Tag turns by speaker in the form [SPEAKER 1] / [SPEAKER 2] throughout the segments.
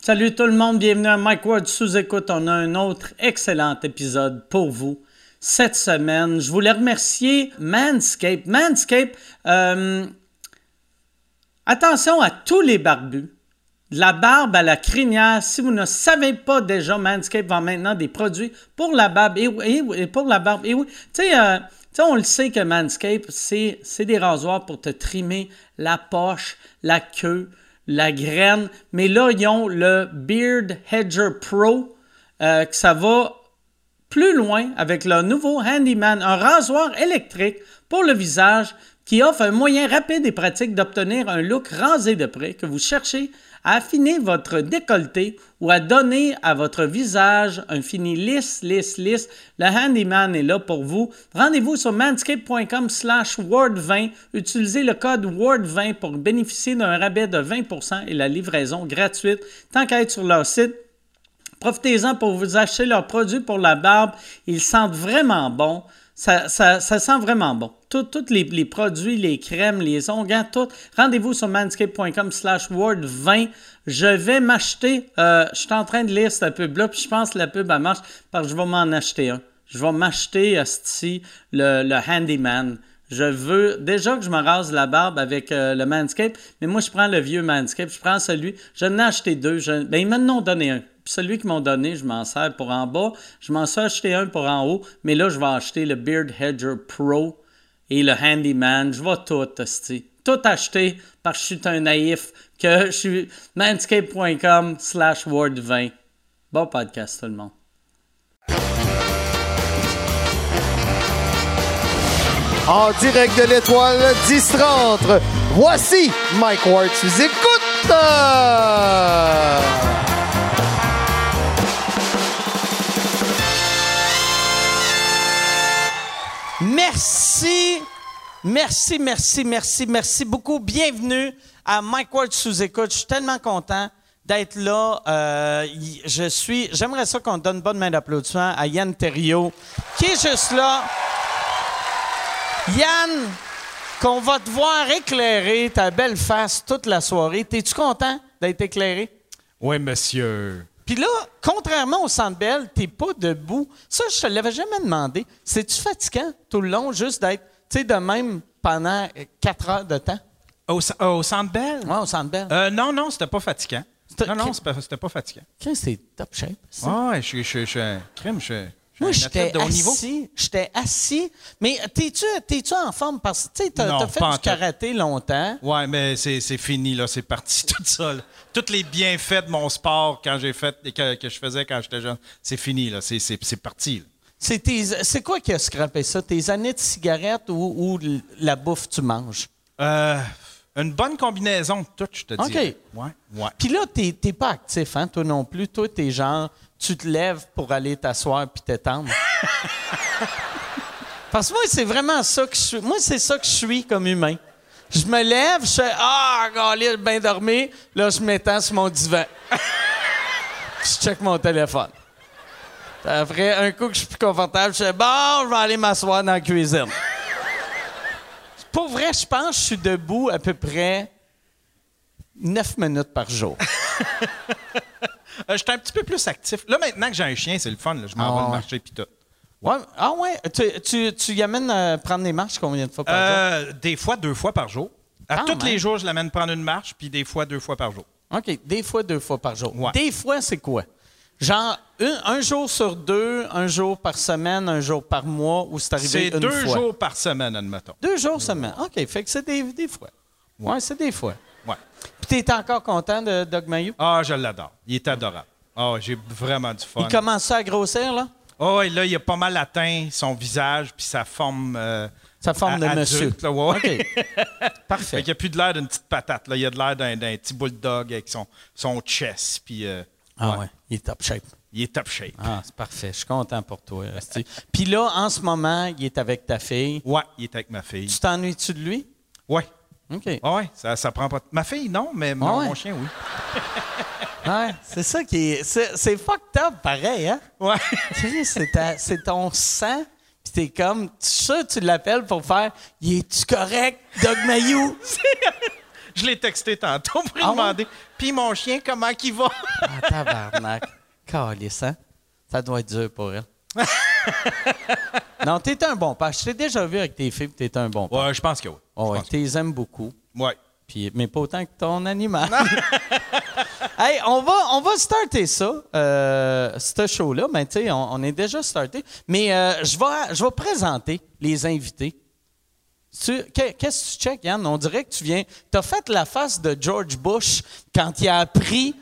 [SPEAKER 1] Salut tout le monde, bienvenue à Mike Ward sous écoute. On a un autre excellent épisode pour vous cette semaine. Je voulais remercier Manscape. Manscape, euh, attention à tous les barbus. De la barbe à la crinière. Si vous ne savez pas déjà, Manscape vend maintenant des produits pour la barbe. Et, oui, et pour la barbe. Et oui, tu sais, euh, tu sais, on le sait que Manscape, c'est c'est des rasoirs pour te trimer la poche, la queue, la graine. Mais là, ils ont le Beard Hedger Pro, euh, que ça va plus loin avec leur nouveau Handyman, un rasoir électrique pour le visage qui offre un moyen rapide et pratique d'obtenir un look rasé de près que vous cherchez à affiner votre décolleté ou à donner à votre visage un fini lisse, lisse, lisse. Le Handyman est là pour vous. Rendez-vous sur manscape.com slash word20. Utilisez le code word20 pour bénéficier d'un rabais de 20% et la livraison gratuite. Tant qu'à être sur leur site, Profitez-en pour vous acheter leurs produits pour la barbe. Ils sentent vraiment bon. Ça, ça- ça sent vraiment bon. Tout- Tous les, les produits, les crèmes, les onguents, tout. Rendez-vous sur manscaped.com slash word20. Je vais m'acheter... euh, je suis en train de lire cette pub-là, puis je pense que la pub, elle marche, parce que je vais m'en acheter un. Je vais m'acheter, hostie, le, le handyman. Je veux déjà que je me rase la barbe avec euh, le Manscape, mais moi je prends le vieux Manscape, je prends celui, je n'ai acheté deux, je, ben, ils m'en ont donné un. Puis celui qu'ils m'ont donné, je m'en sers pour en bas, je m'en suis acheté un pour en haut, mais là je vais acheter le Beard Hedger Pro et le Handyman, je vais tout, hostie. Tout acheter parce que je suis un naïf, que je suis manscape.com slash word 20. Bon podcast tout le monde.
[SPEAKER 2] En direct de l'étoile 1030, voici Mike Ward euh! sous écoute!
[SPEAKER 3] Merci, merci, merci, merci, merci beaucoup. Bienvenue à Mike Ward sous écoute. Je suis tellement content d'être là. Euh, y- je suis. J'aimerais ça qu'on donne une bonne main d'applaudissement à Yann Terriot, qui est juste là. Yann, qu'on va te voir éclairer ta belle face toute la soirée. T'es-tu content d'être éclairé?
[SPEAKER 4] Oui, monsieur.
[SPEAKER 3] Puis là, contrairement au Centre Bell, t'es pas debout. Ça, je te l'avais jamais demandé. C'est-tu fatigant tout le long juste d'être, tu sais, de même pendant euh, quatre heures de temps?
[SPEAKER 4] Au, ce- au Centre Bell?
[SPEAKER 3] Ouais, au Centre Bell.
[SPEAKER 4] Euh, non, non, c'était pas fatigant.
[SPEAKER 3] C'était-
[SPEAKER 4] Non, non, c'était pas- c'était pas fatigant.
[SPEAKER 3] Chris, c'est top shape. ça.
[SPEAKER 4] Ouais, je suis- je suis- je suis un crime, je suis- je
[SPEAKER 3] Moi,
[SPEAKER 4] suis un athlète
[SPEAKER 3] j'étais
[SPEAKER 4] de haut niveau.
[SPEAKER 3] assis. J'étais assis. Mais t'es-tu, t'es-tu en forme? Parce que, tu sais, t'as,
[SPEAKER 4] Non,
[SPEAKER 3] t'as fait
[SPEAKER 4] pas en
[SPEAKER 3] du
[SPEAKER 4] tout.
[SPEAKER 3] karaté longtemps.
[SPEAKER 4] Ouais, mais c'est c'est fini, là, c'est parti, tout ça. là. Tous les bienfaits de mon sport quand j'ai fait, que, que je faisais quand j'étais jeune, c'est fini, là, c'est- c'est c'est parti. là.
[SPEAKER 3] C'est, tes- c'est quoi qui a scrappé ça? Tes années de cigarettes ou, ou l- la bouffe que tu manges?
[SPEAKER 4] Euh, une bonne combinaison de tout, je te dis.
[SPEAKER 3] OK.
[SPEAKER 4] Ouais, ouais.
[SPEAKER 3] Puis là, t'es, t'es pas actif, hein, toi non plus. Toi, t'es genre, tu te lèves pour aller t'asseoir puis t'étendre. Parce que moi, c'est vraiment ça que je suis. Moi, c'est ça que je suis comme humain. Je me lève, je fais Ah, galère, bien dormi. Là, je m'étends sur mon divan. je check mon téléphone. Après, un coup que je suis plus confortable, je fais Bon, je vais aller m'asseoir dans la cuisine. Pour vrai, je pense que je suis debout à peu près 9 minutes par jour.
[SPEAKER 4] Euh, j'étais un petit peu plus actif. Là, maintenant que j'ai un chien, c'est le fun, là, je
[SPEAKER 3] Ah,
[SPEAKER 4] m'en vais
[SPEAKER 3] ouais.
[SPEAKER 4] le marché, puis tout.
[SPEAKER 3] Ouais, ah ouais, tu, tu, tu y amènes euh, prendre des marches combien de fois par jour?
[SPEAKER 4] Euh, des fois, deux fois par jour. À
[SPEAKER 3] Quand
[SPEAKER 4] tous
[SPEAKER 3] même.
[SPEAKER 4] les jours, je l'amène prendre une marche, puis des fois, deux fois par jour.
[SPEAKER 3] OK, des fois, deux fois par jour.
[SPEAKER 4] Ouais.
[SPEAKER 3] Des fois, c'est quoi? Genre, un, un jour sur deux, un jour par semaine, un jour par mois, ou c'est arrivé
[SPEAKER 4] C'est
[SPEAKER 3] une
[SPEAKER 4] deux
[SPEAKER 3] fois?
[SPEAKER 4] jours par semaine, admettons.
[SPEAKER 3] Deux jours semaine. OK, fait que c'est des, des fois. Ouais, c'est des fois.
[SPEAKER 4] Ouais.
[SPEAKER 3] Puis t'es encore content de Doug Mayou?
[SPEAKER 4] Ah, je l'adore. Il est adorable. Ah, j'ai vraiment du fun.
[SPEAKER 3] Il commence ça à grossir, là?
[SPEAKER 4] Oh, et là, il a pas mal atteint son visage puis sa forme. euh,
[SPEAKER 3] Sa forme
[SPEAKER 4] a-
[SPEAKER 3] de
[SPEAKER 4] adulte,
[SPEAKER 3] monsieur.
[SPEAKER 4] là, ouais, ouais.
[SPEAKER 3] OK. Parfait.
[SPEAKER 4] Fait qu'il a plus de l'air d'une petite patate. Là. Il a de l'air d'un, d'un petit bulldog avec son, son chest. Puis, euh,
[SPEAKER 3] Ah
[SPEAKER 4] ouais,
[SPEAKER 3] ouais, il est top shape.
[SPEAKER 4] Il est top shape.
[SPEAKER 3] Ah, c'est parfait. Je suis content pour toi. Asti. Puis là, en ce moment, il est avec ta fille.
[SPEAKER 4] Ouais, il est avec ma fille.
[SPEAKER 3] Tu t'ennuies-tu de lui?
[SPEAKER 4] Ouais.
[SPEAKER 3] OK.
[SPEAKER 4] Ah ouais, ça, ça prend pas. Ma fille, non, mais mon,
[SPEAKER 3] Ah, ouais.
[SPEAKER 4] mon chien, oui.
[SPEAKER 3] Ouais, c'est ça qui est. C'est, c'est fucked up, pareil, hein?
[SPEAKER 4] Ouais.
[SPEAKER 3] Chris, c'est, ta- c'est ton sang, puis t'es comme. Ça, tu l'appelles pour faire. Il est-tu correct, Doug Mayou?
[SPEAKER 5] Je l'ai texté tantôt pour lui
[SPEAKER 3] Ah ouais?
[SPEAKER 5] demander. Puis mon chien, comment qu'il va?
[SPEAKER 3] Ah, tabarnak. Calisse, hein? Ça doit être dur pour elle. non, t'es un bon père. Je t'ai déjà vu avec tes filles, puis t'es un bon père.
[SPEAKER 5] Ouais, je pense que oui.
[SPEAKER 3] Oh,
[SPEAKER 5] Je
[SPEAKER 3] ouais,
[SPEAKER 5] pense que
[SPEAKER 3] t'es aimes beaucoup.
[SPEAKER 5] oui. Ouais.
[SPEAKER 3] Puis, mais pas autant que ton animal. hey, on va, on va starter ça, euh, ce show-là. Mais tu sais, on, on est déjà starté. Mais euh, je vais, je vais présenter les invités. Tu- qu'est- Qu'est-ce que tu check, Yann? On dirait que tu viens. T'as fait la face de George Bush quand il a appris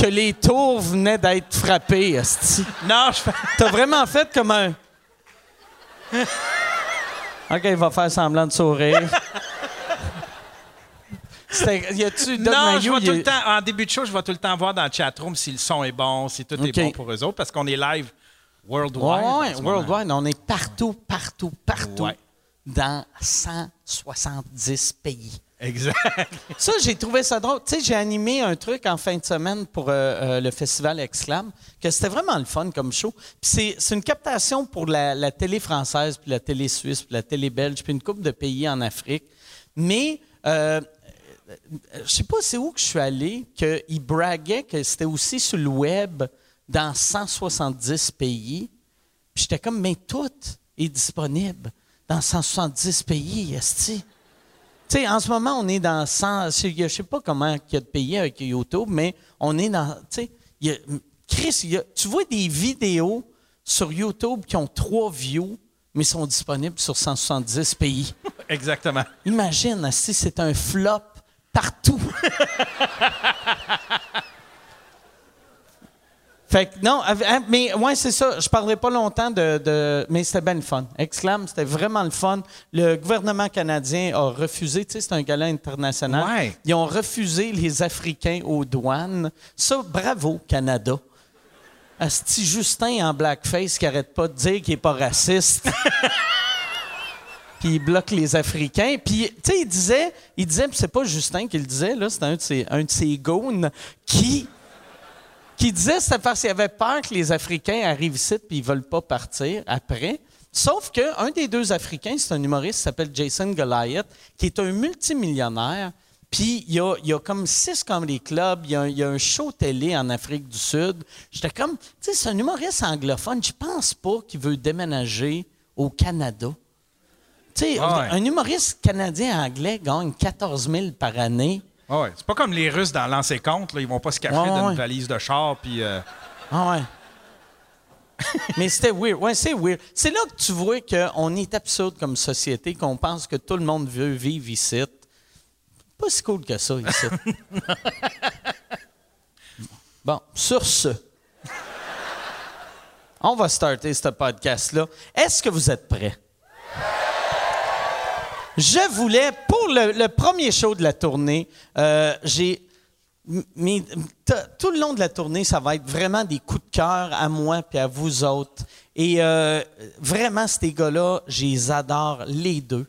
[SPEAKER 3] que les tours venaient d'être frappées, esti.
[SPEAKER 5] Non, je fais.
[SPEAKER 3] T'as vraiment fait comme un. OK, il va faire semblant de sourire. C'était- Y a-tu Don
[SPEAKER 5] Non,
[SPEAKER 3] Mayo,
[SPEAKER 5] je vois
[SPEAKER 3] il
[SPEAKER 5] tout le
[SPEAKER 3] est-
[SPEAKER 5] temps, en début de show, je vais tout le temps voir dans le chatroom si le son est bon, si tout
[SPEAKER 3] Ok.
[SPEAKER 5] est bon pour eux autres, parce qu'on est live worldwide.
[SPEAKER 3] Ouais,
[SPEAKER 5] en
[SPEAKER 3] ouais,
[SPEAKER 5] ce moment.
[SPEAKER 3] worldwide. On est partout, partout, partout.
[SPEAKER 5] Ouais.
[SPEAKER 3] Dans 170 pays.
[SPEAKER 5] Exact.
[SPEAKER 3] Ça, j'ai trouvé ça drôle. Tu sais, j'ai animé un truc en fin de semaine pour euh, euh, le festival Exclam, que c'était vraiment le fun comme show. Puis c'est, c'est une captation pour la, la télé française, puis la télé suisse, puis la télé belge, puis une coupe de pays en Afrique. Mais euh, euh, je sais pas c'est où que je suis allé, qu'ils braguaient que c'était aussi sur le web dans 170 pays. Puis j'étais comme, mais tout est disponible dans 170 pays, esti. Tu sais, en ce moment, on est dans 100. c'est- Je sais pas comment il y a de pays avec YouTube, mais on est dans. Tu sais, il y a- Chris, il y a- tu vois des vidéos sur YouTube qui ont trois views, mais sont disponibles sur 170 pays.
[SPEAKER 5] Exactement.
[SPEAKER 3] Imagine, si c'est un flop partout. fait que non, av- hein, mais ouais, c'est ça. Je parlerai pas longtemps de. de- mais c'était bien le fun. Exclam, c'était vraiment le fun. Le gouvernement canadien a refusé. Tu sais, c'est un gala international.
[SPEAKER 5] Ouais.
[SPEAKER 3] Ils ont refusé les Africains aux douanes. Ça, bravo, Canada. Asti Justin en blackface qui arrête pas de dire qu'il est pas raciste puis il bloque les Africains. Puis, tu sais, il disait, il disait, puis c'est pas Justin qui le disait, là, c'était un de ses, un de ses goons qui, qui disait c'était parce qu'il avait peur que les Africains arrivent ici puis ils veulent pas partir après. Sauf que un des deux Africains, c'est un humoriste qui s'appelle Jason Goliath, qui est un multimillionnaire. Puis il y a, il y a comme six comedy clubs, il y a, un- il y a un show télé en Afrique du Sud. J'étais comme, tu sais, c'est un humoriste anglophone. Je pense pas qu'il veut déménager au Canada. Tu sais,
[SPEAKER 5] Ah ouais.
[SPEAKER 3] un humoriste canadien-anglais gagne 14 000 par année.
[SPEAKER 5] Ouais, ouais. C'est pas comme les Russes dans l'ancien compte, là, ils vont pas se cacher
[SPEAKER 3] Ouais,
[SPEAKER 5] d'une
[SPEAKER 3] ouais.
[SPEAKER 5] valise de char, puis. euh,
[SPEAKER 3] Ah ouais. Mais c'était weird. Ouais, c'est weird. C'est là que tu vois qu'on est absurde comme société, qu'on pense que tout le monde veut vivre ici. Pas si cool que ça, ici. bon, sur ce, on va starter ce podcast-là. Est-ce que vous êtes prêts? Je voulais, pour le, le premier show de la tournée, euh, j'ai. m- mes- t- tout le long de la tournée, ça va être vraiment des coups de cœur à moi puis à vous autres. Et euh, vraiment, ces gars-là, je les adore les deux.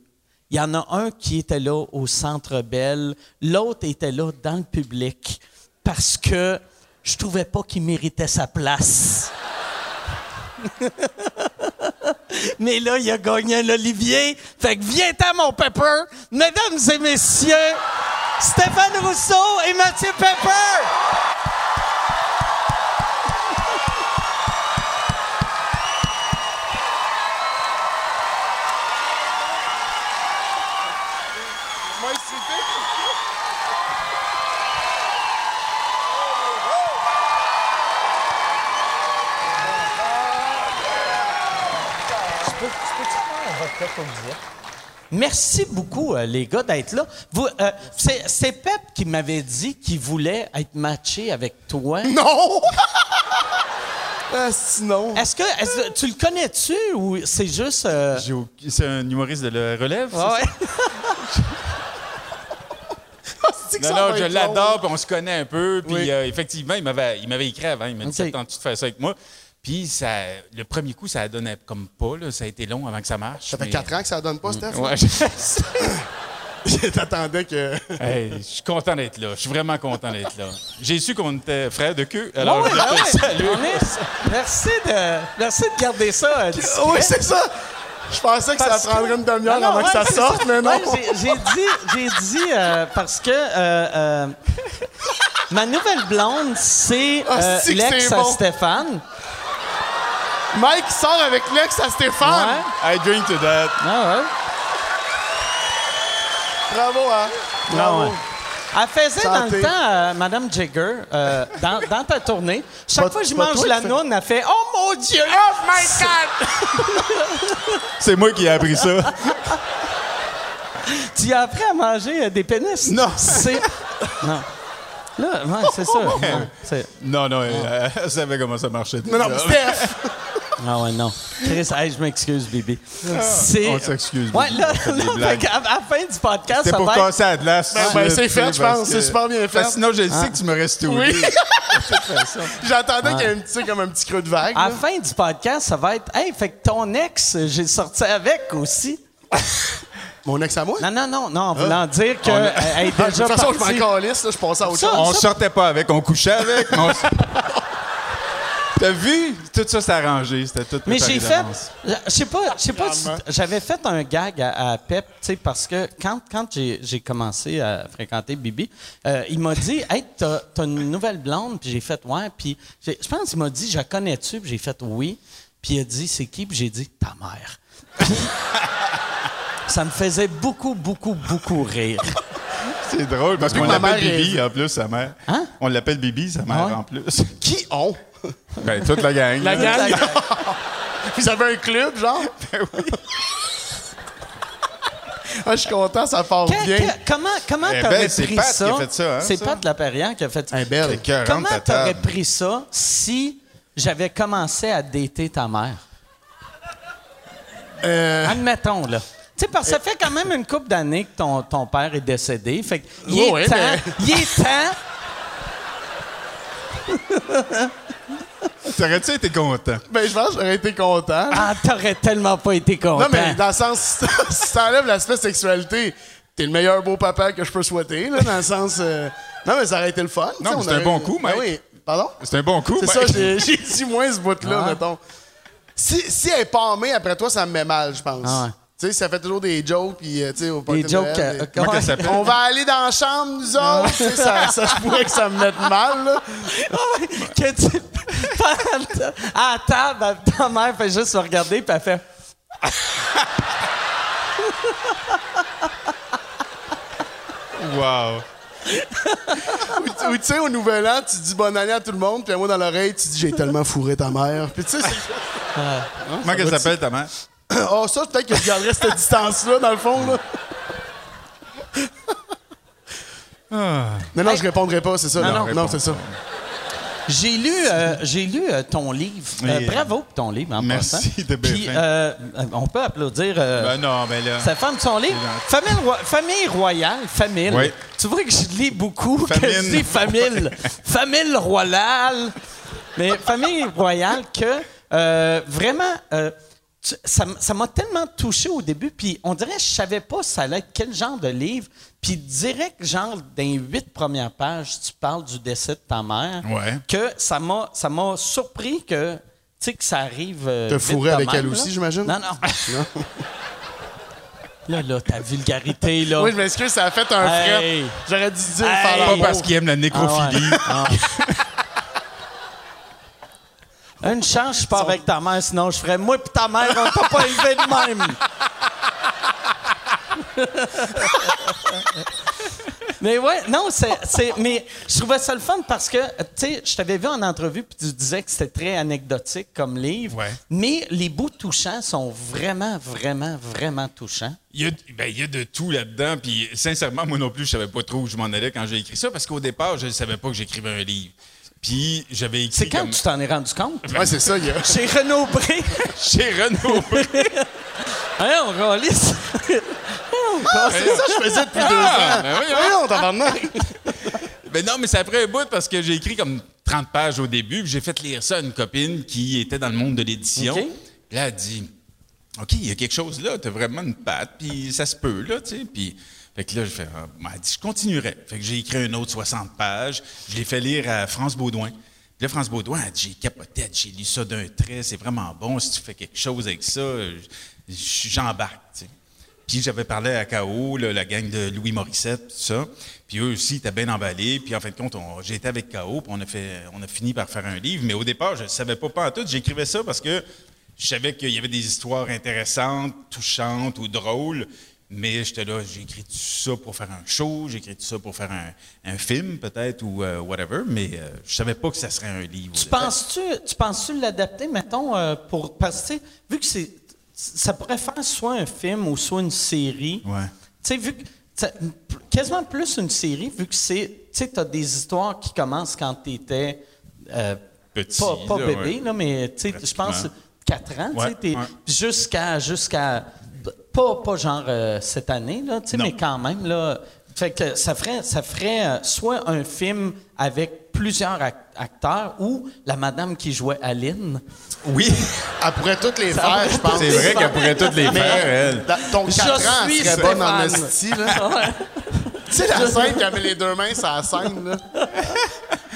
[SPEAKER 3] Il y en a un qui était là au Centre Bell, l'autre était là dans le public parce que je trouvais pas qu'il méritait sa place. Mais là, il a gagné un Olivier. Fait que viens à mon Pepper. Mesdames et messieurs, Stéphane Rousseau et Mathieu Pepper. Merci beaucoup, euh, les gars, d'être là. Vous, euh, c'est, c'est Pep qui m'avait dit qu'il voulait être matché avec toi.
[SPEAKER 6] Non! ah, sinon.
[SPEAKER 3] Est-ce que, est-ce que- tu le connais-tu ou c'est juste. euh,
[SPEAKER 7] J'ai au- C'est un humoriste de la relève?
[SPEAKER 2] Ah,
[SPEAKER 7] c'est
[SPEAKER 3] ouais?
[SPEAKER 6] C'est que
[SPEAKER 7] ça?
[SPEAKER 6] ça
[SPEAKER 7] Non,
[SPEAKER 6] va
[SPEAKER 7] non, je
[SPEAKER 6] être
[SPEAKER 7] l'adore,
[SPEAKER 6] long.
[SPEAKER 7] puis on se connaît un peu. Puis
[SPEAKER 3] Oui.
[SPEAKER 7] euh, effectivement, il m'avait il m'avait écrit avant. Il m'a dit
[SPEAKER 3] Ok.
[SPEAKER 7] Attends-tu de faire ça avec moi? Puis ça, le premier coup, ça donnait comme pas. Là, ça a été long avant que ça marche.
[SPEAKER 6] Ça fait
[SPEAKER 7] mais-
[SPEAKER 6] 4 ans que ça donne pas, Steph.
[SPEAKER 7] Ouais,
[SPEAKER 6] T'attendais que.
[SPEAKER 7] Hey, je suis content d'être là. Je suis vraiment content d'être là. J'ai su qu'on était frères de queue.
[SPEAKER 2] Ah
[SPEAKER 7] Alors,
[SPEAKER 3] Ouais,
[SPEAKER 7] je
[SPEAKER 3] ben
[SPEAKER 7] te
[SPEAKER 3] ouais.
[SPEAKER 7] salue.
[SPEAKER 3] On est- Merci de, merci de garder ça. euh, discret.
[SPEAKER 6] oui, c'est ça!
[SPEAKER 2] Je pensais que ça
[SPEAKER 3] Parce que-
[SPEAKER 2] prendrait une demi-heure
[SPEAKER 3] Non, non,
[SPEAKER 2] avant que
[SPEAKER 3] ouais,
[SPEAKER 2] ça
[SPEAKER 3] c'est
[SPEAKER 2] sorte, mais non.
[SPEAKER 3] Ouais, j'ai- j'ai dit, j'ai dit euh, parce que euh, euh, ma nouvelle blonde, c'est
[SPEAKER 2] Ah,
[SPEAKER 3] euh,
[SPEAKER 2] c'est que
[SPEAKER 3] l'ex
[SPEAKER 2] c'est
[SPEAKER 3] à
[SPEAKER 2] bon.
[SPEAKER 3] Stéphane.
[SPEAKER 2] Mike sort avec l'ex à Stéphane. I drink to that.
[SPEAKER 3] Ah ouais.
[SPEAKER 2] Bravo, hein? Bravo.
[SPEAKER 3] Elle faisait dans
[SPEAKER 2] Santé.
[SPEAKER 3] le temps, euh, Madame Jagger, euh, dans, dans ta tournée. Chaque
[SPEAKER 2] Pas-
[SPEAKER 3] fois que je
[SPEAKER 2] pas
[SPEAKER 3] mange
[SPEAKER 2] toi
[SPEAKER 3] la
[SPEAKER 2] qui fais- Ah!
[SPEAKER 3] noune, elle fait Oh mon Dieu! Oh my God!
[SPEAKER 2] C'est moi qui ai appris ça.
[SPEAKER 3] Tu as appris à manger euh, des pénis?
[SPEAKER 2] Non.
[SPEAKER 3] C'est. Non. Là, ouais, c'est ça. Non, c'est-
[SPEAKER 7] Non, non, euh, elle savait comment ça marchait.
[SPEAKER 2] Ah. Non, non,
[SPEAKER 7] déjà.
[SPEAKER 2] Steph!
[SPEAKER 3] Ah ouais, non. Chris, hey, je m'excuse, bébé. C'est...
[SPEAKER 7] on s'excuse,
[SPEAKER 3] Ouais,
[SPEAKER 7] bébé,
[SPEAKER 3] là,
[SPEAKER 7] on fait des
[SPEAKER 3] là,
[SPEAKER 7] blagues.
[SPEAKER 3] fait qu'à- à la fin du podcast,
[SPEAKER 7] C'était
[SPEAKER 3] ça
[SPEAKER 7] pour
[SPEAKER 3] va être...
[SPEAKER 7] casser la glace.
[SPEAKER 2] Ben,
[SPEAKER 7] tout
[SPEAKER 2] ben,
[SPEAKER 7] de
[SPEAKER 2] c'est
[SPEAKER 7] suite,
[SPEAKER 2] fait, je
[SPEAKER 7] parce
[SPEAKER 2] pense.
[SPEAKER 7] que-
[SPEAKER 2] C'est super bien
[SPEAKER 7] Parce que
[SPEAKER 2] fait. Ah.
[SPEAKER 7] Sinon, je sais que tu me restes au
[SPEAKER 2] Oui.
[SPEAKER 7] lit.
[SPEAKER 2] J'attendais qu'il y ait un petit, comme un petit creux de vague. là.
[SPEAKER 3] À la fin du podcast, ça va être... Hey, fait que ton ex, j'ai sorti avec aussi.
[SPEAKER 2] Mon ex à moi?
[SPEAKER 3] Non, non, non, non, en voulant dire
[SPEAKER 7] Ah. On a-
[SPEAKER 3] qu'elle est
[SPEAKER 2] Ah, de
[SPEAKER 3] déjà
[SPEAKER 2] toute façon, je
[SPEAKER 3] partie.
[SPEAKER 2] m'en calisse, là, je pensais à autre
[SPEAKER 3] Ça,
[SPEAKER 2] chose.
[SPEAKER 7] On sortait pas avec, on couchait avec. mais on s- T'as vu? Tout ça s'est arrangé. C'était tout
[SPEAKER 3] Mais
[SPEAKER 7] préparé
[SPEAKER 3] j'ai fait,
[SPEAKER 7] d'avance.
[SPEAKER 3] je je sais pas, je sais pas, si- j'avais fait un gag à, à Pep, tu sais, parce que quand, quand j'ai j'ai commencé à fréquenter Bibi, euh, il m'a dit, hey, t'as t'as une nouvelle blonde, puis j'ai fait ouais, puis j'ai- je pense qu'il m'a dit, je la connais-tu, puis j'ai fait oui, puis il a dit c'est qui, puis j'ai dit ta mère. Puis, ça me faisait beaucoup, beaucoup, beaucoup rire.
[SPEAKER 7] C'est drôle parce qu'on
[SPEAKER 2] que ma
[SPEAKER 7] l'appelle
[SPEAKER 2] mère est-
[SPEAKER 7] Bibi en plus, sa mère.
[SPEAKER 3] Hein?
[SPEAKER 7] On l'appelle Bibi, sa mère
[SPEAKER 3] Ah ouais?
[SPEAKER 7] en plus.
[SPEAKER 2] Qui ont?
[SPEAKER 7] Ben, toute la gang.
[SPEAKER 2] La
[SPEAKER 7] là.
[SPEAKER 2] gang? Vous avez un club, genre? Ah, je suis content, ça part
[SPEAKER 3] Que-
[SPEAKER 2] bien.
[SPEAKER 3] que- comment comment
[SPEAKER 7] Eh
[SPEAKER 3] t'aurais
[SPEAKER 7] ben, c'est
[SPEAKER 3] pris
[SPEAKER 7] Pat
[SPEAKER 3] ça?
[SPEAKER 7] qui a fait ça, hein,
[SPEAKER 3] c'est
[SPEAKER 7] ça?
[SPEAKER 3] Pat Laperrière qui a fait ça.
[SPEAKER 2] Eh, belle.
[SPEAKER 7] C'est écœurant,
[SPEAKER 3] Comment
[SPEAKER 7] ta
[SPEAKER 3] t'aurais
[SPEAKER 7] table.
[SPEAKER 3] pris ça si j'avais commencé à dater ta mère?
[SPEAKER 2] Euh,
[SPEAKER 3] Admettons, là. Tu sais, parce que ça fait quand même une couple d'années que ton, ton père est décédé. Fait que il est
[SPEAKER 2] Ouais,
[SPEAKER 3] temps.
[SPEAKER 2] mais-
[SPEAKER 3] Il est temps.
[SPEAKER 7] T'aurais-tu été content?
[SPEAKER 2] ben, je pense que j'aurais été content.
[SPEAKER 3] Ah, t'aurais tellement pas été content.
[SPEAKER 2] non, mais dans le sens, si t'enlèves l'aspect sexualité, t'es le meilleur beau-papa que je peux souhaiter, là, dans le sens... euh, Non, mais ça aurait été le fun. tu sais,
[SPEAKER 7] mais
[SPEAKER 2] on
[SPEAKER 7] c'est un
[SPEAKER 2] aurait-
[SPEAKER 7] bon coup,
[SPEAKER 2] Ben
[SPEAKER 7] Mike.
[SPEAKER 2] oui, pardon?
[SPEAKER 7] C'est un bon coup.
[SPEAKER 2] C'est
[SPEAKER 7] Mike.
[SPEAKER 2] ça, j'ai j'ai dit moins ce bout-là,
[SPEAKER 3] Ah ouais.
[SPEAKER 2] mettons. Si, si elle est palmée après toi, ça me met mal, je pense.
[SPEAKER 3] Ah ouais.
[SPEAKER 2] Tu sais, ça fait toujours des jokes, puis euh, tu sais, au party
[SPEAKER 3] Des
[SPEAKER 2] de
[SPEAKER 3] jokes.
[SPEAKER 2] Noël,
[SPEAKER 3] euh, Ah.
[SPEAKER 2] des-
[SPEAKER 7] Comment
[SPEAKER 3] ouais.
[SPEAKER 7] qu'elle s'appelle?
[SPEAKER 2] On va aller dans la chambre, nous autres. Tu sais, ça, ça se pourrait que ça me mette mal, là.
[SPEAKER 3] que tu. à la table, ta mère fait juste se regarder, puis elle fait.
[SPEAKER 7] Wow.
[SPEAKER 2] Ou tu- Ou tu sais, au nouvel an, tu dis bonne année à tout le monde, puis moi dans l'oreille, tu dis j'ai tellement fourré ta mère. Puis tu sais, c'est-
[SPEAKER 7] Comment qu'elle s'appelle, ta mère?
[SPEAKER 2] oh, ça, peut-être que je garderais cette distance-là, dans le fond, là. Non, non, je répondrai pas, c'est ça.
[SPEAKER 7] Ah. Non,
[SPEAKER 2] Non,
[SPEAKER 7] non,
[SPEAKER 2] non,
[SPEAKER 7] réponds.
[SPEAKER 2] c'est ça.
[SPEAKER 3] J'ai lu, euh, j'ai lu euh, ton livre. Euh,
[SPEAKER 7] Oui.
[SPEAKER 3] bravo pour ton livre, en
[SPEAKER 7] Merci,
[SPEAKER 3] passant.
[SPEAKER 7] t'es bien
[SPEAKER 3] Puis,
[SPEAKER 7] fin.
[SPEAKER 3] euh, on peut applaudir euh,
[SPEAKER 7] Ben non, ben là.
[SPEAKER 3] sa femme de son livre. Famille, roi- famille royale, famille.
[SPEAKER 7] Oui.
[SPEAKER 3] Tu vois que je lis beaucoup, que
[SPEAKER 7] Famine.
[SPEAKER 3] je dis famille. famille royale. Mais famille royale que euh, vraiment, euh, tu- ça m- ça m'a tellement touché au début. Puis on dirait que je savais pas ça allait être quel genre de livre. Puis direct, genre, dans les huit premières pages, tu parles du décès de ta mère.
[SPEAKER 7] Ouais.
[SPEAKER 3] Que ça m'a ça m'a surpris que, tu sais, que ça arrive. euh,
[SPEAKER 2] T'as
[SPEAKER 3] vite
[SPEAKER 2] fourré
[SPEAKER 3] de
[SPEAKER 2] avec
[SPEAKER 3] même,
[SPEAKER 2] elle
[SPEAKER 3] là.
[SPEAKER 2] aussi, j'imagine?
[SPEAKER 3] Non, non. Là, là, ta vulgarité, là.
[SPEAKER 2] Oui, je m'excuse, ça a fait un fret.
[SPEAKER 3] Hey.
[SPEAKER 2] J'aurais dû dire
[SPEAKER 3] Hey.
[SPEAKER 2] faire
[SPEAKER 7] Pas
[SPEAKER 2] l'amour.
[SPEAKER 7] parce qu'il aime la nécrophilie.
[SPEAKER 3] Ah ouais. Ah. Une chance, je pars avec ta mère, sinon je ferais moi pis ta mère, on t'a pas élevé de même. mais ouais, non, c'est, c'est- Mais je trouvais ça le fun parce que, tu sais, je t'avais vu en entrevue puis tu disais que c'était très anecdotique comme livre.
[SPEAKER 7] Ouais.
[SPEAKER 3] Mais les bouts touchants sont vraiment, vraiment, vraiment touchants.
[SPEAKER 7] Il y, a, ben, il y a de tout là-dedans. Puis, sincèrement, moi non plus, je savais pas trop où je m'en allais quand j'ai écrit ça, parce qu'au départ, je ne savais pas que j'écrivais un livre. Puis, j'avais écrit.
[SPEAKER 3] C'est quand
[SPEAKER 7] comme-
[SPEAKER 3] tu t'en es rendu compte?
[SPEAKER 2] Ouais, c'est ça, il y a.
[SPEAKER 3] Chez Renaud Bré.
[SPEAKER 7] Chez Renaud.
[SPEAKER 3] Hein, on réalise.
[SPEAKER 2] C'est ça que je faisais depuis deux
[SPEAKER 7] Ah,
[SPEAKER 2] ans.
[SPEAKER 7] ben voyons.
[SPEAKER 2] Voyons, tabarnak.
[SPEAKER 7] Ben non, mais ça a pris un bout parce que j'ai écrit comme 30 pages au début, puis j'ai fait lire ça à une copine qui était dans le monde de l'édition.
[SPEAKER 3] OK.
[SPEAKER 7] Puis Là, elle dit OK, il y a quelque chose là, t'as vraiment une patte, puis ça se peut, là, tu sais. Puis, fait que là, je fais ah, ben, Elle dit Je continuerai. Fait que j'ai écrit un autre 60 pages, je l'ai fait lire à France Baudouin. Puis là, France Baudouin a dit, j'ai capoté, j'ai lu ça d'un trait, c'est vraiment bon, si tu fais quelque chose avec ça, euh, j- j'embarque. tu sais. Puis j'avais parlé à K.O., là, la gang de Louis Morissette, tout ça. Puis eux aussi, ils étaient bien emballés. Puis en fin de compte, on- j'ai été avec K.O., puis on a, fait, on a fini par faire un livre. Mais au départ, je ne savais pas pas en tout. J'écrivais ça parce que je savais qu'il y avait des histoires intéressantes, touchantes ou drôles. Mais j'étais là, j'ai écrit tout ça pour faire un show, j'ai écrit tout ça pour faire un, un film peut-être ou euh, whatever, mais euh, je savais pas que ça serait un livre. au
[SPEAKER 3] Tu
[SPEAKER 7] départ.
[SPEAKER 3] penses-tu, tu penses-tu l'adapter, mettons, euh, pour. Parce que, tu sais, vu que c'est. Ça pourrait faire soit un film ou soit une série.
[SPEAKER 7] Ouais.
[SPEAKER 3] Tu sais, vu que. ça- p- Quasiment plus une série, vu que c'est. Tu sais, t'as des histoires qui commencent quand t'étais. euh,
[SPEAKER 7] Petit,
[SPEAKER 3] Pas, pas
[SPEAKER 7] là,
[SPEAKER 3] bébé,
[SPEAKER 7] ouais.
[SPEAKER 3] là, mais, tu sais, je pense
[SPEAKER 7] Pratiquement.
[SPEAKER 3] 4 ans, tu sais.
[SPEAKER 7] Ouais,
[SPEAKER 3] t'es-
[SPEAKER 7] ouais.
[SPEAKER 3] Jusqu'à. jusqu'à pas, pas genre euh, cette année, là, tu sais,
[SPEAKER 7] Non.
[SPEAKER 3] mais quand même, là. Fait que ça ferait, ça ferait euh, soit un film avec plusieurs ac- acteurs ou la madame qui jouait Aline.
[SPEAKER 7] Oui,
[SPEAKER 2] Elle pourrait toutes les faire, je pense.
[SPEAKER 7] c'est vrai qu'elle pourrait toutes les faire, elle.
[SPEAKER 2] Dans- Ton 4 ans, elle serait bonne en
[SPEAKER 3] Stéphane.
[SPEAKER 2] esti, là. Tu sais, la scène qu'elle met les deux mains sur la scène, là.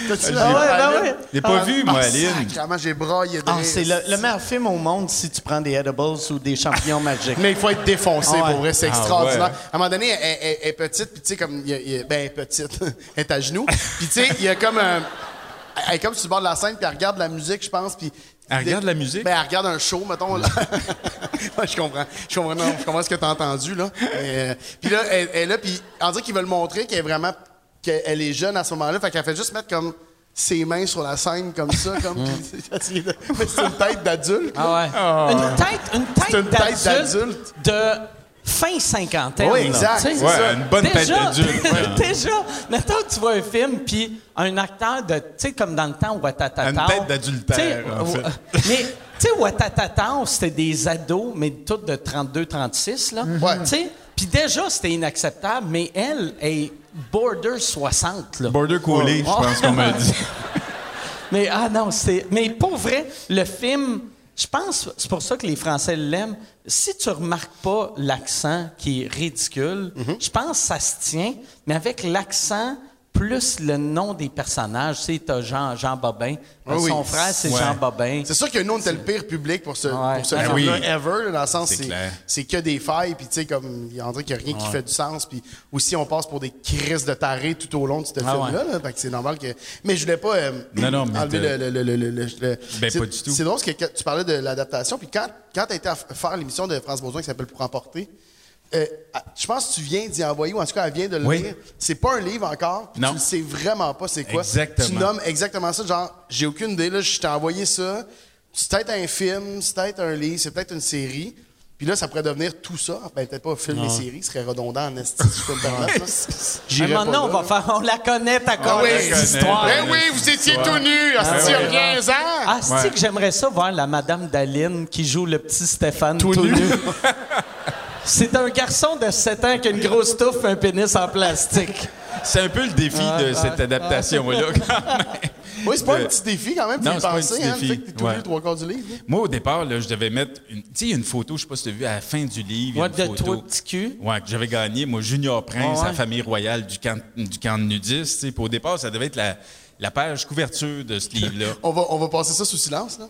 [SPEAKER 2] T'as-tu la
[SPEAKER 7] Ah
[SPEAKER 3] ouais,
[SPEAKER 2] la-
[SPEAKER 3] ben
[SPEAKER 2] la-
[SPEAKER 3] ouais.
[SPEAKER 7] Je l'ai pas
[SPEAKER 2] Ah,
[SPEAKER 7] vu, moi,
[SPEAKER 2] ah,
[SPEAKER 7] Aline.
[SPEAKER 2] sacrément, j'ai braillé de
[SPEAKER 3] Ah,
[SPEAKER 2] rire.
[SPEAKER 3] c'est le, le meilleur film au monde si tu prends des edibles ou des champignons magiques.
[SPEAKER 2] Mais il faut être défoncé
[SPEAKER 3] Ah ouais.
[SPEAKER 2] pour vrai, c'est
[SPEAKER 7] Ah
[SPEAKER 2] extraordinaire.
[SPEAKER 7] ouais.
[SPEAKER 2] À un moment donné, elle, elle- elle- elle est petite, puis tu sais, comme. il y a- il y a- ben, elle est petite, elle est à genoux. Puis tu sais, il y a comme un. Elle est comme sur le bord de la scène, puis elle regarde la musique, je pense, puis.
[SPEAKER 7] Elle regarde la musique?
[SPEAKER 2] Ben, elle regarde un show, mettons. là. Ouais, je comprends. Je comprends, non, je comprends ce que t'as entendu, là. Mais, euh, puis là, elle, elle est là, puis on dirait qu'ils veulent montrer qu'elle est vraiment. qu'elle est jeune à ce moment-là, fait qu'elle fait juste mettre comme ses mains sur la scène, comme ça,
[SPEAKER 7] Hmm.
[SPEAKER 2] comme. puis c'est mais c'est une tête d'adulte. là.
[SPEAKER 3] Ah ouais. Une tête, une
[SPEAKER 2] C'est
[SPEAKER 3] tête,
[SPEAKER 2] une tête
[SPEAKER 3] d'adulte de fin cinquantaine.
[SPEAKER 2] Oui,
[SPEAKER 3] là,
[SPEAKER 2] exact,
[SPEAKER 3] tu sais.
[SPEAKER 2] c'est
[SPEAKER 7] Ouais, ça. une bonne
[SPEAKER 3] Déjà-
[SPEAKER 7] tête d'adulte, ouais.
[SPEAKER 3] Déjà, mettons que tu vois un film, puis un acteur de, tu sais, comme dans le temps, Watatata.
[SPEAKER 7] Une tête d'adultère, en fait.
[SPEAKER 3] euh, Mais, tu sais, Watatata, c'était des ados, mais toutes de 32, 36, là.
[SPEAKER 2] Ouais.
[SPEAKER 3] Tu sais, puis déjà, c'était inacceptable, mais elle est border 60, là.
[SPEAKER 7] Border Collie, je pense qu'on m'a dit.
[SPEAKER 3] Mais ah non, c'est. Mais pour vrai, le film, je pense, c'est pour ça que les Français l'aiment. Si tu remarques pas l'accent qui est ridicule,
[SPEAKER 2] Mhm.
[SPEAKER 3] je pense que ça se tient, mais avec l'accent plus le nom des personnages, tu sais, t'as Jean, Jean Bobin.
[SPEAKER 2] Ah oui.
[SPEAKER 3] Son frère, c'est
[SPEAKER 7] Ouais.
[SPEAKER 3] Jean Bobin.
[SPEAKER 2] C'est sûr que nous, on était le pire public pour ce,
[SPEAKER 3] Hein? Ouais.
[SPEAKER 2] pour ce
[SPEAKER 3] Ben
[SPEAKER 2] film-là,
[SPEAKER 7] oui.
[SPEAKER 2] ever, là, dans le sens,
[SPEAKER 7] C'est
[SPEAKER 2] c'est,
[SPEAKER 7] clair.
[SPEAKER 2] c'est que des failles, puis tu sais, comme, il y a André qui a rien qui fait du sens, puis aussi, on passe pour des crises de tarés tout au long de ce film-là, là, fait que c'est normal que... Mais je voulais pas euh,
[SPEAKER 7] Non, non, mais
[SPEAKER 2] enlever
[SPEAKER 7] t'as-
[SPEAKER 2] le... le- le- le- le- le-
[SPEAKER 7] Ben,
[SPEAKER 2] c'est,
[SPEAKER 7] pas du tout.
[SPEAKER 2] C'est drôle, parce que quand tu parlais de l'adaptation, puis quand, quand t'as été à f- faire l'émission de France Beaujoin qui s'appelle « Pour emporter euh, », à- je pense que tu viens d'y envoyer, ou en tout cas, elle vient de le
[SPEAKER 7] Oui.
[SPEAKER 2] lire. C'est pas un livre encore, puis
[SPEAKER 7] Non.
[SPEAKER 2] tu le sais vraiment pas c'est quoi.
[SPEAKER 7] Exactement.
[SPEAKER 2] Tu nommes exactement ça, genre, j'ai aucune idée, là, je t'ai envoyé ça. C'est peut-être un film, c'est peut-être un livre, c'est peut-être une série. Puis là, ça pourrait devenir tout ça. Ben, peut-être pas un film et série, ce serait redondant en esti, si je peux me permettre. là.
[SPEAKER 3] À un
[SPEAKER 2] J'irais
[SPEAKER 3] moment donné,
[SPEAKER 2] pas
[SPEAKER 3] on
[SPEAKER 2] là,
[SPEAKER 3] va
[SPEAKER 2] là.
[SPEAKER 3] faire. On la connaît, ta
[SPEAKER 2] Ah oui,
[SPEAKER 3] connaît, l'histoire.
[SPEAKER 7] connaît.
[SPEAKER 2] Ben oui, vous étiez tout nus, esti, reviens-en!
[SPEAKER 3] Ah, c'est que j'aimerais ça voir la Madame Daline qui joue le petit Stéphane tout, nu. c'est un garçon de 7 ans qui a une grosse touffe et un pénis en plastique.
[SPEAKER 7] C'est un peu le défi de cette adaptation-là, quand même.
[SPEAKER 2] Oui, c'est pas
[SPEAKER 7] Euh,
[SPEAKER 2] un petit défi quand même,
[SPEAKER 7] non,
[SPEAKER 2] tu y
[SPEAKER 7] c'est pas un
[SPEAKER 2] pensais,
[SPEAKER 7] petit
[SPEAKER 2] hein, le
[SPEAKER 7] défi,
[SPEAKER 2] fait que t'es tout
[SPEAKER 7] ouais.
[SPEAKER 2] nu, trois quarts du livre. là.
[SPEAKER 7] Moi, au départ, là, je devais mettre une. Tu sais, il y a une photo, je sais pas si tu as vu, à la fin du livre. il y a
[SPEAKER 3] Moi,
[SPEAKER 7] une
[SPEAKER 3] de
[SPEAKER 7] photo.
[SPEAKER 3] toi, petit cul.
[SPEAKER 7] Ouais, que j'avais gagné, moi, Junior Prince,
[SPEAKER 3] Ah ouais.
[SPEAKER 7] la famille royale du camp, du camp de nudistes. tu sais. Puis au départ, ça devait être la, la page couverture de ce livre-là.
[SPEAKER 2] On va, on va passer ça sous silence, là.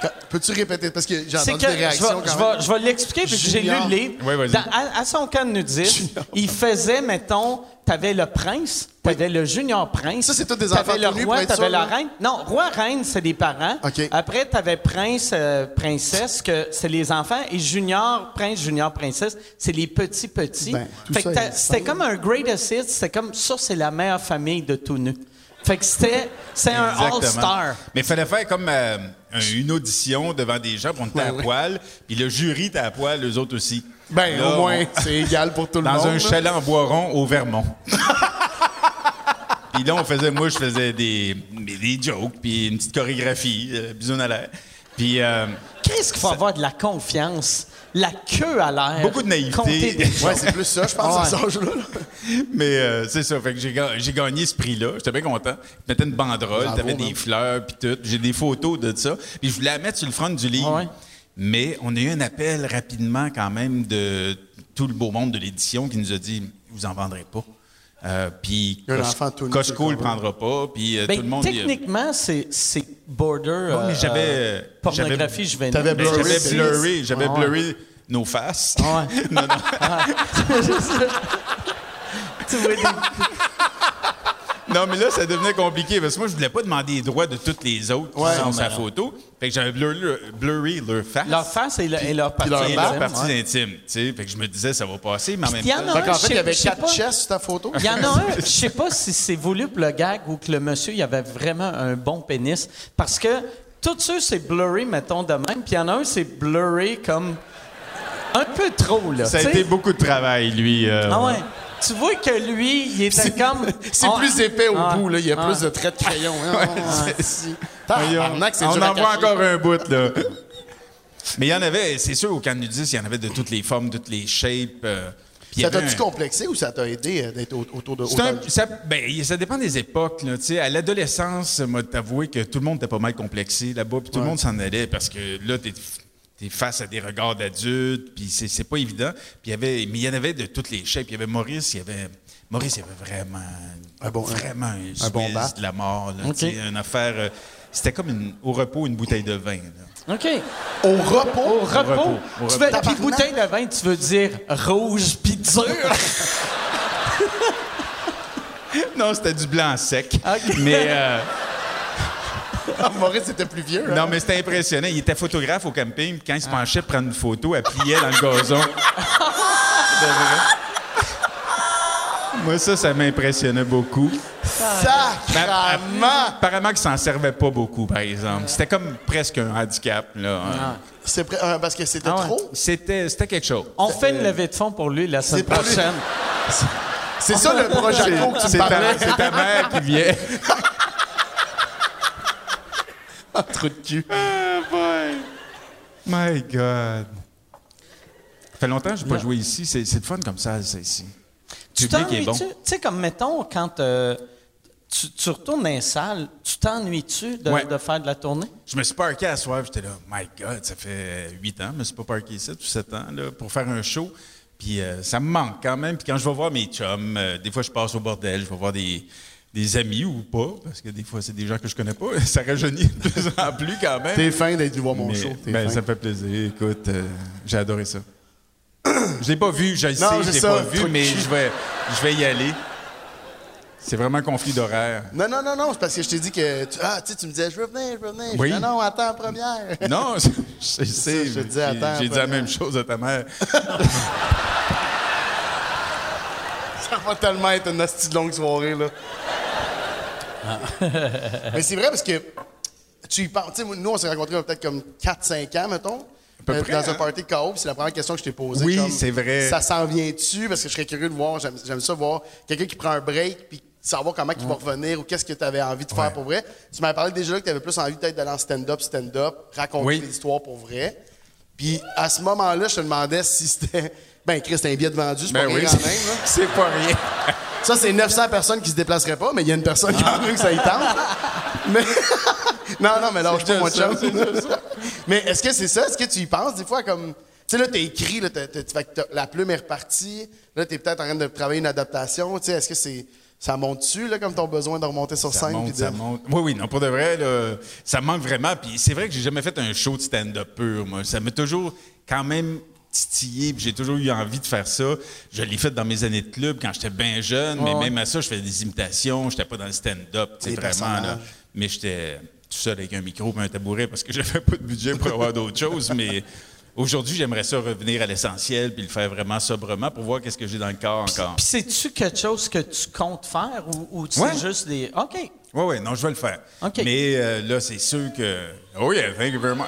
[SPEAKER 2] Quand- Peux-tu répéter? Parce que j'ai
[SPEAKER 3] C'est
[SPEAKER 2] entendu
[SPEAKER 3] que
[SPEAKER 2] des
[SPEAKER 3] je
[SPEAKER 2] réactions
[SPEAKER 3] vais, je
[SPEAKER 2] quand
[SPEAKER 3] vais-
[SPEAKER 2] même.
[SPEAKER 3] je vais l'expliquer parce que j'ai lu
[SPEAKER 2] Junior.
[SPEAKER 3] le livre.
[SPEAKER 7] Oui, vas-y.
[SPEAKER 3] Dans- à, à son camp de nudiste, il faisait, mettons, t'avais le prince, t'avais le junior prince.
[SPEAKER 2] Ça, c'est tous des enfants
[SPEAKER 3] T'avais le
[SPEAKER 2] tout nus
[SPEAKER 3] roi,
[SPEAKER 2] pour être
[SPEAKER 3] t'avais
[SPEAKER 2] sûr,
[SPEAKER 3] la
[SPEAKER 2] là.
[SPEAKER 3] reine. Non, roi, reine, c'est des parents.
[SPEAKER 2] hein? OK.
[SPEAKER 3] Après, t'avais prince, euh, princesse, que c'est les enfants. Et junior, prince, junior, princesse, c'est les petits-petits.
[SPEAKER 2] Ben, tout
[SPEAKER 3] fait que
[SPEAKER 2] ça
[SPEAKER 3] t'as-
[SPEAKER 2] est
[SPEAKER 3] c'était comme un greatest hit. C'était comme ça, c'est la meilleure famille de tout nu. Fait que c'était c'est un all-star.
[SPEAKER 7] Mais il fallait faire comme euh, un- une audition devant des gens, puis on était à poil, puis le jury était à poil, eux autres aussi.
[SPEAKER 2] Ben,
[SPEAKER 7] Là,
[SPEAKER 2] au moins,
[SPEAKER 7] on-
[SPEAKER 2] c'est égal pour tout le monde.
[SPEAKER 7] dans un
[SPEAKER 2] là.
[SPEAKER 7] chalet en Boiron au Vermont. puis là, on faisait, moi, je faisais des, des jokes, puis une petite chorégraphie, euh, bisous à l'air. Puis. euh,
[SPEAKER 3] Qu'est-ce qu'il faut avoir de la confiance, la queue à l'air.
[SPEAKER 7] Beaucoup de naïveté.
[SPEAKER 3] Euh, compter des
[SPEAKER 2] Ouais, c'est plus ça, je pense, à cet âge-là. là.
[SPEAKER 7] Mais euh, c'est ça, fait que j'ai, ga- j'ai gagné ce prix-là. J'étais bien content. Je mettais une banderole,
[SPEAKER 2] Bravo,
[SPEAKER 7] t'avais des
[SPEAKER 2] man.
[SPEAKER 7] fleurs, puis tout. J'ai des photos de ça. Puis je voulais la mettre sur le front du livre.
[SPEAKER 3] Ah ouais?
[SPEAKER 7] Mais on a eu un appel rapidement quand même de tout le beau monde de l'édition qui nous a dit « Vous en vendrez pas. Euh, puis
[SPEAKER 2] Il y a un
[SPEAKER 7] Cos-
[SPEAKER 2] enfant tout nu, c'est
[SPEAKER 7] Costco
[SPEAKER 2] le
[SPEAKER 7] le prendra pas, puis euh,
[SPEAKER 3] Ben,
[SPEAKER 7] tout le monde...
[SPEAKER 3] techniquement, c'est, c'est border
[SPEAKER 7] Ouais, mais
[SPEAKER 3] euh,
[SPEAKER 7] j'avais,
[SPEAKER 3] euh,
[SPEAKER 7] j'avais-
[SPEAKER 3] pornographie juvénile.
[SPEAKER 6] T'avais
[SPEAKER 7] Ben,
[SPEAKER 6] blurry,
[SPEAKER 7] j'avais
[SPEAKER 6] c'est-
[SPEAKER 7] blurry, j'avais
[SPEAKER 3] Ah ouais.
[SPEAKER 7] blurry nos faces.
[SPEAKER 3] Ah ouais.
[SPEAKER 7] non, non.
[SPEAKER 3] Tu vois des-
[SPEAKER 7] Non, mais là, ça devenait compliqué parce que moi, je voulais pas demander les droits de toutes les autres qui sont sa photo. Fait que j'avais blurry, blurry leur face.
[SPEAKER 3] leur face et, le- et leur partie.
[SPEAKER 7] et leur
[SPEAKER 3] intime,
[SPEAKER 7] partie
[SPEAKER 3] ouais.
[SPEAKER 7] intime, tu sais. Fait que je me disais, ça va passer, mais en même
[SPEAKER 3] Il y en
[SPEAKER 7] temps...
[SPEAKER 3] a
[SPEAKER 2] Fait
[SPEAKER 3] un,
[SPEAKER 2] qu'en fait,
[SPEAKER 3] je
[SPEAKER 2] il y
[SPEAKER 3] sais-
[SPEAKER 2] avait
[SPEAKER 3] je sais
[SPEAKER 2] quatre
[SPEAKER 3] pas.
[SPEAKER 2] chaises sur ta photo.
[SPEAKER 3] Il y en a un, je sais pas si c'est voulu pour le gag ou que le monsieur il avait vraiment un bon pénis. Parce que tous ceux, c'est blurry, mettons, de même. Puis il y en a un, c'est blurry comme un peu trop, là.
[SPEAKER 7] Ça a
[SPEAKER 3] tu sais.
[SPEAKER 7] été beaucoup de travail, lui. euh,
[SPEAKER 3] Ah ouais. Tu vois que lui, il était comme.
[SPEAKER 2] C'est
[SPEAKER 3] Ah,
[SPEAKER 2] plus épais au
[SPEAKER 3] ah,
[SPEAKER 2] bout, là. Il y a
[SPEAKER 3] ah.
[SPEAKER 2] plus de traits de crayon. hein.
[SPEAKER 7] c'est-
[SPEAKER 2] Si.
[SPEAKER 7] Voyons.
[SPEAKER 2] Tabarnak, c'est
[SPEAKER 7] on
[SPEAKER 2] dur à
[SPEAKER 7] en voit
[SPEAKER 2] cacher.
[SPEAKER 7] encore un bout, là. Mais il y en avait, c'est sûr, au camp de nudistes, il y en avait de toutes les formes, toutes les shapes. euh, puis il y
[SPEAKER 2] Ça
[SPEAKER 7] avait
[SPEAKER 2] t'a-tu
[SPEAKER 7] un-
[SPEAKER 2] complexé ou ça t'a aidé euh, d'être au- autour de...
[SPEAKER 7] C'est un-
[SPEAKER 2] autant de-
[SPEAKER 7] ça, ben, ça dépend des époques. Là, tu sais. à l'adolescence, moi, t'avouer que tout le monde était pas mal complexé là-bas, puis tout le monde s'en allait parce que là, t'es es face à des regards d'adultes, puis c'est c'est pas évident. Puis il y avait, mais il y en avait de toutes les shapes. Il y avait Maurice, il y avait Maurice, il y avait vraiment
[SPEAKER 2] Un bon-
[SPEAKER 7] vraiment un,
[SPEAKER 2] un bon
[SPEAKER 7] Suisse
[SPEAKER 2] bat.
[SPEAKER 7] de la mort, là, tu sais, une affaire. euh, C'était comme une- au repos une bouteille de vin. là.
[SPEAKER 3] OK.
[SPEAKER 2] Au repos?
[SPEAKER 3] Au repos.
[SPEAKER 7] repos, au
[SPEAKER 3] Tu
[SPEAKER 7] repos.
[SPEAKER 3] veux, puis
[SPEAKER 2] Tabarnak.
[SPEAKER 3] bouteille de vin, tu veux dire rouge puis dur.
[SPEAKER 7] Non, c'était du blanc sec.
[SPEAKER 3] Ok.
[SPEAKER 7] Mais euh,
[SPEAKER 2] Ah, Maurice était plus vieux. hein.
[SPEAKER 7] Non, mais c'était impressionnant. Il était photographe au camping, puis quand il se penchait pour prendre une photo, elle pliait dans le gazon. De vrai. Moi, ça, ça m'impressionnait beaucoup. Mais app-
[SPEAKER 2] Sacrament!
[SPEAKER 7] Apparemment qu'il s'en servait pas beaucoup, par exemple. C'était comme presque un handicap, là.
[SPEAKER 2] C'est pré- euh, parce que c'était
[SPEAKER 3] Ah ouais.
[SPEAKER 2] trop.
[SPEAKER 7] C'était, c'était quelque chose.
[SPEAKER 3] On fait une levée de fonds pour lui la semaine
[SPEAKER 2] C'est pas lui.
[SPEAKER 3] prochaine. Ah
[SPEAKER 2] C'est ça le projet
[SPEAKER 7] C'est,
[SPEAKER 2] que tu me
[SPEAKER 7] c'est ta,
[SPEAKER 2] parlais.
[SPEAKER 7] c'est ta mère qui vient.
[SPEAKER 2] Trou de cul. Ah,
[SPEAKER 7] My God. Ça fait longtemps que je n'ai pas joué ici. C'est, c'est le fun comme ça, ça, ici. Le
[SPEAKER 3] Tu
[SPEAKER 7] public est
[SPEAKER 3] t'ennuies-tu?
[SPEAKER 7] bon.
[SPEAKER 3] Tu sais, comme mettons, quand euh, tu, tu retournes dans une salle, tu t'ennuies-tu de,
[SPEAKER 7] Ouais.
[SPEAKER 3] de faire de la tournée?
[SPEAKER 7] Je me suis parké à soir, j'étais là, my God, ça fait huit ans, je me suis pas parké ici, ou sept ans, là, pour faire un show. Puis euh, ça me manque quand même. Puis quand je vais voir mes chums, euh, des fois je passe au bordel, je vais voir des, des amis ou pas, parce que des fois c'est des gens que je connais pas. Ça rajeunit de plus en plus quand même.
[SPEAKER 2] T'es fin d'être venu voir mon
[SPEAKER 7] Mais-
[SPEAKER 2] show. t'es
[SPEAKER 7] ben,
[SPEAKER 2] fin.
[SPEAKER 7] ça me fait plaisir. Écoute, euh, j'ai adoré ça. je l'ai pas vu, je le sais,
[SPEAKER 2] Non,
[SPEAKER 7] je
[SPEAKER 2] c'est
[SPEAKER 7] l'ai
[SPEAKER 2] ça,
[SPEAKER 7] pas
[SPEAKER 2] le
[SPEAKER 7] vu,
[SPEAKER 2] truc
[SPEAKER 7] mais
[SPEAKER 2] cul.
[SPEAKER 7] je vais, je vais y aller. C'est vraiment un conflit d'horaire.
[SPEAKER 2] Non, non, non, non, c'est parce que je t'ai dit que. Tu, ah, tu sais, tu me disais, je veux venir, je veux venir. Je
[SPEAKER 7] Oui.
[SPEAKER 2] dis, non, non, attends, première.
[SPEAKER 7] Non, je je sais.
[SPEAKER 2] je te dis,
[SPEAKER 7] puis
[SPEAKER 2] attends,
[SPEAKER 7] J'ai dit la
[SPEAKER 2] Bernard.
[SPEAKER 7] même chose à ta mère.
[SPEAKER 2] Ça va tellement être une hostie de longue soirée, là.
[SPEAKER 7] Ah.
[SPEAKER 2] Mais c'est vrai parce que tu y penses. Tu sais, nous, on s'est rencontrés il y a peut-être comme 4-5 ans, mettons.
[SPEAKER 7] peu
[SPEAKER 2] euh,
[SPEAKER 7] près,
[SPEAKER 2] dans
[SPEAKER 7] hein?
[SPEAKER 2] un party de chaos, puis c'est la première question que je t'ai posée.
[SPEAKER 7] Oui,
[SPEAKER 2] comme,
[SPEAKER 7] c'est vrai.
[SPEAKER 2] Ça s'en vient-tu? Parce que je serais curieux de voir, j'aime j'aime ça voir quelqu'un qui prend un break, puis savoir comment il va revenir ou qu'est-ce que tu avais envie de faire
[SPEAKER 7] Mm. Ouais.
[SPEAKER 2] pour vrai. Tu m'avais parlé déjà là que tu avais plus envie peut-être d'aller en stand-up, stand-up, raconter
[SPEAKER 7] Oui.
[SPEAKER 2] des histoires pour vrai. Puis à ce moment-là, je te demandais si c'était. Ben, Chris, t'as un billet de vendu, c'est
[SPEAKER 7] Ben
[SPEAKER 2] pas
[SPEAKER 7] oui,
[SPEAKER 2] rien quand même, là.
[SPEAKER 7] c'est pas rien.
[SPEAKER 2] Ça, c'est 900 personnes qui se déplaceraient pas, mais il y a une personne qui a vu que ça y tente. Mais... non, non, mais lâche pas
[SPEAKER 7] juste
[SPEAKER 2] mon
[SPEAKER 7] ça,
[SPEAKER 2] chum. mais est-ce que c'est ça? Est-ce que tu y penses des fois comme... Tu sais, là, t'as écrit, là, t'as- t'as- fait que t'as- la plume est repartie. Là, t'es peut-être en train de travailler une adaptation. Tu sais, est-ce que c'est... Ça monte-tu, là, comme ton besoin de remonter sur
[SPEAKER 7] Ça
[SPEAKER 2] scène? puis
[SPEAKER 7] monte,
[SPEAKER 2] de-
[SPEAKER 7] ça monte. Oui, oui, non, pour de vrai, là, ça me manque vraiment. Puis c'est vrai que j'ai jamais fait un show de stand-up pur, moi. Ça m'a toujours quand même titillé, puis j'ai toujours eu envie de faire ça. Je l'ai fait dans mes années de club quand j'étais bien jeune, mais même à ça, je faisais des imitations, j'étais pas dans le stand-up, tu sais,
[SPEAKER 2] Des
[SPEAKER 7] vraiment.
[SPEAKER 2] personnages.
[SPEAKER 7] là. Mais j'étais tout seul avec un micro et un tabouret parce que j'avais pas de budget pour avoir d'autres choses, mais... Aujourd'hui, j'aimerais ça revenir à l'essentiel puis le faire vraiment sobrement pour voir qu'est-ce que j'ai dans le corps encore.
[SPEAKER 3] Puis c'est-tu quelque chose que tu comptes faire ou, ou c'est
[SPEAKER 7] Ouais.
[SPEAKER 3] juste des. OK.
[SPEAKER 7] Oui, oui, non, je vais le faire.
[SPEAKER 3] OK.
[SPEAKER 7] Mais euh, là, c'est sûr que. Oh yeah, thank you very much.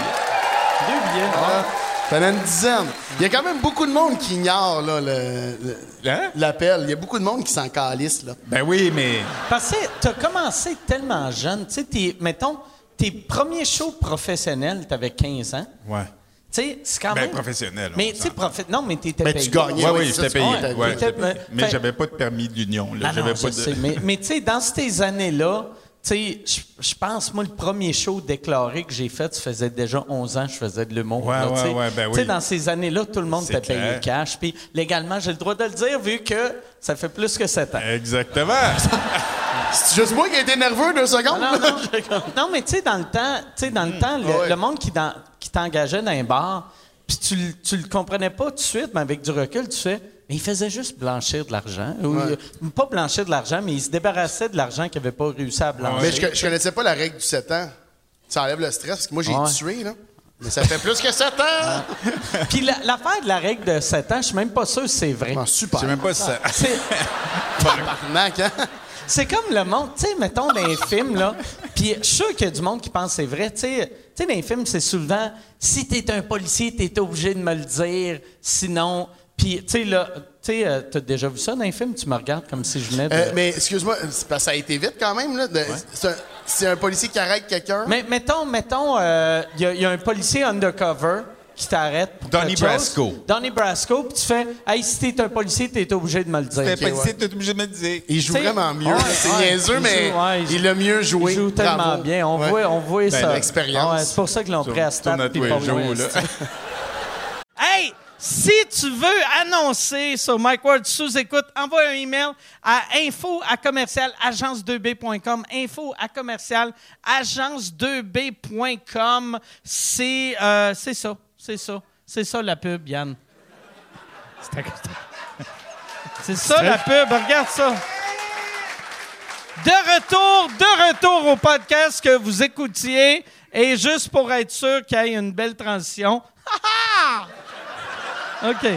[SPEAKER 3] Deux billets.
[SPEAKER 2] Ah, T'en as une dizaine. Il y a quand même beaucoup de monde qui ignore, là, le- le-
[SPEAKER 7] Hein?
[SPEAKER 2] l'appel. Il y a beaucoup de monde qui s'en calisse, là.
[SPEAKER 7] Ben oui, mais.
[SPEAKER 3] Parce que t'as commencé tellement jeune. Tu sais, t'es- mettons, tes premiers shows professionnels, t'avais 15 ans.
[SPEAKER 7] Ouais.
[SPEAKER 3] Tu sais, c'est quand
[SPEAKER 7] Ben,
[SPEAKER 3] même.
[SPEAKER 7] professionnel, on
[SPEAKER 3] Mais tu sais,
[SPEAKER 7] s'entend.
[SPEAKER 3] profi- non, mais t'étais
[SPEAKER 2] Mais tu
[SPEAKER 3] payé.
[SPEAKER 2] gagnais.
[SPEAKER 7] Ouais,
[SPEAKER 2] oui,
[SPEAKER 7] oui,
[SPEAKER 2] ça,
[SPEAKER 7] j'étais
[SPEAKER 2] tu
[SPEAKER 7] payé.
[SPEAKER 2] vois,
[SPEAKER 3] t'as-
[SPEAKER 7] Ouais,
[SPEAKER 3] t'as-
[SPEAKER 7] j'étais payé.
[SPEAKER 3] fait-
[SPEAKER 7] Mais j'avais pas de permis de l'union. là.
[SPEAKER 3] Non, non,
[SPEAKER 7] J'avais
[SPEAKER 3] je
[SPEAKER 7] pas de.
[SPEAKER 3] sais, mais mais tu sais, dans ces années-là, tu sais, je- je pense, moi, le premier show déclaré que j'ai fait, ça faisait déjà 11 ans que je faisais de l'humour.
[SPEAKER 7] Ouais,
[SPEAKER 3] là, tu sais.
[SPEAKER 7] ouais, ouais, ben
[SPEAKER 3] Tu sais,
[SPEAKER 7] oui.
[SPEAKER 3] dans ces années-là, tout le monde
[SPEAKER 7] C'est
[SPEAKER 3] t'a payé
[SPEAKER 7] clair.
[SPEAKER 3] cash. Puis légalement, j'ai le droit de le dire vu que ça fait plus que 7 ans.
[SPEAKER 7] Exactement.
[SPEAKER 2] C'est juste moi qui ai été nerveux deux secondes.
[SPEAKER 3] Ah Non, non, non, mais tu sais, dans le temps, tu sais, dans le, temps le,
[SPEAKER 2] Mm. Ah ouais.
[SPEAKER 3] le monde qui, dans- qui t'engageait dans un bar, puis tu, le- tu le comprenais pas tout de suite, mais avec du recul, tu fais, mais il faisait juste blanchir de l'argent. Ou, euh, Pas blanchir de l'argent, mais il se débarrassait de l'argent qu'il avait pas réussi à blanchir.
[SPEAKER 2] Mais je, je connaissais pas la règle du 7 ans. Ça enlève le stress, parce que moi, j'ai
[SPEAKER 3] Ouais. Ah.
[SPEAKER 2] tué, là. Mais ça fait plus que 7 ans!
[SPEAKER 3] Puis la- l'affaire de la règle de 7 ans, je suis même pas sûr si c'est vrai.
[SPEAKER 2] Ah, super.
[SPEAKER 7] Je sais même pas si ça.
[SPEAKER 3] C'est-
[SPEAKER 2] Tabarnak, hein?
[SPEAKER 3] C'est comme le monde, tu sais, mettons dans les films, là. Puis je suis sûr qu'il y a du monde qui pense que c'est vrai. Tu sais, tu sais, dans les films, c'est souvent si t'es un policier, t'es obligé de me le dire. Sinon. Puis, tu sais, là, tu sais, euh, t'as déjà vu ça dans les films? Tu me regardes comme si je venais de.
[SPEAKER 2] Euh, mais excuse-moi, c'est parce que ça a été vite quand même, là. de- c'est, un, c'est un policier qui arrête quelqu'un.
[SPEAKER 3] Mais mettons, mettons, euh, il y, a- il y a un policier undercover qui t'arrête. pour
[SPEAKER 7] Donnie
[SPEAKER 3] quelque chose.
[SPEAKER 7] Brasco.
[SPEAKER 3] Donnie Brasco, puis tu fais, hey, si t'es un policier, t'es obligé de me le dire.
[SPEAKER 7] T'es pas
[SPEAKER 2] ouais.
[SPEAKER 7] ici, t'es obligé de me le dire.
[SPEAKER 2] Il joue
[SPEAKER 3] T'sais,
[SPEAKER 2] vraiment mieux.
[SPEAKER 3] ouais,
[SPEAKER 2] là. c'est
[SPEAKER 3] ouais,
[SPEAKER 2] niaiseux,
[SPEAKER 3] il
[SPEAKER 2] mais
[SPEAKER 3] joue, ouais,
[SPEAKER 2] il a mieux joué.
[SPEAKER 3] Il joue tellement
[SPEAKER 2] Bravo.
[SPEAKER 3] bien. On
[SPEAKER 2] Ouais. Ben,
[SPEAKER 3] voit, on voit ça.
[SPEAKER 2] l'expérience.
[SPEAKER 3] Ouais, c'est pour ça qu'ils l'ont pris à Stade.
[SPEAKER 7] tourne à
[SPEAKER 3] puis
[SPEAKER 7] tous les
[SPEAKER 3] pas
[SPEAKER 7] jours,
[SPEAKER 3] loin,
[SPEAKER 7] là.
[SPEAKER 3] c'est-
[SPEAKER 8] Hey, si tu veux annoncer sur Mike Ward sous écoute, envoie un email à info à commercial agence2b.com. Info à commercial agence2b.com. C'est euh, c'est ça, c'est ça. C'est ça la pub, Yann. C'est à cause de- C'est ça la pub, regarde ça. De retour, de retour au podcast que vous écoutiez. Et juste pour être sûr qu'il y ait une belle transition. Ha ha! OK.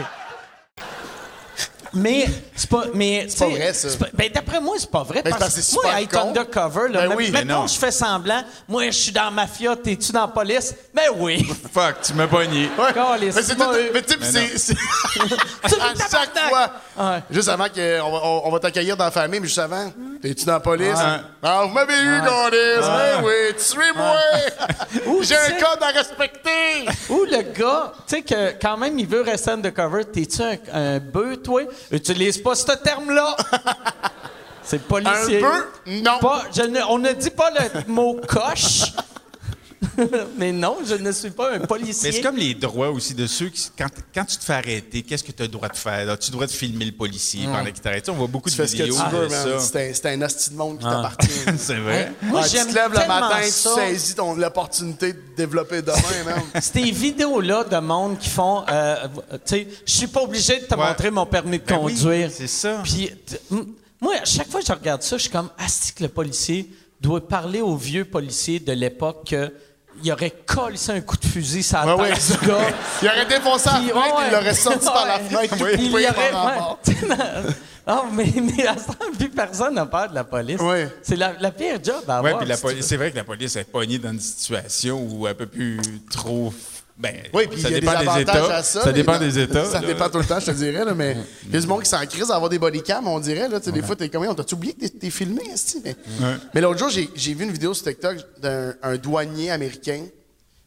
[SPEAKER 3] Mais c'est pas, mais c'est
[SPEAKER 2] pas vrai, ça.
[SPEAKER 3] ben, d'après moi, c'est pas vrai.
[SPEAKER 2] Ben, c'est parce
[SPEAKER 3] parce
[SPEAKER 2] que c'est
[SPEAKER 3] que moi,
[SPEAKER 2] super
[SPEAKER 3] être
[SPEAKER 2] con.
[SPEAKER 3] undercover, là,
[SPEAKER 2] Ben
[SPEAKER 3] même-
[SPEAKER 2] oui, mais
[SPEAKER 3] mettons,
[SPEAKER 7] non.
[SPEAKER 3] je fais semblant. Moi, je suis dans la mafia. T'es-tu dans la police? Ben oui.
[SPEAKER 7] Fuck, tu m'as pogné.
[SPEAKER 2] Ouais.
[SPEAKER 3] Caliste,
[SPEAKER 2] Mais c'est
[SPEAKER 3] moi,
[SPEAKER 2] tout-
[SPEAKER 3] euh,
[SPEAKER 2] mais tu sais, puis c'est- c'est. à chaque
[SPEAKER 3] tabarnak!
[SPEAKER 2] fois.
[SPEAKER 3] Ouais.
[SPEAKER 2] Juste avant qu'on on, on- on va t'accueillir dans la famille, mais juste avant, t'es-tu dans la police? Ah, vous m'avez eu, Gonis! Ben oui, tuez-moi! J'ai
[SPEAKER 3] tu
[SPEAKER 2] un
[SPEAKER 3] sais-
[SPEAKER 2] code à respecter!
[SPEAKER 3] Ou le gars, tu sais, que quand même, il veut rester undercover. T'es-tu un, un bœuf, toi? Utilise pas ce terme-là. C'est
[SPEAKER 2] Un
[SPEAKER 3] policier.
[SPEAKER 2] peu? Non.
[SPEAKER 3] Pas- je ne- on ne dit pas le mot coche. Mais non, je ne suis pas un policier.
[SPEAKER 7] Mais c'est comme les droits aussi de ceux qui, quand, quand tu te fais arrêter, qu'est-ce que tu as le droit de faire? là? Tu dois te filmer le policier
[SPEAKER 3] Mm.
[SPEAKER 7] pendant qu'il t'arrête. Ça, On voit beaucoup
[SPEAKER 2] Tu
[SPEAKER 7] de
[SPEAKER 2] fais ce que
[SPEAKER 7] vidéos
[SPEAKER 2] tu veux,
[SPEAKER 7] de ça.
[SPEAKER 2] man. C'est un- C'est un hostie de monde qui t'appartient.
[SPEAKER 7] C'est vrai.
[SPEAKER 3] Ah. Moi,
[SPEAKER 2] Ah, tu
[SPEAKER 3] j'aime
[SPEAKER 2] te lèves le
[SPEAKER 3] tellement
[SPEAKER 2] matin, tu
[SPEAKER 3] ça.
[SPEAKER 2] saisis ton- l'opportunité de développer demain, man.
[SPEAKER 3] Ces vidéos-là de monde qui font, euh, tu sais, je suis pas obligé de te
[SPEAKER 7] Ouais.
[SPEAKER 3] montrer mon permis de
[SPEAKER 7] Ben oui,
[SPEAKER 3] conduire.
[SPEAKER 7] c'est ça.
[SPEAKER 3] Puis, t- m- moi, à chaque fois que je regarde ça, je suis comme, asti que le policier doit parler aux vieux policiers de l'époque que il aurait collé ça un coup de fusil sur la
[SPEAKER 2] Ouais,
[SPEAKER 3] tête
[SPEAKER 2] ouais.
[SPEAKER 3] du gars.
[SPEAKER 2] Ah Il aurait défoncé la
[SPEAKER 3] Puis,
[SPEAKER 2] fenêtre,
[SPEAKER 3] ouais.
[SPEAKER 2] il l'aurait sorti par la
[SPEAKER 3] Ouais.
[SPEAKER 2] fenêtre,
[SPEAKER 3] Puis
[SPEAKER 2] il
[SPEAKER 3] il
[SPEAKER 2] pouvait
[SPEAKER 3] y aurait-
[SPEAKER 2] par en bas.
[SPEAKER 3] ouais. Tu sais, non, non, mais, mais à ce temps, plus personne n'a peur de la police.
[SPEAKER 2] Ouais.
[SPEAKER 3] C'est la, la pire job à
[SPEAKER 7] Ouais,
[SPEAKER 3] avoir.
[SPEAKER 7] puis la
[SPEAKER 3] si tu
[SPEAKER 7] police- c'est vrai que la police est pognée dans une situation où elle peut plus trop. Ben,
[SPEAKER 2] Oui, puis
[SPEAKER 7] ça
[SPEAKER 2] il y a
[SPEAKER 7] dépend
[SPEAKER 2] des
[SPEAKER 7] des
[SPEAKER 2] avantages
[SPEAKER 7] États.
[SPEAKER 2] à ça.
[SPEAKER 7] ça
[SPEAKER 2] mais
[SPEAKER 7] dépend
[SPEAKER 2] non,
[SPEAKER 7] des États.
[SPEAKER 2] Ça
[SPEAKER 7] là.
[SPEAKER 2] dépend tout le temps, je te dirais, là, mais il y a du monde qui s'en crise d'avoir des bodycams, on dirait. Là, tu sais, Des fois, t'es comme, on t'a-tu oublié que t'es- t'es filmé, esti? Mais, mais l'autre jour, j'ai j'ai vu une vidéo sur TikTok d'un un douanier américain.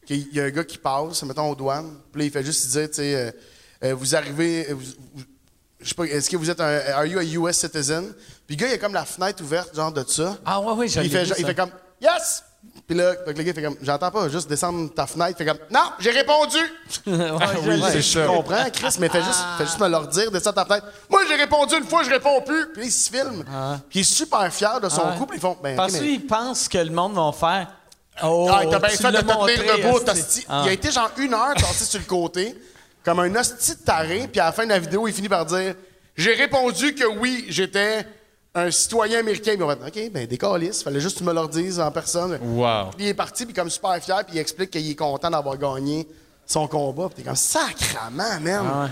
[SPEAKER 2] qui- Il y a un gars qui passe, mettons, aux douanes. Puis là, il fait juste dire, tu sais, euh, euh, vous arrivez... euh, vous- vous- je sais pas, est-ce que vous êtes un... Are you a US citizen? Puis le gars, il a comme la fenêtre ouverte, genre, de ça.
[SPEAKER 3] Ah ouais, ouais, je
[SPEAKER 2] Puis il
[SPEAKER 3] l'ai
[SPEAKER 2] fait,
[SPEAKER 3] vu,
[SPEAKER 2] genre- il
[SPEAKER 3] ça.
[SPEAKER 2] fait comme Yes! Puis là, donc le gars fait comme J'entends pas, juste descendre ta fenêtre. Il fait comme Non, j'ai répondu! Ah
[SPEAKER 3] Ah
[SPEAKER 7] Oui,
[SPEAKER 2] Ouais,
[SPEAKER 7] c'est
[SPEAKER 2] je
[SPEAKER 7] ça.
[SPEAKER 2] comprends, Chris, mais fais juste, fais juste me leur dire, descends ta fenêtre. Moi, j'ai répondu une fois, je réponds plus. Puis là, il se filme. Puis il est super fier de son
[SPEAKER 3] Ah. Ouais.
[SPEAKER 2] couple. Ils font Ben,
[SPEAKER 3] Parce
[SPEAKER 2] ok, mais-
[SPEAKER 3] qu'ils pensent que le monde va faire. Oh,
[SPEAKER 2] Ah, t'as bien
[SPEAKER 3] tu
[SPEAKER 2] fait de
[SPEAKER 3] l'as
[SPEAKER 2] te tenir
[SPEAKER 3] montré,
[SPEAKER 2] debout,
[SPEAKER 3] esti.
[SPEAKER 2] t'hostie.
[SPEAKER 3] Ah.
[SPEAKER 2] Il a été genre une heure tassé sur le côté, comme un hostie de taré, puis à la fin de la vidéo, il finit par dire J'ai répondu que oui, j'étais un citoyen américain. Puis on va dire Ok, ben décalisse, fallait juste que tu me le dises en personne.
[SPEAKER 7] Wow.
[SPEAKER 2] Puis il est parti, puis comme super fier, puis il explique qu'il est content d'avoir gagné son combat. Puis t'es comme Sacrament, man
[SPEAKER 3] Ah ouais.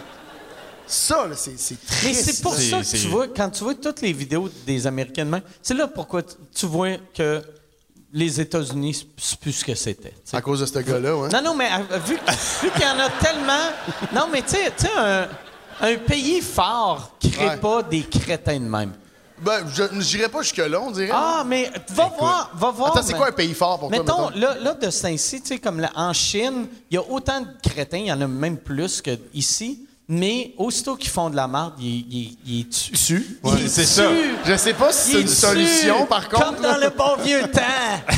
[SPEAKER 2] Ça, là, c'est c'est
[SPEAKER 3] Mais
[SPEAKER 2] triste.
[SPEAKER 3] c'est pour
[SPEAKER 7] C'est-
[SPEAKER 3] ça que tu
[SPEAKER 7] c'est-
[SPEAKER 3] vois, quand tu vois toutes les vidéos des Américains de même, c'est là pourquoi tu- tu vois que les États-Unis, c'est plus ce que c'était. tu sais.
[SPEAKER 2] À cause de ce gars-là, ouais.
[SPEAKER 3] Non, non, mais euh, vu, vu qu'il y en a tellement. Non, mais tu sais, tu sais, un, un pays fort crée
[SPEAKER 2] Ouais.
[SPEAKER 3] pas des crétins de même.
[SPEAKER 2] Ben, je- j'irais pas jusque-là, on dirait.
[SPEAKER 3] Ah, mais va voir, va voir.
[SPEAKER 2] Attends, c'est
[SPEAKER 3] mais-
[SPEAKER 2] quoi un pays fort pour toi,
[SPEAKER 3] mettons,
[SPEAKER 2] mettons?
[SPEAKER 3] Là, là, de ce temps-ci, tu sais, comme là, en Chine, il y a autant de crétins, il y en a même plus qu'ici, mais aussitôt qu'ils font de la marde, ils, ils, ils tuent.
[SPEAKER 2] Ouais,
[SPEAKER 3] Ils
[SPEAKER 2] c'est
[SPEAKER 3] tuent.
[SPEAKER 2] ça. Je sais pas si c'est
[SPEAKER 3] Ils
[SPEAKER 2] une
[SPEAKER 3] tuent,
[SPEAKER 2] solution, par contre.
[SPEAKER 3] Comme
[SPEAKER 2] là.
[SPEAKER 3] dans le bon vieux temps.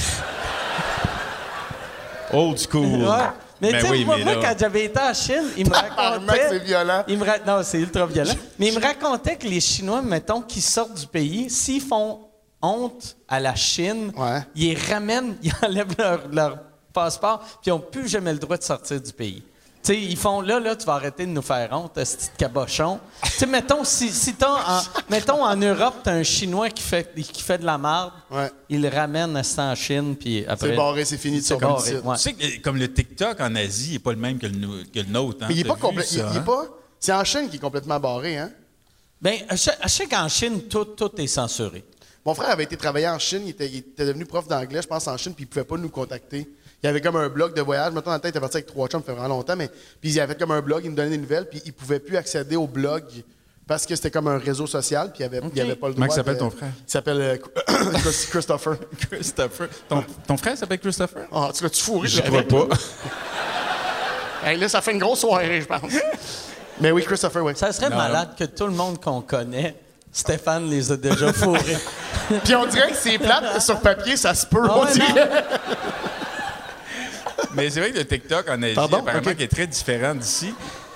[SPEAKER 7] Old school.
[SPEAKER 3] Ouais. Mais
[SPEAKER 7] Ben
[SPEAKER 3] tu sais,
[SPEAKER 7] oui,
[SPEAKER 3] moi,
[SPEAKER 7] mais
[SPEAKER 3] moi,
[SPEAKER 7] là-
[SPEAKER 3] quand j'avais été en Chine, il me
[SPEAKER 2] Tabarnak,
[SPEAKER 3] racontait...
[SPEAKER 2] c'est violent.
[SPEAKER 3] Il me ra- Non, c'est ultra violent. Mais il me racontait que les Chinois, mettons, qui sortent du pays, s'ils font honte à la Chine,
[SPEAKER 2] Ouais.
[SPEAKER 3] ils les ramènent, ils enlèvent leur, leur passeport, puis ils n'ont plus jamais le droit de sortir du pays. Tu sais, ils font là, là, tu vas arrêter de nous faire honte, ce petit cabochon. tu sais, mettons, si, si t'as en, mettons, en Europe, t'as un Chinois qui fait, qui fait de la marde,
[SPEAKER 2] Ouais.
[SPEAKER 3] il le ramène à ça en Chine, puis après.
[SPEAKER 2] C'est barré, c'est fini de
[SPEAKER 3] C'est
[SPEAKER 2] ça comme
[SPEAKER 3] barré,
[SPEAKER 2] ici.
[SPEAKER 3] ouais.
[SPEAKER 7] Tu sais que euh, comme le TikTok en Asie n'est pas le même que le, nou- que le nôtre. hein.
[SPEAKER 2] Mais il est
[SPEAKER 7] T'as
[SPEAKER 2] pas
[SPEAKER 7] vu
[SPEAKER 2] complètement.
[SPEAKER 7] ça, hein?
[SPEAKER 2] pas. C'est en Chine qui est complètement barré, hein?
[SPEAKER 3] Ben, je sais- je sais qu'en Chine, tout, tout est censuré.
[SPEAKER 2] Mon frère avait été travailler en Chine, il était, il était devenu prof d'anglais, je pense, en Chine, puis il pouvait pas nous contacter. Il avait comme un blog de voyage. Maintenant, dans le temps, il était parti avec trois chums, ça fait vraiment longtemps, mais puis il avait comme un blog, il nous donnait des nouvelles, puis il pouvait plus accéder au blog parce que c'était comme un réseau social, puis il avait, il avait pas le droit.
[SPEAKER 7] Comment il s'appelle
[SPEAKER 2] de-
[SPEAKER 7] ton frère?
[SPEAKER 2] Il s'appelle euh, Chris- Christopher.
[SPEAKER 7] Christopher. Ton, ton frère s'appelle Christopher?
[SPEAKER 2] Ah, tu l'as-tu fourré?
[SPEAKER 7] Je crois pas.
[SPEAKER 2] Hey, là, ça fait une grosse soirée, je pense. mais oui, Christopher, oui.
[SPEAKER 3] Ça serait malade que tout le monde qu'on connaît, Stéphane les a déjà fourrés.
[SPEAKER 2] Puis on dirait que c'est plate, sur papier, ça se peut,
[SPEAKER 3] Ah
[SPEAKER 2] on
[SPEAKER 3] ouais,
[SPEAKER 2] dirait.
[SPEAKER 7] Mais c'est vrai que le TikTok en Asie,
[SPEAKER 2] Pardon?
[SPEAKER 7] apparemment,
[SPEAKER 2] Ok.
[SPEAKER 7] qui est très différent d'ici.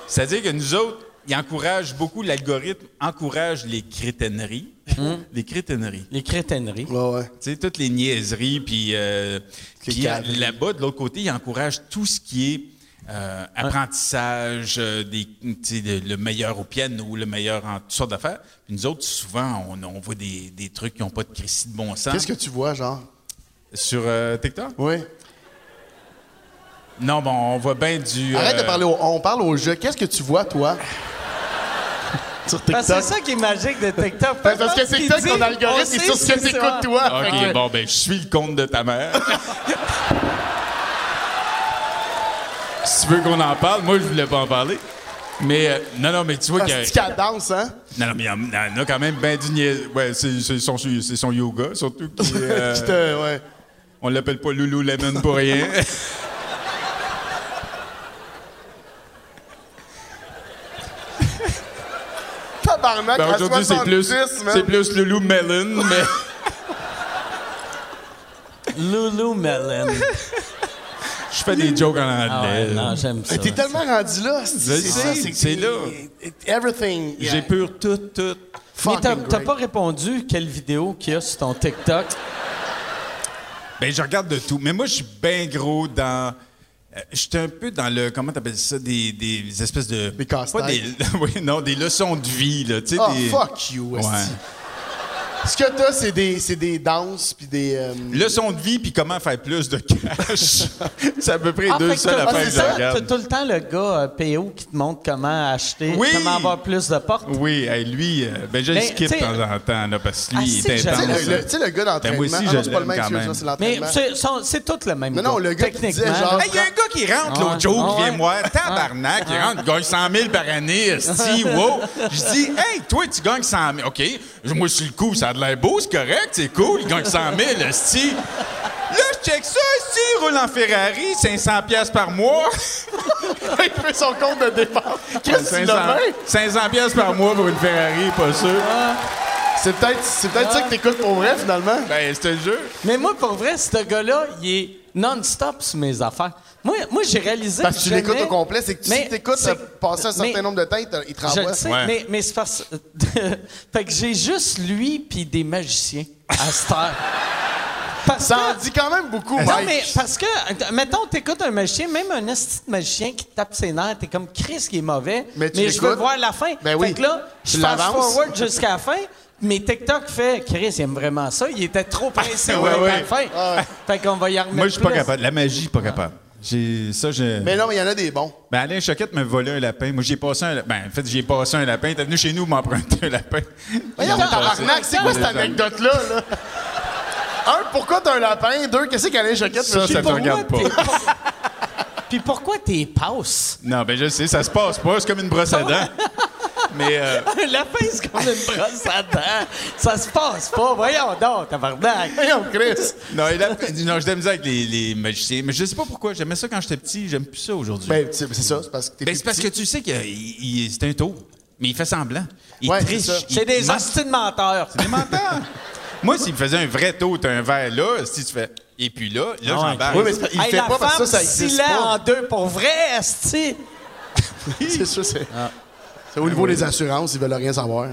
[SPEAKER 7] C'est-à-dire que nous autres, ils encouragent beaucoup, l'algorithme encourage les crétineries.
[SPEAKER 2] Hmm.
[SPEAKER 7] Les crétineries.
[SPEAKER 3] les crétineries.
[SPEAKER 2] Ouais, ouais.
[SPEAKER 7] Tu sais, toutes les niaiseries, puis, euh,
[SPEAKER 2] Les
[SPEAKER 7] puis,
[SPEAKER 2] caves.
[SPEAKER 7] là-bas, de l'autre côté, ils encouragent tout ce qui est euh, apprentissage, euh, des, tu sais, de- le meilleur au piano, le meilleur en toutes sortes d'affaires. Puis nous autres, souvent, on, on voit des, des trucs qui n'ont pas de crédit de bon sens.
[SPEAKER 2] Qu'est-ce que tu vois, genre?
[SPEAKER 7] Sur euh, TikTok?
[SPEAKER 2] Oui.
[SPEAKER 7] Non, bon, on voit bien du...
[SPEAKER 2] Arrête de
[SPEAKER 7] euh,
[SPEAKER 2] parler au. On parle au jeu. Qu'est-ce que tu vois, toi? sur TikTok.
[SPEAKER 3] Parce que Ben, c'est ça qui est magique de TikTok.
[SPEAKER 2] Ben, parce que c'est
[SPEAKER 3] qu'il
[SPEAKER 2] ça
[SPEAKER 3] dit,
[SPEAKER 2] ton
[SPEAKER 3] on
[SPEAKER 2] algorithme,
[SPEAKER 3] sait
[SPEAKER 2] c'est sur ce que
[SPEAKER 3] c'est
[SPEAKER 2] t'écoutes,
[SPEAKER 3] ça.
[SPEAKER 2] toi. Fait que-
[SPEAKER 7] OK, bon, ben, je suis le compte de ta mère. si tu veux qu'on en parle, moi, je voulais pas en parler. Mais euh, non, non, mais tu vois
[SPEAKER 2] Ah,
[SPEAKER 7] qu'il y a...
[SPEAKER 2] c'est-tu qu'elle danse, hein?
[SPEAKER 7] Non, non, mais il y en il y en a quand même ben du niaise. Ouais, c'est c'est son, c'est son yoga, surtout. qui, euh,
[SPEAKER 2] Qui te- ouais.
[SPEAKER 7] on l'appelle pas Loulou Lemon pour rien.
[SPEAKER 2] Tabarnak,
[SPEAKER 7] Ben,
[SPEAKER 2] à
[SPEAKER 7] Aujourd'hui, c'est plus,
[SPEAKER 2] 70, man.
[SPEAKER 7] c'est plus Loulou Melon, mais
[SPEAKER 3] Loulou Melon.
[SPEAKER 7] je fais des jokes en
[SPEAKER 3] Ah ouais,
[SPEAKER 7] anglais.
[SPEAKER 3] non, j'aime ça.
[SPEAKER 2] T'es tellement rendu là. c'est-
[SPEAKER 7] Je
[SPEAKER 2] c'est
[SPEAKER 7] sais,
[SPEAKER 2] ça, c'est-
[SPEAKER 7] c'est là.
[SPEAKER 2] Everything. yeah.
[SPEAKER 7] J'ai peur tout, tout.
[SPEAKER 3] Mais t'as
[SPEAKER 2] Fucking
[SPEAKER 3] t'as
[SPEAKER 2] great.
[SPEAKER 3] pas répondu quelle vidéo qu'il y a sur ton TikTok.
[SPEAKER 7] Ben, je regarde de tout. Mais moi, je suis bien gros dans. euh, Je suis un peu dans le. Comment t'appelles ça? Des, des espèces de.
[SPEAKER 2] Des
[SPEAKER 7] pas
[SPEAKER 2] casse-têtes.
[SPEAKER 7] des, oui, non, des leçons de vie, là. Tu sais,
[SPEAKER 2] Oh,
[SPEAKER 7] des-
[SPEAKER 2] fuck you,
[SPEAKER 7] Ouais.
[SPEAKER 2] esti. Ce que t'as, c'est des, c'est des danses, puis des... euh,
[SPEAKER 7] Leçons de vie, puis comment faire plus de cash. c'est à peu près
[SPEAKER 3] Ah,
[SPEAKER 7] deux
[SPEAKER 3] fait que
[SPEAKER 7] seules
[SPEAKER 3] t'as- ah,
[SPEAKER 7] affaires que
[SPEAKER 3] c'est
[SPEAKER 7] je
[SPEAKER 3] ça,
[SPEAKER 7] regarde.
[SPEAKER 3] t'as tout le temps le gars euh, PO qui te montre comment acheter,
[SPEAKER 7] Oui!
[SPEAKER 3] comment avoir plus de portes.
[SPEAKER 7] Oui, hey, lui, euh, ben je le
[SPEAKER 3] Mais,
[SPEAKER 7] skip
[SPEAKER 3] tu
[SPEAKER 7] de
[SPEAKER 3] sais-
[SPEAKER 7] temps en temps, là, parce que
[SPEAKER 3] Ah,
[SPEAKER 7] lui, il
[SPEAKER 3] si,
[SPEAKER 7] est
[SPEAKER 3] je-
[SPEAKER 7] intense.
[SPEAKER 2] Tu sais, le,
[SPEAKER 7] là.
[SPEAKER 2] le- tu sais, le gars
[SPEAKER 7] Ben,
[SPEAKER 2] d'entraînement...
[SPEAKER 7] moi aussi,
[SPEAKER 2] Ah non,
[SPEAKER 7] je
[SPEAKER 2] c'est pas le
[SPEAKER 7] l'aime
[SPEAKER 2] même,
[SPEAKER 7] quand
[SPEAKER 2] excuse-moi,
[SPEAKER 7] même.
[SPEAKER 2] c'est
[SPEAKER 3] Mais
[SPEAKER 2] l'entraînement.
[SPEAKER 3] c'est sont- c'est tout le même
[SPEAKER 2] Non, non, le gars qui disait,
[SPEAKER 3] Techniquement,
[SPEAKER 2] genre-
[SPEAKER 7] Hey, il y a un gars qui
[SPEAKER 3] Ah,
[SPEAKER 7] rentre, l'autre jour, qui vient me voir, tabarnak, il rentre, il gagne 100 000 par année, esti,
[SPEAKER 3] Ah.
[SPEAKER 7] wow. Je dis, hey, toi, tu gagnes 100 000. OK, moi, sur le coup, ça a de l'air beau, c'est correct, c'est cool, il gagne 100 000, esti. Là, je check ça, esti, il roule en Ferrari, 500 piastres par mois.
[SPEAKER 2] il fait son compte de dépenses. Qu'est-ce que tu l'as fait? Ah.
[SPEAKER 7] 500 piastres par mois pour une Ferrari, pas sûr.
[SPEAKER 2] C'est peut-être c'est peut-être ça que t'écoutes pour vrai, finalement.
[SPEAKER 7] Ben, c'est le jeu.
[SPEAKER 3] Mais moi, pour vrai, ce gars-là, il est non-stop sur mes affaires. Moi, moi j'ai réalisé.
[SPEAKER 2] Parce que tu
[SPEAKER 3] j'aimais-
[SPEAKER 2] l'écoutes au complet, c'est que tu-
[SPEAKER 3] Mais
[SPEAKER 2] si t'écoutes
[SPEAKER 3] c'est-
[SPEAKER 2] euh, passer un certain
[SPEAKER 3] mais-
[SPEAKER 2] nombre de temps, il te, il te
[SPEAKER 3] Je
[SPEAKER 2] renvoie.
[SPEAKER 3] le sais,
[SPEAKER 7] Ouais.
[SPEAKER 3] mais, mais c'est parce. fait que j'ai juste lui puis des magiciens à cette heure. Parce
[SPEAKER 2] Ça en
[SPEAKER 3] que-
[SPEAKER 2] dit quand même beaucoup,
[SPEAKER 3] Non,
[SPEAKER 2] Mike.
[SPEAKER 3] mais parce que, euh, mettons, t'écoutes un magicien, même un esti de magicien qui te tape ses nerfs, t'es comme Chris qui est mauvais,
[SPEAKER 2] Mais
[SPEAKER 3] mais,
[SPEAKER 2] tu
[SPEAKER 3] je veux
[SPEAKER 2] l'écoutes.
[SPEAKER 3] voir la fin.
[SPEAKER 2] Ben oui.
[SPEAKER 3] Fait que là, je
[SPEAKER 2] Tu
[SPEAKER 3] fast
[SPEAKER 2] l'avances.
[SPEAKER 3] forward jusqu'à la fin, mais TikTok fait Chris, il aime vraiment ça, il était trop pressé
[SPEAKER 7] Ah,
[SPEAKER 3] au
[SPEAKER 7] ouais,
[SPEAKER 3] à la
[SPEAKER 7] ouais.
[SPEAKER 3] fin. Fait qu'on va y remettre.
[SPEAKER 7] Moi, je suis pas
[SPEAKER 3] plus.
[SPEAKER 7] capable. La magie, je suis pas capable. J'ai ça, j'ai.
[SPEAKER 2] Mais non, mais il y en a des bons.
[SPEAKER 7] Ben, Alain Choquette m'a volé un lapin. Moi, j'ai passé un lapin. Ben, en fait, j'ai passé un lapin. T'es venu chez nous m'emprunter un lapin.
[SPEAKER 2] Voyons,
[SPEAKER 7] Ils l'ont passé.
[SPEAKER 2] tabarnak, c'est quoi cette
[SPEAKER 7] Désolé.
[SPEAKER 2] anecdote-là? Là? Un, pourquoi t'as un lapin? Deux, qu'est-ce qu'elle est jaquette?
[SPEAKER 7] Ça,
[SPEAKER 2] monsieur?
[SPEAKER 7] ça te
[SPEAKER 3] Pourquoi
[SPEAKER 7] regarde pas.
[SPEAKER 3] t'es Puis pourquoi t'es passe?
[SPEAKER 7] Non, ben, je sais, ça se passe pas. C'est comme une brosse à dents. Mais euh,
[SPEAKER 3] La fin, c'est comme une brosse à dents. Ça se passe pas. Voyons donc, tabarnak.
[SPEAKER 2] Voyons, Chris.
[SPEAKER 7] non, il a- non, j'ai de la misère avec les, les magiciens. Mais je sais pas pourquoi. J'aimais ça quand j'étais petit. J'aime plus ça aujourd'hui.
[SPEAKER 2] Ben, tu sais, c'est ça, c'est parce que t'es
[SPEAKER 7] Ben,
[SPEAKER 2] plus
[SPEAKER 7] c'est parce
[SPEAKER 2] petit.
[SPEAKER 7] que tu sais que il- il- c'est un tour. Mais il fait semblant. Il
[SPEAKER 2] Ouais,
[SPEAKER 7] triche.
[SPEAKER 2] c'est ça.
[SPEAKER 7] il
[SPEAKER 3] C'est des
[SPEAKER 7] ment.
[SPEAKER 3] hosties de menteurs.
[SPEAKER 7] Des menteurs. Moi, s'il me faisait un vrai tour, t'as un verre là, si tu fais. Et puis là, là, j'embarque.
[SPEAKER 2] Oui, mais c'est pas- il
[SPEAKER 3] Hey,
[SPEAKER 2] fait
[SPEAKER 3] la
[SPEAKER 2] pas parce que
[SPEAKER 3] femme
[SPEAKER 2] ça, ça
[SPEAKER 3] scie
[SPEAKER 2] existe
[SPEAKER 3] là en
[SPEAKER 2] pas.
[SPEAKER 3] deux pour vrai, esti.
[SPEAKER 2] C'est ça, c'est...
[SPEAKER 7] Ah.
[SPEAKER 2] C'est au niveau
[SPEAKER 7] Ben
[SPEAKER 2] des assurances, ils veulent rien savoir.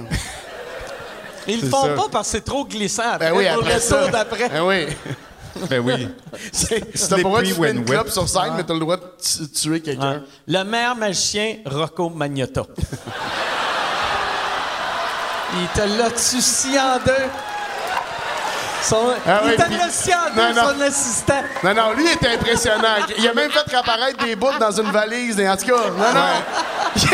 [SPEAKER 3] Ils le
[SPEAKER 2] C'est
[SPEAKER 3] font
[SPEAKER 2] ça.
[SPEAKER 3] pas parce que c'est trop glissant après,
[SPEAKER 2] Ben oui,
[SPEAKER 3] pour
[SPEAKER 2] après
[SPEAKER 3] le
[SPEAKER 2] ça.
[SPEAKER 3] tour d'après.
[SPEAKER 2] Ben oui.
[SPEAKER 7] Ben oui.
[SPEAKER 2] C'est t'as pas le droit de fumer
[SPEAKER 7] Slippery
[SPEAKER 2] une
[SPEAKER 7] when wet.
[SPEAKER 2] clope sur scène, mais t'as le droit de tu- tuer quelqu'un.
[SPEAKER 3] Le meilleur magicien, Rocco Magnotta. Il te l'a tu scié en deux. Son-
[SPEAKER 2] Ah
[SPEAKER 3] il
[SPEAKER 2] oui,
[SPEAKER 3] te
[SPEAKER 2] puis-
[SPEAKER 3] l'a scié en
[SPEAKER 2] Non,
[SPEAKER 3] deux,
[SPEAKER 2] non.
[SPEAKER 3] son assistant.
[SPEAKER 2] Non, non, lui il était impressionnant. Il a même fait réapparaître des bouts dans une valise. Et en tout cas, non, non. il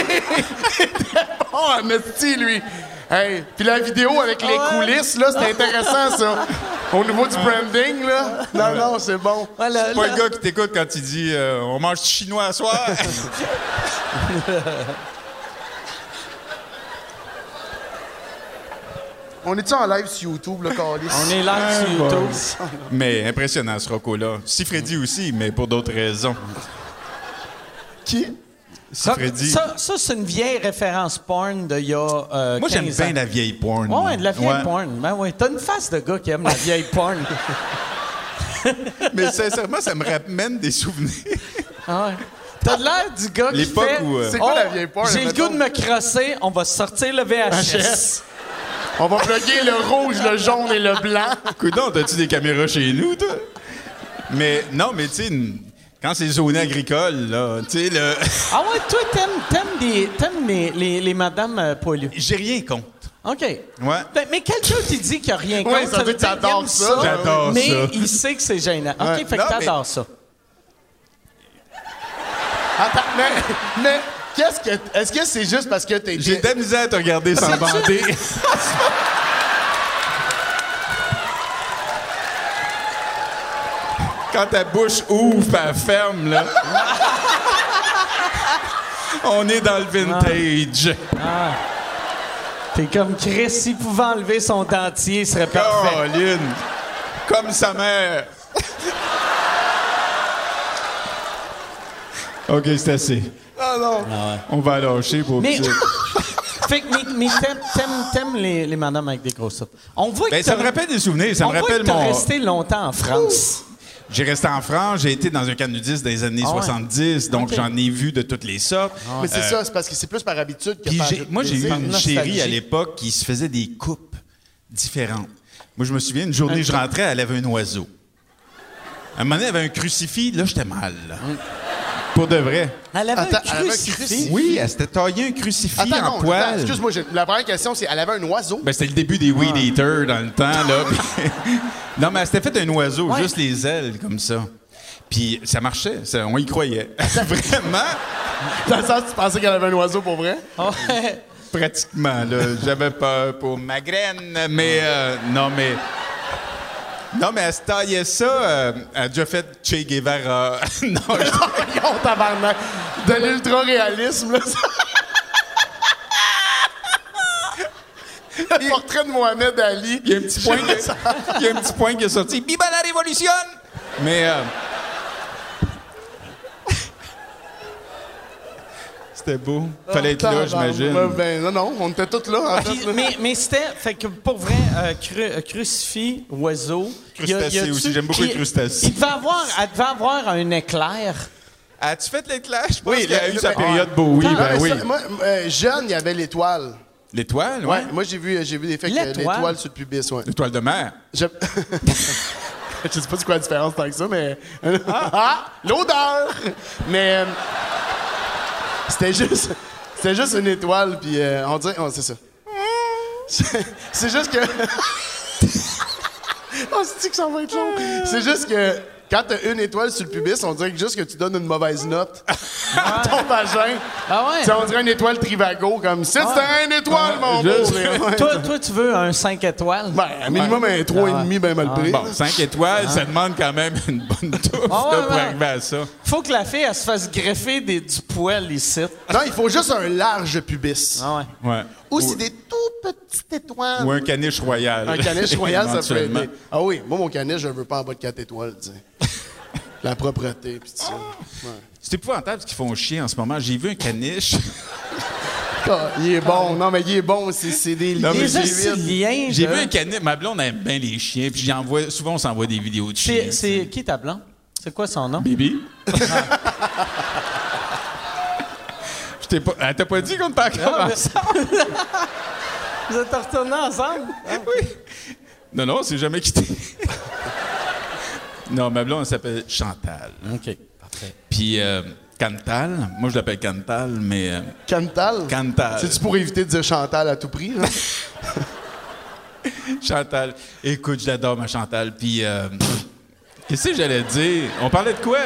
[SPEAKER 2] était bon en esti, lui. Hey, puis la vidéo avec les coulisses, là, c'était intéressant, ça. Au niveau du branding, là. Non, non, c'est bon.
[SPEAKER 3] Voilà,
[SPEAKER 7] C'est pas
[SPEAKER 3] là.
[SPEAKER 7] le gars qui t'écoute quand il dit euh, on mange du chinois à soir.
[SPEAKER 2] On est-tu en live sur YouTube, le calice?
[SPEAKER 3] On est là
[SPEAKER 2] Ah,
[SPEAKER 3] sur YouTube.
[SPEAKER 7] mais impressionnant ce Rocco-là. Si Freddy aussi, mais pour d'autres raisons.
[SPEAKER 2] Qui?
[SPEAKER 7] Si
[SPEAKER 3] Ça,
[SPEAKER 7] Freddy.
[SPEAKER 3] ça, ça, c'est une vieille référence porn d'il y a euh,
[SPEAKER 7] moi, j'aime
[SPEAKER 3] 15
[SPEAKER 7] bien
[SPEAKER 3] ans.
[SPEAKER 7] la vieille porn.
[SPEAKER 3] Ouais, ouais, de la vieille
[SPEAKER 7] Ouais.
[SPEAKER 3] porn. Ben ouais, t'as une face de gars qui aime la vieille porn.
[SPEAKER 7] Mais sincèrement, ça me ramène des souvenirs.
[SPEAKER 3] Ah ouais. T'as de l'air du gars qui
[SPEAKER 7] L'époque
[SPEAKER 3] fait... Oh,
[SPEAKER 7] où, euh,
[SPEAKER 2] C'est quoi la vieille porn,
[SPEAKER 3] J'ai le
[SPEAKER 2] mettons?
[SPEAKER 3] goût de me crosser, on va sortir le VHS.
[SPEAKER 2] On va plugger le rouge, le jaune et le blanc.
[SPEAKER 7] Coudon, t'as-tu des caméras chez nous, toi? Mais non, mais tu sais, une- quand c'est zoné agricole, là, tu sais, le.
[SPEAKER 3] Ah ouais, toi, t'aimes, t'aimes, des, t'aimes les, les, les madames euh, poilues.
[SPEAKER 7] J'ai rien contre.
[SPEAKER 3] OK.
[SPEAKER 7] Ouais.
[SPEAKER 3] Ben, mais quelqu'un qui dit qu'il n'y a rien contre,
[SPEAKER 2] Ouais, ça veut dire que
[SPEAKER 3] qu'il
[SPEAKER 2] t'adores
[SPEAKER 3] aime
[SPEAKER 2] ça.
[SPEAKER 7] J'adore
[SPEAKER 3] mais
[SPEAKER 7] ça.
[SPEAKER 3] il sait que c'est gênant. OK, fait
[SPEAKER 7] Non,
[SPEAKER 3] que t'adores ça.
[SPEAKER 2] Attends, mais, mais qu'est-ce que. Est-ce que c'est juste parce que t'es.
[SPEAKER 7] J'ai de la misère à te regarder sans bander. Quand ta bouche ouvre pis elle ferme, là. On est dans le vintage.
[SPEAKER 3] T'es comme Chris, s'il pouvait enlever son dentier, il serait parfait.
[SPEAKER 7] Caroline. Comme sa mère. OK, c'est assez. Ah non. On va lâcher pour
[SPEAKER 3] Mais-
[SPEAKER 7] dire.
[SPEAKER 3] Fait que, mais, mais t'aimes, t'aimes, t'aimes les, les madames avec des grosses soupes. On voit que
[SPEAKER 7] Ben, ça
[SPEAKER 3] t'as-
[SPEAKER 7] me rappelle des souvenirs. Ça
[SPEAKER 3] on
[SPEAKER 7] me
[SPEAKER 3] voit
[SPEAKER 7] rappelle
[SPEAKER 3] que t'as
[SPEAKER 7] mon.
[SPEAKER 3] resté longtemps en France.
[SPEAKER 7] J'ai resté en France, j'ai été dans un camp de nudistes des années
[SPEAKER 2] Ah
[SPEAKER 3] ouais.
[SPEAKER 7] 70, donc
[SPEAKER 3] Ok.
[SPEAKER 7] j'en ai vu de toutes les sortes.
[SPEAKER 2] Mais c'est ça, c'est parce que c'est plus par habitude que
[SPEAKER 7] Euh, Puis
[SPEAKER 2] par.
[SPEAKER 7] j'ai- moi, j'ai eu
[SPEAKER 2] désir.
[SPEAKER 7] une
[SPEAKER 3] nostalgie.
[SPEAKER 7] chérie à l'époque qui se faisait des coupes différentes. Moi, je me souviens, une journée, je rentrais, elle avait un oiseau. À un moment donné, elle avait un crucifix, là, j'étais mal. Pour de vrai.
[SPEAKER 3] Elle avait
[SPEAKER 2] Attends, elle
[SPEAKER 3] un
[SPEAKER 2] avait un
[SPEAKER 3] crucifix.
[SPEAKER 2] crucifix.
[SPEAKER 7] Oui, elle s'était taillée un crucifix
[SPEAKER 2] Attends,
[SPEAKER 7] en
[SPEAKER 2] non,
[SPEAKER 7] poil.
[SPEAKER 2] attends, excuse-moi, Ah. j'ai- la première question, c'est elle avait un oiseau.
[SPEAKER 7] Ben, c'était le début des Weed Eaters dans le temps, là. Puis- non, mais elle s'était fait un oiseau, juste les ailes, comme ça. Puis ça marchait, ça- on y croyait. Vraiment,
[SPEAKER 2] Dans le sens, tu pensais qu'elle avait un oiseau pour vrai?
[SPEAKER 3] Ah Ouais.
[SPEAKER 7] pratiquement, là. J'avais peur pour ma graine, mais euh, non, mais. Non, mais elle se taillait ça. euh, elle a déjà fait Che Guevara. non, je-
[SPEAKER 2] Voyons, Oh tabarnak. De l'ultra-réalisme, là. Le portrait de Mohamed Ali.
[SPEAKER 7] il y a un petit point qui, il y a un petit point qui est sorti. Biba la révolution! Mais. euh, C'était beau. Fallait être là, j'imagine.
[SPEAKER 2] Ben, ben, non, non, on était tous là. En
[SPEAKER 3] Puis-
[SPEAKER 2] fait, là.
[SPEAKER 3] mais mais c'était, fait que pour vrai, euh, cru- euh, crucifix, oiseau. y a- y a-tu-
[SPEAKER 7] Crustacés aussi, j'aime beaucoup les
[SPEAKER 3] Puis,
[SPEAKER 7] crustacés.
[SPEAKER 3] Il devait avoir, elle devait avoir un éclair.
[SPEAKER 7] As-tu fait l'éclair? Je pense
[SPEAKER 2] Oui,
[SPEAKER 7] qu'il a
[SPEAKER 2] le-
[SPEAKER 7] eu sa
[SPEAKER 2] le-
[SPEAKER 7] période Bowie,
[SPEAKER 2] Non,
[SPEAKER 7] ben
[SPEAKER 2] mais
[SPEAKER 7] oui.
[SPEAKER 2] ça, moi, euh, jeune, il y avait l'étoile.
[SPEAKER 7] L'étoile,
[SPEAKER 2] Ouais.
[SPEAKER 7] ouais.
[SPEAKER 2] Moi, j'ai vu, j'ai vu des faits que
[SPEAKER 3] L'étoile?
[SPEAKER 2] l'étoile sur le pubis, ouais.
[SPEAKER 7] L'étoile de mer.
[SPEAKER 2] Je... Je sais pas c'est quoi la différence tant que ça, mais. Ah! L'odeur! Mais. euh, C'était juste. C'était juste une étoile, puis euh, on dirait. oh, c'est ça. C'est- C'est juste que. oh, c'est-tu que ça va être long? C'est juste que. Quand t'as une étoile sur le pubis, on dirait que juste que tu donnes une mauvaise note à ton vagin.
[SPEAKER 3] Ah ouais?
[SPEAKER 2] Tu sais, on dirait une étoile Trivago, comme « C'est une étoile, mon
[SPEAKER 3] Juste-
[SPEAKER 2] beau! Ouais.
[SPEAKER 3] toi, toi, tu veux un 5 étoiles?
[SPEAKER 2] Ben, un minimum, un 3,5 bien ben, mal pris.
[SPEAKER 7] Bon, 5 étoiles,
[SPEAKER 2] Hein?
[SPEAKER 7] ça demande quand même une bonne touffe
[SPEAKER 3] Ah ouais,
[SPEAKER 7] là, pour
[SPEAKER 3] ouais.
[SPEAKER 7] arriver à ça.
[SPEAKER 3] Faut que la fille, elle se fasse greffer des, du poil ici.
[SPEAKER 2] Non, il faut juste un large pubis.
[SPEAKER 3] Ah ouais.
[SPEAKER 7] Ouais.
[SPEAKER 2] Ou c'est des tout petites étoiles.
[SPEAKER 7] Ou un caniche royal.
[SPEAKER 2] Un caniche royal, ça peut
[SPEAKER 7] Éventuellement.
[SPEAKER 2] aider. Ah oui, moi, mon caniche, je veux pas en bas de 4 étoiles, tu sais. La propreté, puis tout ça.
[SPEAKER 7] C'est épouvantable ce qu'ils font chier en ce moment. J'ai vu un caniche.
[SPEAKER 2] Ah, il est bon. Non, mais il est bon. C'est c'est des
[SPEAKER 7] Non, Ah, mais
[SPEAKER 2] liens.
[SPEAKER 3] Déjà,
[SPEAKER 7] j'ai
[SPEAKER 3] c'est
[SPEAKER 2] huit.
[SPEAKER 3] lien.
[SPEAKER 7] J'ai
[SPEAKER 3] de-
[SPEAKER 2] Euh.
[SPEAKER 7] vu un caniche. Ma blonde aime bien les chiens. Puis j'envoie, souvent, on s'envoie des vidéos de chiens.
[SPEAKER 3] C'est- C'est qui ta blonde? C'est quoi son nom?
[SPEAKER 7] Bibi. Je t'ai pas. Elle t'a pas dit qu'on t'a commencé.
[SPEAKER 3] Ah, Vous êtes retournés ensemble?
[SPEAKER 7] Non, non, c'est jamais quitté. non, ma blonde elle s'appelle Chantal.
[SPEAKER 3] OK.
[SPEAKER 7] Puis euh, Cantal. Moi, je l'appelle Cantal, mais. euh,
[SPEAKER 2] Cantal.
[SPEAKER 7] Cantal.
[SPEAKER 2] C'est-tu pour éviter de dire Chantal à tout prix? hein? là?
[SPEAKER 7] Chantal. Écoute, je l'adore, ma Chantal. Puis. euh, Qu'est-ce que j'allais dire? On parlait de quoi?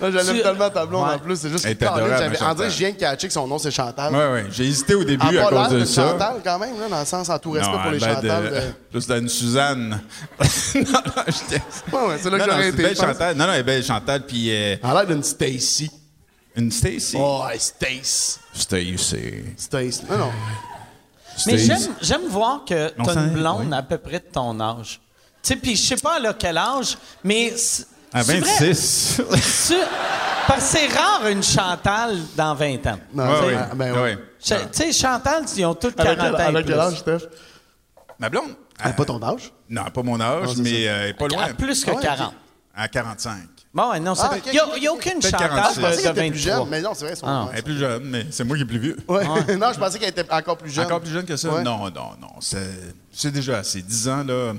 [SPEAKER 2] Là, je l'aime
[SPEAKER 3] Tu-
[SPEAKER 2] tellement ta blonde
[SPEAKER 3] Ouais.
[SPEAKER 2] en plus. C'est juste
[SPEAKER 7] Elle est adorable,
[SPEAKER 2] Caroline, j'avais-
[SPEAKER 7] Chantal.
[SPEAKER 2] En vrai, je viens de catcher que son nom, c'est Chantal.
[SPEAKER 7] Ouais, ouais. J'ai hésité au début
[SPEAKER 2] Elle a
[SPEAKER 7] à
[SPEAKER 2] Ah. pas l'air
[SPEAKER 7] cause de
[SPEAKER 2] d'une
[SPEAKER 7] ça.
[SPEAKER 2] Chantal quand même, là, dans le sens en tout respect pour les euh.
[SPEAKER 7] elle a l'air
[SPEAKER 2] Chantal.
[SPEAKER 7] de-
[SPEAKER 2] de-
[SPEAKER 7] Plus d'une Suzanne. non, non, je t'ai-
[SPEAKER 2] Ouais, ouais, c'est là que
[SPEAKER 7] Non, non,
[SPEAKER 2] j'aurais
[SPEAKER 7] c'est
[SPEAKER 2] été.
[SPEAKER 7] belle
[SPEAKER 2] je pense.
[SPEAKER 7] Chantal. Non, non, elle est belle Chantal, puis euh,
[SPEAKER 2] Elle a l'air d'une Stacy.
[SPEAKER 7] une Stacy.
[SPEAKER 2] Oh, hey, Stacy.
[SPEAKER 7] Stacy.
[SPEAKER 2] Stacy. Non, non.
[SPEAKER 3] Mais
[SPEAKER 7] Stacy.
[SPEAKER 3] j'aime, j'aime voir que
[SPEAKER 7] On
[SPEAKER 3] t'as
[SPEAKER 7] s'en
[SPEAKER 3] une
[SPEAKER 7] est-
[SPEAKER 3] blonde
[SPEAKER 7] oui.
[SPEAKER 3] à peu près de ton âge. Tu sais, puis je sais pas à quel âge, mais... c'est-
[SPEAKER 7] À
[SPEAKER 3] c'est vrai.
[SPEAKER 7] 26.
[SPEAKER 3] C'est- Parce que c'est rare une Chantal dans 20 ans.
[SPEAKER 2] Non,
[SPEAKER 7] Ouais,
[SPEAKER 2] c'est-
[SPEAKER 7] ouais.
[SPEAKER 2] ah, ben ouais.
[SPEAKER 7] Ouais, ouais.
[SPEAKER 3] Ch- Tu sais, Chantal, ils ont toutes
[SPEAKER 2] Avec
[SPEAKER 3] 40
[SPEAKER 2] quel,
[SPEAKER 3] ans. et
[SPEAKER 2] avec quel
[SPEAKER 3] plus.
[SPEAKER 2] âge, Steph?
[SPEAKER 7] Ma blonde?
[SPEAKER 2] Ah, pas ton âge?
[SPEAKER 7] Non, pas mon âge, mais euh, elle est pas
[SPEAKER 3] À
[SPEAKER 7] loin.
[SPEAKER 3] plus que
[SPEAKER 2] Ah ouais,
[SPEAKER 3] 40.
[SPEAKER 7] À 45.
[SPEAKER 3] Bon, ouais, non,
[SPEAKER 2] Ah,
[SPEAKER 3] c'est
[SPEAKER 2] ok,
[SPEAKER 3] Il n'y a,
[SPEAKER 2] ok,
[SPEAKER 3] y a aucune
[SPEAKER 7] Peut-être
[SPEAKER 3] Chantal
[SPEAKER 7] 46.
[SPEAKER 3] de,
[SPEAKER 2] Je pensais
[SPEAKER 3] de
[SPEAKER 2] qu'elle était plus
[SPEAKER 3] 23.
[SPEAKER 2] jeune, mais non, c'est vrai. Son
[SPEAKER 3] Ah,
[SPEAKER 2] ouais,
[SPEAKER 7] Elle est plus jeune, mais c'est moi qui est plus vieux.
[SPEAKER 2] Ouais. non, je pensais qu'elle était encore plus jeune.
[SPEAKER 7] Encore plus jeune que ça?
[SPEAKER 2] Ouais.
[SPEAKER 7] Non, non, non. C'est c'est déjà assez. 10 ans, là.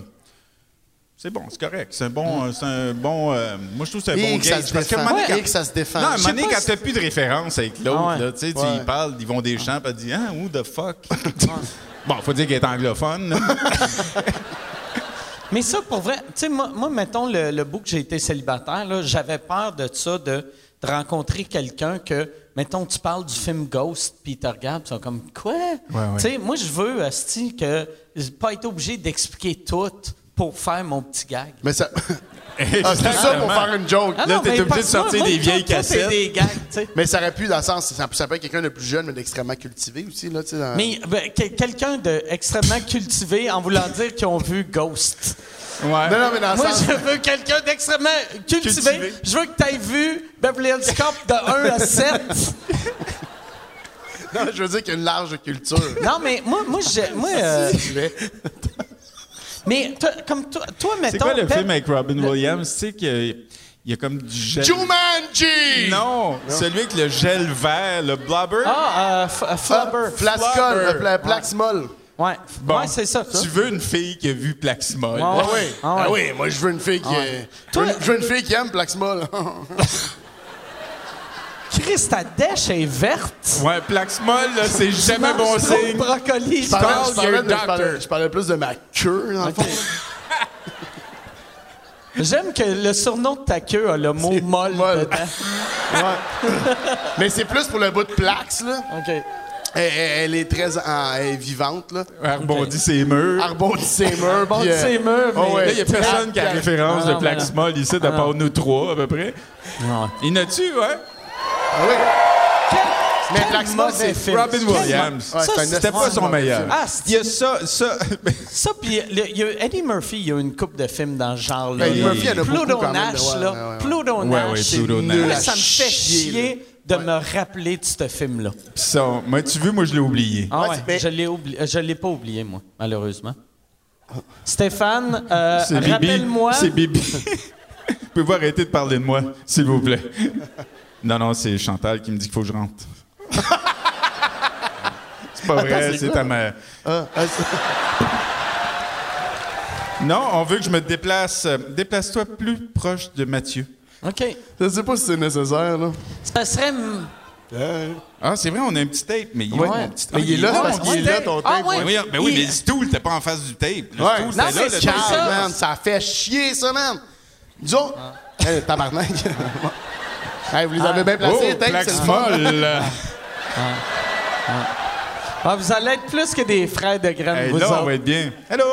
[SPEAKER 7] C'est bon, c'est correct. C'est un bon. euh, C'est un bon euh, moi, je trouve que c'est un
[SPEAKER 2] Hmm. Et
[SPEAKER 7] bon
[SPEAKER 2] que ça
[SPEAKER 7] gage.
[SPEAKER 2] se
[SPEAKER 7] Parce qu'à un moment
[SPEAKER 2] défend.
[SPEAKER 7] donné,
[SPEAKER 2] Et que ça se défend.
[SPEAKER 7] Non, à un
[SPEAKER 2] Je
[SPEAKER 7] moment
[SPEAKER 2] sais
[SPEAKER 7] donné,
[SPEAKER 2] pas
[SPEAKER 7] quand
[SPEAKER 2] si-
[SPEAKER 7] t'as plus de référence avec l'autre,
[SPEAKER 3] Ah ouais.
[SPEAKER 7] là, tu sais, tu
[SPEAKER 2] Ouais.
[SPEAKER 7] y parles, ils vont des champs, puis tu dis, ah, who the fuck? bon, faut dire qu'elle est anglophone. là.
[SPEAKER 3] Mais ça, pour vrai, tu sais, moi, moi, mettons, le, le bout que j'ai été célibataire, là, j'avais peur de ça, de, de rencontrer quelqu'un que, mettons, tu parles du film Ghost, puis ils te regardent, puis ils sont comme, quoi?
[SPEAKER 7] ouais.
[SPEAKER 3] Tu sais, moi, je veux, Asti, que j'ai pas être obligé d'expliquer tout pour faire mon petit gag.
[SPEAKER 2] Mais ça. Ah, c'est ça pour faire une joke.
[SPEAKER 3] Ah
[SPEAKER 7] Là,
[SPEAKER 3] non,
[SPEAKER 7] t'es
[SPEAKER 3] mais
[SPEAKER 7] obligé de
[SPEAKER 3] parce que moi-
[SPEAKER 7] sortir
[SPEAKER 3] moi,
[SPEAKER 7] des
[SPEAKER 3] tout-
[SPEAKER 7] vieilles
[SPEAKER 3] tout est
[SPEAKER 7] cassettes.
[SPEAKER 3] des gags, tu sais.
[SPEAKER 2] Mais ça aurait pu, dans le sens, ça ça peut être quelqu'un de plus jeune, mais d'extrêmement cultivé aussi, là, tu sais. dans-
[SPEAKER 3] Mais ben, que- quelqu'un d'extrêmement cultivé en voulant dire qu'ils ont vu Ghost.
[SPEAKER 7] Ouais.
[SPEAKER 2] Non, non, mais dans le
[SPEAKER 3] Moi,
[SPEAKER 2] sens.
[SPEAKER 3] je veux quelqu'un d'extrêmement cultivé.
[SPEAKER 7] Cultivé.
[SPEAKER 3] Je veux que tu aies vu Beverly Hills Cop de 1 à 7.
[SPEAKER 2] Non, je veux dire qu'il y a une large culture.
[SPEAKER 3] Non, mais moi, moi, j'ai- moi euh,
[SPEAKER 2] Tu fais-
[SPEAKER 3] mais toi, comme toi, toi mettons.
[SPEAKER 7] C'est quoi le
[SPEAKER 3] Pep-
[SPEAKER 7] film avec Robin Williams? Tu sais qu'il y a- il y a comme du gel.
[SPEAKER 2] Jumanji!
[SPEAKER 7] Non, celui avec le gel vert, le blubber.
[SPEAKER 3] Ah, euh, F- euh,
[SPEAKER 2] Ah,
[SPEAKER 3] Flubber.
[SPEAKER 2] Flascol,
[SPEAKER 7] Flubber.
[SPEAKER 2] le pla- Plaxmol.
[SPEAKER 3] Ouais,
[SPEAKER 7] Bon,
[SPEAKER 3] ouais c'est ça.
[SPEAKER 7] Tu veux une fille qui a vu Plaxmol.
[SPEAKER 3] Ouais, ouais.
[SPEAKER 2] Ah oui.
[SPEAKER 3] Ah ouais.
[SPEAKER 2] Ah oui, moi je veux une fille qui. euh,
[SPEAKER 3] Toi-
[SPEAKER 2] je veux- Je veux une fille qui aime Plaxmol.
[SPEAKER 3] Chris, ta dèche est verte.
[SPEAKER 7] Ouais, Plaxmol, là, c'est jamais bon
[SPEAKER 3] Mange trop de
[SPEAKER 7] signe.
[SPEAKER 3] brocoli.
[SPEAKER 2] Je parlais-
[SPEAKER 7] Call
[SPEAKER 2] je parlais
[SPEAKER 7] your
[SPEAKER 2] de- je parlais-
[SPEAKER 7] doctor.
[SPEAKER 2] je parlais plus de ma queue, dans le fond.
[SPEAKER 3] J'aime que le surnom de ta queue a le mot molle
[SPEAKER 2] molle.
[SPEAKER 3] dedans.
[SPEAKER 2] Mais c'est plus pour le bout de Plax, là.
[SPEAKER 3] OK.
[SPEAKER 2] Elle, elle- elle est très en- elle est vivante, là.
[SPEAKER 7] Elle rebondit ses murs.
[SPEAKER 2] Arbon de ses murs.
[SPEAKER 3] Bon,
[SPEAKER 2] puis, euh,
[SPEAKER 3] c'est mûr, mais.
[SPEAKER 2] oh ouais.
[SPEAKER 7] Là, il n'y a personne qui a la référence
[SPEAKER 3] Ah, non, Ah,
[SPEAKER 7] de Plaxmol ici, à part nous trois, à peu près. Il n'a-tu, ouais?
[SPEAKER 2] Ah oui.
[SPEAKER 3] Quel-
[SPEAKER 2] Mais
[SPEAKER 3] quel
[SPEAKER 2] Blacksmith,
[SPEAKER 3] mauvais
[SPEAKER 2] c'est
[SPEAKER 3] film.
[SPEAKER 7] Robin
[SPEAKER 3] Quel
[SPEAKER 7] Williams.
[SPEAKER 3] mo-
[SPEAKER 2] Ouais,
[SPEAKER 3] ça,
[SPEAKER 2] c'est un
[SPEAKER 3] c'est-
[SPEAKER 7] C'était pas son meilleur.
[SPEAKER 3] Ah,
[SPEAKER 7] Il y a ça, ça.
[SPEAKER 3] Ça, puis le- il y a Eddie Murphy, il y a une coupe de films dans ce genre-là.
[SPEAKER 2] Ben, Eddie
[SPEAKER 3] là.
[SPEAKER 2] Murphy, il y en a beaucoup,
[SPEAKER 3] Pluto
[SPEAKER 2] quand même,
[SPEAKER 3] Nash,
[SPEAKER 2] ouais,
[SPEAKER 3] là.
[SPEAKER 2] ouais, ouais.
[SPEAKER 3] Pluto Nash.
[SPEAKER 7] ouais,
[SPEAKER 3] c'est
[SPEAKER 7] Pluto
[SPEAKER 3] nul.
[SPEAKER 7] Nash.
[SPEAKER 3] Moi, ça me fait chier de me rappeler de ce film-là.
[SPEAKER 7] Son- Moi, tu veux, moi, je l'ai oublié.
[SPEAKER 3] Ah
[SPEAKER 2] Ouais,
[SPEAKER 3] ouais,
[SPEAKER 2] mais-
[SPEAKER 3] je l'ai oubli- euh, je l'ai pas oublié, moi, malheureusement.
[SPEAKER 2] Ah.
[SPEAKER 3] Stéphane, euh,
[SPEAKER 7] C'est Bibi.
[SPEAKER 3] rappelle-moi.
[SPEAKER 7] C'est Bibi. Pouvez-vous arrêter de parler de moi, s'il vous plaît? Non, non, c'est Chantal qui me dit qu'il faut que je rentre. c'est pas vrai,
[SPEAKER 2] c'est
[SPEAKER 7] c'est
[SPEAKER 2] quoi?
[SPEAKER 7] à ma.
[SPEAKER 2] Ah, ah, c'est-
[SPEAKER 7] Non, on veut que je me déplace. Euh, Déplace-toi plus proche de Mathieu.
[SPEAKER 3] OK.
[SPEAKER 2] Je sais pas si c'est nécessaire, là.
[SPEAKER 3] Ça serait. m-
[SPEAKER 7] Ah, c'est vrai, on a un petit tape, mais il est
[SPEAKER 3] Ouais.
[SPEAKER 7] où, mon petit tape?
[SPEAKER 2] Mais il est là
[SPEAKER 7] où,
[SPEAKER 2] parce
[SPEAKER 7] mon
[SPEAKER 2] qu'il est
[SPEAKER 7] petit
[SPEAKER 2] là,
[SPEAKER 7] tape?
[SPEAKER 2] ton
[SPEAKER 3] Ah
[SPEAKER 2] tape.
[SPEAKER 3] ouais.
[SPEAKER 7] Mais voyons, ben oui, mais le stool, t'es pas en face du tape. Le
[SPEAKER 2] Ouais.
[SPEAKER 7] stool,
[SPEAKER 2] Non,
[SPEAKER 7] c'est là,
[SPEAKER 3] c'est
[SPEAKER 7] le
[SPEAKER 3] chiant.
[SPEAKER 7] tape.
[SPEAKER 2] Ah, man, ça fait chier, ça, man. Disons, Eh, tabarnak. Eh, vous les avez bien
[SPEAKER 7] Oh,
[SPEAKER 2] placés, Tank, c'est le fun.
[SPEAKER 3] Ah, vous allez être plus que des frères de graines,
[SPEAKER 7] Hey,
[SPEAKER 3] vous
[SPEAKER 7] là, on
[SPEAKER 3] autres.
[SPEAKER 7] va être bien. Hello!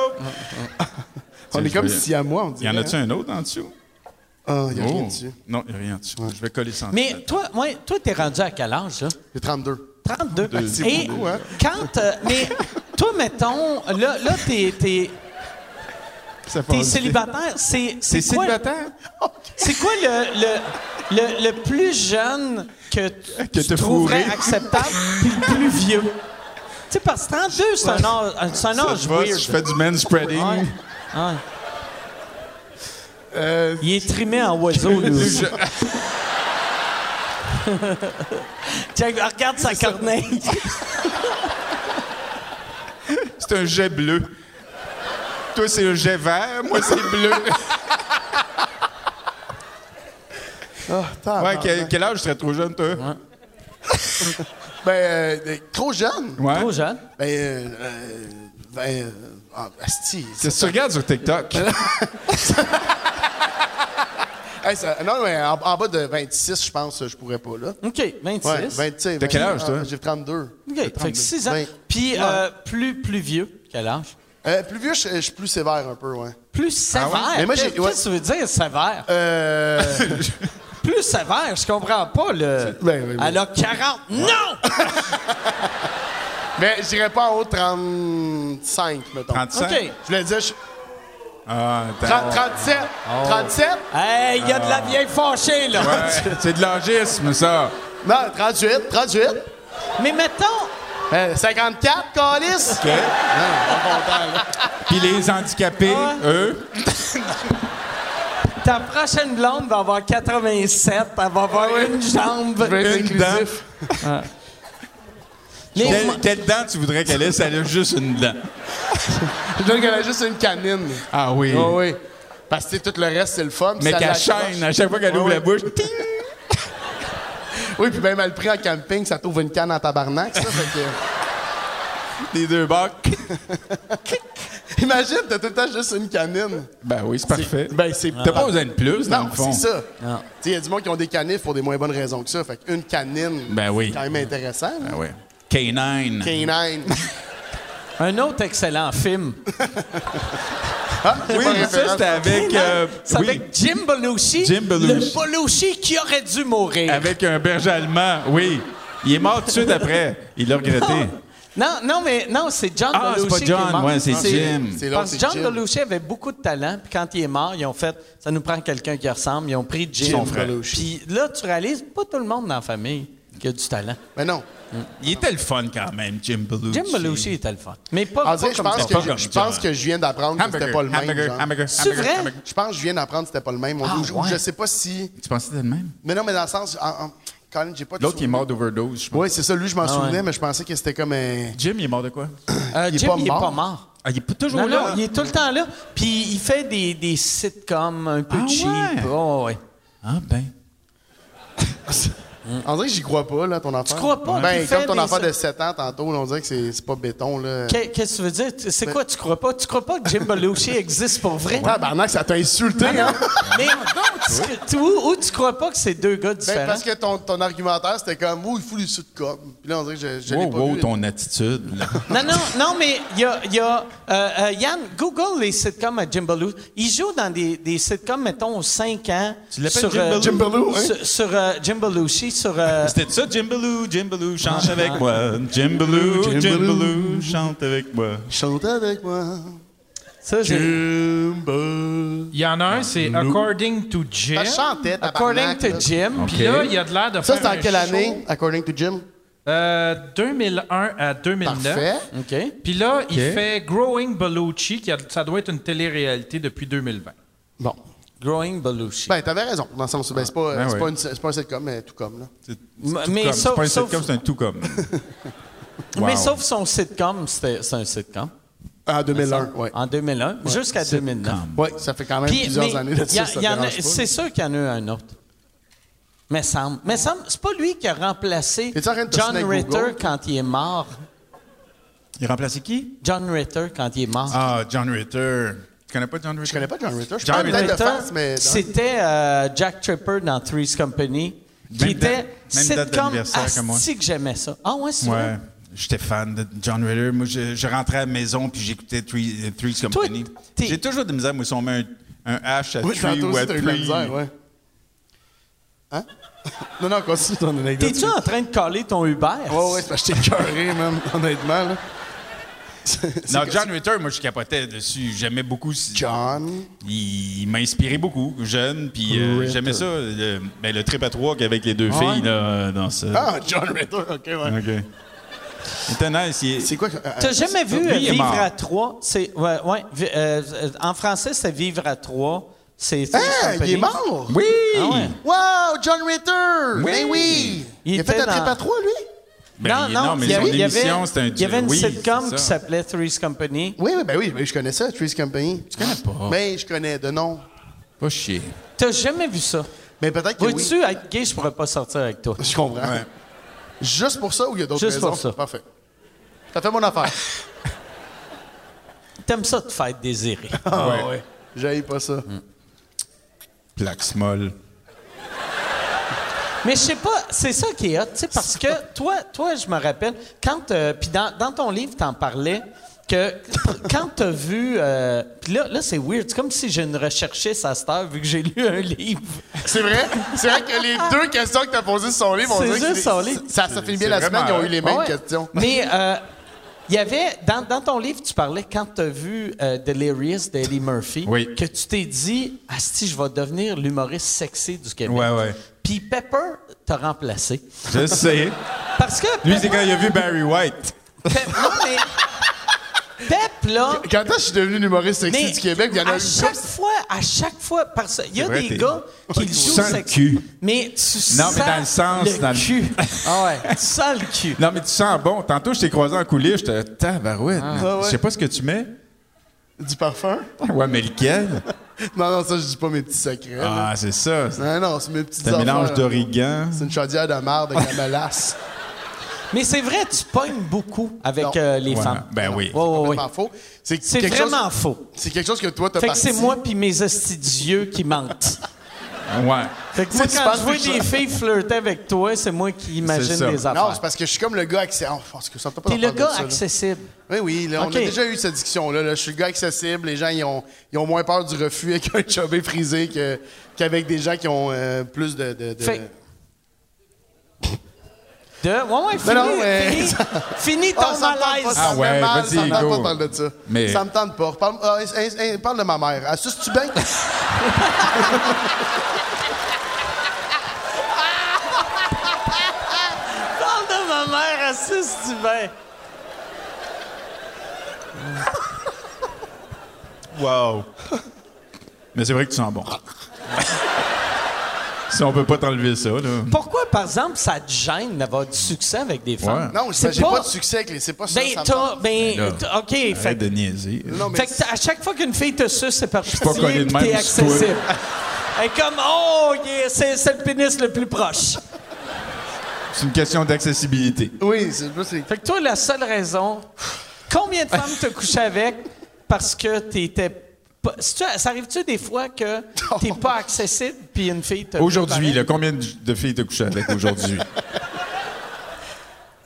[SPEAKER 2] On est comme si à moi, on
[SPEAKER 7] Y
[SPEAKER 2] dirait.
[SPEAKER 7] en a-tu un autre en dessous?
[SPEAKER 2] Ah, il y a rien
[SPEAKER 7] Oh.
[SPEAKER 2] dessus.
[SPEAKER 7] Non, y a rien en dessous. Je vais coller sans
[SPEAKER 3] Mais toi, moi, toi, t'es rendu à quel âge, là?
[SPEAKER 2] J'ai 32.
[SPEAKER 3] 32. Et
[SPEAKER 2] beaucoup, hein?
[SPEAKER 3] quand... euh, mais toi, mettons, là, là t'es... T'es,
[SPEAKER 2] Ça
[SPEAKER 3] t'es
[SPEAKER 2] passe.
[SPEAKER 3] célibataire. C'est, c'est,
[SPEAKER 7] C'est
[SPEAKER 3] quoi,
[SPEAKER 7] célibataire?
[SPEAKER 3] C'est quoi le, le, le, le plus jeune que, t-
[SPEAKER 7] Que
[SPEAKER 3] tu
[SPEAKER 7] t'as
[SPEAKER 3] trouverais
[SPEAKER 7] fourré.
[SPEAKER 3] acceptable puis le plus vieux? Tu sais, parce que 32, c'est un âge, euh, c'est un âge
[SPEAKER 7] Ah, Je vois,
[SPEAKER 3] weird.
[SPEAKER 7] je fais du manspreading.
[SPEAKER 3] Ouais. Ouais.
[SPEAKER 7] Euh,
[SPEAKER 3] Il est trimé en oiseau, lui. aussi. Tiens, regarde sa corneille.
[SPEAKER 7] C'est un jet bleu. Toi, c'est un jet vert. Moi, c'est bleu.
[SPEAKER 2] Ah,
[SPEAKER 7] Ouais,
[SPEAKER 2] tabarnak.
[SPEAKER 7] quel, quel âge je serais trop jeune, toi?
[SPEAKER 2] Ben, euh, trop jeune.
[SPEAKER 7] Ouais.
[SPEAKER 3] Trop jeune.
[SPEAKER 2] Ben, euh, euh, ben, euh, ah, asti,
[SPEAKER 7] Qu'est-ce que tu regardes sur TikTok?
[SPEAKER 2] Hey, ça- non, mais en, en bas de 26, je pense, je pourrais pas, là.
[SPEAKER 3] OK, 26.
[SPEAKER 2] Ouais, 26.
[SPEAKER 7] T'as quel âge,
[SPEAKER 2] 26,
[SPEAKER 7] toi?
[SPEAKER 2] J'ai 32.
[SPEAKER 3] OK, fait que 6 ans.
[SPEAKER 2] Ben,
[SPEAKER 3] Puis euh, plus, plus vieux, quel âge?
[SPEAKER 2] Euh, plus vieux, je je suis plus sévère un peu, ouais.
[SPEAKER 3] Plus
[SPEAKER 7] Ah
[SPEAKER 3] sévère.
[SPEAKER 2] Mais moi, j'ai-
[SPEAKER 3] Qu'est-ce que
[SPEAKER 2] ouais.
[SPEAKER 3] ça veut dire, sévère?
[SPEAKER 2] Euh,
[SPEAKER 3] Plus sévère, je comprends pas, le...
[SPEAKER 2] Ben, oui, oui.
[SPEAKER 3] Elle a 40. Non!
[SPEAKER 2] mais j'irais pas en haut de 35, mettons.
[SPEAKER 7] 35?
[SPEAKER 3] OK.
[SPEAKER 2] Je voulais dire, je-
[SPEAKER 7] Ah, attends.
[SPEAKER 2] 30 37.
[SPEAKER 7] oh.
[SPEAKER 2] 37?
[SPEAKER 3] Hey, il y a de la vieille fâchée, là.
[SPEAKER 7] Ah. Ouais, c'est de l'angisme, ça.
[SPEAKER 2] Non, 38, 38.
[SPEAKER 3] Mais mettons,
[SPEAKER 2] Euh, 54, Calis.
[SPEAKER 7] OK? Puis les handicapés, eux,
[SPEAKER 3] ta prochaine blonde va avoir 87, elle va
[SPEAKER 7] Ah
[SPEAKER 3] avoir une jambe.
[SPEAKER 7] une dent.
[SPEAKER 3] Les-
[SPEAKER 7] Quelle, quelle dent tu voudrais qu'elle ait? Ça a juste une dent.
[SPEAKER 2] Je donne qu'elle a juste une canine.
[SPEAKER 7] Ah oui.
[SPEAKER 2] Ah oui. Parce que tu sais, tout le reste, c'est le fun. puis
[SPEAKER 7] Mais
[SPEAKER 2] ça
[SPEAKER 7] qu'elle
[SPEAKER 2] l'accroche.
[SPEAKER 7] chaîne, à chaque fois qu'elle ouvre
[SPEAKER 2] Ouais,
[SPEAKER 7] la bouche,
[SPEAKER 2] Oui, puis bien mal pris en camping, ça trouve une canne en tabarnak, ça. fait que...
[SPEAKER 7] les deux bacs.
[SPEAKER 2] Imagine, t'as tout le temps juste une canine.
[SPEAKER 7] Ben oui, c'est parfait.
[SPEAKER 2] Ben, c'est
[SPEAKER 7] T'as pas besoin de plus, dans
[SPEAKER 2] Non,
[SPEAKER 7] le fond. Ah.
[SPEAKER 2] c'est ça. Tu sais, il y a du monde qui ont des canifs pour des moins bonnes raisons que ça. Fait qu'une canine,
[SPEAKER 7] Ben oui.
[SPEAKER 2] c'est quand même intéressant. là.
[SPEAKER 7] Ah ouais. K9.
[SPEAKER 2] Canine.
[SPEAKER 7] Ah,
[SPEAKER 3] Un autre excellent film.
[SPEAKER 2] Ah, j'ai
[SPEAKER 7] Oui,
[SPEAKER 2] pas de
[SPEAKER 7] ça,
[SPEAKER 2] référence.
[SPEAKER 7] c'était avec... euh,
[SPEAKER 3] Hein? C'est
[SPEAKER 7] oui,
[SPEAKER 3] avec Jim Belushi.
[SPEAKER 7] Jim Belushi.
[SPEAKER 3] Le Belushi qui aurait dû mourir.
[SPEAKER 7] avec un berger allemand, oui. Il est mort tout de suite après. Il l'a regretté.
[SPEAKER 3] Non, non, mais non, c'est John
[SPEAKER 7] Ah, c'est
[SPEAKER 3] Belushi.
[SPEAKER 7] pas
[SPEAKER 3] qui est mort.
[SPEAKER 7] John, ouais, c'est
[SPEAKER 2] C'est-
[SPEAKER 7] Jim.
[SPEAKER 2] C'est long,
[SPEAKER 3] Parce
[SPEAKER 2] c'est
[SPEAKER 3] que John
[SPEAKER 2] Jim.
[SPEAKER 3] Belushi avait beaucoup de talent, puis quand il est mort, ils ont fait ça nous prend quelqu'un qui ressemble, ils ont pris Jim.
[SPEAKER 2] Son frère.
[SPEAKER 3] Puis là, tu réalises, pas tout le monde dans la famille qui a du talent.
[SPEAKER 2] Mais non.
[SPEAKER 7] Il était le fun quand même, Jim Belushi.
[SPEAKER 3] Jim Belushi était le fun. Mais pas,
[SPEAKER 2] En
[SPEAKER 3] pas
[SPEAKER 2] Ah, vrai, je
[SPEAKER 3] comme
[SPEAKER 2] pense
[SPEAKER 3] ça.
[SPEAKER 7] c'est pas
[SPEAKER 2] que je-
[SPEAKER 7] comme
[SPEAKER 2] je
[SPEAKER 7] John.
[SPEAKER 2] pense que je viens d'apprendre que c'était
[SPEAKER 7] Hamburger,
[SPEAKER 2] pas le même.
[SPEAKER 7] hamburger,
[SPEAKER 2] genre.
[SPEAKER 7] hamburger,
[SPEAKER 3] C'est
[SPEAKER 7] hamburger,
[SPEAKER 3] vrai?
[SPEAKER 7] hamburger.
[SPEAKER 2] Je pense que je viens d'apprendre que c'était pas le même.
[SPEAKER 3] Ah,
[SPEAKER 2] Ou je- ou
[SPEAKER 3] ouais.
[SPEAKER 2] Je sais pas si.
[SPEAKER 7] Tu pensais que c'était le même?
[SPEAKER 2] Mais non, mais dans le sens. en- en- Colin, j'ai pas de
[SPEAKER 7] L'autre, il est
[SPEAKER 2] souvenir.
[SPEAKER 7] mort Ah, d'overdose, je pense.
[SPEAKER 2] Oui, c'est ça. Lui, je m'en souvenais,
[SPEAKER 3] ouais.
[SPEAKER 2] mais je pensais que c'était comme un.
[SPEAKER 7] Jim, il est mort de quoi?
[SPEAKER 3] Euh,
[SPEAKER 2] il est
[SPEAKER 3] Jim,
[SPEAKER 2] pas
[SPEAKER 3] il est pas
[SPEAKER 2] mort.
[SPEAKER 3] mort.
[SPEAKER 7] Ah, il est pas toujours
[SPEAKER 3] Non,
[SPEAKER 7] là.
[SPEAKER 3] non, il est tout le temps là. Puis il fait des, des sitcoms un peu
[SPEAKER 7] Ah
[SPEAKER 3] cheap.
[SPEAKER 7] ouais?
[SPEAKER 3] Oh, ouais.
[SPEAKER 7] Ah ben.
[SPEAKER 2] On dirait que j'y crois pas, là, ton enfant.
[SPEAKER 3] crois pas
[SPEAKER 2] Ben,
[SPEAKER 3] qu'il
[SPEAKER 2] comme
[SPEAKER 3] fait
[SPEAKER 2] ton
[SPEAKER 3] des-
[SPEAKER 2] enfant de 7 ans tantôt, là, on dirait que c'est c'est pas béton, là.
[SPEAKER 3] Qu'est- Qu'est-ce que tu veux dire? C'est quoi, tu crois pas? Tu crois pas que Jim Belushi existe pour vrai?
[SPEAKER 2] Tabarnak, ben, ça t'a insulté, hein?
[SPEAKER 3] Mais non, tu, tu- ou, ou tu crois pas que c'est deux gars
[SPEAKER 2] Ben,
[SPEAKER 3] différents?
[SPEAKER 2] parce que ton, ton argumentaire, c'était comme, oh, il fout les sous de com. Puis là, on dirait que je, je l'ai
[SPEAKER 7] Wow,
[SPEAKER 2] pas
[SPEAKER 7] wow,
[SPEAKER 2] vu.
[SPEAKER 7] ton attitude. là.
[SPEAKER 3] Non, non, non, mais il y a. il y a, euh, euh, Yann, Google les sitcoms à Jim Belushi. Il joue dans des, des sitcoms, mettons, aux 5 ans.
[SPEAKER 7] Tu l'appelles
[SPEAKER 3] sur,
[SPEAKER 7] Jim
[SPEAKER 3] euh,
[SPEAKER 7] Belushi?
[SPEAKER 2] Jim Belushi, hein?
[SPEAKER 3] Sur, sur, euh, Jim Belushi, sur.
[SPEAKER 2] Ah.
[SPEAKER 3] euh,
[SPEAKER 7] C'était ça, Jim Belou, Jim Belou, chante avec moi. Jim Belou, Jim,
[SPEAKER 2] Belou.
[SPEAKER 7] Belou, chante avec moi.
[SPEAKER 2] Chante avec moi.
[SPEAKER 3] ça, j'ai-
[SPEAKER 9] Il y en a un, c'est According to Jim.
[SPEAKER 2] Ça chantait,
[SPEAKER 3] According
[SPEAKER 2] tabarnak,
[SPEAKER 3] to
[SPEAKER 2] là.
[SPEAKER 3] Jim.
[SPEAKER 9] Puis là, il y a de l'air de
[SPEAKER 2] Ça,
[SPEAKER 9] faire
[SPEAKER 2] c'était en
[SPEAKER 9] un
[SPEAKER 2] quelle
[SPEAKER 9] show.
[SPEAKER 2] année? According to Jim.
[SPEAKER 9] Euh, 2001 à 2009.
[SPEAKER 2] Parfait.
[SPEAKER 3] OK.
[SPEAKER 9] Puis là, il fait Growing Belushi, qui a- ça doit être une télé-réalité depuis 2020.
[SPEAKER 2] Bon.
[SPEAKER 3] Growing Belushi.
[SPEAKER 2] Ben, t'avais raison. Dans le sens où, ben, c'est pas,
[SPEAKER 7] Ben
[SPEAKER 2] c'est
[SPEAKER 7] oui.
[SPEAKER 2] pas, une- c'est pas un sitcom, mais tout comme, là.
[SPEAKER 7] C'est-
[SPEAKER 3] M-
[SPEAKER 7] c'est
[SPEAKER 3] mais
[SPEAKER 7] tout comme.
[SPEAKER 3] sauf-
[SPEAKER 7] C'est pas un
[SPEAKER 3] sauf-
[SPEAKER 7] sitcom, c'est un tout comme.
[SPEAKER 3] Mais
[SPEAKER 7] Wow.
[SPEAKER 3] sauf son sitcom, c'était- c'est un sitcom.
[SPEAKER 7] Ah,
[SPEAKER 2] En 2001, ouais.
[SPEAKER 3] En 2001, jusqu'à 2009.
[SPEAKER 2] Ouais, ça fait quand même
[SPEAKER 3] Puis,
[SPEAKER 2] plusieurs
[SPEAKER 3] mais
[SPEAKER 2] années de
[SPEAKER 3] y
[SPEAKER 2] ça,
[SPEAKER 3] a-
[SPEAKER 2] ça
[SPEAKER 3] y en a-
[SPEAKER 2] dérange pas.
[SPEAKER 3] C'est sûr qu'il y en a eu un autre. Mais semble. Mais semble, c'est pas lui qui a remplacé
[SPEAKER 2] T'es-tu en train de te
[SPEAKER 3] John
[SPEAKER 2] signer avec
[SPEAKER 3] Ritter
[SPEAKER 2] Google?
[SPEAKER 3] quand il est mort.
[SPEAKER 7] Il remplaçait qui?
[SPEAKER 3] John Ritter quand il est mort.
[SPEAKER 7] Ah, John Ritter. connais pas John Ritter?
[SPEAKER 2] Je connais pas John Ritter. Je
[SPEAKER 7] John
[SPEAKER 2] parle peut-être de
[SPEAKER 7] Ritter,
[SPEAKER 2] face, mais.
[SPEAKER 3] C'était euh, Jack Tripper dans Three's Company, qui
[SPEAKER 7] Même
[SPEAKER 3] était
[SPEAKER 7] date- même date
[SPEAKER 3] sitcom
[SPEAKER 7] d'anniversaire que moi.
[SPEAKER 3] asti que j'aimais ça. Ah ouais, c'est
[SPEAKER 7] Ouais.
[SPEAKER 3] vrai?
[SPEAKER 7] J'étais fan de John Ritter. Moi, je, je rentrais à la maison puis j'écoutais Three- euh, Three's Company.
[SPEAKER 3] t'es-
[SPEAKER 7] J'ai toujours de misère, moi, si on met un, un H à
[SPEAKER 2] Oui,
[SPEAKER 7] Three
[SPEAKER 2] tantôt
[SPEAKER 7] ou à
[SPEAKER 2] aussi, t'as eu de la
[SPEAKER 7] Three.
[SPEAKER 2] misère, ouais. Hein? Non, non, continue ton anecdote.
[SPEAKER 3] T'es-tu en train de coller ton Uber?
[SPEAKER 2] Ouais, ouais, c'est parce que j'étais écœuré, même, honnêtement. Là.
[SPEAKER 7] Non, John Ritter, moi, je capotais dessus. J'aimais beaucoup. ce-
[SPEAKER 2] John.
[SPEAKER 7] Il, il m'a inspiré beaucoup, jeune. Puis euh,
[SPEAKER 2] Ritter.
[SPEAKER 7] j'aimais ça, le, ben, le trip à trois avec les deux filles là, euh, dans ça.
[SPEAKER 2] Ah, John Ritter, ok, ouais.
[SPEAKER 7] OK. C'était nice. il-
[SPEAKER 2] C'est quoi? que- euh,
[SPEAKER 3] T'as jamais vu
[SPEAKER 7] Lui,
[SPEAKER 3] euh,
[SPEAKER 7] il est
[SPEAKER 3] Vivre
[SPEAKER 7] mort.
[SPEAKER 3] à trois? C'est, ouais, ouais, vi- euh, euh, en français, c'est Vivre à trois. C'est Three's
[SPEAKER 2] Ah, il est
[SPEAKER 3] Company.
[SPEAKER 2] mort!
[SPEAKER 7] Oui! Ben,
[SPEAKER 3] Ah ouais.
[SPEAKER 2] Wow, John Ritter! Mais oui!
[SPEAKER 3] Il
[SPEAKER 2] Il, a fait
[SPEAKER 3] était
[SPEAKER 2] un trip
[SPEAKER 3] dans-
[SPEAKER 2] à trois, lui?
[SPEAKER 7] Ben,
[SPEAKER 3] non, non,
[SPEAKER 7] mais
[SPEAKER 3] il y
[SPEAKER 7] son
[SPEAKER 3] avait, il y avait-
[SPEAKER 7] émission, c'était un
[SPEAKER 3] il y avait une
[SPEAKER 7] oui,
[SPEAKER 3] sitcom
[SPEAKER 7] c'est
[SPEAKER 3] qui
[SPEAKER 7] ça.
[SPEAKER 3] s'appelait Three's Company.
[SPEAKER 2] Oui, oui, ben oui, ben je connais ça, Trees Company. Tu connais
[SPEAKER 7] pas?
[SPEAKER 2] Mais je connais de nom.
[SPEAKER 7] Pas chier.
[SPEAKER 3] T'as jamais vu ça?
[SPEAKER 2] Mais peut-être que oui.
[SPEAKER 3] Vois-tu, être gay, je pourrais pas sortir avec toi.
[SPEAKER 2] Je comprends. Juste pour ça ou il y a d'autres
[SPEAKER 3] Juste
[SPEAKER 2] raisons?
[SPEAKER 3] pour ça.
[SPEAKER 2] Parfait. T'as fait mon affaire.
[SPEAKER 3] T'aimes ça te faire désirer.
[SPEAKER 2] Ah ouais. Mm. J'aille pas ça.
[SPEAKER 7] Plaque molle.
[SPEAKER 3] Mais je sais pas, c'est ça qui est hot, tu sais, parce que toi, toi, je me rappelle, quand, euh, puis dans, dans ton livre, t'en parlais, que quand t'as vu, euh, puis là, là c'est weird, c'est comme si je ne recherchais sa star vu que j'ai lu un livre.
[SPEAKER 2] C'est vrai? C'est vrai que les deux questions que t'as posées sur Ah. son livre, on
[SPEAKER 3] C'est
[SPEAKER 2] dirait que
[SPEAKER 3] juste son livre.
[SPEAKER 2] Ça, ça finit bien
[SPEAKER 7] c'est
[SPEAKER 2] la semaine, ils
[SPEAKER 7] vraiment-
[SPEAKER 2] ont eu les mêmes
[SPEAKER 3] Ouais.
[SPEAKER 2] questions.
[SPEAKER 3] Mais euh, il y avait, dans, dans ton livre, tu parlais quand t'as vu euh, Delirious d'Eddie Murphy,
[SPEAKER 7] Oui.
[SPEAKER 3] que tu t'es dit, Asti, je vais devenir l'humoriste sexy du Québec.
[SPEAKER 7] Ouais, ouais.
[SPEAKER 3] Puis Pepper t'a remplacé.
[SPEAKER 7] Je sais.
[SPEAKER 3] Parce que.
[SPEAKER 7] Lui, c'est quand il a vu Barry White.
[SPEAKER 3] Pep, non, mais. Pep, là.
[SPEAKER 2] Quand est-ce que je suis devenu l'humoriste sexy
[SPEAKER 3] mais
[SPEAKER 2] du Québec? Il y en a
[SPEAKER 3] à
[SPEAKER 2] eu
[SPEAKER 3] chaque
[SPEAKER 2] six.
[SPEAKER 3] fois, à chaque fois, parce qu'il y a
[SPEAKER 7] C'est vrai,
[SPEAKER 3] des
[SPEAKER 7] t'es-
[SPEAKER 3] gars qui le jouent
[SPEAKER 7] sens le
[SPEAKER 3] sexy.
[SPEAKER 7] cul.
[SPEAKER 3] Mais tu
[SPEAKER 7] Non,
[SPEAKER 3] sens
[SPEAKER 7] mais dans le sens,
[SPEAKER 3] le
[SPEAKER 7] dans le-
[SPEAKER 3] cul. Ah ouais, tu sens le cul.
[SPEAKER 7] Non, mais tu sens bon. Tantôt, je t'ai croisé en coulisses. J'étais tabarouette.
[SPEAKER 2] Ah ouais.
[SPEAKER 7] Je sais pas ce que tu mets.
[SPEAKER 2] Du parfum?
[SPEAKER 7] Ouais, mais lequel?
[SPEAKER 2] Non, non, ça, je dis pas mes petits secrets. là.
[SPEAKER 7] Ah, c'est ça. C'est
[SPEAKER 2] Non, non, c'est mes petits
[SPEAKER 7] un mélange
[SPEAKER 2] affaires.
[SPEAKER 7] d'origan.
[SPEAKER 2] C'est une chaudière de merde avec la melasse.
[SPEAKER 3] Mais c'est vrai, tu pognes beaucoup avec
[SPEAKER 2] Non.
[SPEAKER 3] euh, les
[SPEAKER 7] Ouais,
[SPEAKER 3] femmes.
[SPEAKER 7] Ben oui.
[SPEAKER 3] Ouais, ouais, ouais.
[SPEAKER 2] complètement faux. C'est
[SPEAKER 3] Oh, C'est
[SPEAKER 2] quelque
[SPEAKER 3] vraiment
[SPEAKER 2] chose-
[SPEAKER 3] faux.
[SPEAKER 2] C'est quelque chose que toi, t'as
[SPEAKER 3] Fait que
[SPEAKER 2] parti.
[SPEAKER 3] c'est moi puis mes hosties d'yeux qui mentent.
[SPEAKER 7] Ouais.
[SPEAKER 3] Fait que moi,
[SPEAKER 2] Tu
[SPEAKER 3] quand
[SPEAKER 2] penses
[SPEAKER 3] je vois
[SPEAKER 2] que je-
[SPEAKER 3] des filles flirter avec toi, c'est moi qui imagine
[SPEAKER 7] C'est ça.
[SPEAKER 3] des
[SPEAKER 2] Non,
[SPEAKER 3] affaires.
[SPEAKER 2] c'est parce que je suis comme le gars accessible. Oh, parce que ça, on peut pas
[SPEAKER 3] T'es
[SPEAKER 2] en
[SPEAKER 3] le
[SPEAKER 2] parler
[SPEAKER 3] gars
[SPEAKER 2] de ça, là.
[SPEAKER 3] accessible.
[SPEAKER 2] Oui, oui, là,
[SPEAKER 3] Ok.
[SPEAKER 2] on a déjà eu cette discussion-là. là. Je suis le gars accessible. Les gens, ils ont, ils ont moins peur du refus avec un chubby frisé que- qu'avec des gens qui ont euh, plus de... de, de-
[SPEAKER 3] Fait- De... Ouais, ouais, fini,
[SPEAKER 2] Ben Non, non, mais-
[SPEAKER 3] fini, fini ton
[SPEAKER 2] Ah, ça me tente pas,
[SPEAKER 3] malaise.
[SPEAKER 2] ça
[SPEAKER 7] Ah
[SPEAKER 2] me
[SPEAKER 7] ouais,
[SPEAKER 2] fait mal,
[SPEAKER 7] vas-y,
[SPEAKER 2] ça me tente
[SPEAKER 7] go.
[SPEAKER 2] pas de parler de ça.
[SPEAKER 7] Mais-
[SPEAKER 2] Ça me tente pas. Parle, ah, hein, hein, parle de ma mère. Ah, ça, tu bien?
[SPEAKER 3] Parle de ma mère à 6 du vin.
[SPEAKER 7] Wow. Mais c'est vrai que tu sens bon. si on peut pas t'enlever ça, là.
[SPEAKER 3] Pourquoi, par exemple, ça te gêne d'avoir du succès avec des femmes?
[SPEAKER 2] Non,
[SPEAKER 3] C'est
[SPEAKER 2] j'ai j'ai pas... de succès avec les... C'est pas ça,
[SPEAKER 3] Ben,
[SPEAKER 2] ça me
[SPEAKER 3] t'as-
[SPEAKER 2] tente.
[SPEAKER 3] ben,
[SPEAKER 7] là,
[SPEAKER 3] t'as- OK, fait,
[SPEAKER 7] Arrête de niaiser.
[SPEAKER 2] Non, mais
[SPEAKER 3] fait que t'as- à chaque fois qu'une fille te suce, c'est par pitié,
[SPEAKER 7] pas connu de
[SPEAKER 3] puis
[SPEAKER 7] même
[SPEAKER 3] t'es
[SPEAKER 7] sur toi.
[SPEAKER 3] accessible. Elle est comme, oh, yeah, c'est c'est le pénis le plus proche.
[SPEAKER 7] C'est une question d'accessibilité.
[SPEAKER 2] Oui, c'est moi, c'est...
[SPEAKER 3] Fait que toi, la seule raison, combien de femmes t'as couché avec parce que t'étais pas... Si tu- Ça arrive-tu des fois que t'es pas accessible, puis une fille te...
[SPEAKER 7] Aujourd'hui, là, combien de- de filles t'as couché avec aujourd'hui?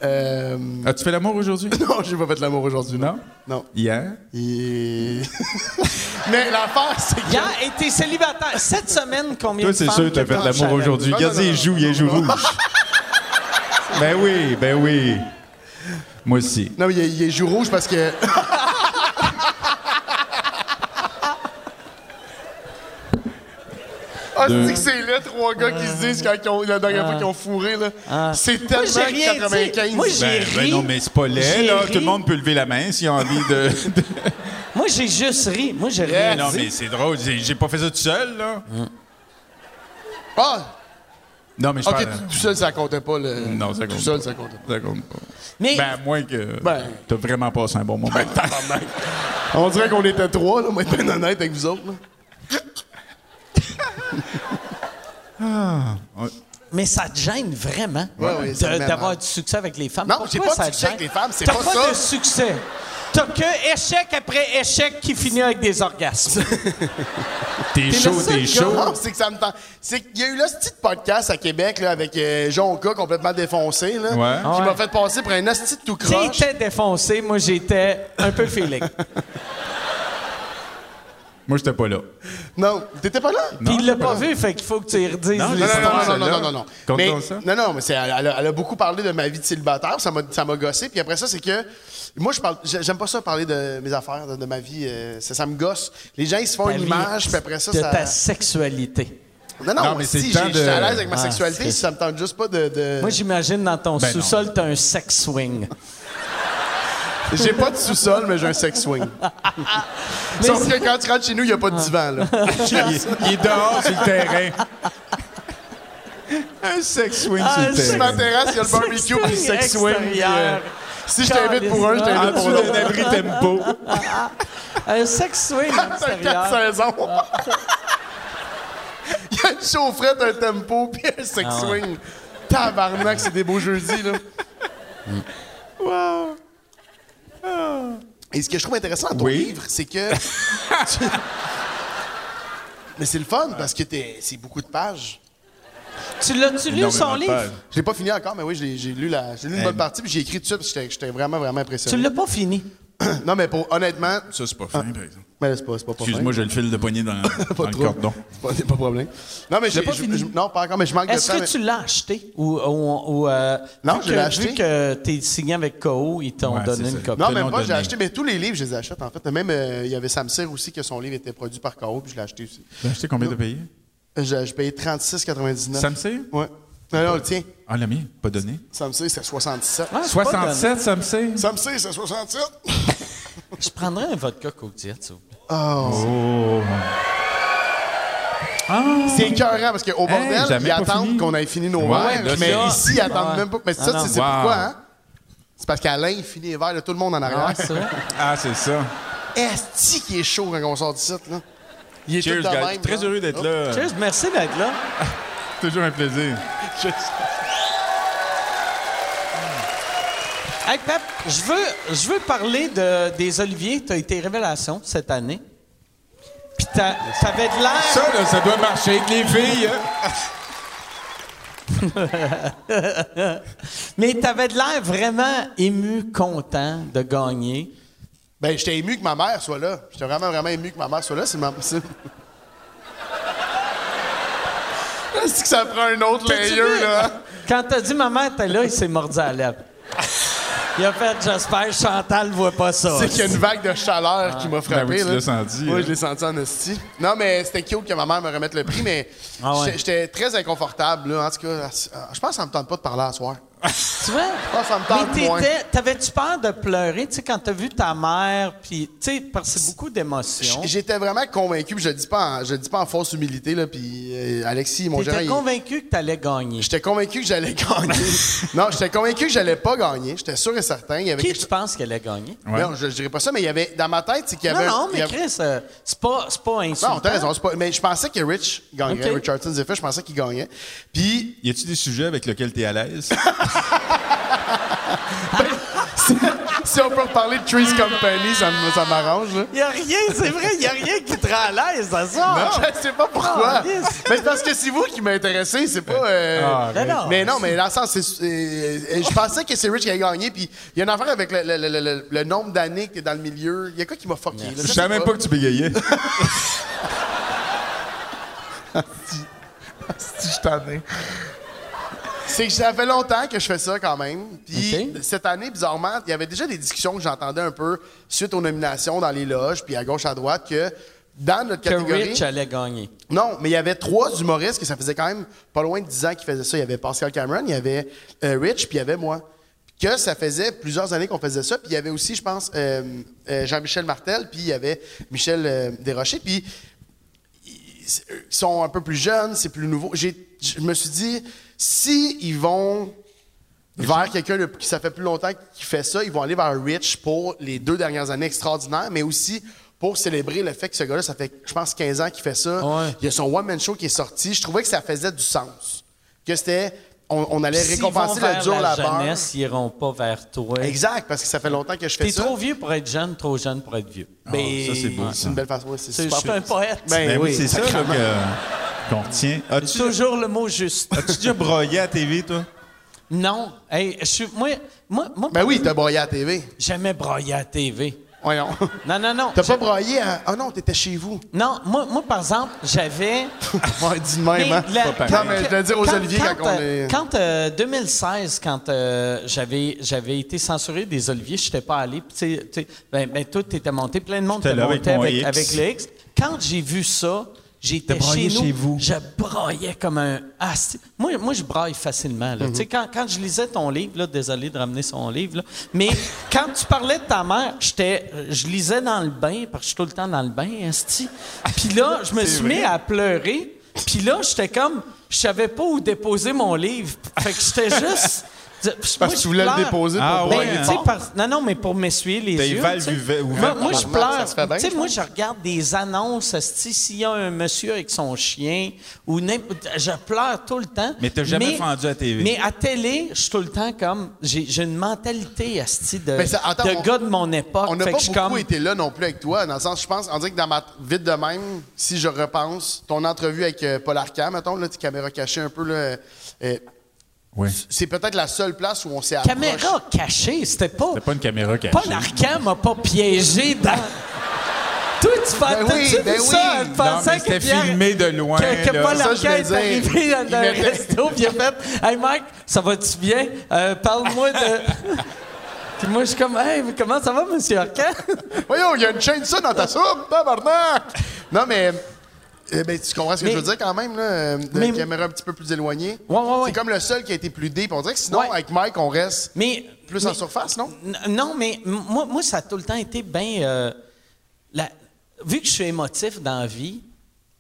[SPEAKER 2] Euh,
[SPEAKER 7] As-tu fait l'amour aujourd'hui?
[SPEAKER 2] Non, j'ai pas fait de l'amour aujourd'hui.
[SPEAKER 7] Non?
[SPEAKER 2] Non.
[SPEAKER 7] Hier?
[SPEAKER 2] Il- Mais l'affaire, c'est que.
[SPEAKER 3] Hier, et t'es célibataire. Cette semaine, combien
[SPEAKER 7] Toi,
[SPEAKER 3] de
[SPEAKER 7] c'est
[SPEAKER 3] femmes
[SPEAKER 7] sûr que t'as
[SPEAKER 3] que
[SPEAKER 7] fait de l'amour
[SPEAKER 3] couché avec?
[SPEAKER 7] aujourd'hui.
[SPEAKER 2] Non,
[SPEAKER 7] Regarde,
[SPEAKER 2] non, non,
[SPEAKER 7] il joue, il joue rouge. ben oui, ben oui. Moi aussi.
[SPEAKER 2] Non, mais il, est- il est joue rouge parce que. Ah,
[SPEAKER 7] Deux.
[SPEAKER 2] c'est que c'est là, trois gars qui se disent quand ils ont, la dernière fois qu'ils ont fourré, là. C'est tellement
[SPEAKER 3] Ah. Moi, j'ai rien dit.
[SPEAKER 2] 95.
[SPEAKER 3] Moi, j'ai-
[SPEAKER 7] Ben, ben non, mais c'est pas laid,
[SPEAKER 3] J'ai
[SPEAKER 7] là.
[SPEAKER 3] ri.
[SPEAKER 7] Tout le monde peut lever la main s'il a envie de. de-
[SPEAKER 3] Moi, j'ai juste ri. Moi, j'ai
[SPEAKER 2] Eh,
[SPEAKER 3] rien
[SPEAKER 7] non,
[SPEAKER 3] dit.
[SPEAKER 7] mais c'est drôle. J'ai j'ai pas fait ça tout seul, là.
[SPEAKER 2] Ah,
[SPEAKER 7] Non, mais je
[SPEAKER 2] ok,
[SPEAKER 7] parle.
[SPEAKER 2] tout- tout seul, ça comptait pas. Le...
[SPEAKER 7] Non, ça compte
[SPEAKER 2] Tout seul,
[SPEAKER 7] pas.
[SPEAKER 2] ça comptait
[SPEAKER 7] Ça compte pas.
[SPEAKER 3] Mais-
[SPEAKER 7] Ben, à moins que.
[SPEAKER 2] Ben.
[SPEAKER 7] T'as vraiment passé un bon moment.
[SPEAKER 2] pas. On dirait qu'on était trois, là, on va être bien honnête avec vous autres. là.
[SPEAKER 3] Mais ça te gêne vraiment
[SPEAKER 2] Ouais, ouais,
[SPEAKER 3] de-
[SPEAKER 2] ça me met
[SPEAKER 3] d'avoir
[SPEAKER 2] mal.
[SPEAKER 3] du succès avec les femmes.
[SPEAKER 2] Non,
[SPEAKER 3] Pourquoi
[SPEAKER 2] j'ai pas de
[SPEAKER 3] ça te
[SPEAKER 2] succès avec
[SPEAKER 3] gêne?
[SPEAKER 2] les femmes, c'est
[SPEAKER 3] T'as
[SPEAKER 2] pas
[SPEAKER 3] pas
[SPEAKER 2] ça.
[SPEAKER 3] de succès. T'as que échec après échec qui finit avec des orgasmes.
[SPEAKER 7] T'es chaud, t'es chaud.
[SPEAKER 2] Non, c'est que ça me tente. C'est qu'il y a eu le petit podcast à Québec là, avec euh, Jonca complètement défoncé là,
[SPEAKER 7] Ouais.
[SPEAKER 2] qui
[SPEAKER 3] Ouais.
[SPEAKER 2] m'a fait passer pour un hostie de tout croche.
[SPEAKER 3] T'étais défoncé, moi j'étais un peu feeling.
[SPEAKER 7] Moi, j'étais pas là.
[SPEAKER 2] Non, t'étais pas là?
[SPEAKER 3] Puis il l'a pas vu, fait qu'il faut que tu y redises
[SPEAKER 7] Non,
[SPEAKER 2] Non,
[SPEAKER 3] l'histoire.
[SPEAKER 2] non, non, non,
[SPEAKER 7] L'histoire,
[SPEAKER 2] non, non,
[SPEAKER 7] Ah, celle-là.
[SPEAKER 2] non, non.
[SPEAKER 7] Compte-nous
[SPEAKER 2] Mais,
[SPEAKER 7] ça.
[SPEAKER 2] non, non, mais c'est, elle, elle a- elle a beaucoup parlé de ma vie de célibataire, ça m'a, ça m'a gossé. Puis après ça, c'est que moi, je parle, j'ai- j'aime pas ça parler de mes affaires, de, de ma vie. euh, ça, ça me gosse. Les gens, ils se font
[SPEAKER 3] Ta
[SPEAKER 2] une
[SPEAKER 3] vie
[SPEAKER 2] image, puis après ça,
[SPEAKER 3] de
[SPEAKER 2] ça.
[SPEAKER 3] ta sexualité.
[SPEAKER 2] Non, non,
[SPEAKER 7] Non, mais c'est
[SPEAKER 2] si,
[SPEAKER 7] le temps
[SPEAKER 2] j'ai- j'étais à
[SPEAKER 7] de-
[SPEAKER 2] l'aise avec ma
[SPEAKER 3] Ah,
[SPEAKER 2] sexualité,
[SPEAKER 3] c'est-
[SPEAKER 2] si ça me tente juste pas de. de-
[SPEAKER 3] Moi, j'imagine dans ton
[SPEAKER 7] Ben non.
[SPEAKER 3] sous-sol, t'as un sex swing.
[SPEAKER 2] j'ai pas de sous-sol, mais j'ai un sex swing. Sauf que quand tu rentres chez nous, il n'y a
[SPEAKER 3] Ah.
[SPEAKER 2] pas de divan, là.
[SPEAKER 7] Il est dehors sur le terrain. Un sex swing
[SPEAKER 3] Ah,
[SPEAKER 7] sur le
[SPEAKER 3] un
[SPEAKER 2] Sur ma
[SPEAKER 7] terrain.
[SPEAKER 2] terrasse, il y a le barbecue, puis le sex swing. puis, euh,
[SPEAKER 3] Extérieur.
[SPEAKER 2] Si je t'invite pour un, je
[SPEAKER 7] En
[SPEAKER 2] t'invite pour
[SPEAKER 7] dessous
[SPEAKER 2] l'autre.
[SPEAKER 7] d'un abri tempo.
[SPEAKER 3] Un sex swing
[SPEAKER 2] T'as quatre
[SPEAKER 3] extérieur.
[SPEAKER 2] saisons. Il y a une chaufferette, un tempo, puis un sex swing. Tabarnak, c'est des beaux jeudis, là. wow. Ah. Et ce que je trouve intéressant dans ton
[SPEAKER 7] Oui.
[SPEAKER 2] livre, c'est que. Mais c'est le fun parce que t'es- c'est beaucoup de pages.
[SPEAKER 3] Tu l'as-tu lu, son
[SPEAKER 7] Énormément de
[SPEAKER 3] livre?
[SPEAKER 7] pages.
[SPEAKER 2] Je l'ai pas fini encore, mais oui, j'ai j'ai lu, la, j'ai lu
[SPEAKER 7] Eh.
[SPEAKER 2] une bonne partie, puis j'ai écrit tout ça, puis j'étais- j'étais vraiment, vraiment
[SPEAKER 3] Tu
[SPEAKER 2] impressionné.
[SPEAKER 3] l'as pas fini.
[SPEAKER 2] Non, mais pour honnêtement,
[SPEAKER 7] Ça, c'est Ah. pas fin, par exemple.
[SPEAKER 2] mais c'est pas, c'est pas pas
[SPEAKER 7] Excuse-moi, j'ai le fil de poignée dans, dans le
[SPEAKER 2] trop.
[SPEAKER 7] cordon.
[SPEAKER 2] C'est pas, c'est pas problème. Non, mais j'ai
[SPEAKER 7] pas
[SPEAKER 2] je-
[SPEAKER 7] fini.
[SPEAKER 2] je- Non, pas encore, mais je manque de temps.
[SPEAKER 3] Est-ce que
[SPEAKER 2] mais-
[SPEAKER 3] tu l'as acheté? Ou, ou- ou, euh,
[SPEAKER 2] Non,
[SPEAKER 3] vu
[SPEAKER 2] je
[SPEAKER 3] que-
[SPEAKER 2] l'ai acheté.
[SPEAKER 3] Vu que t'es signé avec KO, ils t'ont
[SPEAKER 7] Ouais,
[SPEAKER 3] donné
[SPEAKER 7] c'est
[SPEAKER 3] une
[SPEAKER 7] ça.
[SPEAKER 3] copie.
[SPEAKER 2] Non,
[SPEAKER 7] te
[SPEAKER 2] même
[SPEAKER 7] l'ont
[SPEAKER 2] pas, j'ai
[SPEAKER 7] donné.
[SPEAKER 2] acheté, mais tous les livres, je les achète, en fait. Même, euh, il y avait Sam Cyr aussi, que son livre était produit par K.O., puis je l'ai acheté aussi.
[SPEAKER 7] T'as acheté combien de pays?
[SPEAKER 2] Euh, J'ai j'ai payé 36,99.
[SPEAKER 7] Sam Cyr?
[SPEAKER 2] Ouais. Non, non, le tien.
[SPEAKER 7] Ah, la mienne, pas donné.
[SPEAKER 2] Sam Cyr, c'est 67.
[SPEAKER 3] Ah, c'est pas donné.
[SPEAKER 9] 67, ça me sait.
[SPEAKER 2] Sam Cyr, c'est 67.
[SPEAKER 3] Je prendrais un vodka Coke Diet, s'il vous plaît.
[SPEAKER 2] C'est écœurant, parce qu'au bordel,
[SPEAKER 7] j'avais
[SPEAKER 2] ils
[SPEAKER 7] pas
[SPEAKER 2] attendent
[SPEAKER 7] fini.
[SPEAKER 2] qu'on ait fini nos
[SPEAKER 7] Ouais,
[SPEAKER 2] verres,
[SPEAKER 7] là,
[SPEAKER 2] mais
[SPEAKER 7] ça.
[SPEAKER 2] ici, ils attendent même pas. Mais ça,
[SPEAKER 3] non.
[SPEAKER 2] tu sais, c'est
[SPEAKER 7] Wow.
[SPEAKER 2] pourquoi, hein? C'est parce qu'Alain, il finit les verres de tout le monde en
[SPEAKER 3] Ah,
[SPEAKER 2] arrière.
[SPEAKER 3] c'est vrai?
[SPEAKER 7] Ah, c'est ça.
[SPEAKER 2] Est-ce qui est chaud quand on sort du site, là? Il est
[SPEAKER 7] Cheers,
[SPEAKER 2] tout le temps
[SPEAKER 7] guys.
[SPEAKER 2] même,
[SPEAKER 7] Très
[SPEAKER 2] là. Oh.
[SPEAKER 7] heureux d'être là.
[SPEAKER 3] Cheers, merci d'être là.
[SPEAKER 7] Toujours un plaisir.
[SPEAKER 3] Hey, Pep, je veux, je veux parler de, des Oliviers. Tu as été révélation cette année. Puis t'a- t'avais de l'air.
[SPEAKER 7] Ça, là, ça doit marcher avec les filles. hein.
[SPEAKER 3] Mais t'avais de l'air vraiment ému, content de gagner.
[SPEAKER 2] Ben, j'étais ému que ma mère soit là. J'étais vraiment, vraiment ému que ma mère soit là, c'est ma possible. Est-ce que ça prend un autre
[SPEAKER 3] T'as-tu
[SPEAKER 2] layer,
[SPEAKER 3] vu?
[SPEAKER 2] là?
[SPEAKER 3] Quand t'as dit maman, t'es là, il s'est mordu à la lèvre. Il a fait J'espère Chantal voit pas ça.
[SPEAKER 2] C'est qu'il y a une vague de chaleur qui m'a frappé.
[SPEAKER 7] Ben oui, tu
[SPEAKER 2] là.
[SPEAKER 7] l'as senti,
[SPEAKER 2] Oui,
[SPEAKER 7] hein.
[SPEAKER 2] je l'ai senti en esti. Non, mais c'était cute que ma mère me remette le prix, mais
[SPEAKER 3] Ah ouais.
[SPEAKER 2] j'étais- j'étais très inconfortable, là. En tout cas, euh, je pense que ça me tente pas de parler à soir.
[SPEAKER 3] Tu vois?
[SPEAKER 2] Ah, ça me tente
[SPEAKER 3] Mais
[SPEAKER 2] moins.
[SPEAKER 3] t'étais- t'avais-tu peur de pleurer, tu sais, quand t'as vu ta mère, puis, tu sais, parce que c'est beaucoup d'émotions.
[SPEAKER 2] J- J'étais vraiment convaincu, puis je le dis pas en, je le dis pas en fausse humilité, là, puis euh, Alexis, mon gérant,
[SPEAKER 3] T'étais
[SPEAKER 2] il-
[SPEAKER 3] convaincu que t'allais gagner.
[SPEAKER 2] J'étais convaincu que j'allais gagner. non, j'étais convaincu que j'allais pas gagner. J'étais sûr et certain. Il y avait
[SPEAKER 3] Qui
[SPEAKER 2] quelque
[SPEAKER 3] tu penses qu'elle allait gagner?
[SPEAKER 7] Ouais.
[SPEAKER 2] Non, je, je dirais pas ça, mais il y avait dans ma tête, c'est qu'il y
[SPEAKER 3] Non,
[SPEAKER 2] avait.
[SPEAKER 3] non,
[SPEAKER 2] il y
[SPEAKER 3] mais
[SPEAKER 2] avait-
[SPEAKER 3] Chris, euh, c'est pas, c'est pas insultant.
[SPEAKER 2] Non, t'as raison. c'est pas- Mais je pensais que Rich gagnait.
[SPEAKER 3] Ok.
[SPEAKER 2] Richardson Zephyr, je pensais qu'il gagnait. Puis,
[SPEAKER 7] Y a-tu des sujets avec lesquels t'es à l'aise?
[SPEAKER 2] si on peut reparler de Trees Company, ça, me- ça m'arrange. là.
[SPEAKER 3] Il y a rien, c'est vrai, il y a rien qui te rend à l'aise à ça.
[SPEAKER 2] Je sais pas pourquoi.
[SPEAKER 3] Ah, yes.
[SPEAKER 2] mais c'est parce que c'est vous qui m'intéressez, c'est pas. euh,
[SPEAKER 7] Ah,
[SPEAKER 3] Mais non.
[SPEAKER 2] mais non, mais dans le sens, c'est- c'est- je pensais que c'est Rich qui a gagné. Puis, il y a une affaire avec le, le- le- le- le- le nombre d'années que t'es dans le milieu. Il y a quoi qui m'a fucké? là,
[SPEAKER 7] Je
[SPEAKER 2] sais
[SPEAKER 7] savais même pas que tu bégayais.
[SPEAKER 2] Si je t'en ai. C'est que ça fait longtemps que je fais ça quand même. Puis
[SPEAKER 3] Ok.
[SPEAKER 2] cette année, bizarrement, il y avait déjà des discussions que j'entendais un peu suite aux nominations dans les loges, puis à gauche, à droite, que dans notre
[SPEAKER 3] Que
[SPEAKER 2] catégorie.
[SPEAKER 3] Rich allait gagner.
[SPEAKER 2] Non, mais il y avait trois humoristes que ça faisait quand même pas loin de 10 ans qu'ils faisaient ça. Il y avait Pascal Cameron, il y avait euh, Rich, puis il y avait moi. Que ça faisait plusieurs années qu'on faisait ça. Puis il y avait aussi, je pense, euh, euh, Jean-Michel Martel, puis il y avait Michel euh, Desrochers. Puis ils sont un peu plus jeunes, c'est plus nouveau. J'ai- Je me suis dit, si ils vont vers quelqu'un de- qui ça fait plus longtemps qu'il fait ça, ils vont aller vers Rich pour les deux dernières années extraordinaires, mais aussi pour célébrer le fait que ce gars-là, ça fait, je pense, 15 ans qu'il fait ça.
[SPEAKER 3] Ouais.
[SPEAKER 2] Il y a son one-man show qui est sorti. Je trouvais que ça faisait du sens. Que c'était on, on allait
[SPEAKER 3] S'ils
[SPEAKER 2] récompenser
[SPEAKER 3] vont
[SPEAKER 2] le
[SPEAKER 3] vers
[SPEAKER 2] dur
[SPEAKER 3] la
[SPEAKER 2] labeur.
[SPEAKER 3] jeunesse, ils iront pas vers toi.
[SPEAKER 2] Exact, parce que ça fait longtemps que je fais
[SPEAKER 3] T'es
[SPEAKER 2] ça.
[SPEAKER 3] trop vieux pour être jeune, trop jeune pour être vieux. Mais-
[SPEAKER 7] ça, c'est beau, ça.
[SPEAKER 2] C'est une belle façon, ouais, c'est
[SPEAKER 3] C'est- Je
[SPEAKER 2] super.
[SPEAKER 3] suis un poète.
[SPEAKER 2] Ben
[SPEAKER 7] Ben oui,
[SPEAKER 2] oui,
[SPEAKER 7] c'est ça là,
[SPEAKER 2] sacrément.
[SPEAKER 7] que- qu'on retient. As-tu
[SPEAKER 3] Toujours le mot juste.
[SPEAKER 7] as-tu déjà broyé à TV, toi?
[SPEAKER 3] non. Hey, je suis. Moi, moi, moi
[SPEAKER 2] Ben oui, t'as broyé à la TV.
[SPEAKER 3] jamais broyé à la TV.
[SPEAKER 2] Voyons.
[SPEAKER 3] Non, non, non.
[SPEAKER 2] T'as pas broyé à... Ah non, t'étais chez vous.
[SPEAKER 3] Non, moi, moi, par exemple, j'avais.
[SPEAKER 2] Ouais, dis de même,
[SPEAKER 3] Mais
[SPEAKER 2] hein.
[SPEAKER 3] la-
[SPEAKER 2] Non, mais je voulais dire aux
[SPEAKER 3] quand-
[SPEAKER 2] Oliviers quand, on
[SPEAKER 3] euh,
[SPEAKER 2] est...
[SPEAKER 3] quand, euh, 2016, quand euh, j'avais, j'avais été censuré des Oliviers, je n'étais pas allé. puis tu sais- tu sais, ben, ben, tout était monté, plein de monde
[SPEAKER 7] J'étais
[SPEAKER 3] était
[SPEAKER 7] là avec
[SPEAKER 3] monté
[SPEAKER 7] mon
[SPEAKER 3] avec,
[SPEAKER 7] X.
[SPEAKER 3] avec le X. Quand j'ai vu ça, j'étais chez nous. Je braillais comme un. asti. moi, moi, je braille facilement.
[SPEAKER 2] Mhm.
[SPEAKER 3] là. Tu sais, quand, quand je lisais ton livre, là, désolé de ramener son livre, là, mais quand tu parlais de ta mère, j'étais, je lisais dans le bain, parce que je suis tout le temps dans le bain, asti. Puis là, je me suis mis à pleurer. Puis là, j'étais comme, je savais pas où déposer mon livre. Fait que j'étais juste. Parce
[SPEAKER 2] Parce que tu voulais le déposer pour
[SPEAKER 7] Ah
[SPEAKER 2] pas
[SPEAKER 7] ouais,
[SPEAKER 2] broyer.
[SPEAKER 3] ben, tu sais, par- Non, non, mais pour m'essuyer les
[SPEAKER 7] T'as les
[SPEAKER 3] yeux.
[SPEAKER 7] valves
[SPEAKER 3] tu sais.
[SPEAKER 7] ouver-
[SPEAKER 3] Moi,
[SPEAKER 7] ouvertes.
[SPEAKER 3] moi, je
[SPEAKER 2] Normal,
[SPEAKER 3] pleure.
[SPEAKER 2] ça se fait bien,
[SPEAKER 3] Tu sais,
[SPEAKER 2] je
[SPEAKER 3] moi, je regarde des annonces. esti, S'il y a un monsieur avec son chien, ou n'importe- je pleure tout le temps.
[SPEAKER 7] Mais t'as jamais fendu à TV.
[SPEAKER 3] Mais à télé, je suis tout le temps comme. J'ai j'ai une mentalité, asti, de,
[SPEAKER 2] Mais Ben, ça- attends,
[SPEAKER 3] de
[SPEAKER 2] on-
[SPEAKER 3] gars de mon époque.
[SPEAKER 2] On n'a
[SPEAKER 3] Fait
[SPEAKER 2] pas
[SPEAKER 3] que je suis
[SPEAKER 2] beaucoup
[SPEAKER 3] comme-
[SPEAKER 2] été là non plus avec toi, dans le sens, je pense, on dirait que dans ma vite de même, si je repense, ton entrevue avec euh, Paul Arcand, mettons, là, tes caméras cachées un peu, là, euh,
[SPEAKER 7] Oui.
[SPEAKER 2] c'est peut-être la seule place où on s'est approché.
[SPEAKER 3] Caméra cachée, c'était pas.
[SPEAKER 7] T'as pas une caméra cachée.
[SPEAKER 3] Paul Arcand m'a pas piégé dans. Toi, tu fais
[SPEAKER 2] Ben
[SPEAKER 3] t'as-tu
[SPEAKER 2] oui,
[SPEAKER 3] vu
[SPEAKER 2] ben
[SPEAKER 3] ça
[SPEAKER 2] oui.
[SPEAKER 3] en
[SPEAKER 7] Non,
[SPEAKER 3] pensant
[SPEAKER 7] mais
[SPEAKER 3] que
[SPEAKER 7] c'était
[SPEAKER 3] Pierre-
[SPEAKER 7] filmé de loin.
[SPEAKER 3] Que, que
[SPEAKER 7] là.
[SPEAKER 3] Paul
[SPEAKER 2] Ça, je
[SPEAKER 3] Arcand
[SPEAKER 2] voulais
[SPEAKER 3] est
[SPEAKER 2] dire.
[SPEAKER 3] arrivé dans,
[SPEAKER 2] Il
[SPEAKER 3] dans un
[SPEAKER 2] mettait-
[SPEAKER 3] resto, puis il a fait Hey Mike, ça va-tu bien? Euh, Parle-moi de. puis moi, je suis comme Hey, mais comment ça va, monsieur Arcand?
[SPEAKER 2] Voyons, il y a une chaîne de ça dans ta soupe, tabarnak! Non, mais. eh ben, tu comprends ce que
[SPEAKER 3] Mais-
[SPEAKER 2] je veux dire quand même, là, euh, de
[SPEAKER 3] Mais-
[SPEAKER 2] caméra un petit peu plus éloignée.
[SPEAKER 3] Ouais, ouais, ouais.
[SPEAKER 2] C'est comme le seul qui a été plus deep. On dirait que sinon,
[SPEAKER 3] Ouais.
[SPEAKER 2] avec Mike, on reste
[SPEAKER 3] mais.
[SPEAKER 2] plus en
[SPEAKER 3] mais-
[SPEAKER 2] surface, non?
[SPEAKER 3] N- Non, mais m- moi, moi, ça a tout le temps été bien. euh, la- vu que je suis émotif dans la vie,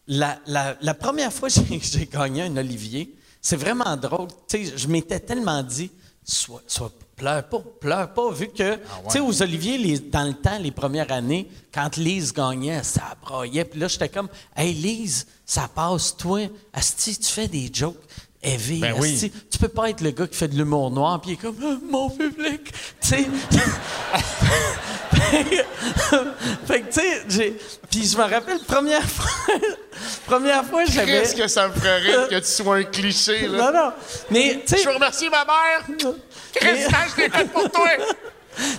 [SPEAKER 3] la, la- la première fois que j'ai- que j'ai gagné un Olivier, c'est vraiment drôle. Tu sais, je m'étais tellement dit, sois, sois- pleure pas, pleure pas, vu
[SPEAKER 7] Ah
[SPEAKER 3] que, tu sais, aux Oliviers, les- dans le temps, les premières années, quand Lise gagnait, ça broyait. Puis là, j'étais comme, hey, Lise, ça passe, toi, Asti, tu fais des jokes. heavy,
[SPEAKER 7] Ben oui.
[SPEAKER 3] Asti, tu peux pas être le gars qui fait de l'humour noir puis il est comme Ah, mon public, tu sais. fait que tu sais, j'ai- puis je me rappelle première fois, première fois j'avais.
[SPEAKER 2] Qu'est-ce que ça me ferait rire que tu sois un cliché, là?
[SPEAKER 3] Non non, mais tu
[SPEAKER 2] Je veux
[SPEAKER 3] sais,
[SPEAKER 2] remercier ma mère!
[SPEAKER 3] mais-
[SPEAKER 2] Christian, je l'ai fait pour toi!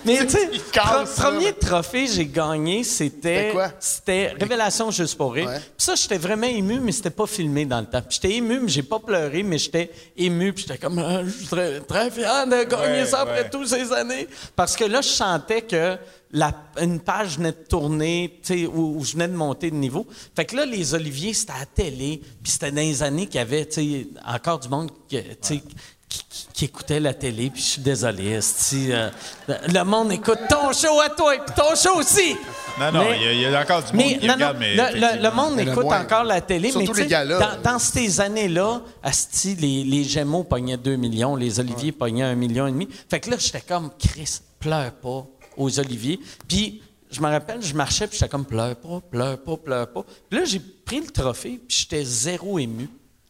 [SPEAKER 3] mais tu sais,
[SPEAKER 2] Il casse,
[SPEAKER 3] pre-
[SPEAKER 2] là.
[SPEAKER 3] premier trophée que j'ai gagné c'était
[SPEAKER 2] C'était quoi?
[SPEAKER 3] c'était Révélation juste pour rire.
[SPEAKER 2] Ouais.
[SPEAKER 3] Puis ça j'étais vraiment ému mais c'était pas filmé dans le temps. Puis J'étais ému mais j'ai pas pleuré mais j'étais ému puis j'étais comme Ah, je suis très, très fier de gagner
[SPEAKER 7] Ouais,
[SPEAKER 3] ça après
[SPEAKER 7] ouais.
[SPEAKER 3] toutes ces années. Parce que là, je sentais que la, une page venait de tourner, tu sais, où, où je venais de monter de niveau. Fait que là, les Oliviers, c'était à la télé, puis c'était dans les années qu'il y avait, tu sais, encore du monde que, tu sais, qui, qui- qui écoutait la télé, puis je suis désolé, esti, euh, le monde écoute ton show à toi, puis ton show aussi!
[SPEAKER 7] Non, non,
[SPEAKER 3] Mais-
[SPEAKER 7] il y a- il y, a encore du monde
[SPEAKER 3] mais,
[SPEAKER 7] qui
[SPEAKER 3] non,
[SPEAKER 7] regarde,
[SPEAKER 3] non,
[SPEAKER 7] mais...
[SPEAKER 3] le, le- le monde
[SPEAKER 2] Mais le
[SPEAKER 3] écoute
[SPEAKER 2] moins.
[SPEAKER 3] encore la télé,
[SPEAKER 2] Surtout
[SPEAKER 3] mais tu
[SPEAKER 2] les
[SPEAKER 3] sais,
[SPEAKER 2] galas.
[SPEAKER 3] dans, dans ces années-là, asti, les, les Gémeaux pognaient 2 millions, les Oliviers pognaient 1 million et demi. Fait que là, j'étais comme, Chris, pleure pas aux Oliviers. Puis, je me rappelle, je marchais, puis j'étais comme, pleure pas, pleure pas, pleure pas. Puis là, j'ai pris le trophée, puis j'étais zéro ému.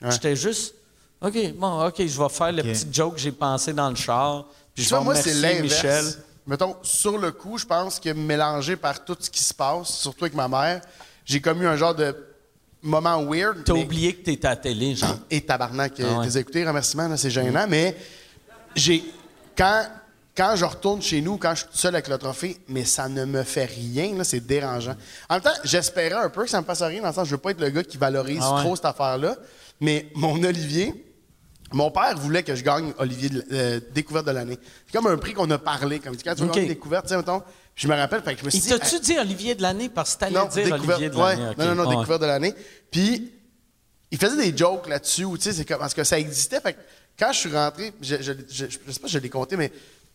[SPEAKER 3] J'étais juste, OK, bon, OK, je vais faire le petit joke que j'ai pensé dans le char,
[SPEAKER 2] Tu
[SPEAKER 3] puis je
[SPEAKER 2] vois,
[SPEAKER 3] vais
[SPEAKER 2] moi, c'est
[SPEAKER 3] remercier Michel.
[SPEAKER 2] l'inverse. Mettons, sur le coup, je pense que mélangé par tout ce qui se passe, surtout avec ma mère, j'ai commis un genre de moment weird.
[SPEAKER 3] T'as
[SPEAKER 2] mais-
[SPEAKER 3] oublié que t'étais à la télé, genre.
[SPEAKER 2] Et tabarnak,
[SPEAKER 3] Ah ouais. Mm.
[SPEAKER 2] euh, des écoutés, remerciements, là, c'est gênant, mais j'ai. Quand, quand je retourne chez nous, quand je suis tout seul avec le trophée, mais ça ne me fait rien, là, c'est dérangeant. En même temps, j'espérais un peu que ça me fasse rien, dans le sens, je veux pas être le gars qui valorise
[SPEAKER 3] Ah ouais.
[SPEAKER 2] trop cette affaire-là, mais mon Olivier. Mon père voulait que je gagne Olivier de- euh, découverte de l'année. C'est comme un prix qu'on a parlé. Comme quand tu veux
[SPEAKER 3] Ok.
[SPEAKER 2] gagner découverte, tu sais, mettons. Je me rappelle, fait que je me suis
[SPEAKER 3] Il
[SPEAKER 2] dit,
[SPEAKER 3] t'a-tu dit Olivier de l'année parce que t'allais
[SPEAKER 2] non,
[SPEAKER 3] dire
[SPEAKER 2] découverte-
[SPEAKER 3] Olivier de
[SPEAKER 2] ouais,
[SPEAKER 3] l'année? ok.
[SPEAKER 2] Non, non, non,
[SPEAKER 3] Ouais.
[SPEAKER 2] découverte de l'année. Puis, il faisait des jokes là-dessus, ou tu sais, c'est comme, parce que ça existait. Fait que quand je suis rentré, je, je, je, je sais pas si je l'ai compté, mais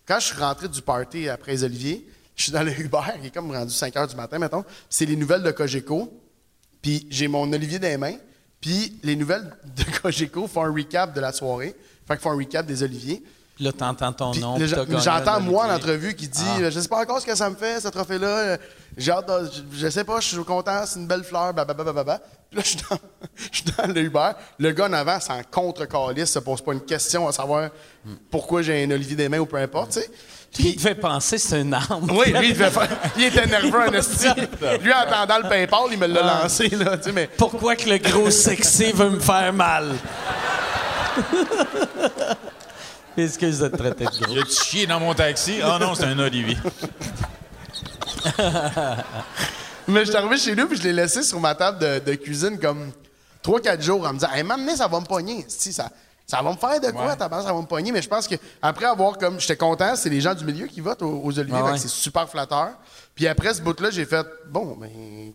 [SPEAKER 2] quand je suis rentré du party après les Olivier, je suis dans le Uber, il est comme rendu 5 heures du matin, mettons. C'est les nouvelles de Cogeco. Puis, j'ai mon Olivier dans les mains. Puis, les nouvelles de Cogeco font un recap de la soirée. Fait qu'ils font un recap des Oliviers.
[SPEAKER 3] Puis là, t'entends ton
[SPEAKER 2] Puis
[SPEAKER 3] nom.
[SPEAKER 2] le-
[SPEAKER 3] Oh puis t'as gagné
[SPEAKER 2] J'entends
[SPEAKER 3] le
[SPEAKER 2] moi en
[SPEAKER 3] loterie.
[SPEAKER 2] entrevue qui dit
[SPEAKER 3] Ah.
[SPEAKER 2] euh, Je sais pas encore ce que ça me fait, ce trophée-là. Euh, J'ai hâte de- je, je sais pas, je suis content, c'est une belle fleur, blablabla. Puis là, je suis dans, je suis dans le Uber. Le gars en avant, c'est en contre-calice, se pose pas une question à savoir pourquoi j'ai un olivier des mains ou peu importe, tu sais.
[SPEAKER 3] Puis il devait penser que c'est une arme.
[SPEAKER 2] Oui, lui, il devait faire- il était nerveux, un
[SPEAKER 3] Il
[SPEAKER 2] esti.
[SPEAKER 3] va
[SPEAKER 2] Lui, en attendant le paintball, il me l'a lancé, là, tu sais, mais.
[SPEAKER 3] Pourquoi que le gros sexy veut me faire mal? Excuse de te traiter de gros.
[SPEAKER 7] Il a chié dans mon taxi. Ah non, c'est un Olivier.
[SPEAKER 2] Mais je suis arrivé chez lui, puis je l'ai laissé sur ma table de, de cuisine comme 3-4 jours en me disant Hey, m'amener, ça va me pogner. Si, ça, ça va me faire de quoi, ta ça va me pogner. Mais je pense que après avoir comme. J'étais content, c'est les gens du milieu qui votent aux, aux Oliviers,
[SPEAKER 3] Ah
[SPEAKER 2] fait que
[SPEAKER 3] ouais.
[SPEAKER 2] c'est super flatteur. Puis après ce bout-là, j'ai fait Bon, ben,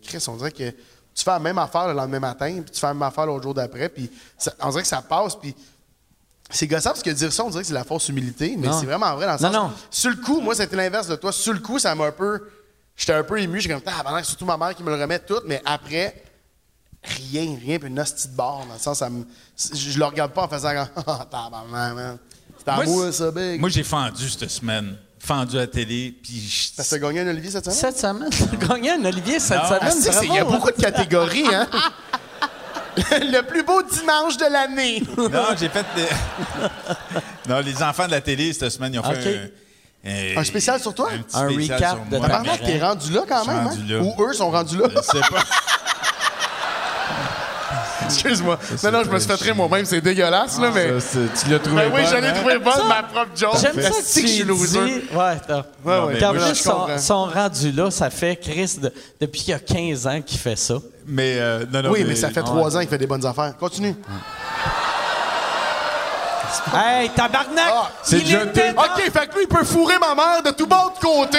[SPEAKER 2] Chris, on dirait que tu fais la même affaire le lendemain matin, puis tu fais la même affaire l'autre jour d'après, puis ça- on dirait que ça passe, puis. C'est gossant parce que dire ça, on dirait que c'est la fausse humilité, mais
[SPEAKER 3] Non.
[SPEAKER 2] c'est vraiment vrai dans le
[SPEAKER 3] Non,
[SPEAKER 2] sens.
[SPEAKER 3] non.
[SPEAKER 2] Sur le coup, moi, c'était l'inverse de toi. Sur le coup, ça m'a un peu. J'étais un peu ému. J'ai comme, ah, pendant surtout ma mère qui me le remet tout, mais après, rien, rien, puis une hostie de barre. Dans le sens, ça me- je le regarde pas en faisant, comme, ah, tabarnak, man. C'est à moi,
[SPEAKER 7] c'est-
[SPEAKER 2] ça, big.
[SPEAKER 7] Moi, j'ai fendu cette semaine. Fendu à la télé. Puis
[SPEAKER 2] T'as gagné un Olivier cette semaine?
[SPEAKER 3] Cette semaine, t'as gagné un Olivier cette
[SPEAKER 7] Non.
[SPEAKER 2] Ah,
[SPEAKER 3] semaine.
[SPEAKER 2] c'est- c'est- Il y a
[SPEAKER 3] bravo, hein.
[SPEAKER 2] beaucoup de catégories, hein? le plus beau dimanche de l'année.
[SPEAKER 7] Non, j'ai fait. des- non, les enfants de la télé, cette semaine, ils ont fait
[SPEAKER 3] Ok.
[SPEAKER 7] un,
[SPEAKER 2] Un spécial sur toi?
[SPEAKER 7] petit
[SPEAKER 3] Un
[SPEAKER 7] spécial
[SPEAKER 3] recap
[SPEAKER 7] sur
[SPEAKER 3] de
[SPEAKER 7] moi.
[SPEAKER 3] ta
[SPEAKER 2] Tabarnak, t'es rendu là quand
[SPEAKER 7] Je suis
[SPEAKER 2] même,
[SPEAKER 7] rendu
[SPEAKER 2] hein?
[SPEAKER 7] là.
[SPEAKER 2] Ou eux sont rendus là.
[SPEAKER 7] Je sais pas.
[SPEAKER 2] Excuse-moi. Non, non, je me suis fait très moi-même, c'est dégueulasse, là, mais.
[SPEAKER 7] tu l'as trouvé.
[SPEAKER 2] Ben oui, j'en ai trouvé bonne,
[SPEAKER 3] Ça-
[SPEAKER 2] ma propre joke.
[SPEAKER 3] J'aime ça que
[SPEAKER 2] C'est
[SPEAKER 3] tu
[SPEAKER 2] que je suis loser.
[SPEAKER 3] dis- Ouais, t'as.
[SPEAKER 2] Ouais, ouais.
[SPEAKER 7] mais
[SPEAKER 3] Car
[SPEAKER 7] moi,
[SPEAKER 3] là,
[SPEAKER 2] je
[SPEAKER 3] son,
[SPEAKER 2] comprends.
[SPEAKER 3] son rendu là, ça fait Chris de- depuis qu'il y a 15 ans qu'il fait ça.
[SPEAKER 7] Mais euh, non, non,
[SPEAKER 2] Oui, mais ça fait trois ans qu'il fait des bonnes affaires. Continue.
[SPEAKER 3] Hey, tabarnak!
[SPEAKER 2] Ah,
[SPEAKER 7] c'est
[SPEAKER 3] il
[SPEAKER 7] déjà
[SPEAKER 3] était
[SPEAKER 7] deux-
[SPEAKER 3] dans-
[SPEAKER 2] OK, fait que lui, il peut fourrer ma mère de tout bord de côté.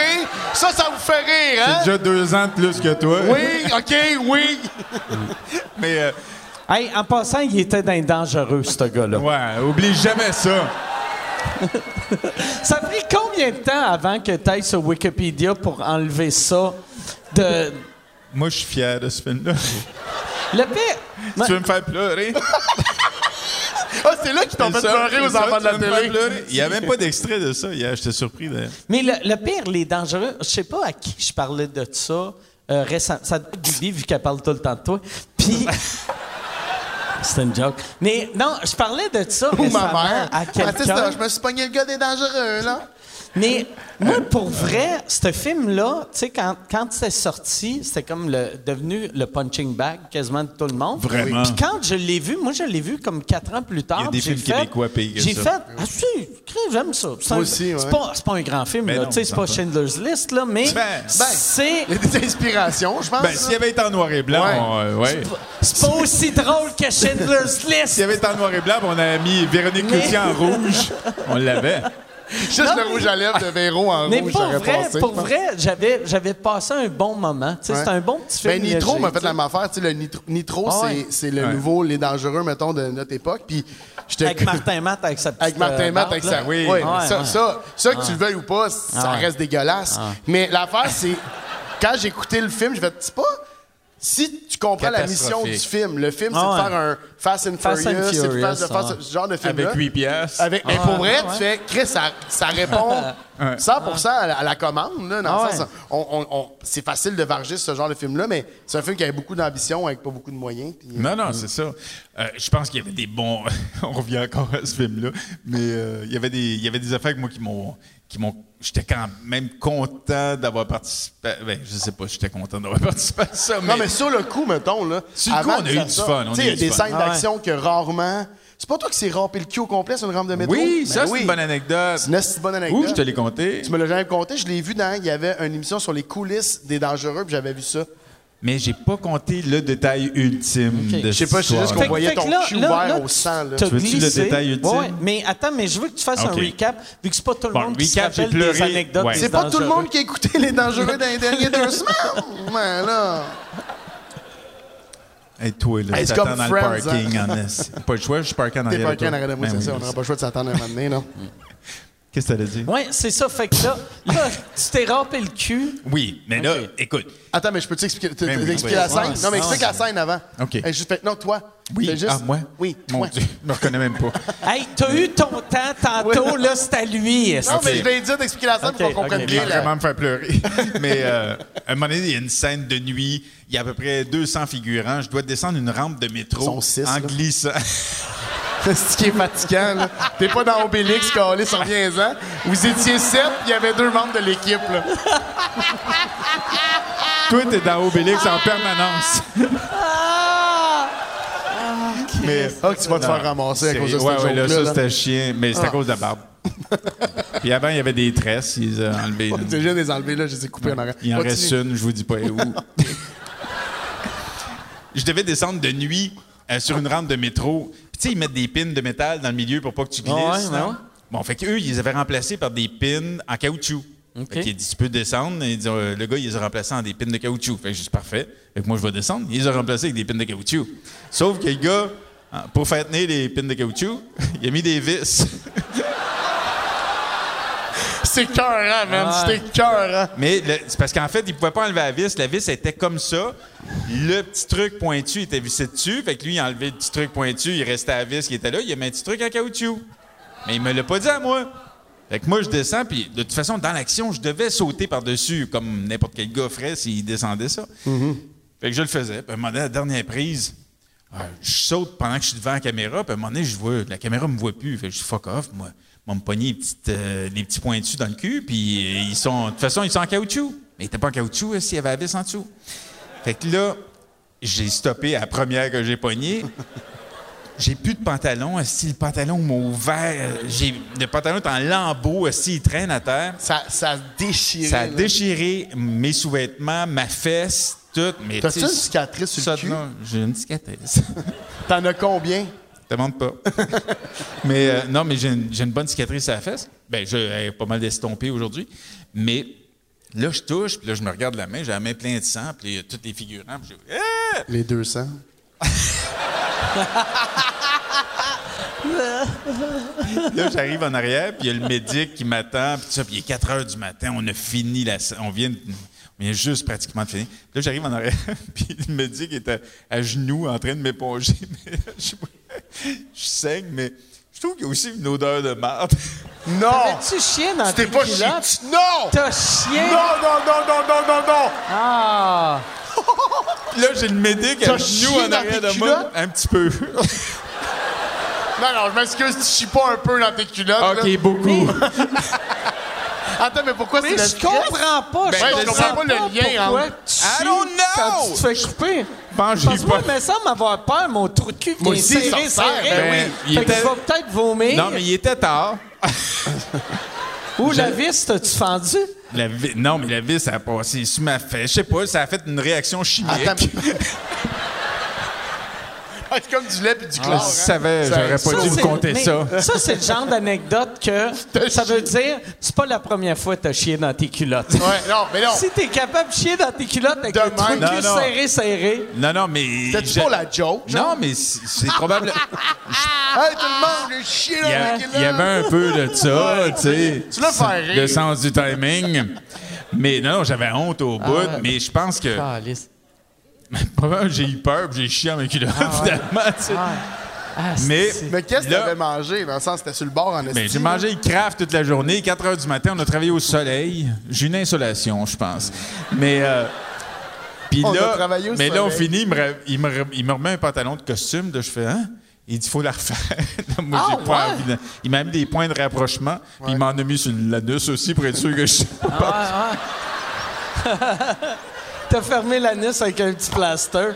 [SPEAKER 2] Ça, ça vous fait rire, hein?
[SPEAKER 7] déjà deux ans de plus que toi.
[SPEAKER 2] Oui, OK, oui.
[SPEAKER 7] Mais euh,
[SPEAKER 3] Hey, en passant, il était d'un dangereux, ce gars-là.
[SPEAKER 7] ouais, oublie jamais ça.
[SPEAKER 3] Ça a pris combien de temps avant que tu ailles sur Wikipédia pour enlever ça de.
[SPEAKER 7] Moi, je suis fier de ce film-là.
[SPEAKER 3] Le pire. Ma-
[SPEAKER 7] tu veux me faire pleurer?
[SPEAKER 2] Ah, c'est là qu'ils t'ont fait
[SPEAKER 7] Ça,
[SPEAKER 2] pleurer aux
[SPEAKER 7] ça,
[SPEAKER 2] enfants de la
[SPEAKER 7] tu veux me faire
[SPEAKER 2] télé.
[SPEAKER 7] pleurer? Il n'y a même pas d'extrait de ça. hier. J'étais surpris. De... Ben,
[SPEAKER 3] Mais le, le pire, les dangereux, je sais pas à qui je parlais de ça euh, récemment. Ça doit être Bibi, vu qu'elle parle tout le temps de toi. Puis. C'était une joke. Mais non, je parlais de ça
[SPEAKER 2] Ou ma
[SPEAKER 3] récemment
[SPEAKER 2] mère.
[SPEAKER 3] à
[SPEAKER 2] Ah, c'est ça,
[SPEAKER 3] quelqu'un.
[SPEAKER 2] je me suis pogné le gars des dangereux, là.
[SPEAKER 3] Mais moi, pour vrai, ce film-là, tu sais, quand, quand c'est sorti, c'était comme le, devenu le punching bag quasiment de tout le monde.
[SPEAKER 7] Vraiment.
[SPEAKER 3] Puis quand je l'ai vu, moi, je l'ai vu comme quatre ans plus tard.
[SPEAKER 7] Il y a des
[SPEAKER 3] j'ai
[SPEAKER 7] films
[SPEAKER 3] fait-
[SPEAKER 7] québécois pires que
[SPEAKER 3] J'ai
[SPEAKER 7] ça.
[SPEAKER 3] fait, ah si, Chris, j'aime ça. C'est un-
[SPEAKER 2] aussi, ouais.
[SPEAKER 3] C'est pas, c'est pas un grand film,
[SPEAKER 7] Ben
[SPEAKER 3] là,
[SPEAKER 7] non,
[SPEAKER 3] tu sais, c'est
[SPEAKER 7] on
[SPEAKER 3] pas
[SPEAKER 7] s'entend.
[SPEAKER 3] Schindler's List, là, mais
[SPEAKER 7] Ben,
[SPEAKER 3] c'est...
[SPEAKER 2] Il y a des inspirations, je pense.
[SPEAKER 7] Ben, s'il y avait été en noir et blanc,
[SPEAKER 2] Ah. Ouais.
[SPEAKER 7] on, euh, ouais.
[SPEAKER 3] C'est pas aussi drôle que Schindler's List.
[SPEAKER 7] S'il y avait été en noir et blanc, on a mis Véronique
[SPEAKER 3] Mais-
[SPEAKER 7] Cloutier en rouge. On l'avait.
[SPEAKER 2] Juste
[SPEAKER 3] Non,
[SPEAKER 2] le
[SPEAKER 3] mais-
[SPEAKER 2] rouge à lèvres de Véro en
[SPEAKER 3] Mais
[SPEAKER 2] rouge,
[SPEAKER 3] pour
[SPEAKER 2] j'aurais
[SPEAKER 3] vrai,
[SPEAKER 2] pensé,
[SPEAKER 3] pour
[SPEAKER 2] je pense.
[SPEAKER 3] vrai, j'avais, j'avais passé un bon moment. Tu sais, C'était un bon petit film.
[SPEAKER 2] Ben, Nitro
[SPEAKER 3] léger,
[SPEAKER 2] m'a fait
[SPEAKER 3] tu sais.
[SPEAKER 2] la même affaire. Tu sais, le Nitro, Nitro,
[SPEAKER 3] Ah
[SPEAKER 2] c'est-
[SPEAKER 3] ouais.
[SPEAKER 2] c'est le nouveau Les Dangereux, mettons, de notre époque. Puis, j'étais-
[SPEAKER 3] Avec Martin Matt, avec sa petite,
[SPEAKER 2] Avec Martin
[SPEAKER 3] euh,
[SPEAKER 2] Matt,
[SPEAKER 3] barbe,
[SPEAKER 2] avec
[SPEAKER 3] là.
[SPEAKER 2] ça. Oui,
[SPEAKER 3] Ouais,
[SPEAKER 2] mais ça,
[SPEAKER 3] ouais.
[SPEAKER 2] ça, ça, que tu le veuilles ou pas, ça
[SPEAKER 3] Ah ouais.
[SPEAKER 2] reste dégueulasse. Mais l'affaire, c'est. Quand j'ai écouté le film, je vais te dis pas. Si tu comprends la mission du
[SPEAKER 7] Catastrophique.
[SPEAKER 2] film, le film,
[SPEAKER 3] Ah
[SPEAKER 2] c'est
[SPEAKER 3] ouais.
[SPEAKER 2] de faire un Fast and
[SPEAKER 3] Fast and
[SPEAKER 2] Furious, c'est de faire, de
[SPEAKER 3] Furious,
[SPEAKER 2] faire
[SPEAKER 3] ouais.
[SPEAKER 2] ce genre de film.
[SPEAKER 7] Avec 8 piastres.
[SPEAKER 2] Avec, mais pour vrai,
[SPEAKER 3] ouais, ouais.
[SPEAKER 2] tu fais, Chris, ça, ça répond 100% à la, à la commande. Là, dans
[SPEAKER 3] Ah
[SPEAKER 2] le sens,
[SPEAKER 3] ouais.
[SPEAKER 2] on- on- on- c'est facile de varger ce genre de film-là, mais c'est un film qui avait beaucoup d'ambition avec pas beaucoup de moyens. puis-
[SPEAKER 7] Non, non, c'est ça. Euh, je pense qu'il y avait des bons. On revient encore à ce film-là, mais euh, il, y avait des, il y avait des affaires que moi qui m'ont. qui m'ont. J'étais quand même content d'avoir participé. à- Ben, je sais pas si j'étais content d'avoir participé à ça, mais.
[SPEAKER 2] Non, mais sur le coup, mettons, là.
[SPEAKER 7] Sur le
[SPEAKER 2] avant
[SPEAKER 7] coup, on a
[SPEAKER 2] que ça
[SPEAKER 7] eu du
[SPEAKER 2] sorte,
[SPEAKER 7] fun, on
[SPEAKER 2] tu sais,
[SPEAKER 7] a
[SPEAKER 2] Il y
[SPEAKER 7] eu
[SPEAKER 2] a
[SPEAKER 7] du
[SPEAKER 2] des
[SPEAKER 7] fun.
[SPEAKER 2] scènes
[SPEAKER 3] Ah ouais.
[SPEAKER 2] d'action que rarement. C'est pas toi qui s'est rampé le cul au complet sur une rampe de métro?
[SPEAKER 7] oui, ça,
[SPEAKER 2] Ben
[SPEAKER 7] c'est
[SPEAKER 2] oui.
[SPEAKER 7] une bonne anecdote.
[SPEAKER 2] C'est une assez bonne anecdote.
[SPEAKER 7] Où je te l'ai compté.
[SPEAKER 2] Tu me l'as jamais compté, je l'ai vu dans. Il y avait une émission sur les coulisses des dangereux, puis j'avais vu ça.
[SPEAKER 7] Mais j'ai pas compté le détail ultime
[SPEAKER 2] Je
[SPEAKER 7] de
[SPEAKER 2] sais pas, je sais
[SPEAKER 7] cette
[SPEAKER 2] juste qu'on voit-
[SPEAKER 7] histoire-là.
[SPEAKER 2] voyait ton cul ouvert au
[SPEAKER 3] tu-
[SPEAKER 2] sang, là.
[SPEAKER 3] t'as
[SPEAKER 7] Tu veux-tu le
[SPEAKER 3] glissé.
[SPEAKER 7] détail ultime?
[SPEAKER 3] Ouais, mais attends, mais je veux que tu fasses
[SPEAKER 7] Ok.
[SPEAKER 3] un recap, vu que c'est pas tout le
[SPEAKER 7] Bon,
[SPEAKER 3] monde qui se
[SPEAKER 7] recap, j'ai
[SPEAKER 3] rappelle des
[SPEAKER 7] pleuré.
[SPEAKER 3] anecdotes.
[SPEAKER 7] Ouais.
[SPEAKER 3] des
[SPEAKER 2] C'est pas tout le
[SPEAKER 3] dangereux.
[SPEAKER 2] monde qui a écouté les dangereux dans les dernières deux semaines. Ben là.
[SPEAKER 7] Hey, toi, là,
[SPEAKER 2] Hey, c'est
[SPEAKER 7] t'attends
[SPEAKER 2] comme
[SPEAKER 7] dans le
[SPEAKER 2] Friends, hein.
[SPEAKER 7] parking. en esti. Pas le choix, je suis parqué en
[SPEAKER 2] T'es
[SPEAKER 7] arrière.
[SPEAKER 2] pas
[SPEAKER 7] de toi.
[SPEAKER 2] en arrête de moi,
[SPEAKER 7] Ben
[SPEAKER 2] c'est
[SPEAKER 7] oui,
[SPEAKER 2] ça. On n'aura pas le choix de s'attendre un moment donné, non?
[SPEAKER 7] Qu'est-ce que t'allais dire?
[SPEAKER 3] Ouais, c'est ça. Fait que là, là tu t'es râpé le cul.
[SPEAKER 7] Oui, mais là, écoute,
[SPEAKER 2] Attends, mais je peux t'expliquer
[SPEAKER 7] Ben oui,
[SPEAKER 2] t'expliquer
[SPEAKER 7] oui.
[SPEAKER 2] la scène?
[SPEAKER 7] Ouais,
[SPEAKER 2] Non, mais explique la scène avant.
[SPEAKER 7] OK.
[SPEAKER 2] Et juste fait- non, toi.
[SPEAKER 7] Oui,
[SPEAKER 2] Fais juste-
[SPEAKER 7] ah, moi?
[SPEAKER 2] Oui,
[SPEAKER 7] Mon
[SPEAKER 2] toi.
[SPEAKER 7] Dieu, je me reconnais même pas.
[SPEAKER 3] Hey, t'as eu ton temps tantôt, là, c'est à lui. est-ce
[SPEAKER 2] Non,
[SPEAKER 3] que-
[SPEAKER 2] mais je vais dire d'expliquer la scène pour qu'on comprenne
[SPEAKER 7] Il
[SPEAKER 2] bien.
[SPEAKER 7] va
[SPEAKER 2] la-
[SPEAKER 7] vraiment me faire pleurer. Mais euh, à un moment donné, il y a une scène de nuit. Il y a à peu près 200 figurants. Je dois descendre une rampe de métro
[SPEAKER 2] Ils sont six,
[SPEAKER 7] en
[SPEAKER 2] là.
[SPEAKER 7] glissant.
[SPEAKER 2] C'est qui est fatigant, là. T'es pas dans Obélix, Calis, reviens-en. Vous étiez sept, il y avait deux membres de l'équipe, là.
[SPEAKER 7] Toi, t'es dans Obélix en permanence. Mais
[SPEAKER 2] Ah, que tu vas te faire ramasser à cause de ce
[SPEAKER 7] ouais, ouais,
[SPEAKER 2] joke-là,
[SPEAKER 7] là, ça,
[SPEAKER 2] là. Ah.
[SPEAKER 7] c'était chien. Mais c'était à cause de la barbe. Puis avant, il y avait des tresses. Ils ont enlevé. une.
[SPEAKER 2] J'ai déjà les enlever, là, je les ai coupés en arrière.
[SPEAKER 7] Il en
[SPEAKER 2] Continue.
[SPEAKER 7] reste une, je vous dis pas où. je devais descendre de nuit euh, sur une rampe de métro. Puis tu sais, ils mettent des pins de métal dans le milieu pour pas que tu glisses.
[SPEAKER 3] Ouais,
[SPEAKER 7] non?
[SPEAKER 3] ouais.
[SPEAKER 7] Bon, fait qu'eux, ils les avaient remplacés par des pins en caoutchouc. Fait qu'il dit, tu peux descendre. Et il dit, euh, le gars, il les a remplacés en des pins de caoutchouc. Fait que je dis, parfait. Fait que moi, je vais descendre. Il les a remplacés avec des pins de caoutchouc. Sauf que le gars, hein, pour faire tenir les pins de caoutchouc, il a mis des vis.
[SPEAKER 2] C'est cœur, hein, man. C'était cœur,
[SPEAKER 7] Mais le- c'est parce qu'en fait, il pouvait pas enlever la vis. La vis était comme ça. Le petit truc pointu était vissé dessus. Fait que lui, il a enlevé le petit truc pointu. Il restait à la vis qui était là. Il a mis un petit truc en caoutchouc. Mais il me l'a pas dit à moi. Fait que moi, je descends. Puis de toute façon, dans l'action, je devais sauter par-dessus comme n'importe quel gars ferait s'il descendait ça. Fait que je le faisais. Puis à un moment donné, à la dernière prise, euh, je saute pendant que je suis devant la caméra. Puis à un moment donné, je vois, la caméra me voit plus. Fait que je dis fuck off, moi. Moi, me pogner les, petites, euh, les petits pointus dans le cul. Puis euh, ils sont. De toute façon, ils sont en caoutchouc. Mais ils n'étaient pas en caoutchouc euh, s'il y avait la vis en dessous. Fait que là, j'ai stoppé à la première que j'ai pognée. J'ai plus de pantalon. Si le pantalon m'a ouvert, euh, j'ai- le pantalon est en lambeau. Si il traîne à terre.
[SPEAKER 2] Ça, ça déchirait.
[SPEAKER 7] Ça a
[SPEAKER 2] là.
[SPEAKER 7] déchiré mes sous-vêtements, ma fesse, tout. Mais
[SPEAKER 2] T'as-tu
[SPEAKER 7] tu sais,
[SPEAKER 2] une cicatrice sur le
[SPEAKER 7] ça,
[SPEAKER 2] cul?
[SPEAKER 7] non, j'ai une cicatrice.
[SPEAKER 2] T'en as combien?
[SPEAKER 7] Je te demande pas. mais euh, non, mais j'ai une, j'ai une bonne cicatrice à la fesse. Ben, je, elle est pas mal estompée aujourd'hui. Mais là, je touche, puis là, je me regarde la main, j'ai la main pleine de sang, puis il y a tous les figurants, puis je- Ah!
[SPEAKER 2] Les 200.
[SPEAKER 7] Là, j'arrive en arrière, puis il y a le médic qui m'attend, puis tout ça, puis il est 4 heures du matin, on a fini la. sc- On vient, de- on vient juste pratiquement de finir. Là, j'arrive en arrière, puis le médic est à, à genoux en train de m'éponger. Mais là, je, je saigne, mais je trouve qu'il y a aussi une odeur de marde.
[SPEAKER 2] Non!
[SPEAKER 3] T'as-tu chien dans
[SPEAKER 2] T'es
[SPEAKER 3] tes
[SPEAKER 2] pas chiant.
[SPEAKER 3] culottes?
[SPEAKER 2] Non!
[SPEAKER 3] T'as chien?
[SPEAKER 2] Non, non, non, non, non, non, non!
[SPEAKER 3] Ah!
[SPEAKER 7] Puis là, j'ai le médic
[SPEAKER 2] T'as
[SPEAKER 7] à genoux
[SPEAKER 2] chié
[SPEAKER 7] en
[SPEAKER 2] dans
[SPEAKER 7] arrière
[SPEAKER 2] tes
[SPEAKER 7] de moi.
[SPEAKER 2] culottes?
[SPEAKER 7] Un petit peu.
[SPEAKER 2] Non, non, je m'excuse, tu chies pas un peu dans tes culottes. là.
[SPEAKER 7] OK, beaucoup.
[SPEAKER 2] Attends, mais pourquoi
[SPEAKER 3] Mais
[SPEAKER 2] c'est
[SPEAKER 3] je
[SPEAKER 2] le
[SPEAKER 3] comprends pas.
[SPEAKER 2] Ben,
[SPEAKER 3] je
[SPEAKER 2] je
[SPEAKER 3] comprends
[SPEAKER 2] comprends pas le lien
[SPEAKER 3] pourquoi
[SPEAKER 2] entre-
[SPEAKER 3] tu
[SPEAKER 7] I
[SPEAKER 3] chies
[SPEAKER 7] don't
[SPEAKER 3] quand
[SPEAKER 7] know.
[SPEAKER 3] tu te fais couper.
[SPEAKER 7] Pense que
[SPEAKER 3] Parce
[SPEAKER 7] j'ai
[SPEAKER 3] que moi,
[SPEAKER 7] pas-
[SPEAKER 3] il me semble avoir peur, mon trou de cul vient
[SPEAKER 2] Moi aussi,
[SPEAKER 3] serrer,
[SPEAKER 2] ça resserre,
[SPEAKER 3] serrer.
[SPEAKER 7] ben oui.
[SPEAKER 3] Fait
[SPEAKER 7] Il
[SPEAKER 3] que
[SPEAKER 7] était-
[SPEAKER 3] je vais peut-être vomir.
[SPEAKER 7] Non, mais il était tard.
[SPEAKER 3] Ou la vis, t'as-tu fendu?
[SPEAKER 7] La vi- Non, mais la vis, ça a passé sous ma fesse. Je sais pas, ça a fait une réaction chimique.
[SPEAKER 2] Attends. Ah, C'est comme du lait puis du
[SPEAKER 7] Je
[SPEAKER 2] chlore. hein.
[SPEAKER 7] savais,
[SPEAKER 2] Ça-
[SPEAKER 7] j'aurais
[SPEAKER 3] Ça,
[SPEAKER 7] pas dû vous
[SPEAKER 3] c'est-
[SPEAKER 7] compter
[SPEAKER 3] mais
[SPEAKER 7] ça.
[SPEAKER 3] Ça, c'est le genre d'anecdote que ça veut dire c'est pas la première fois que t'as chié dans tes culottes.
[SPEAKER 2] Ouais, non, mais non.
[SPEAKER 3] Si t'es capable de chier dans tes culottes avec
[SPEAKER 2] De
[SPEAKER 3] le trou de
[SPEAKER 7] même.
[SPEAKER 3] cul
[SPEAKER 7] Non, non.
[SPEAKER 3] serré, serré,
[SPEAKER 7] Non, non, mais.
[SPEAKER 2] C'était-tu
[SPEAKER 7] je-
[SPEAKER 2] pour la joke? genre?
[SPEAKER 7] Non, mais c'est c'est probable.
[SPEAKER 2] Hey, tout le monde, j'ai chié dans
[SPEAKER 7] Il y,
[SPEAKER 2] la
[SPEAKER 7] a- il y avait un peu de ça, tu sais.
[SPEAKER 2] Tu l'as fait rire.
[SPEAKER 7] Le sens du timing. Mais non, non, j'avais honte au
[SPEAKER 2] Ah,
[SPEAKER 7] bout, mais je pense que.
[SPEAKER 3] Calice.
[SPEAKER 7] Probablement, j'ai eu peur, puis j'ai chié à mes culottes,
[SPEAKER 2] Ah,
[SPEAKER 7] finalement, tu sais.
[SPEAKER 3] Ah, c'est-
[SPEAKER 7] Mais.
[SPEAKER 2] Mais qu'est-ce que
[SPEAKER 7] là-
[SPEAKER 2] t'avais mangé? Dans le sens, c'était sur le bord en
[SPEAKER 7] Mais
[SPEAKER 2] esti.
[SPEAKER 7] Ben, j'ai mangé le craft toute la journée. 4 heures du matin, on a travaillé au soleil. J'ai une insolation, je pense. Mais. euh, puis
[SPEAKER 2] On a
[SPEAKER 7] là,
[SPEAKER 2] travaillé au
[SPEAKER 7] mais là, on
[SPEAKER 2] soleil.
[SPEAKER 7] finit, il me, re- il me re- il me remet un pantalon de costume. De, je fais, hein? Il dit, faut la refaire. Là, Moi,
[SPEAKER 2] Ah,
[SPEAKER 7] j'ai pas envie de- Il m'a mis des points de rapprochement. Puis il m'en a mis sur l'anus aussi pour être sûr que je.
[SPEAKER 3] T'as fermé l'anus avec un petit plaster.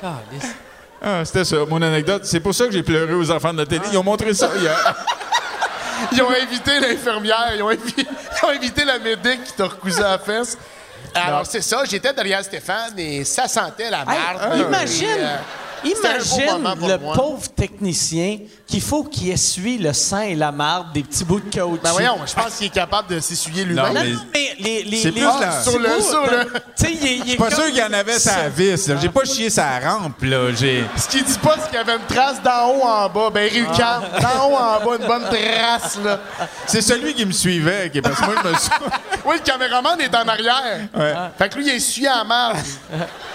[SPEAKER 3] Calice.
[SPEAKER 7] Ah, c'était ça, mon anecdote. C'est pour ça que j'ai pleuré aux enfants de la télé. Ils ont montré ça hier.
[SPEAKER 2] Ils ont invité l'infirmière, ils, ont invi- ils ont invité la médic qui t'a recousé la fesse. Alors, c'est ça, j'étais derrière Stéphane et ça sentait la
[SPEAKER 3] Hey,
[SPEAKER 2] merde.
[SPEAKER 3] imagine,
[SPEAKER 2] Et, euh, C'était un beau moment
[SPEAKER 3] Imagine
[SPEAKER 2] pour
[SPEAKER 3] le
[SPEAKER 2] moi.
[SPEAKER 3] pauvre technicien qu'il faut qu'il essuie le sang et la marde des petits bouts de caoutchouc.
[SPEAKER 2] Ben voyons, je pense qu'il est capable de s'essuyer lui-même.
[SPEAKER 3] Non, non, mais les. les
[SPEAKER 7] C'est
[SPEAKER 3] les-
[SPEAKER 7] plus la-
[SPEAKER 3] c'est
[SPEAKER 2] Sur le-
[SPEAKER 3] beau,
[SPEAKER 2] sur le-
[SPEAKER 3] ben, Tu sais, il est- il est
[SPEAKER 7] Je suis pas
[SPEAKER 3] comme-
[SPEAKER 7] sûr qu'il y en avait sa vis. là. J'ai pas chié sa rampe. Là. J'ai...
[SPEAKER 2] Ce qui dit pas, c'est qu'il y avait une trace d'en haut en bas. Ben, Rucam,
[SPEAKER 3] Ah.
[SPEAKER 2] d'en haut en bas, une bonne trace, là.
[SPEAKER 7] C'est celui qui me suivait. qui- Parce que moi, je me suis...
[SPEAKER 2] Oui, le caméraman est en arrière. Fait que lui, il est suivi en marge.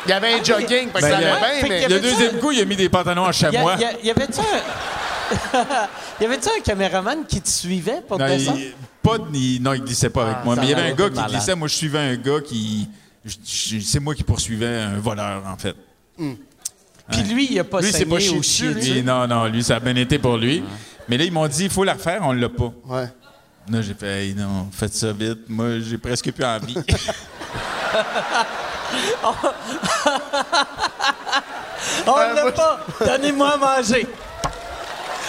[SPEAKER 2] Il y avait un jogging, fait que ça
[SPEAKER 7] Ben, il y a-
[SPEAKER 2] allait bien,
[SPEAKER 3] Ah, fait
[SPEAKER 2] mais...
[SPEAKER 3] qu'il y
[SPEAKER 7] Le deuxième coup, il a mis des pantalons en
[SPEAKER 3] Y, a-
[SPEAKER 7] chamois.
[SPEAKER 3] y a- y avait-tu un. y avait-tu un caméraman qui te suivait pour te
[SPEAKER 7] Non,
[SPEAKER 3] descendre?
[SPEAKER 7] il, pas, de- il- non, il glissait pas avec moi.
[SPEAKER 3] ça
[SPEAKER 7] Mais il y
[SPEAKER 3] en
[SPEAKER 7] avait un
[SPEAKER 3] avait
[SPEAKER 7] gars
[SPEAKER 3] pas
[SPEAKER 7] qui
[SPEAKER 3] de malade.
[SPEAKER 7] glissait. Moi, je suivais un gars qui. je- je- C'est moi qui poursuivais un voleur, en fait.
[SPEAKER 3] Puis lui, il a pas
[SPEAKER 7] Lui, c'est
[SPEAKER 3] saigné
[SPEAKER 7] pas
[SPEAKER 3] ou
[SPEAKER 7] chier
[SPEAKER 3] chié
[SPEAKER 7] dessus.
[SPEAKER 3] dessus.
[SPEAKER 7] Lui, non, non, lui, ça a bien été pour lui. Mais là, ils m'ont dit, il faut la refaire, on l'a pas.
[SPEAKER 2] Ouais.
[SPEAKER 7] Là, j'ai fait, Hey, non, faites ça vite. Moi, j'ai presque plus envie.
[SPEAKER 3] On l'a pas! Donnez-moi à manger!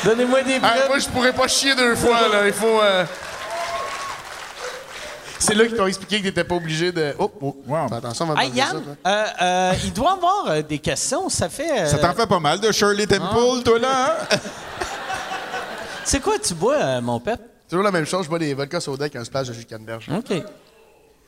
[SPEAKER 3] Donnez-moi des
[SPEAKER 2] Ah,
[SPEAKER 3] brettes.
[SPEAKER 2] moi, je pourrais pas chier deux fois, là. Il faut... euh, C'est là qu'ils t'ont expliqué que t'étais pas obligé de... Oh, oh.
[SPEAKER 7] Wow.
[SPEAKER 2] Fais attention, on va
[SPEAKER 3] Hey,
[SPEAKER 2] te
[SPEAKER 3] Yann,
[SPEAKER 2] dire ça,
[SPEAKER 3] euh, euh, il doit avoir euh, des questions. Ça fait. euh,
[SPEAKER 7] ça t'en fait pas mal de Shirley Temple, toi, là? hein?
[SPEAKER 3] C'est quoi tu bois, euh, mon pep?
[SPEAKER 2] C'est toujours la même chose, je bois des vodka soda avec un splash de jus de canneberge.
[SPEAKER 3] OK.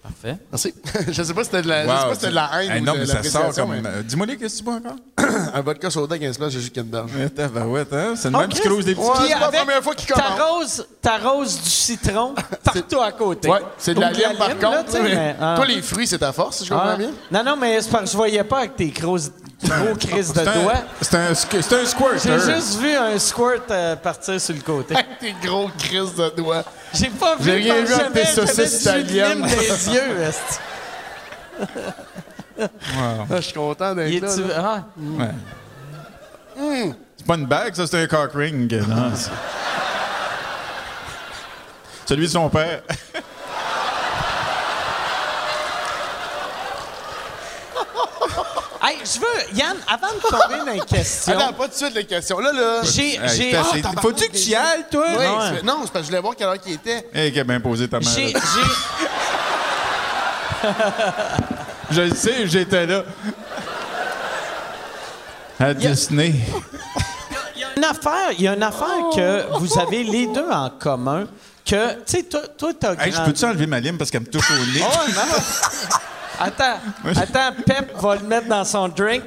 [SPEAKER 3] Parfait.
[SPEAKER 2] Merci. je sais pas si c'était de la, je sais
[SPEAKER 7] Wow,
[SPEAKER 2] pas si c'était de la haine
[SPEAKER 7] Hey,
[SPEAKER 2] ou
[SPEAKER 7] non,
[SPEAKER 2] de
[SPEAKER 7] mais ça sort
[SPEAKER 2] l'appréciation,
[SPEAKER 7] comme.
[SPEAKER 2] mais-
[SPEAKER 7] euh, Dis-moi, les, qu'est-ce que tu bois encore?
[SPEAKER 2] Un vodka soda avec un splash de jus de canneberge.
[SPEAKER 7] Eh, tabarouette, hein? C'est le
[SPEAKER 3] Oh,
[SPEAKER 7] même qui
[SPEAKER 3] Christ.
[SPEAKER 7] creuse des petits.
[SPEAKER 2] Ouais.
[SPEAKER 3] Puis
[SPEAKER 2] c'est pas la
[SPEAKER 3] avec
[SPEAKER 2] première fois qu'il
[SPEAKER 3] ta
[SPEAKER 2] commande.
[SPEAKER 3] rose, ta rose du citron partout à côté.
[SPEAKER 2] Ouais, c'est de la
[SPEAKER 3] Ou
[SPEAKER 2] lime, par
[SPEAKER 3] lime, là, tu
[SPEAKER 2] contre.
[SPEAKER 3] sais,
[SPEAKER 2] mais-
[SPEAKER 3] mais, euh,
[SPEAKER 2] Toi, les fruits, c'est ta force, si je
[SPEAKER 3] ah,
[SPEAKER 2] comprends bien.
[SPEAKER 3] Non, non, mais c'est parce que je voyais pas avec tes gros, gros crises de
[SPEAKER 7] C'est un,
[SPEAKER 3] doigts.
[SPEAKER 7] c'est un, squ- c'est un
[SPEAKER 3] J'ai
[SPEAKER 7] squirter.
[SPEAKER 3] juste vu un squirt euh, partir sur le côté.
[SPEAKER 2] Avec tes gros crises de doigts.
[SPEAKER 3] J'ai pas vu.
[SPEAKER 2] J'ai rien
[SPEAKER 3] parce
[SPEAKER 2] vu
[SPEAKER 3] que
[SPEAKER 2] avec tes
[SPEAKER 3] j'avais-
[SPEAKER 2] saucisses
[SPEAKER 3] j'avais du jus de
[SPEAKER 2] italiennes.
[SPEAKER 3] lime des yeux, esti.
[SPEAKER 2] Ah, je suis content
[SPEAKER 3] Il
[SPEAKER 2] d'être là.
[SPEAKER 3] est-tu-
[SPEAKER 2] là.
[SPEAKER 3] ah.
[SPEAKER 7] C'est pas une bague, ça, c'est un cock ring. Non, c'est- Celui de son père.
[SPEAKER 3] Hey, je veux, Yann, avant de tomber dans les questions,
[SPEAKER 2] Attends, pas tout de suite les questions. Là, là.
[SPEAKER 3] j'ai,
[SPEAKER 7] Hey,
[SPEAKER 3] j'ai,
[SPEAKER 7] t'as-
[SPEAKER 3] Ah,
[SPEAKER 7] c'est-
[SPEAKER 3] tabarnak.
[SPEAKER 7] Faut-tu que tu y ailles, toi?
[SPEAKER 2] Oui,
[SPEAKER 3] Ouais.
[SPEAKER 2] c'est- Non, c'est parce que je voulais voir quelle heure qu'il était.
[SPEAKER 7] Eh, qui a bien posé ta main.
[SPEAKER 3] j'ai,
[SPEAKER 7] là.
[SPEAKER 3] j'ai-
[SPEAKER 7] Je le sais, j'étais là. À Disney.
[SPEAKER 3] une affaire, il y a une affaire que vous avez les deux en commun, que, tu sais, toi, toi, t'as
[SPEAKER 7] Hey, je
[SPEAKER 3] grandi-
[SPEAKER 7] peux-tu enlever ma lime parce qu'elle me touche au nez?
[SPEAKER 3] Ouais, non, non. Attends,
[SPEAKER 7] Moi, je-
[SPEAKER 3] attends, Pep va le mettre dans son drink.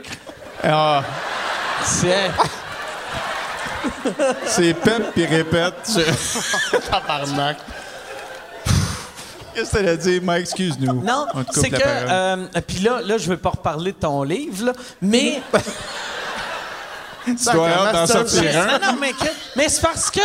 [SPEAKER 7] Ah,
[SPEAKER 3] C'est,
[SPEAKER 7] c'est pep puis répète. Qu'est-ce
[SPEAKER 2] Tabarnak.
[SPEAKER 7] que t'allais dire, Mike? Excuse-nous.
[SPEAKER 3] non,
[SPEAKER 7] On te coupe
[SPEAKER 3] c'est
[SPEAKER 7] la
[SPEAKER 3] que,
[SPEAKER 7] parole.
[SPEAKER 3] euh, puis là, là, je veux pas reparler de ton livre, là, mais
[SPEAKER 7] tu dois avoir d'en sortir un.
[SPEAKER 3] Non, non, mais, que- mais c'est parce que.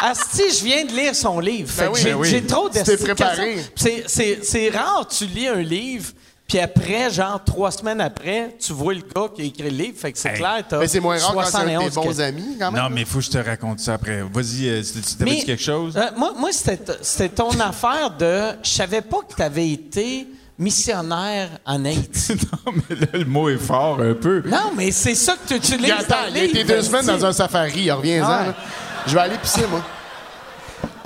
[SPEAKER 3] Asti, je viens de lire son livre. Fait que
[SPEAKER 2] oui.
[SPEAKER 3] j'ai,
[SPEAKER 2] Ben oui.
[SPEAKER 3] j'ai trop
[SPEAKER 2] Tu t'es
[SPEAKER 3] d'estimations.
[SPEAKER 2] préparé.
[SPEAKER 3] C'est, c'est, c'est rare, tu lis un livre, puis après, genre trois semaines après, tu vois le gars qui a écrit le livre. Fait que c'est clair, t'as
[SPEAKER 2] Mais Ben, c'est moins rare quand c'est un de tes
[SPEAKER 3] 71
[SPEAKER 2] bons
[SPEAKER 3] que-
[SPEAKER 2] amis, quand même.
[SPEAKER 7] Non, mais il faut que je te raconte ça après. Vas-y, euh, si tu t'avais
[SPEAKER 3] Mais,
[SPEAKER 7] dit quelque chose.
[SPEAKER 3] euh, moi, moi c'était, c'était ton affaire de. Je savais pas que t'avais été missionnaire en Haïti.
[SPEAKER 7] non, mais là, le mot est fort un peu.
[SPEAKER 3] Non, mais c'est ça que tu
[SPEAKER 2] Il,
[SPEAKER 3] utilises.
[SPEAKER 2] attends,
[SPEAKER 3] dans
[SPEAKER 2] il
[SPEAKER 3] le
[SPEAKER 2] a été
[SPEAKER 3] livre,
[SPEAKER 2] deux semaines
[SPEAKER 3] asti.
[SPEAKER 2] dans un safari, reviens-en.
[SPEAKER 3] Ah.
[SPEAKER 2] là. Je vais aller pisser, moi.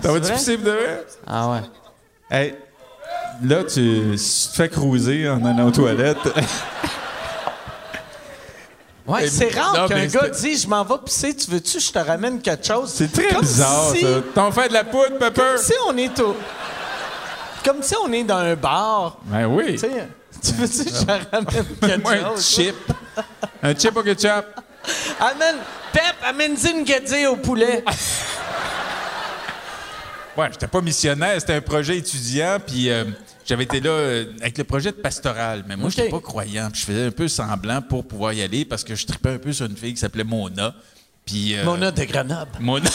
[SPEAKER 7] Ça va-tu
[SPEAKER 3] vrai?
[SPEAKER 7] pisser pour de vrai?
[SPEAKER 3] Ah ouais.
[SPEAKER 7] Hey, là, tu, si tu te fais cruiser en allant aux toilettes.
[SPEAKER 3] Ouais,
[SPEAKER 7] Eh,
[SPEAKER 3] c'est rare
[SPEAKER 7] non,
[SPEAKER 3] qu'un
[SPEAKER 7] mais
[SPEAKER 3] gars dise je m'en vais pisser, tu veux-tu que je te ramène quelque chose
[SPEAKER 7] C'est très
[SPEAKER 3] Comme
[SPEAKER 7] bizarre,
[SPEAKER 3] si,
[SPEAKER 7] ça. T'en fais de la poudre, Pepper?
[SPEAKER 3] Comme si on est au Comme si on est dans un bar,
[SPEAKER 7] Ben oui.
[SPEAKER 3] tu sais. Tu veux-tu que je te ramène
[SPEAKER 7] Moi,
[SPEAKER 3] quelque
[SPEAKER 7] un
[SPEAKER 3] chose
[SPEAKER 7] chip. un chip au ketchup.
[SPEAKER 3] Amène Pep, amène-y une guédille au poulet.
[SPEAKER 7] Ouais, j'étais pas missionnaire, c'était un projet étudiant, puis euh, j'avais été là euh, avec le projet de pastoral, mais moi, j'étais pas croyant, puis je faisais un peu semblant pour pouvoir y aller parce que je tripais un peu sur une fille qui s'appelait Mona, puis... euh,
[SPEAKER 3] Mon a de Grenoble.
[SPEAKER 7] Mona.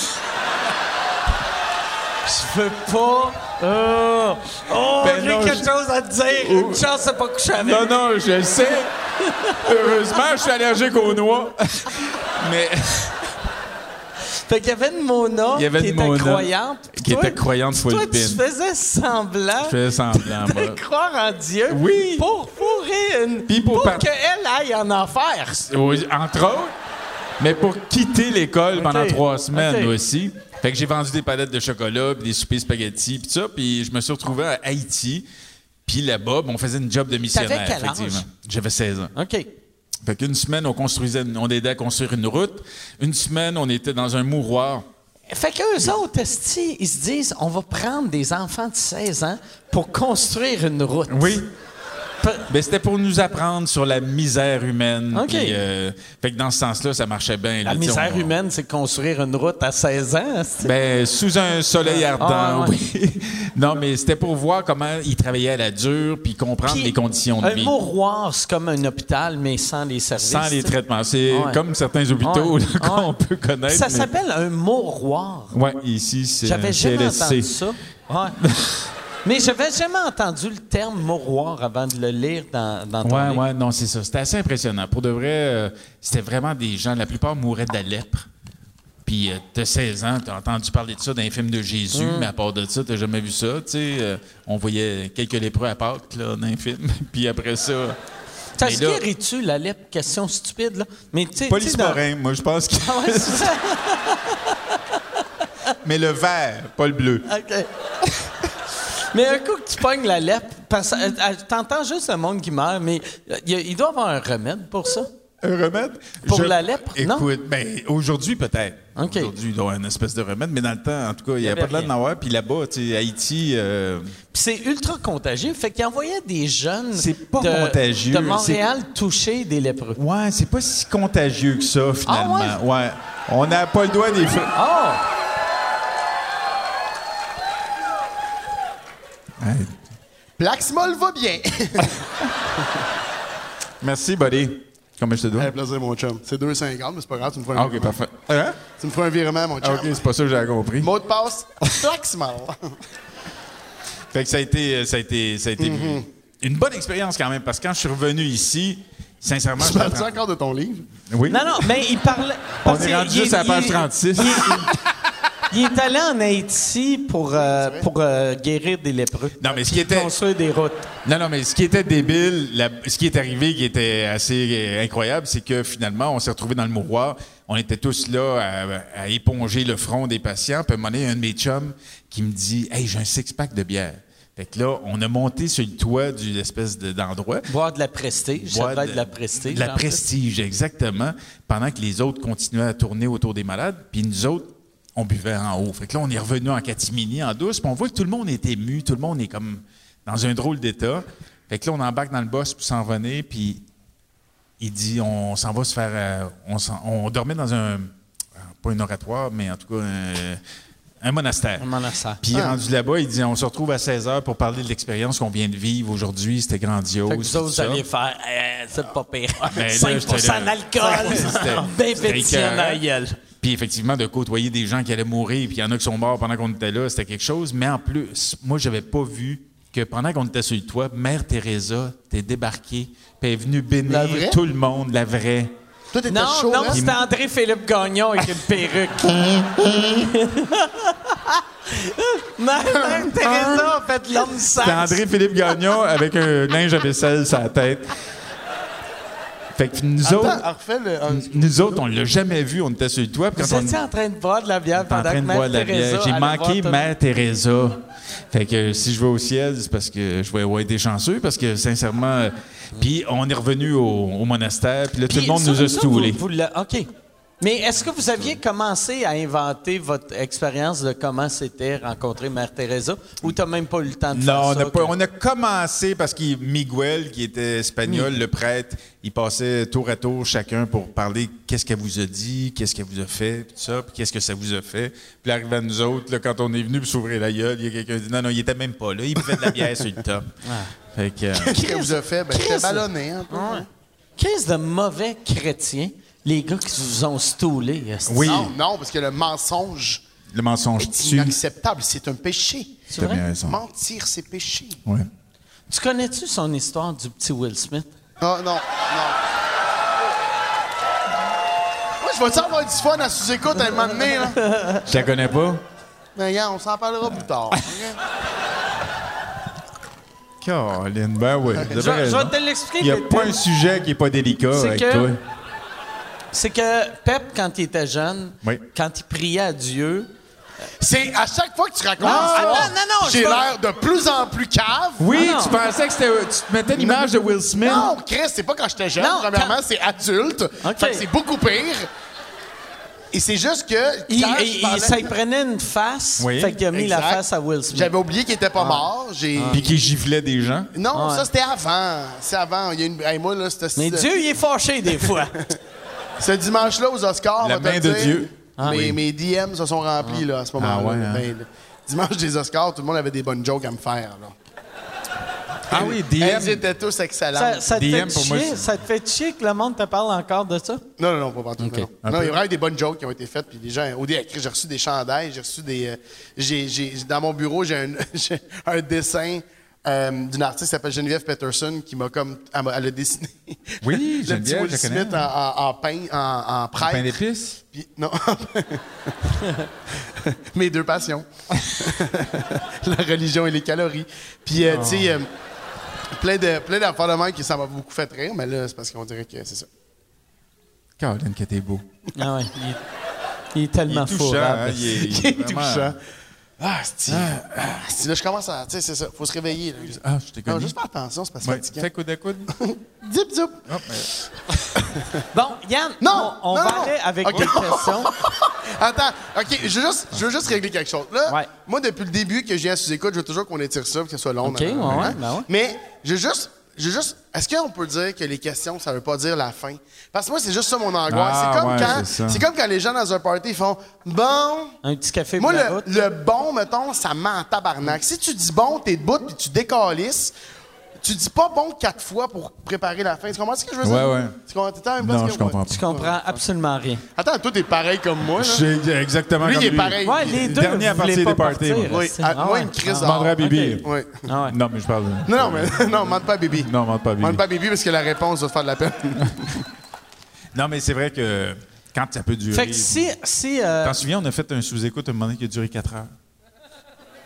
[SPEAKER 3] Je veux pas. Oh, oh
[SPEAKER 7] Ben
[SPEAKER 3] j'ai
[SPEAKER 7] non,
[SPEAKER 3] quelque
[SPEAKER 7] je- Oh.
[SPEAKER 3] chose à te dire. Une chance de pas coucher avec.
[SPEAKER 7] Non, non, je le sais. Heureusement, je suis allergique aux noix. Mais
[SPEAKER 3] Fait qu'il y avait une Mona
[SPEAKER 7] Il y avait
[SPEAKER 3] qui
[SPEAKER 7] une
[SPEAKER 3] était
[SPEAKER 7] Mona
[SPEAKER 3] croyante.
[SPEAKER 7] qui
[SPEAKER 3] Toi-
[SPEAKER 7] était croyante full
[SPEAKER 3] Toi, tu
[SPEAKER 7] pin.
[SPEAKER 3] faisais semblant.
[SPEAKER 7] Je faisais semblant,
[SPEAKER 3] de
[SPEAKER 7] moi.
[SPEAKER 3] croire en Dieu.
[SPEAKER 7] Ah, bah. Oui.
[SPEAKER 3] Pour fourrer une.
[SPEAKER 7] Puis pour par-
[SPEAKER 3] qu'elle aille en enfer.
[SPEAKER 7] Oui, entre autres, mais pour quitter l'école pendant trois semaines
[SPEAKER 3] ok.
[SPEAKER 7] moi aussi. Fait que j'ai vendu des palettes de chocolat, puis des soupers spaghettis, puis tout ça, puis je me suis retrouvé à Haïti. Puis là-bas, ben, on faisait une job de missionnaire,
[SPEAKER 3] quel âge?
[SPEAKER 7] effectivement. J'avais 16 ans.
[SPEAKER 3] OK.
[SPEAKER 7] Fait qu'une semaine, on construisait, une- on aidait à construire une route. Une semaine, on était dans un mouroir.
[SPEAKER 3] Fait qu'eux autres, esti, ils se disent on va prendre des enfants de 16 ans pour construire une route.
[SPEAKER 7] Oui.
[SPEAKER 3] Pe-
[SPEAKER 7] Ben, c'était pour nous apprendre sur la misère humaine.
[SPEAKER 3] OK.
[SPEAKER 7] Puis, euh, fait que dans ce sens-là, ça marchait bien.
[SPEAKER 3] La
[SPEAKER 7] là, tu sais,
[SPEAKER 3] misère
[SPEAKER 7] on-
[SPEAKER 3] humaine, c'est construire une route à 16 ans. esti.
[SPEAKER 7] Ben, sous un soleil
[SPEAKER 3] Ah,
[SPEAKER 7] ardent,
[SPEAKER 3] ouais.
[SPEAKER 7] oui. non, mais c'était pour voir comment ils travaillaient à la dure, puis comprendre
[SPEAKER 3] Puis,
[SPEAKER 7] les conditions de
[SPEAKER 3] un
[SPEAKER 7] vie.
[SPEAKER 3] mouroir, c'est comme un hôpital, mais sans les services.
[SPEAKER 7] Sans les traitements. C'est
[SPEAKER 3] Ouais.
[SPEAKER 7] comme certains hôpitaux
[SPEAKER 3] Ouais.
[SPEAKER 7] là, qu'on
[SPEAKER 3] Ouais.
[SPEAKER 7] peut connaître.
[SPEAKER 3] Ça
[SPEAKER 7] mais-
[SPEAKER 3] s'appelle un mouroir.
[SPEAKER 7] Ouais, ici, c'est un
[SPEAKER 3] J'avais jamais
[SPEAKER 7] CLSC.
[SPEAKER 3] entendu ça. Ouais. mais j'avais jamais entendu le terme mouroir avant de le lire dans, dans ton
[SPEAKER 7] Ouais,
[SPEAKER 3] livre.
[SPEAKER 7] ouais, non, c'est ça. C'était assez impressionnant. Pour de vrai, euh, c'était vraiment des gens, la plupart mouraient de la lèpre. Puis, euh, t'as 16 ans, t'as entendu parler de ça dans les films de Jésus, mais à part de ça, t'as jamais vu ça. Tu sais, euh, on voyait quelques lépreux à Pâques, là, dans les films. Puis après ça.
[SPEAKER 3] Ça
[SPEAKER 7] Mais
[SPEAKER 3] se
[SPEAKER 7] là-
[SPEAKER 3] guérit-tu, la lèpre? Question stupide, là. Mais tu sais- tu sais, dans-
[SPEAKER 7] Polysporin, moi, je pense que.
[SPEAKER 3] Ah ouais, c'est ça.
[SPEAKER 7] Mais le vert, pas le bleu.
[SPEAKER 3] OK. Mais un coup que tu pognes la lèpre, parce- euh, euh, t'entends juste le monde qui meurt, mais euh, il y a- il doit avoir un remède pour ça.
[SPEAKER 7] Un remède?
[SPEAKER 3] Pour la lèpre, non?
[SPEAKER 7] Écoute, ben, aujourd'hui, peut-être.
[SPEAKER 3] OK.
[SPEAKER 7] Aujourd'hui, il doit y avoir une espèce de remède, mais dans le temps, en tout cas, il n'y a
[SPEAKER 3] avait
[SPEAKER 7] pas de l'air
[SPEAKER 3] rien.
[SPEAKER 7] d'en avoir. Puis là-bas, tu sais, Haïti. euh,
[SPEAKER 3] Puis c'est ultra contagieux. Fait qu'il envoyait des jeunes
[SPEAKER 7] C'est pas
[SPEAKER 3] de,
[SPEAKER 7] contagieux,
[SPEAKER 3] de Montréal toucher des lépreux.
[SPEAKER 7] Ouais, c'est pas si contagieux que
[SPEAKER 3] Ah,
[SPEAKER 7] ça, finalement. ouais? On n'a pas le doigt des feux.
[SPEAKER 3] Oh!
[SPEAKER 2] Plaxmol va bien.
[SPEAKER 7] Merci, buddy. Combien je te dois?
[SPEAKER 2] Un plaisir, mon chum. C'est 2,50, mais c'est pas grave, tu me feras un
[SPEAKER 7] Ah, OK,
[SPEAKER 2] virement.
[SPEAKER 7] parfait. Hein?
[SPEAKER 2] Tu me feras un virement, mon
[SPEAKER 7] Ah,
[SPEAKER 2] chum.
[SPEAKER 7] OK, c'est pas ça que j'avais compris.
[SPEAKER 2] Mot de passe, Plaxmol.
[SPEAKER 7] Fait que ça a été, euh, ça a été, ça a été une bonne expérience quand même, parce que quand je suis revenu ici, sincèrement,
[SPEAKER 2] Tu
[SPEAKER 7] je
[SPEAKER 2] parles-tu
[SPEAKER 7] m'attends-
[SPEAKER 2] encore de ton livre?
[SPEAKER 7] Oui.
[SPEAKER 3] Non, non, mais il parlait.
[SPEAKER 7] On
[SPEAKER 3] parce
[SPEAKER 7] est
[SPEAKER 3] qu'il-
[SPEAKER 7] rendu
[SPEAKER 3] il-
[SPEAKER 7] juste à la page
[SPEAKER 3] il-
[SPEAKER 7] 36.
[SPEAKER 3] Il est allé en Haïti pour, euh, pour euh, guérir des lépreux.
[SPEAKER 7] Non, mais ce qui était.
[SPEAKER 3] Construire des routes.
[SPEAKER 7] Non, non, mais ce qui était débile, la- ce qui est arrivé qui était assez euh, incroyable, c'est que finalement, on s'est retrouvés dans le mouroir. On était tous là à, à éponger le front des patients. Puis à un moment donné, un de mes chums qui me dit Hey, j'ai un six-pack de bière. Fait que là, on a monté sur le toit d'une espèce de- d'endroit.
[SPEAKER 3] Boire de la prestige.
[SPEAKER 7] Boire
[SPEAKER 3] ça devait être de la prestige.
[SPEAKER 7] de la
[SPEAKER 3] en fait.
[SPEAKER 7] prestige, exactement. Pendant que les autres continuaient à tourner autour des malades, puis nous autres, on buvait en haut. Fait que là, on est revenu en catimini, en douce, puis on voit que tout le monde est ému, tout le monde est comme dans un drôle d'état. Fait que là, on embarque dans le boss pour s'en venir, puis il dit on s'en va se faire. euh, on, s'en- on dormait dans un. euh, Pas un oratoire, mais en tout cas, un, un monastère.
[SPEAKER 3] Un monastère.
[SPEAKER 7] Puis rendu là-bas, il dit on se retrouve à 16 h pour parler de l'expérience qu'on vient de vivre aujourd'hui. C'était grandiose.
[SPEAKER 3] Fait que vous autres,
[SPEAKER 7] tout
[SPEAKER 3] vous
[SPEAKER 7] ça.
[SPEAKER 3] alliez faire, Eh, c'est pas pire.
[SPEAKER 7] mais là,
[SPEAKER 3] 5
[SPEAKER 7] j'étais là.
[SPEAKER 3] d'alcool.
[SPEAKER 7] C'était-
[SPEAKER 3] Ben
[SPEAKER 7] c'était
[SPEAKER 3] pétillant dans la
[SPEAKER 7] écœurant.
[SPEAKER 3] gueule.
[SPEAKER 7] Puis effectivement, de côtoyer des gens qui allaient mourir, puis il y en a qui sont morts pendant qu'on était là, c'était quelque chose. Mais en plus, moi, j'avais pas vu que pendant qu'on était sur le toit, Mère Teresa t'est débarquée, puis elle est venue
[SPEAKER 2] La
[SPEAKER 7] bénir
[SPEAKER 2] vraie?
[SPEAKER 7] tout le monde, la vraie.
[SPEAKER 2] Toi, t'étais
[SPEAKER 3] Non,
[SPEAKER 2] chaud,
[SPEAKER 3] non,
[SPEAKER 2] hein?
[SPEAKER 3] c'était André-Philippe Gagnon avec une perruque. Martin Teresa a fait l'homme
[SPEAKER 7] C'était
[SPEAKER 2] Ah,
[SPEAKER 3] sale.
[SPEAKER 7] André-Philippe Gagnon avec un linge à vaisselle sur la tête. Fait que nous autres,
[SPEAKER 2] Attends, refais le... euh, un-
[SPEAKER 7] nous autres, on l'a jamais vu, on était sur le toit. puis
[SPEAKER 3] Vous
[SPEAKER 7] quand on-
[SPEAKER 3] étiez en train de boire de la bière
[SPEAKER 7] en
[SPEAKER 3] pendant
[SPEAKER 7] train
[SPEAKER 3] que
[SPEAKER 7] de
[SPEAKER 3] Mère
[SPEAKER 7] boire de la
[SPEAKER 3] Teresa
[SPEAKER 7] bière. J'ai
[SPEAKER 3] allait voir
[SPEAKER 7] manqué
[SPEAKER 3] tout le-
[SPEAKER 7] Mère Teresa. Fait que euh, si je vais au ciel, c'est parce que je vais avoir été chanceux, parce que sincèrement. euh, Puis on est revenu au, au monastère, puis là, tout
[SPEAKER 3] Puis
[SPEAKER 7] le monde
[SPEAKER 3] ça,
[SPEAKER 7] nous a
[SPEAKER 3] ça,
[SPEAKER 7] stoulés.
[SPEAKER 3] vous- vous l'a- OK. Mais est-ce que vous aviez commencé à inventer votre expérience de comment c'était rencontrer Mère Teresa ou t'as même pas eu le temps de faire
[SPEAKER 7] Non, on
[SPEAKER 3] ça?
[SPEAKER 7] a, pas-
[SPEAKER 3] que-
[SPEAKER 7] on a commencé parce que Miguel, qui était espagnol, le prêtre, il passait tour à tour chacun pour parler qu'est-ce qu'elle vous a dit, qu'est-ce qu'elle vous a fait, puis tout ça, puis qu'est-ce que ça vous a fait. Puis arrivé à nous autres, là, quand on est venu pour s'ouvrir la gueule, il y a quelqu'un qui dit non, non, il était même pas là, il buvait de la bière sur le top. Fait que, euh,
[SPEAKER 2] Qu'est-ce que vous a fait? Ben,
[SPEAKER 3] Chris,
[SPEAKER 2] t'es ballonné, un peu.
[SPEAKER 3] Qu'est-ce de mauvais chrétiens, les gars qui vous ont stoulé? esti.
[SPEAKER 7] oui.
[SPEAKER 2] Non, non, parce que le mensonge
[SPEAKER 7] Le mensonge
[SPEAKER 2] est
[SPEAKER 7] tue.
[SPEAKER 2] inacceptable. C'est un péché.
[SPEAKER 3] C'est vrai?
[SPEAKER 7] bien raison.
[SPEAKER 2] Mentir, c'est péché.
[SPEAKER 7] Ouais.
[SPEAKER 3] Tu connais-tu son histoire du petit Will Smith?
[SPEAKER 2] Ah, non, non. Moi, je vais-tu avoir du fun à sous-écoute à un moment donné, là?
[SPEAKER 7] Je la connais pas.
[SPEAKER 2] Mais Ben, regarde, on s'en parlera plus tard. ok?
[SPEAKER 7] Caroline, ben oui.
[SPEAKER 3] Je, je vais te l'expliquer.
[SPEAKER 7] Il n'y a
[SPEAKER 3] Pépé.
[SPEAKER 7] pas un sujet qui n'est pas délicat
[SPEAKER 3] C'est
[SPEAKER 7] avec
[SPEAKER 3] que-
[SPEAKER 7] toi.
[SPEAKER 3] C'est que Pep, quand il était jeune,
[SPEAKER 7] Oui.
[SPEAKER 3] quand il priait à Dieu,
[SPEAKER 2] C'est à chaque fois que tu racontes
[SPEAKER 3] Non,
[SPEAKER 2] l'histoire,
[SPEAKER 3] Ah, attends, non, non,
[SPEAKER 2] j'ai
[SPEAKER 3] je vais-
[SPEAKER 2] l'air de plus en plus cave.
[SPEAKER 4] Oui,
[SPEAKER 3] Ah, non.
[SPEAKER 4] tu pensais que c'était. Tu te mettais l'image de Will Smith.
[SPEAKER 2] Non, Chris, c'est pas quand j'étais jeune.
[SPEAKER 3] Non,
[SPEAKER 2] Premièrement, c'est adulte.
[SPEAKER 3] OK.
[SPEAKER 2] Fait que c'est beaucoup pire. Et c'est juste que.
[SPEAKER 3] Il,
[SPEAKER 2] quand je
[SPEAKER 3] il- il-
[SPEAKER 2] parlais-
[SPEAKER 3] ça y prenait une face,
[SPEAKER 7] Oui.
[SPEAKER 3] fait qu'il a mis la
[SPEAKER 2] Exact.
[SPEAKER 3] face à Will Smith. Ah.
[SPEAKER 2] J'avais oublié qu'il était pas mort. J'ai.
[SPEAKER 7] Puis qui giflait des gens.
[SPEAKER 2] Non,
[SPEAKER 3] Ouais.
[SPEAKER 2] ça c'était avant. C'est avant. Il y a une. Hey, moi, là, c'était-
[SPEAKER 3] Mais Dieu, il est fâché des fois.
[SPEAKER 2] Ce dimanche-là, aux Oscars,
[SPEAKER 7] La
[SPEAKER 2] on va te
[SPEAKER 7] main de
[SPEAKER 2] dire,
[SPEAKER 7] Dieu.
[SPEAKER 3] Ah.
[SPEAKER 2] mes, mes DM se sont remplis là, à ce moment-là.
[SPEAKER 7] Ah ouais, hein.
[SPEAKER 2] Ben, le dimanche des Oscars, tout le monde avait des bonnes jokes à me faire. Là.
[SPEAKER 7] Ah oui,
[SPEAKER 2] Elles
[SPEAKER 7] DM.
[SPEAKER 2] étaient tous excellentes.
[SPEAKER 3] ça, ça te
[SPEAKER 7] DM
[SPEAKER 3] fait
[SPEAKER 7] pour moi,
[SPEAKER 3] chier,
[SPEAKER 7] c'est-
[SPEAKER 3] ça te fait chier que le monde te parle encore de ça?
[SPEAKER 2] Non, non, non, pas partout.
[SPEAKER 3] Ok.
[SPEAKER 2] Non, non. Non, il y a vraiment des bonnes jokes qui ont été faites. Puis les gens, au dé- j'ai reçu des chandails, j'ai reçu des. euh, j'ai- j'ai- dans mon bureau, j'ai un, j'ai un dessin euh, d'une artiste qui s'appelle Geneviève Peterson qui m'a comme. Elle, m'a- elle a dessiné.
[SPEAKER 7] Oui,
[SPEAKER 2] le petit
[SPEAKER 7] Geneviève,
[SPEAKER 2] Will
[SPEAKER 7] je connais.
[SPEAKER 2] Smith en, en, en pain, en, en prêtre.
[SPEAKER 7] Pain d'épices.
[SPEAKER 2] Puis- non. Mes deux passions. la religion et les calories. Puis, euh, tu
[SPEAKER 7] Ah.
[SPEAKER 2] sais, euh, plein de plein d'affaires de même qui ça m'a beaucoup fait rire, mais là, c'est parce qu'on dirait que c'est ça.
[SPEAKER 7] Caroline, que t'es beau.
[SPEAKER 3] Ah ouais, il, est- il est tellement fou.
[SPEAKER 7] hein, Il est, il est vraiment-
[SPEAKER 2] touchant. Ah, c'est là, je commence à. Tu sais, c'est ça. Faut se réveiller. là.
[SPEAKER 7] Ah, je t'ai
[SPEAKER 2] Non,
[SPEAKER 7] connu.
[SPEAKER 2] juste faire attention, c'est parce que
[SPEAKER 7] Ouais,
[SPEAKER 2] c'est
[SPEAKER 7] fais
[SPEAKER 2] fatigant.
[SPEAKER 7] coude à coude.
[SPEAKER 2] Zip, zip.
[SPEAKER 7] Hop, mais-
[SPEAKER 3] Bon, Yann,
[SPEAKER 2] Non,
[SPEAKER 3] on, on
[SPEAKER 2] non,
[SPEAKER 3] va
[SPEAKER 2] non.
[SPEAKER 3] aller avec
[SPEAKER 2] Ok.
[SPEAKER 3] des questions.
[SPEAKER 2] Attends, OK, je veux juste, je veux juste régler quelque chose. Là,
[SPEAKER 3] Ouais.
[SPEAKER 2] moi, depuis le début que je viens à sous-écoute, je veux toujours qu'on étire ça, pour que ce soit long.
[SPEAKER 3] OK,
[SPEAKER 2] nanana,
[SPEAKER 3] ouais,
[SPEAKER 2] nanana.
[SPEAKER 3] ouais, ben ouais.
[SPEAKER 2] Mais je veux juste... Je veux juste Est-ce qu'on peut dire que les questions, ça veut pas dire la fin? Parce que moi, c'est juste ça mon angoisse.
[SPEAKER 7] Ah,
[SPEAKER 2] c'est comme
[SPEAKER 7] ouais,
[SPEAKER 2] quand
[SPEAKER 7] c'est ça.
[SPEAKER 2] c'est comme quand les gens dans un party font Bon.
[SPEAKER 3] Un petit café
[SPEAKER 2] Moi,
[SPEAKER 3] pour la
[SPEAKER 2] le,
[SPEAKER 3] route.
[SPEAKER 2] le bon, mettons, ça ment en tabarnak. Si tu dis bon, t'es debout puis tu décalisses, tu dis pas bon quatre fois pour préparer la fin. Tu comprends ce que je veux dire?
[SPEAKER 7] Ouais, ouais.
[SPEAKER 2] Tu comprends? T'es à la même place
[SPEAKER 7] Non,
[SPEAKER 2] que
[SPEAKER 7] je
[SPEAKER 2] moi.
[SPEAKER 7] comprends pas.
[SPEAKER 3] Je comprends absolument rien.
[SPEAKER 2] Attends, toi, t'es pareil comme moi. Là.
[SPEAKER 7] J'ai exactement
[SPEAKER 2] Lui,
[SPEAKER 7] comme
[SPEAKER 2] il est pareil.
[SPEAKER 3] Ouais, les deux,
[SPEAKER 7] dernier à
[SPEAKER 3] vous voulez
[SPEAKER 7] partir
[SPEAKER 3] pas
[SPEAKER 7] des parties,
[SPEAKER 3] partir,
[SPEAKER 7] moi.
[SPEAKER 2] Oui,
[SPEAKER 3] c'est-
[SPEAKER 2] à-
[SPEAKER 3] ah
[SPEAKER 2] moi,
[SPEAKER 3] ouais.
[SPEAKER 2] une crise
[SPEAKER 7] Je demanderai à Bibi.
[SPEAKER 2] Ah, oui.
[SPEAKER 3] Ah ouais.
[SPEAKER 7] Non, mais je parle. de-
[SPEAKER 2] Non, non, mais non, mente pas à Bibi.
[SPEAKER 7] Non, mente pas à Bibi.
[SPEAKER 2] Mente pas à Bibi parce que la réponse va te faire de la peine.
[SPEAKER 7] Non, mais c'est vrai que quand ça peut durer.
[SPEAKER 3] Fait que si... si euh,
[SPEAKER 7] T'en souviens, on a fait un sous-écoute à un moment donné qui a duré 4 heures.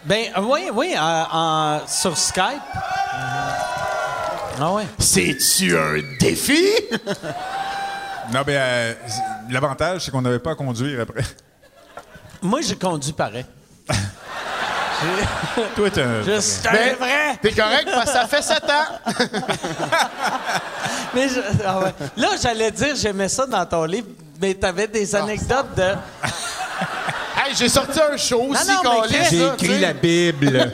[SPEAKER 3] ben euh, oui, oui, euh, en- sur Skype.
[SPEAKER 2] Mhm.
[SPEAKER 3] Ah ouais.
[SPEAKER 2] C'est-tu un défi?
[SPEAKER 3] Euh,
[SPEAKER 7] Non, mais euh, l'avantage, c'est qu'on n'avait pas à conduire après.
[SPEAKER 3] Moi, j'ai conduit pareil.
[SPEAKER 7] Toi, t'es un-
[SPEAKER 3] Je- C'est
[SPEAKER 2] Ben,
[SPEAKER 3] vrai!
[SPEAKER 2] T'es correct parce que ça fait 7 ans.
[SPEAKER 3] Mais je- ah ouais. Là, j'allais dire, j'aimais ça dans ton livre, mais t'avais des
[SPEAKER 2] Ah.
[SPEAKER 3] anecdotes de.
[SPEAKER 2] Hey, j'ai sorti un show aussi,
[SPEAKER 3] non, mais
[SPEAKER 2] câlisse,
[SPEAKER 3] Chris,
[SPEAKER 2] là,
[SPEAKER 7] J'ai
[SPEAKER 2] tu sais.
[SPEAKER 7] écrit la Bible.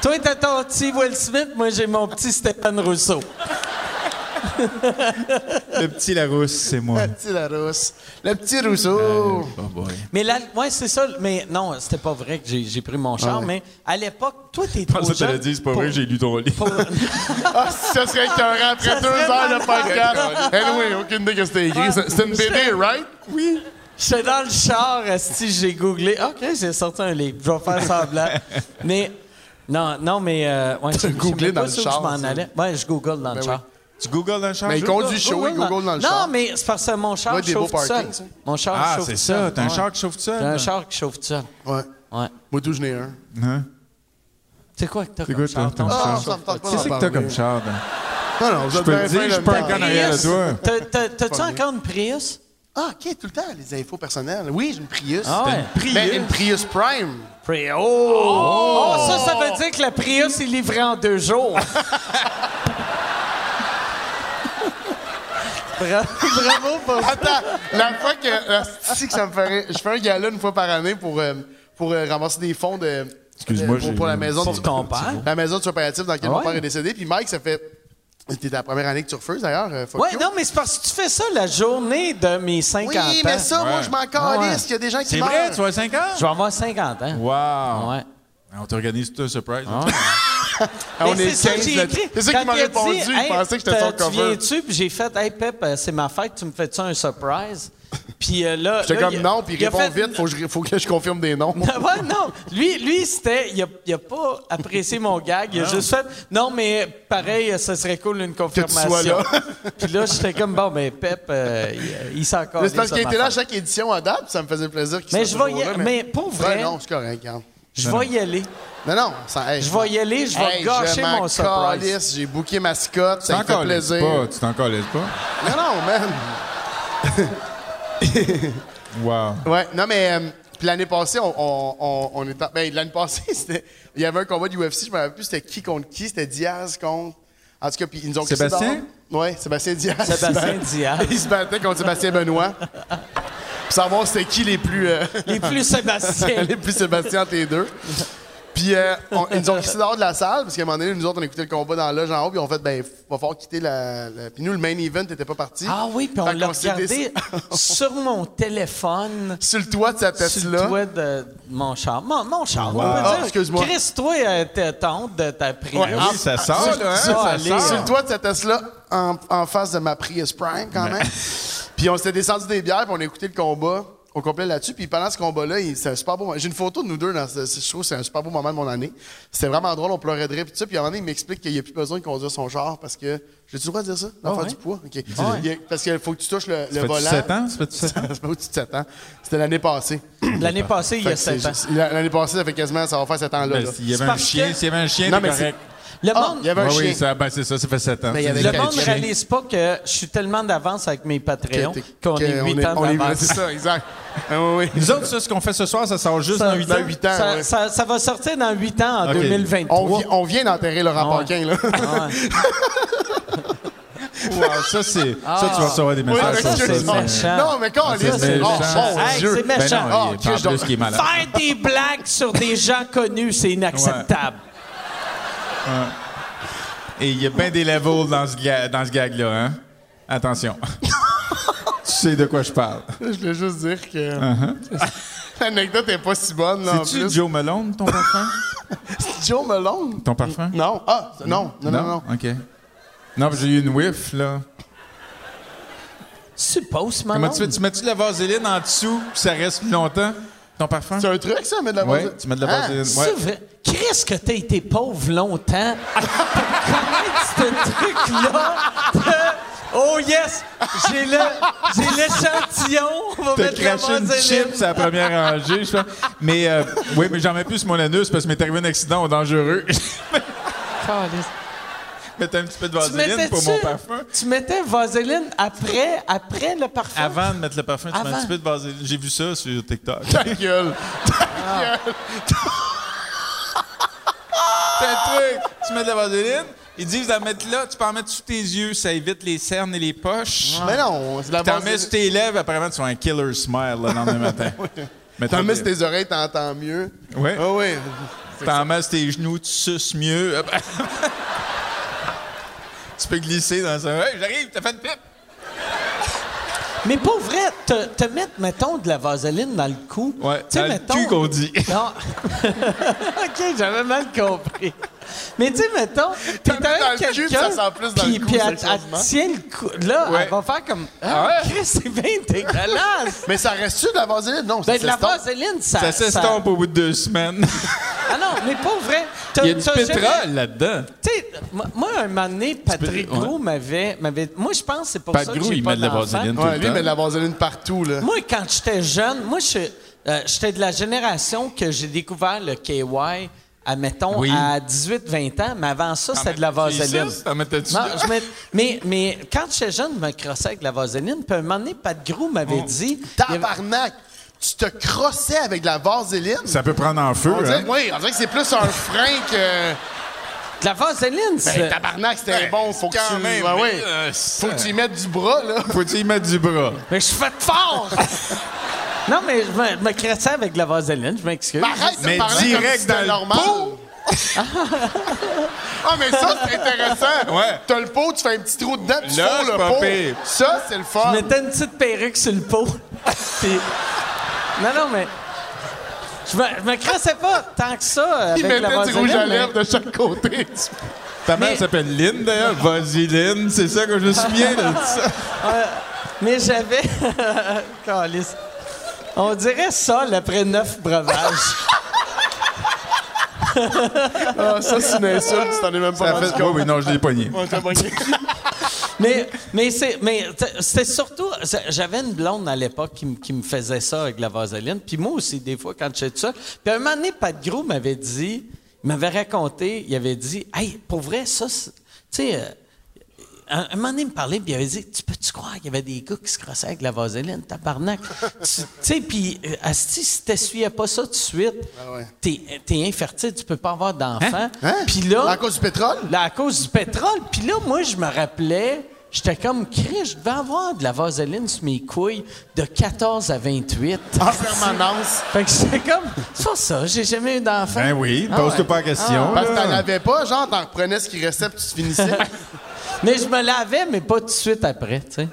[SPEAKER 3] Toi, t'as ton petit Will Smith, moi, j'ai mon petit Stéphane Rousseau.
[SPEAKER 7] Le petit Larousse, c'est moi.
[SPEAKER 2] Le petit Larousse. Le petit Rousseau.
[SPEAKER 7] Oh boy.
[SPEAKER 3] Mais là, ouais, c'est ça. Mais non, c'était pas vrai que j'ai j'ai pris mon char,
[SPEAKER 2] Ah
[SPEAKER 3] mais à l'époque, toi, t'es
[SPEAKER 7] Je
[SPEAKER 3] trop
[SPEAKER 7] pensais que
[SPEAKER 3] jeune.
[SPEAKER 7] t'allais dire, c'est pas
[SPEAKER 3] pour-
[SPEAKER 7] vrai, j'ai lu ton livre.
[SPEAKER 3] pour-
[SPEAKER 2] Ah, si ça serait écœurant après
[SPEAKER 3] Ça
[SPEAKER 2] deux
[SPEAKER 3] serait
[SPEAKER 2] heures de
[SPEAKER 3] malade.
[SPEAKER 2] podcast. Anyway, aucune idée que c'était écrit. C'est- C'est une BD, right?
[SPEAKER 3] Oui. J'étais dans le char, si j'ai googlé. OK, j'ai sorti un livre. Je vais faire semblant. mais non, non, mais. Euh, ouais, je- je
[SPEAKER 2] googlé
[SPEAKER 3] savais pas
[SPEAKER 2] dans le
[SPEAKER 3] sûr que
[SPEAKER 2] char,
[SPEAKER 3] Je m'en
[SPEAKER 2] ça. Ben
[SPEAKER 3] allais. Ouais, je google dans le
[SPEAKER 2] oui.
[SPEAKER 3] char.
[SPEAKER 7] Tu googles dans le char?
[SPEAKER 2] Mais il
[SPEAKER 7] Jules?
[SPEAKER 2] conduit chaud, il google dans le char.
[SPEAKER 3] Non, mais c'est parce que mon char
[SPEAKER 2] Ouais, des
[SPEAKER 3] chauffe
[SPEAKER 2] beaux
[SPEAKER 3] tout seul.
[SPEAKER 2] parkings, ça.
[SPEAKER 3] Mon char
[SPEAKER 7] Ah,
[SPEAKER 3] chauffe
[SPEAKER 7] c'est
[SPEAKER 3] tout
[SPEAKER 7] ça.
[SPEAKER 3] seul.
[SPEAKER 7] T'as un
[SPEAKER 3] Ouais.
[SPEAKER 7] char qui chauffe tout seul.
[SPEAKER 3] T'as un char qui chauffe tout seul.
[SPEAKER 2] Ouais.
[SPEAKER 3] Ouais.
[SPEAKER 2] Moi, tout, je n'ai un.
[SPEAKER 7] Hein?
[SPEAKER 3] C'est quoi que t'as
[SPEAKER 7] C'est
[SPEAKER 3] comme
[SPEAKER 7] quoi, t'as
[SPEAKER 3] char?
[SPEAKER 7] ton
[SPEAKER 3] ton
[SPEAKER 2] Ah,
[SPEAKER 7] char?
[SPEAKER 2] ça me tente pas
[SPEAKER 7] Qu'est-ce
[SPEAKER 2] d'en
[SPEAKER 7] que t'as
[SPEAKER 2] parler.
[SPEAKER 7] comme char? ben?
[SPEAKER 2] Non, non, vous
[SPEAKER 7] Je
[SPEAKER 2] êtes
[SPEAKER 7] peux
[SPEAKER 2] bien
[SPEAKER 7] le dire,
[SPEAKER 2] fin
[SPEAKER 7] je
[SPEAKER 2] de
[SPEAKER 7] peux
[SPEAKER 2] me
[SPEAKER 7] un
[SPEAKER 2] parler.
[SPEAKER 7] canard. Derrière toi.
[SPEAKER 3] T'as- t'as- T'as-tu
[SPEAKER 2] Pas
[SPEAKER 3] encore une Prius?
[SPEAKER 2] Ah, OK, tout le temps, les infos personnelles. Oui, j'ai une Prius.
[SPEAKER 3] Ah ouais.
[SPEAKER 2] Mais une Prius Prime.
[SPEAKER 3] Prius. Oh! ça, ça veut dire que la Prius est livrée en deux jours. Bra- Bravo pour ça.
[SPEAKER 2] Attends, la fois que. la- si Ah, que ça me ferait. Je fais un gala une fois par année pour, euh, pour euh, ramasser des fonds de.
[SPEAKER 7] Excuse-moi,
[SPEAKER 2] pour,
[SPEAKER 7] j'ai-
[SPEAKER 2] pour la maison
[SPEAKER 3] Pour
[SPEAKER 2] du-
[SPEAKER 3] ton père.
[SPEAKER 2] La maison du coopératif dans laquelle
[SPEAKER 3] Ah
[SPEAKER 2] mon
[SPEAKER 3] ouais?
[SPEAKER 2] père est décédé. Puis Mike, ça fait. C'était la première année que tu refuses d'ailleurs. euh, fuck
[SPEAKER 3] Ouais,
[SPEAKER 2] you.
[SPEAKER 3] non, mais c'est parce que tu fais ça la journée de mes 50
[SPEAKER 2] Oui,
[SPEAKER 3] ans.
[SPEAKER 2] mais ça, moi,
[SPEAKER 7] Ouais.
[SPEAKER 2] je m'en
[SPEAKER 3] Ah ouais.
[SPEAKER 2] calisse. Il y a des gens qui
[SPEAKER 7] C'est
[SPEAKER 2] meurent.
[SPEAKER 7] vrai, tu as 5 ans?
[SPEAKER 3] Je vais avoir hein? 50 ans.
[SPEAKER 7] Wow.
[SPEAKER 3] Ouais.
[SPEAKER 7] Ah. On t'organise tout un surprise. hein?
[SPEAKER 2] Ah, on
[SPEAKER 3] Mais
[SPEAKER 2] est
[SPEAKER 3] c'est ça que
[SPEAKER 2] 15
[SPEAKER 3] j'ai
[SPEAKER 2] là-dessus.
[SPEAKER 3] écrit.
[SPEAKER 2] C'est ça
[SPEAKER 3] Quand
[SPEAKER 2] qui m'a
[SPEAKER 3] il a
[SPEAKER 2] répondu.
[SPEAKER 3] dit,
[SPEAKER 2] Il
[SPEAKER 3] Hey,
[SPEAKER 2] pensait que j'étais
[SPEAKER 3] t'as-
[SPEAKER 2] son
[SPEAKER 3] Tu
[SPEAKER 2] cover.
[SPEAKER 3] viens-tu? Puis j'ai fait, hey Pep, euh, c'est ma fête, tu me fais-tu un surprise? Puis euh, là.
[SPEAKER 2] J'étais
[SPEAKER 3] là,
[SPEAKER 2] comme
[SPEAKER 3] il-
[SPEAKER 2] non, puis il
[SPEAKER 3] il a
[SPEAKER 2] répond
[SPEAKER 3] fait-
[SPEAKER 2] vite. Faut que, je, faut que je confirme des noms.
[SPEAKER 3] Ah ouais, non. Lui, lui c'était. Il a, il a pas apprécié mon gag. Il a juste fait. Non, mais pareil, ça serait cool une confirmation.
[SPEAKER 2] sois là.
[SPEAKER 3] Puis là, j'étais comme, bon, ben, Pep, euh, il, il s'en
[SPEAKER 7] Ah,
[SPEAKER 2] Mais
[SPEAKER 3] calisse
[SPEAKER 2] C'est parce
[SPEAKER 3] de
[SPEAKER 2] qu'il
[SPEAKER 3] ma
[SPEAKER 2] était là à
[SPEAKER 3] fête.
[SPEAKER 2] chaque édition à date, puis ça me faisait plaisir qu'il
[SPEAKER 3] Mais
[SPEAKER 2] soit
[SPEAKER 3] je vais
[SPEAKER 2] toujours
[SPEAKER 3] y-
[SPEAKER 2] là,
[SPEAKER 3] mais pour vrai-
[SPEAKER 2] Ouais, non, c'est correct, regarde.
[SPEAKER 3] Je vais y aller.
[SPEAKER 2] Non, non, ça, hey,
[SPEAKER 3] Je vais y aller, je vais
[SPEAKER 2] Hey,
[SPEAKER 3] gâcher
[SPEAKER 2] je
[SPEAKER 3] mon
[SPEAKER 2] m'en
[SPEAKER 3] surprise.
[SPEAKER 2] calisse, J'ai booké ma scotte, ça
[SPEAKER 7] T'en
[SPEAKER 2] me fait
[SPEAKER 7] calises
[SPEAKER 2] plaisir.
[SPEAKER 7] pas, Tu t'en colles pas?
[SPEAKER 2] Non, non, man.
[SPEAKER 7] Wow.
[SPEAKER 2] Ouais, non, mais euh, Puis l'année passée, on, on, on, on était. Ben, l'année passée, c'était- il y avait un combat du UFC, je me rappelle plus c'était qui contre qui, c'était Diaz contre. En tout cas, puis ils nous ont crissé
[SPEAKER 7] Sébastien?
[SPEAKER 2] dehors. Ouais, Sébastien Diaz.
[SPEAKER 3] Sébastien Diaz.
[SPEAKER 2] Il se battait contre Sébastien Benoît. Pour savoir c'était qui les plus. euh,
[SPEAKER 3] Les plus Sébastien.
[SPEAKER 2] les plus Sébastien entre les deux. Puis euh, on- ils nous ont crissé dehors de la salle, parce qu'à un moment donné, nous autres, on écoutait le combat dans la loge en haut, puis on fait, ben, va falloir quitter la. la- Puis nous, le main event n'était pas parti.
[SPEAKER 3] Ah oui, puis on
[SPEAKER 2] Fait
[SPEAKER 3] l'a
[SPEAKER 2] qu'on s'est
[SPEAKER 3] regardé
[SPEAKER 2] déc-
[SPEAKER 3] sur mon téléphone.
[SPEAKER 2] sur le toit de sa
[SPEAKER 3] Sur le
[SPEAKER 2] Tesla.
[SPEAKER 3] toit de mon char. Mon, mon char. on peut
[SPEAKER 2] Ah,
[SPEAKER 3] dire.
[SPEAKER 2] excuse-moi.
[SPEAKER 3] Chris, toi, euh, t'es- t'as honte de ta Ah, prise.
[SPEAKER 7] Oui, ça sort, là, hein?
[SPEAKER 3] ça
[SPEAKER 7] Ça
[SPEAKER 3] allait.
[SPEAKER 7] sort.
[SPEAKER 2] Sur le toit de cette Tesla, en, en face de ma Prius Prime, quand même. puis on s'était descendu des bières, puis on a écouté le combat au complet là-dessus. Puis pendant ce combat-là, il- c'est un super beau moment. J'ai une photo de nous deux, dans ce- je trouve que c'est un super beau moment de mon année. C'était vraiment drôle, on pleurait de rire, puis tout ça. Puis à un moment donné, il m'explique qu'il n'y a plus besoin de conduire son char parce que... J'ai-tu le droit de dire ça?
[SPEAKER 7] Ah
[SPEAKER 2] L'enfant du poids? OK. Il y a- parce qu'il faut que tu touches le, le
[SPEAKER 7] Ça fait-tu
[SPEAKER 2] volant.
[SPEAKER 7] 7 ans? Ça fait-tu 7 ans?
[SPEAKER 2] Ça fait au-dessus de 7 ans. C'était l'année passée.
[SPEAKER 3] L'année passée, il y
[SPEAKER 2] Fait
[SPEAKER 3] a
[SPEAKER 2] que c'est
[SPEAKER 3] 7 ans.
[SPEAKER 2] juste- L'année passée, ça fait quasiment, ça va faire 7 ans-là.
[SPEAKER 7] Ben,
[SPEAKER 2] là.
[SPEAKER 7] S'il y avait un
[SPEAKER 3] parce que-
[SPEAKER 7] chien, s'il y avait un chien,
[SPEAKER 2] Non,
[SPEAKER 7] t'es
[SPEAKER 2] mais c'est-
[SPEAKER 7] correct.
[SPEAKER 3] Le
[SPEAKER 2] Ah,
[SPEAKER 3] monde,
[SPEAKER 2] il y avait un
[SPEAKER 7] Ouais,
[SPEAKER 2] chien.
[SPEAKER 7] oui, ça, ben, c'est ça, ça fait 7 ans.
[SPEAKER 2] Mais il y avait
[SPEAKER 3] le
[SPEAKER 2] quel
[SPEAKER 3] monde ne
[SPEAKER 2] chien?
[SPEAKER 3] réalise pas que je suis tellement d'avance avec mes Patreons
[SPEAKER 2] Que-
[SPEAKER 3] qu'on
[SPEAKER 2] que-
[SPEAKER 3] est 8
[SPEAKER 2] on est-
[SPEAKER 3] ans
[SPEAKER 2] on est-
[SPEAKER 3] d'avance.
[SPEAKER 2] C'est ça, exact. Ah, oui, oui.
[SPEAKER 7] Nous autres, ça, ce qu'on fait ce soir, ça sort juste dans 8 ans.
[SPEAKER 2] dans huit ans,
[SPEAKER 3] ça,
[SPEAKER 2] ouais.
[SPEAKER 3] ça- ça va sortir dans 8 ans, en
[SPEAKER 7] Ok.
[SPEAKER 3] 2023.
[SPEAKER 2] On, vi- on vient d'enterrer Laurent
[SPEAKER 3] Ah ouais.
[SPEAKER 2] Paquin, là.
[SPEAKER 7] Wow, ça, c'est... Ça, tu vas recevoir des messages.
[SPEAKER 2] Ouais,
[SPEAKER 3] ça,
[SPEAKER 7] sur
[SPEAKER 3] c'est
[SPEAKER 7] ça,
[SPEAKER 2] excuse-moi.
[SPEAKER 3] méchant.
[SPEAKER 2] Non, mais quand on lit,
[SPEAKER 7] c'est
[SPEAKER 2] c'est
[SPEAKER 7] méchant.
[SPEAKER 2] oh, mon
[SPEAKER 3] Hey,
[SPEAKER 2] Dieu.
[SPEAKER 3] c'est méchant.
[SPEAKER 2] Ah,
[SPEAKER 7] Ben non, il est- puis en
[SPEAKER 2] Christ,
[SPEAKER 7] plus,
[SPEAKER 2] donc-
[SPEAKER 7] qui est malade.
[SPEAKER 3] Faire des blagues sur des gens connus, c'est inacceptable.
[SPEAKER 7] Et il y a bien des levels dans ce, ga- dans ce gag-là, hein? Attention. tu sais de quoi je parle.
[SPEAKER 2] Je voulais juste dire que l'anecdote est pas si bonne, là, en
[SPEAKER 7] C'est-tu
[SPEAKER 2] plus.
[SPEAKER 7] Joe Malone, ton parfum?
[SPEAKER 2] Joe Malone?
[SPEAKER 7] ton parfum?
[SPEAKER 2] Non. Ah, non, non, non, non.
[SPEAKER 7] OK. Non, puis j'ai eu une whiff, là.
[SPEAKER 3] Suppose,
[SPEAKER 7] Comment
[SPEAKER 3] maman.
[SPEAKER 7] tu fais? Tu mets-tu de la vaseline en dessous, puis ça reste plus longtemps? Ton parfum?
[SPEAKER 2] C'est un truc, ça, mettre de la
[SPEAKER 7] Oui,
[SPEAKER 2] vaseline?
[SPEAKER 7] tu mets de la
[SPEAKER 2] Hein?
[SPEAKER 7] vaseline.
[SPEAKER 3] C'est
[SPEAKER 7] Ouais.
[SPEAKER 3] vrai. Chris, que t'as été pauvre longtemps pour connaître ce truc-là de Oh yes! J'ai le, j'ai l'échantillon, on va
[SPEAKER 7] T'as
[SPEAKER 3] mettre la
[SPEAKER 7] craché une
[SPEAKER 3] vaseline.
[SPEAKER 7] chip, c'est la première rangée, je pense. Mais euh, oui, mais j'en mets plus sur mon anus parce que m'est arrivé un accident dangereux.
[SPEAKER 3] Caliste.
[SPEAKER 7] Mettais un petit peu de
[SPEAKER 3] Tu
[SPEAKER 7] vaseline pour mon
[SPEAKER 3] mettais-tu-
[SPEAKER 7] parfum.
[SPEAKER 3] Tu mettais vaseline après, après le parfum?
[SPEAKER 7] Avant de mettre le parfum, tu mets
[SPEAKER 3] Avant.
[SPEAKER 7] un petit peu de vaseline. J'ai vu ça sur TikTok.
[SPEAKER 2] Ta gueule.
[SPEAKER 7] C'est un truc. Tu mets de la vaseline, ils disent de la mettre là, tu peux en mettre sous tes yeux, ça évite les cernes et les poches.
[SPEAKER 2] Mais non, c'est de la
[SPEAKER 7] T'en mets sur
[SPEAKER 2] vaseline.
[SPEAKER 7] tes lèvres, apparemment, tu as un killer smile le lendemain matin. Mais
[SPEAKER 2] T'en mets sur tes oreilles, t'entends mieux.
[SPEAKER 7] Ouais.
[SPEAKER 2] Ah oui.
[SPEAKER 7] T'en mets sur tes genoux, tu suces mieux. Hop. tu peux glisser dans un. Hey, j'arrive, t'as fait une pipe.
[SPEAKER 3] Mais pour vrai, te, te mettre, mettons, de la vaseline dans le cou.
[SPEAKER 7] Ouais,
[SPEAKER 3] Tu sais,
[SPEAKER 7] dans le
[SPEAKER 3] mettons-
[SPEAKER 7] cul qu'on dit.
[SPEAKER 3] Non. OK, j'avais mal compris. Mais tu sais, mettons, t'es
[SPEAKER 2] mis dans
[SPEAKER 3] avec
[SPEAKER 2] le cul,
[SPEAKER 3] quelqu'un,
[SPEAKER 2] puis ça sent plus dans le
[SPEAKER 3] puis-
[SPEAKER 2] cou,
[SPEAKER 3] puis elle,
[SPEAKER 2] sérieusement.
[SPEAKER 3] elle tient le cou. Là,
[SPEAKER 7] Ouais.
[SPEAKER 3] elle va faire comme... Ah, Chris, c'est bien dégueulasse!
[SPEAKER 2] Mais ça reste-tu de la vaseline? Non,
[SPEAKER 3] Ben,
[SPEAKER 2] c'est
[SPEAKER 3] de la vaseline, ça...
[SPEAKER 7] Ça s'estompe au bout de deux semaines.
[SPEAKER 3] Ah non, mais pas vrai.
[SPEAKER 7] Il y a du pétrole là-dedans.
[SPEAKER 3] Tu sais, moi- moi, un moment donné, Patrick
[SPEAKER 7] peux- ouais.
[SPEAKER 3] Gros m'avait, m'avait... Moi, je pense que c'est pour
[SPEAKER 7] Pat
[SPEAKER 3] ça que
[SPEAKER 7] Gros,
[SPEAKER 3] j'ai
[SPEAKER 7] il
[SPEAKER 3] pas
[SPEAKER 7] met de la
[SPEAKER 3] d'enfant.
[SPEAKER 7] vaseline tout
[SPEAKER 2] Ouais,
[SPEAKER 7] le
[SPEAKER 2] lui, il
[SPEAKER 7] temps.
[SPEAKER 2] met de la vaseline partout, là.
[SPEAKER 3] Moi, quand j'étais jeune, moi, je, euh, j'étais de la génération que j'ai découvert le KY, à, mettons,
[SPEAKER 7] Oui.
[SPEAKER 3] à 18-20 ans, mais avant ça, c'était de la
[SPEAKER 7] mettais-tu
[SPEAKER 3] vaseline.
[SPEAKER 7] ici? T'en mettais-tu
[SPEAKER 3] Non,
[SPEAKER 7] là?
[SPEAKER 3] je mets- mais, mais quand j'étais jeune, je me crossais avec de la vaseline. Puis un moment donné, Pat Grou
[SPEAKER 7] Oh,
[SPEAKER 3] m'avait dit... il y avait-
[SPEAKER 2] Tabarnak! Tu te crossais avec de la vaseline?
[SPEAKER 7] Ça peut prendre en feu.
[SPEAKER 2] On dirait,
[SPEAKER 7] hein?
[SPEAKER 2] oui, on dirait que c'est plus un frein que.
[SPEAKER 3] De la vaseline,
[SPEAKER 2] Ben,
[SPEAKER 3] c'est...
[SPEAKER 2] tabarnak, c'était bon. Faut que
[SPEAKER 7] quand
[SPEAKER 2] tu.
[SPEAKER 7] même,
[SPEAKER 2] ouais,
[SPEAKER 7] mais,
[SPEAKER 2] ouais.
[SPEAKER 7] euh,
[SPEAKER 2] Faut que tu y mettes du bras, là.
[SPEAKER 7] Faut-tu y mettre du bras?
[SPEAKER 3] Mais je fais de fort! non, mais je me, je me crossais avec de la vaseline, je m'excuse.
[SPEAKER 2] Mais arrête
[SPEAKER 7] Mais
[SPEAKER 2] de parler
[SPEAKER 7] direct
[SPEAKER 2] comme si c'était
[SPEAKER 7] dans le
[SPEAKER 2] normal. ah, mais ça, c'est intéressant.
[SPEAKER 7] Ouais.
[SPEAKER 2] T'as le pot, tu fais un petit trou dedans, tu
[SPEAKER 7] Là,
[SPEAKER 2] fous
[SPEAKER 7] c'est
[SPEAKER 2] le
[SPEAKER 7] pas
[SPEAKER 2] pot.
[SPEAKER 7] pire.
[SPEAKER 2] Ça, c'est le fun.
[SPEAKER 3] Je mettais une petite perruque sur le pot. Puis- Non, non, mais. Je me, je me crassais pas tant que ça. euh,
[SPEAKER 2] Il
[SPEAKER 3] avec la
[SPEAKER 2] mettait du
[SPEAKER 3] vaseline,
[SPEAKER 2] rouge à
[SPEAKER 3] mais-
[SPEAKER 2] lèvres de chaque côté.
[SPEAKER 7] Ta mère
[SPEAKER 3] Mais-
[SPEAKER 7] s'appelle Lynn, d'ailleurs. Vas-y, Lynn. C'est ça que je me souviens de ça.
[SPEAKER 3] Euh, mais j'avais. Calisse. On dirait ça après neuf breuvages.
[SPEAKER 2] ah, ça, c'est une insulte, tu t'en es même pas
[SPEAKER 7] Ça
[SPEAKER 2] rendu
[SPEAKER 7] fait... Oui, oui, non, je l'ai pogné.
[SPEAKER 3] mais mais c'est mais t- c'était surtout c'est- j'avais une blonde à l'époque qui, me- qui me faisait ça avec la vaseline puis moi aussi des fois quand j'étais tout seul puis à un moment donné Pat Gros m'avait dit il m'avait raconté il avait dit hey pour vrai ça c'est- tu sais euh, un, un moment donné, il me parlait, puis il avait dit Tu peux-tu croire qu'il y avait des gars qui se crossaient avec la vaseline, tabarnak Tu tu sais, puis, euh, Asti, si t'essuyais pas ça tout de suite, t'es t'es infertile, tu peux pas avoir d'enfant.
[SPEAKER 2] Ah Hein?
[SPEAKER 3] Puis là.
[SPEAKER 2] À cause du pétrole?
[SPEAKER 3] Là, à cause du pétrole. Puis là, moi, je me rappelais, j'étais comme, Chris, je devais avoir de la vaseline sur mes couilles de 14 à 28.
[SPEAKER 2] En permanence.
[SPEAKER 3] Fait que j'étais comme, c'est pas ça, j'ai jamais eu d'enfant.
[SPEAKER 4] Ben oui,
[SPEAKER 3] Ah
[SPEAKER 4] pose-toi
[SPEAKER 3] ouais.
[SPEAKER 4] pas la
[SPEAKER 7] Oh
[SPEAKER 4] question.
[SPEAKER 2] Parce que
[SPEAKER 4] là.
[SPEAKER 2] t'en avais pas, genre, t'en reprenais ce qui restait puis tu te finissais.
[SPEAKER 3] Mais je me lavais, mais pas tout de suite après, tu sais.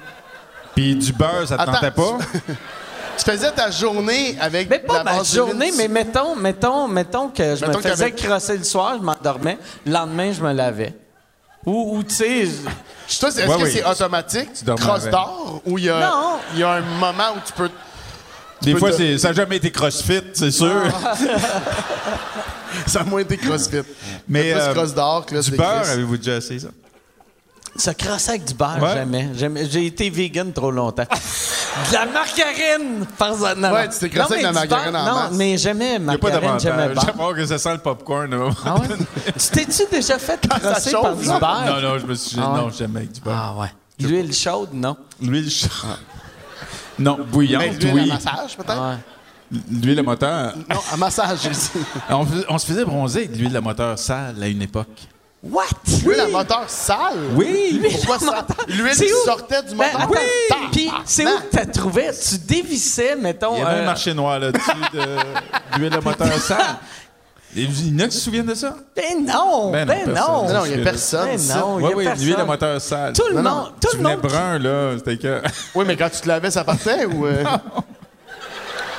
[SPEAKER 4] Puis du beurre, ça te
[SPEAKER 2] Attends.
[SPEAKER 4] tentait pas?
[SPEAKER 2] tu faisais ta journée avec
[SPEAKER 3] Mais pas
[SPEAKER 2] la
[SPEAKER 3] ma
[SPEAKER 2] vaseline.
[SPEAKER 3] journée, mais mettons, mettons, mettons que je
[SPEAKER 2] Mettons
[SPEAKER 3] me
[SPEAKER 2] que
[SPEAKER 3] faisais
[SPEAKER 2] t'avais-
[SPEAKER 3] crosser le soir, je m'endormais, le lendemain, je me lavais. Ou, ou, tu sais, je-
[SPEAKER 2] Toi, c'est- Est-ce
[SPEAKER 4] Ouais,
[SPEAKER 2] que
[SPEAKER 4] oui.
[SPEAKER 2] c'est automatique,
[SPEAKER 4] Tu dormais
[SPEAKER 2] crosse
[SPEAKER 4] avec.
[SPEAKER 2] d'or, ou il y, a-
[SPEAKER 3] Non.
[SPEAKER 2] il y a un moment où tu peux...
[SPEAKER 4] Des
[SPEAKER 2] peux
[SPEAKER 4] fois,
[SPEAKER 2] te- Ah.
[SPEAKER 4] c'est- ça n'a jamais été crossfit, c'est sûr.
[SPEAKER 2] Ça a moins été crossfit.
[SPEAKER 4] Mais
[SPEAKER 2] Plus
[SPEAKER 4] euh,
[SPEAKER 2] crosse d'or que là,
[SPEAKER 4] du
[SPEAKER 2] c'est
[SPEAKER 4] beurre,
[SPEAKER 2] Chris.
[SPEAKER 4] avez-vous déjà essayé ça?
[SPEAKER 3] se crosser avec du beurre,
[SPEAKER 4] Ouais.
[SPEAKER 3] jamais. Jamais. J'ai été vegan trop longtemps. de la margarine! Par... non, non.
[SPEAKER 2] Ouais, tu t'es crossé
[SPEAKER 3] Non, mais
[SPEAKER 2] avec la
[SPEAKER 3] du beurre,
[SPEAKER 2] margarine en masse.
[SPEAKER 3] Non, mais jamais
[SPEAKER 4] Il n'y a pas
[SPEAKER 3] margarine, jamais
[SPEAKER 4] d'avantage.
[SPEAKER 3] beurre.
[SPEAKER 4] J'apprends que ça sent le popcorn. à un moment
[SPEAKER 3] Ah ouais? tu t'es-tu déjà fait crosser par
[SPEAKER 2] chauffe,
[SPEAKER 3] du
[SPEAKER 2] là.
[SPEAKER 3] beurre?
[SPEAKER 4] Non, non, je me suis
[SPEAKER 3] Ah ouais.
[SPEAKER 4] Non, jamais avec du beurre.
[SPEAKER 3] Ah ouais. L'huile chaude, non.
[SPEAKER 4] L'huile ch- Non, bouillante,
[SPEAKER 2] L'huile à
[SPEAKER 4] oui.
[SPEAKER 2] massage, peut-être?
[SPEAKER 3] Ouais.
[SPEAKER 4] L'huile à moteur.
[SPEAKER 2] Non, à massage, j'ai dit.
[SPEAKER 4] On, fais- on se faisait bronzer avec de l'huile à moteur sale à une époque.
[SPEAKER 3] What?
[SPEAKER 2] L'huile à moteur sale?
[SPEAKER 4] Oui!
[SPEAKER 2] Pourquoi ça? L'huile
[SPEAKER 3] C'est
[SPEAKER 2] qui
[SPEAKER 3] où?
[SPEAKER 2] sortait du
[SPEAKER 3] Ben,
[SPEAKER 2] moteur.
[SPEAKER 3] attends,
[SPEAKER 2] Tabarnak.
[SPEAKER 3] Puis c'est où que t'as trouvé? Tu dévissais, mettons.
[SPEAKER 4] Il y avait
[SPEAKER 3] euh,
[SPEAKER 4] un marché noir là-dessus de l'huile à moteur sale. Et Il y en a qui se souviennent de ça?
[SPEAKER 3] Ben non, ben,
[SPEAKER 4] Ben non,
[SPEAKER 3] non.
[SPEAKER 4] personne.
[SPEAKER 2] Non, non, il n'y a personne.
[SPEAKER 3] Ben
[SPEAKER 2] ici.
[SPEAKER 3] non,
[SPEAKER 4] Oui,
[SPEAKER 3] il y a
[SPEAKER 4] oui,
[SPEAKER 3] personne.
[SPEAKER 4] l'huile à moteur sale.
[SPEAKER 3] Tout le
[SPEAKER 2] Non,
[SPEAKER 3] monde, tout
[SPEAKER 4] tu
[SPEAKER 3] le
[SPEAKER 4] venais
[SPEAKER 3] monde.
[SPEAKER 4] brun, là. C'était que.
[SPEAKER 2] Oui, mais quand tu te lavais, ça partait ou. euh?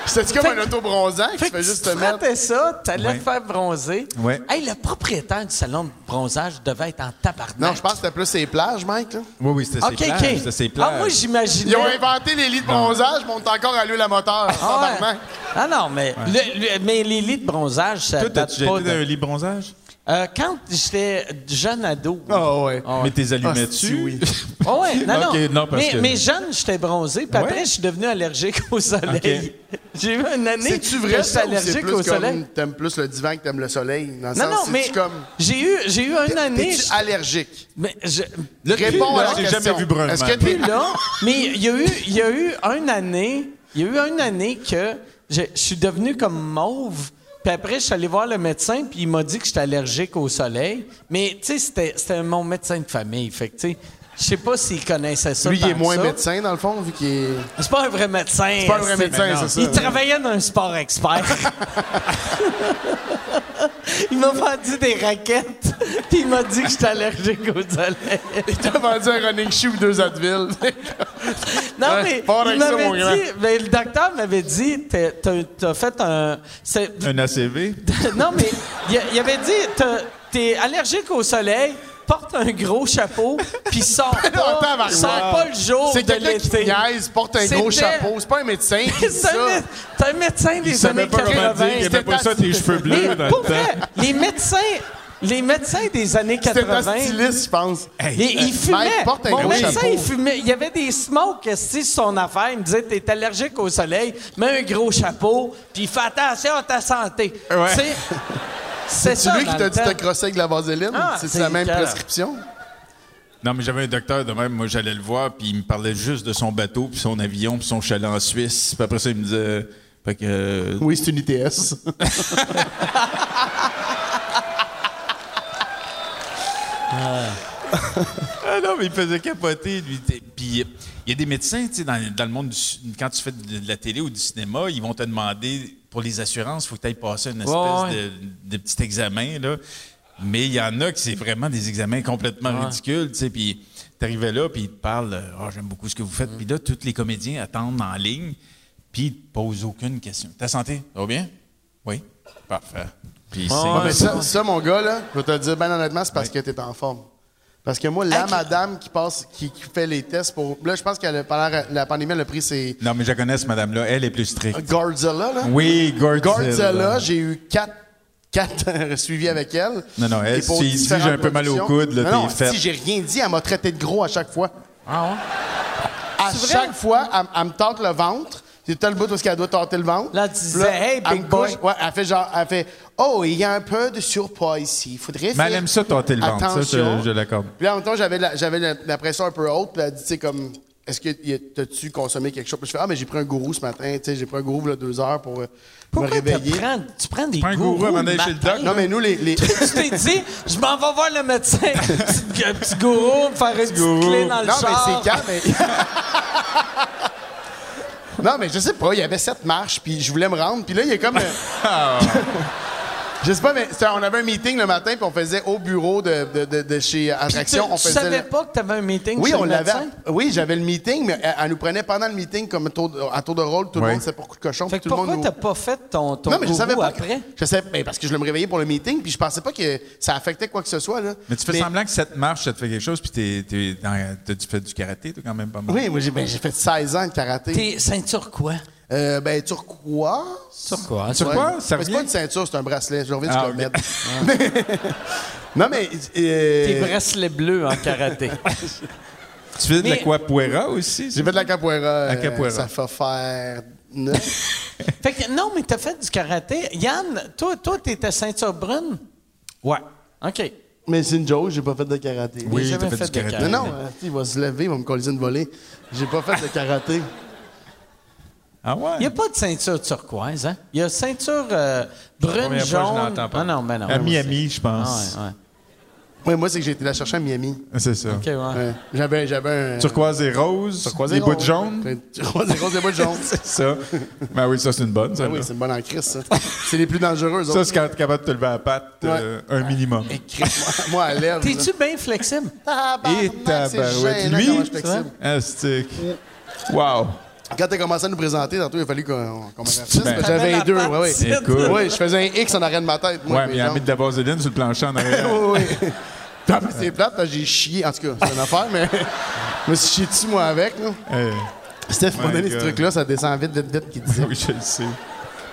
[SPEAKER 2] C'était comme un auto-bronzant que tu
[SPEAKER 3] Fait que
[SPEAKER 2] fais juste
[SPEAKER 3] tu
[SPEAKER 2] te
[SPEAKER 3] te
[SPEAKER 2] mettre.
[SPEAKER 3] frottais ça, t'allais
[SPEAKER 4] Ouais.
[SPEAKER 3] te faire bronzer.
[SPEAKER 4] Ouais.
[SPEAKER 3] Hey, le propriétaire du salon de bronzage devait être en tabarnak.
[SPEAKER 2] Non, je pense que c'était plus les plages, Mike. là.
[SPEAKER 4] Oui, oui, c'était
[SPEAKER 3] OK,
[SPEAKER 4] ses plages.
[SPEAKER 3] OK.
[SPEAKER 4] C'était ses plages.
[SPEAKER 3] Ah, moi,
[SPEAKER 2] Ils
[SPEAKER 3] j'imaginais...
[SPEAKER 2] ont inventé les lits de bronzage, mais on est encore à l'huile à moteur.
[SPEAKER 3] Ah, ouais.
[SPEAKER 2] tabarnak.
[SPEAKER 3] Ah non, mais, le- le- mais les lits de bronzage, ça
[SPEAKER 4] Toi,
[SPEAKER 3] date
[SPEAKER 4] t'as-tu déjà
[SPEAKER 3] pas
[SPEAKER 4] été
[SPEAKER 3] de-
[SPEAKER 4] dans un lit bronzage?
[SPEAKER 3] Euh, quand j'étais jeune ado... oui.
[SPEAKER 2] Ah, ouais.
[SPEAKER 3] Ah, ouais.
[SPEAKER 4] Mais t'es allumé
[SPEAKER 2] Ah, si,
[SPEAKER 4] dessus?
[SPEAKER 2] oui.
[SPEAKER 3] Ah ouais, non,
[SPEAKER 4] Oh. Ok,
[SPEAKER 3] non.
[SPEAKER 4] non, parce
[SPEAKER 3] mais,
[SPEAKER 4] que-
[SPEAKER 3] mais jeune, j'étais bronzé, puis après,
[SPEAKER 4] Ouais.
[SPEAKER 3] je suis devenu allergique au soleil. J'ai eu une année
[SPEAKER 2] C'est-tu
[SPEAKER 3] que
[SPEAKER 2] vrai
[SPEAKER 3] j'étais
[SPEAKER 2] ça, ou c'est
[SPEAKER 3] allergique
[SPEAKER 2] plus
[SPEAKER 3] au soleil.
[SPEAKER 2] comme t'aimes plus le divan que t'aimes le soleil? Dans le
[SPEAKER 3] Non,
[SPEAKER 2] sens,
[SPEAKER 3] non,
[SPEAKER 2] c'est-tu
[SPEAKER 3] mais
[SPEAKER 2] comme...
[SPEAKER 3] j'ai eu, j'ai eu une année...
[SPEAKER 2] T'es-tu
[SPEAKER 3] je-
[SPEAKER 2] allergique?
[SPEAKER 3] mais je-
[SPEAKER 4] Là,
[SPEAKER 2] Réponds
[SPEAKER 4] là,
[SPEAKER 2] à la
[SPEAKER 4] j'ai
[SPEAKER 2] question.
[SPEAKER 4] jamais vu brun.
[SPEAKER 2] Est-ce
[SPEAKER 4] man.
[SPEAKER 2] que t'es-
[SPEAKER 3] Puis là, mais il y a eu, il y a eu une année, il y a eu une année que je je suis devenu comme mauve. Puis après, je suis allé voir le médecin, puis il m'a dit que j'étais allergique au soleil. Mais tu sais, c'était, c'était mon médecin de famille. Fait que tu sais, je sais pas s'il connaissait ça.
[SPEAKER 2] Lui, il
[SPEAKER 3] tant
[SPEAKER 2] est
[SPEAKER 3] que
[SPEAKER 2] moins
[SPEAKER 3] ça.
[SPEAKER 2] médecin, dans le fond, vu qu'il est...
[SPEAKER 3] C'est pas un vrai médecin.
[SPEAKER 2] C'est pas un vrai
[SPEAKER 3] c'est-
[SPEAKER 2] médecin, c'est ça.
[SPEAKER 3] Il travaillait dans un sport expert. il m'a vendu des raquettes, puis il m'a dit que j'étais allergique au soleil.
[SPEAKER 2] T'as vendu un running shoe ou deux Advil.
[SPEAKER 3] Non,
[SPEAKER 2] Ouais,
[SPEAKER 3] mais
[SPEAKER 2] pars avec
[SPEAKER 3] il
[SPEAKER 2] ça, mon grand.
[SPEAKER 3] m'avait dit, mais le docteur m'avait dit, t'as- t'as t'as fait un... c'est-
[SPEAKER 4] Un ACV?
[SPEAKER 3] non, mais il, a- il avait dit, t'as- t'es allergique au soleil, porte un gros chapeau, puis sors
[SPEAKER 2] non, attends,
[SPEAKER 3] pas,
[SPEAKER 2] Marie-Laure.
[SPEAKER 3] sors pas le jour
[SPEAKER 2] C'est
[SPEAKER 3] de
[SPEAKER 2] quelqu'un qui
[SPEAKER 3] l'été.
[SPEAKER 2] niaise, porte un gros
[SPEAKER 3] C'était-
[SPEAKER 2] chapeau. C'est pas un médecin qui dit
[SPEAKER 3] C'est
[SPEAKER 2] ça.
[SPEAKER 3] un, mé- c'est un médecin des
[SPEAKER 4] savait
[SPEAKER 3] années
[SPEAKER 4] pas comment dire
[SPEAKER 3] 80.
[SPEAKER 4] qu'il aimait pas ça tes cheveux bleus
[SPEAKER 3] Mais
[SPEAKER 4] dans le
[SPEAKER 3] pour vrai,
[SPEAKER 4] temps.
[SPEAKER 3] les médecins, les médecins des années
[SPEAKER 2] C'était ta
[SPEAKER 3] 80...
[SPEAKER 2] styliste, je pense.
[SPEAKER 3] Et il
[SPEAKER 2] euh,
[SPEAKER 3] fumait.
[SPEAKER 2] Mike, porte un
[SPEAKER 3] Mon
[SPEAKER 2] gros
[SPEAKER 3] médecin,
[SPEAKER 2] chapeau.
[SPEAKER 3] il fumait. Il y avait des smokes esti, sur son affaire. Il me disait T'es allergique au soleil, mets un gros chapeau, puis fais attention à ta santé.
[SPEAKER 4] Ouais.
[SPEAKER 3] C'est- C'est
[SPEAKER 2] C'est
[SPEAKER 3] ça.
[SPEAKER 2] lui qui
[SPEAKER 3] dans
[SPEAKER 2] t'a
[SPEAKER 3] le
[SPEAKER 2] dit de
[SPEAKER 3] temps.
[SPEAKER 2] te crosser avec la vaseline?
[SPEAKER 3] Ah,
[SPEAKER 2] c'est
[SPEAKER 3] c'est
[SPEAKER 2] la même
[SPEAKER 3] écœurant.
[SPEAKER 2] prescription?
[SPEAKER 4] Non, mais j'avais un docteur de même. Moi, j'allais le voir, puis il me parlait juste de son bateau, puis son avion, puis son chalet en Suisse. Puis après ça, il me disait. Fait que. euh,
[SPEAKER 2] Oui, c'est une ITS.
[SPEAKER 4] Ah non, mais il faisait capoter, lui. T'es- Puis euh, il y a des médecins, tu sais, dans, dans le monde du. ci- Quand tu fais de, de la télé ou du cinéma, ils vont te demander, pour les assurances, il faut que tu ailles passer une espèce
[SPEAKER 3] Ouais,
[SPEAKER 4] De, de petit examen, là. Mais il y en a qui c'est vraiment des examens complètement ridicules, tu sais. Puis t'arrivais là, puis ils te parlent, ah, j'aime beaucoup ce que vous faites. Puis là, tous les comédiens attendent en ligne, puis ils te posent aucune question. Ta santé, ça va bien? Oui. Parfait. Puis c'est.
[SPEAKER 2] Ouais, mais Ah, ça, ça, mon gars, là, je vais te le dire bien honnêtement, c'est parce que t'es en forme. Parce que moi, la madame qui passe, qui, qui fait les tests pour. Là, je pense que pendant la- la pandémie, elle a pris ses
[SPEAKER 4] Non, mais je la connais, cette madame-là. Elle est plus stricte.
[SPEAKER 2] Godzilla, là.
[SPEAKER 4] Oui,
[SPEAKER 2] Godzilla, j'ai eu quatre, quatre suivis avec elle.
[SPEAKER 4] Non, non, elle,
[SPEAKER 2] Et pour
[SPEAKER 4] si- si
[SPEAKER 2] différentes
[SPEAKER 4] j'ai un peu mal au
[SPEAKER 2] productions-
[SPEAKER 4] coude, là,
[SPEAKER 2] Non, non,
[SPEAKER 4] t'es faite.
[SPEAKER 2] Si j'ai rien dit, elle m'a traité de gros à chaque fois.
[SPEAKER 3] Ah ouais?
[SPEAKER 2] À chaque fois, elle, elle me tente le ventre. Puis t'as le bout où est-ce qu'elle doit tâter le ventre.
[SPEAKER 3] Là, tu
[SPEAKER 2] Puis
[SPEAKER 3] disais, hey,
[SPEAKER 2] elle
[SPEAKER 3] big
[SPEAKER 2] me
[SPEAKER 3] boy.
[SPEAKER 2] couche- ouais, elle fait genre, elle fait, oh, il y a un peu de surpoids ici. Il faudrait
[SPEAKER 7] Mais
[SPEAKER 2] faire
[SPEAKER 7] elle aime ça, tâter le ventre. Ça,
[SPEAKER 2] attention.
[SPEAKER 7] je, je l'accorde.
[SPEAKER 2] Puis là, en même temps, j'avais la, j'avais la, la pression un peu haute. Puis elle dit, tu sais, comme, est-ce que y a- t'as-tu consommé quelque chose? Puis je fais, ah, mais j'ai pris un gourou ce matin. Tu sais, j'ai pris un gourou, là, deux heures pour euh, me
[SPEAKER 3] Pourquoi
[SPEAKER 2] réveiller.
[SPEAKER 3] tu prends, tu prends des
[SPEAKER 7] Prends un gourou
[SPEAKER 3] gourous
[SPEAKER 7] avant
[SPEAKER 3] le
[SPEAKER 7] d'aller chez le
[SPEAKER 3] matin?
[SPEAKER 7] doc,
[SPEAKER 2] Non, mais nous, les. les-
[SPEAKER 3] tu t'es dit, je m'en vais voir le médecin. Petit- Un petit gourou, me faire une petite clé dans le
[SPEAKER 2] non, mais
[SPEAKER 3] char.
[SPEAKER 2] c'est quand, mais. non, mais je sais pas, il y avait sept marches, puis je voulais me rendre. Puis là, il y a comme. euh, Je sais pas, mais c'était- on avait un meeting le matin, puis on faisait au bureau de, de- de- de chez
[SPEAKER 3] Tu,
[SPEAKER 2] Attraction. on
[SPEAKER 3] tu
[SPEAKER 2] faisait
[SPEAKER 3] savais
[SPEAKER 2] le-
[SPEAKER 3] pas que t'avais un meeting
[SPEAKER 2] Oui,
[SPEAKER 3] chez
[SPEAKER 2] on
[SPEAKER 3] le
[SPEAKER 2] l'avait.
[SPEAKER 3] médecin?
[SPEAKER 2] Oui, j'avais le meeting, mais elle, elle nous prenait pendant le meeting comme un tour de- à tour de rôle. Tout le
[SPEAKER 7] Ouais.
[SPEAKER 2] monde, c'est pour coup de cochon.
[SPEAKER 3] Fait
[SPEAKER 2] puis tout
[SPEAKER 3] que
[SPEAKER 2] le monde
[SPEAKER 3] pourquoi
[SPEAKER 2] nous-
[SPEAKER 3] t'as pas fait ton, ton
[SPEAKER 2] Non, mais je
[SPEAKER 3] gourou
[SPEAKER 2] savais pas. que-
[SPEAKER 3] après?
[SPEAKER 2] je savais, mais parce que je voulais me réveiller pour le meeting, puis je pensais pas que ça affectait quoi que ce soit. Là.
[SPEAKER 7] Mais tu fais semblant que cette marche, ça te fait quelque chose, puis t'es, t'es dans- t'as dû faire du karaté, t'es quand même pas mal.
[SPEAKER 2] Oui, moi, j'ai ben, j'ai fait 16 ans de karaté.
[SPEAKER 3] T'es ceinture quoi?
[SPEAKER 2] Euh, ben, turquois.
[SPEAKER 3] Sur quoi?
[SPEAKER 7] Sur quoi? Ça
[SPEAKER 2] Mais C'est
[SPEAKER 7] revient?
[SPEAKER 2] pas une ceinture, c'est un bracelet. Je reviens
[SPEAKER 7] Ah,
[SPEAKER 2] du comète. non, mais. euh,
[SPEAKER 3] Tes bracelets bleus en karaté.
[SPEAKER 7] Tu fais de la
[SPEAKER 3] Mais-
[SPEAKER 7] capoeira aussi?
[SPEAKER 2] J'ai fait de la capoeira. euh,
[SPEAKER 7] capoeira.
[SPEAKER 2] ça fait faire. neuf.
[SPEAKER 3] fait que non, mais t'as fait du karaté. Yann, toi, toi, t'étais ceinture brune?
[SPEAKER 7] Ouais.
[SPEAKER 3] OK.
[SPEAKER 2] mais c'est une joke, j'ai pas fait de karaté.
[SPEAKER 7] Oui,
[SPEAKER 3] jamais
[SPEAKER 7] t'as fait,
[SPEAKER 3] fait
[SPEAKER 7] du
[SPEAKER 3] de karaté.
[SPEAKER 7] karaté.
[SPEAKER 2] Non, non, euh, il va se lever, il va me coller une volée. J'ai pas fait de karaté.
[SPEAKER 7] Ah ouais?
[SPEAKER 3] Il n'y a pas de ceinture turquoise, hein? Il y a ceinture euh, brune,
[SPEAKER 10] première fois que je
[SPEAKER 3] jaune.
[SPEAKER 10] l'entends pas.
[SPEAKER 3] Ah non, ben non.
[SPEAKER 7] À Miami, je
[SPEAKER 3] Ah
[SPEAKER 7] pense.
[SPEAKER 3] ouais, ouais.
[SPEAKER 2] Ouais, moi, c'est que j'ai été la chercher à Miami.
[SPEAKER 7] C'est ça.
[SPEAKER 3] OK, ouais.
[SPEAKER 2] Ouais. J'avais, j'avais un.
[SPEAKER 7] Turquoise et rose, les bouts de jaune.
[SPEAKER 2] Turquoise et rose, les bouts de jaune.
[SPEAKER 7] C'est ça. Ben oui, ça, c'est une bonne, ça.
[SPEAKER 2] Ah oui, c'est une bonne en crise, ça. C'est les plus dangereuses.
[SPEAKER 7] Ça,
[SPEAKER 2] autres.
[SPEAKER 7] c'est quand t'es capable de te lever à la patte, euh, un minimum.
[SPEAKER 2] Eh, Christ, moi, moi, à lèvres.
[SPEAKER 3] T'es-tu bien flexible?
[SPEAKER 7] Et
[SPEAKER 2] Ah,
[SPEAKER 7] tabarouette. Lui, Ah, astique. Wow.
[SPEAKER 2] Quand t'as commencé à nous présenter, tantôt, il a fallu qu'on qu'on me rafraîchisse,
[SPEAKER 7] Ben,
[SPEAKER 2] parce que J'avais
[SPEAKER 3] t'avais
[SPEAKER 2] un
[SPEAKER 3] la
[SPEAKER 2] deux,
[SPEAKER 3] patte
[SPEAKER 2] ouais, ouais.
[SPEAKER 3] petite.
[SPEAKER 7] Écoute.
[SPEAKER 2] Oui, je faisais un X en arrière de ma tête. Moi,
[SPEAKER 7] Ouais,
[SPEAKER 2] mes
[SPEAKER 7] mais il a
[SPEAKER 2] jambes.
[SPEAKER 7] mis de la vaseline sur le plancher en arrière.
[SPEAKER 2] Oui, oui. Ah, mais C'est plate, parce que j'ai chié. En tout cas, c'est une affaire, mais je me suis chié dessus, moi, avec. là.
[SPEAKER 7] Eh,
[SPEAKER 2] Steph m'a
[SPEAKER 7] My
[SPEAKER 2] donné ce
[SPEAKER 7] God.
[SPEAKER 2] truc-là, ça descend vite, vite, vite, qui disait.
[SPEAKER 7] oui, je le sais.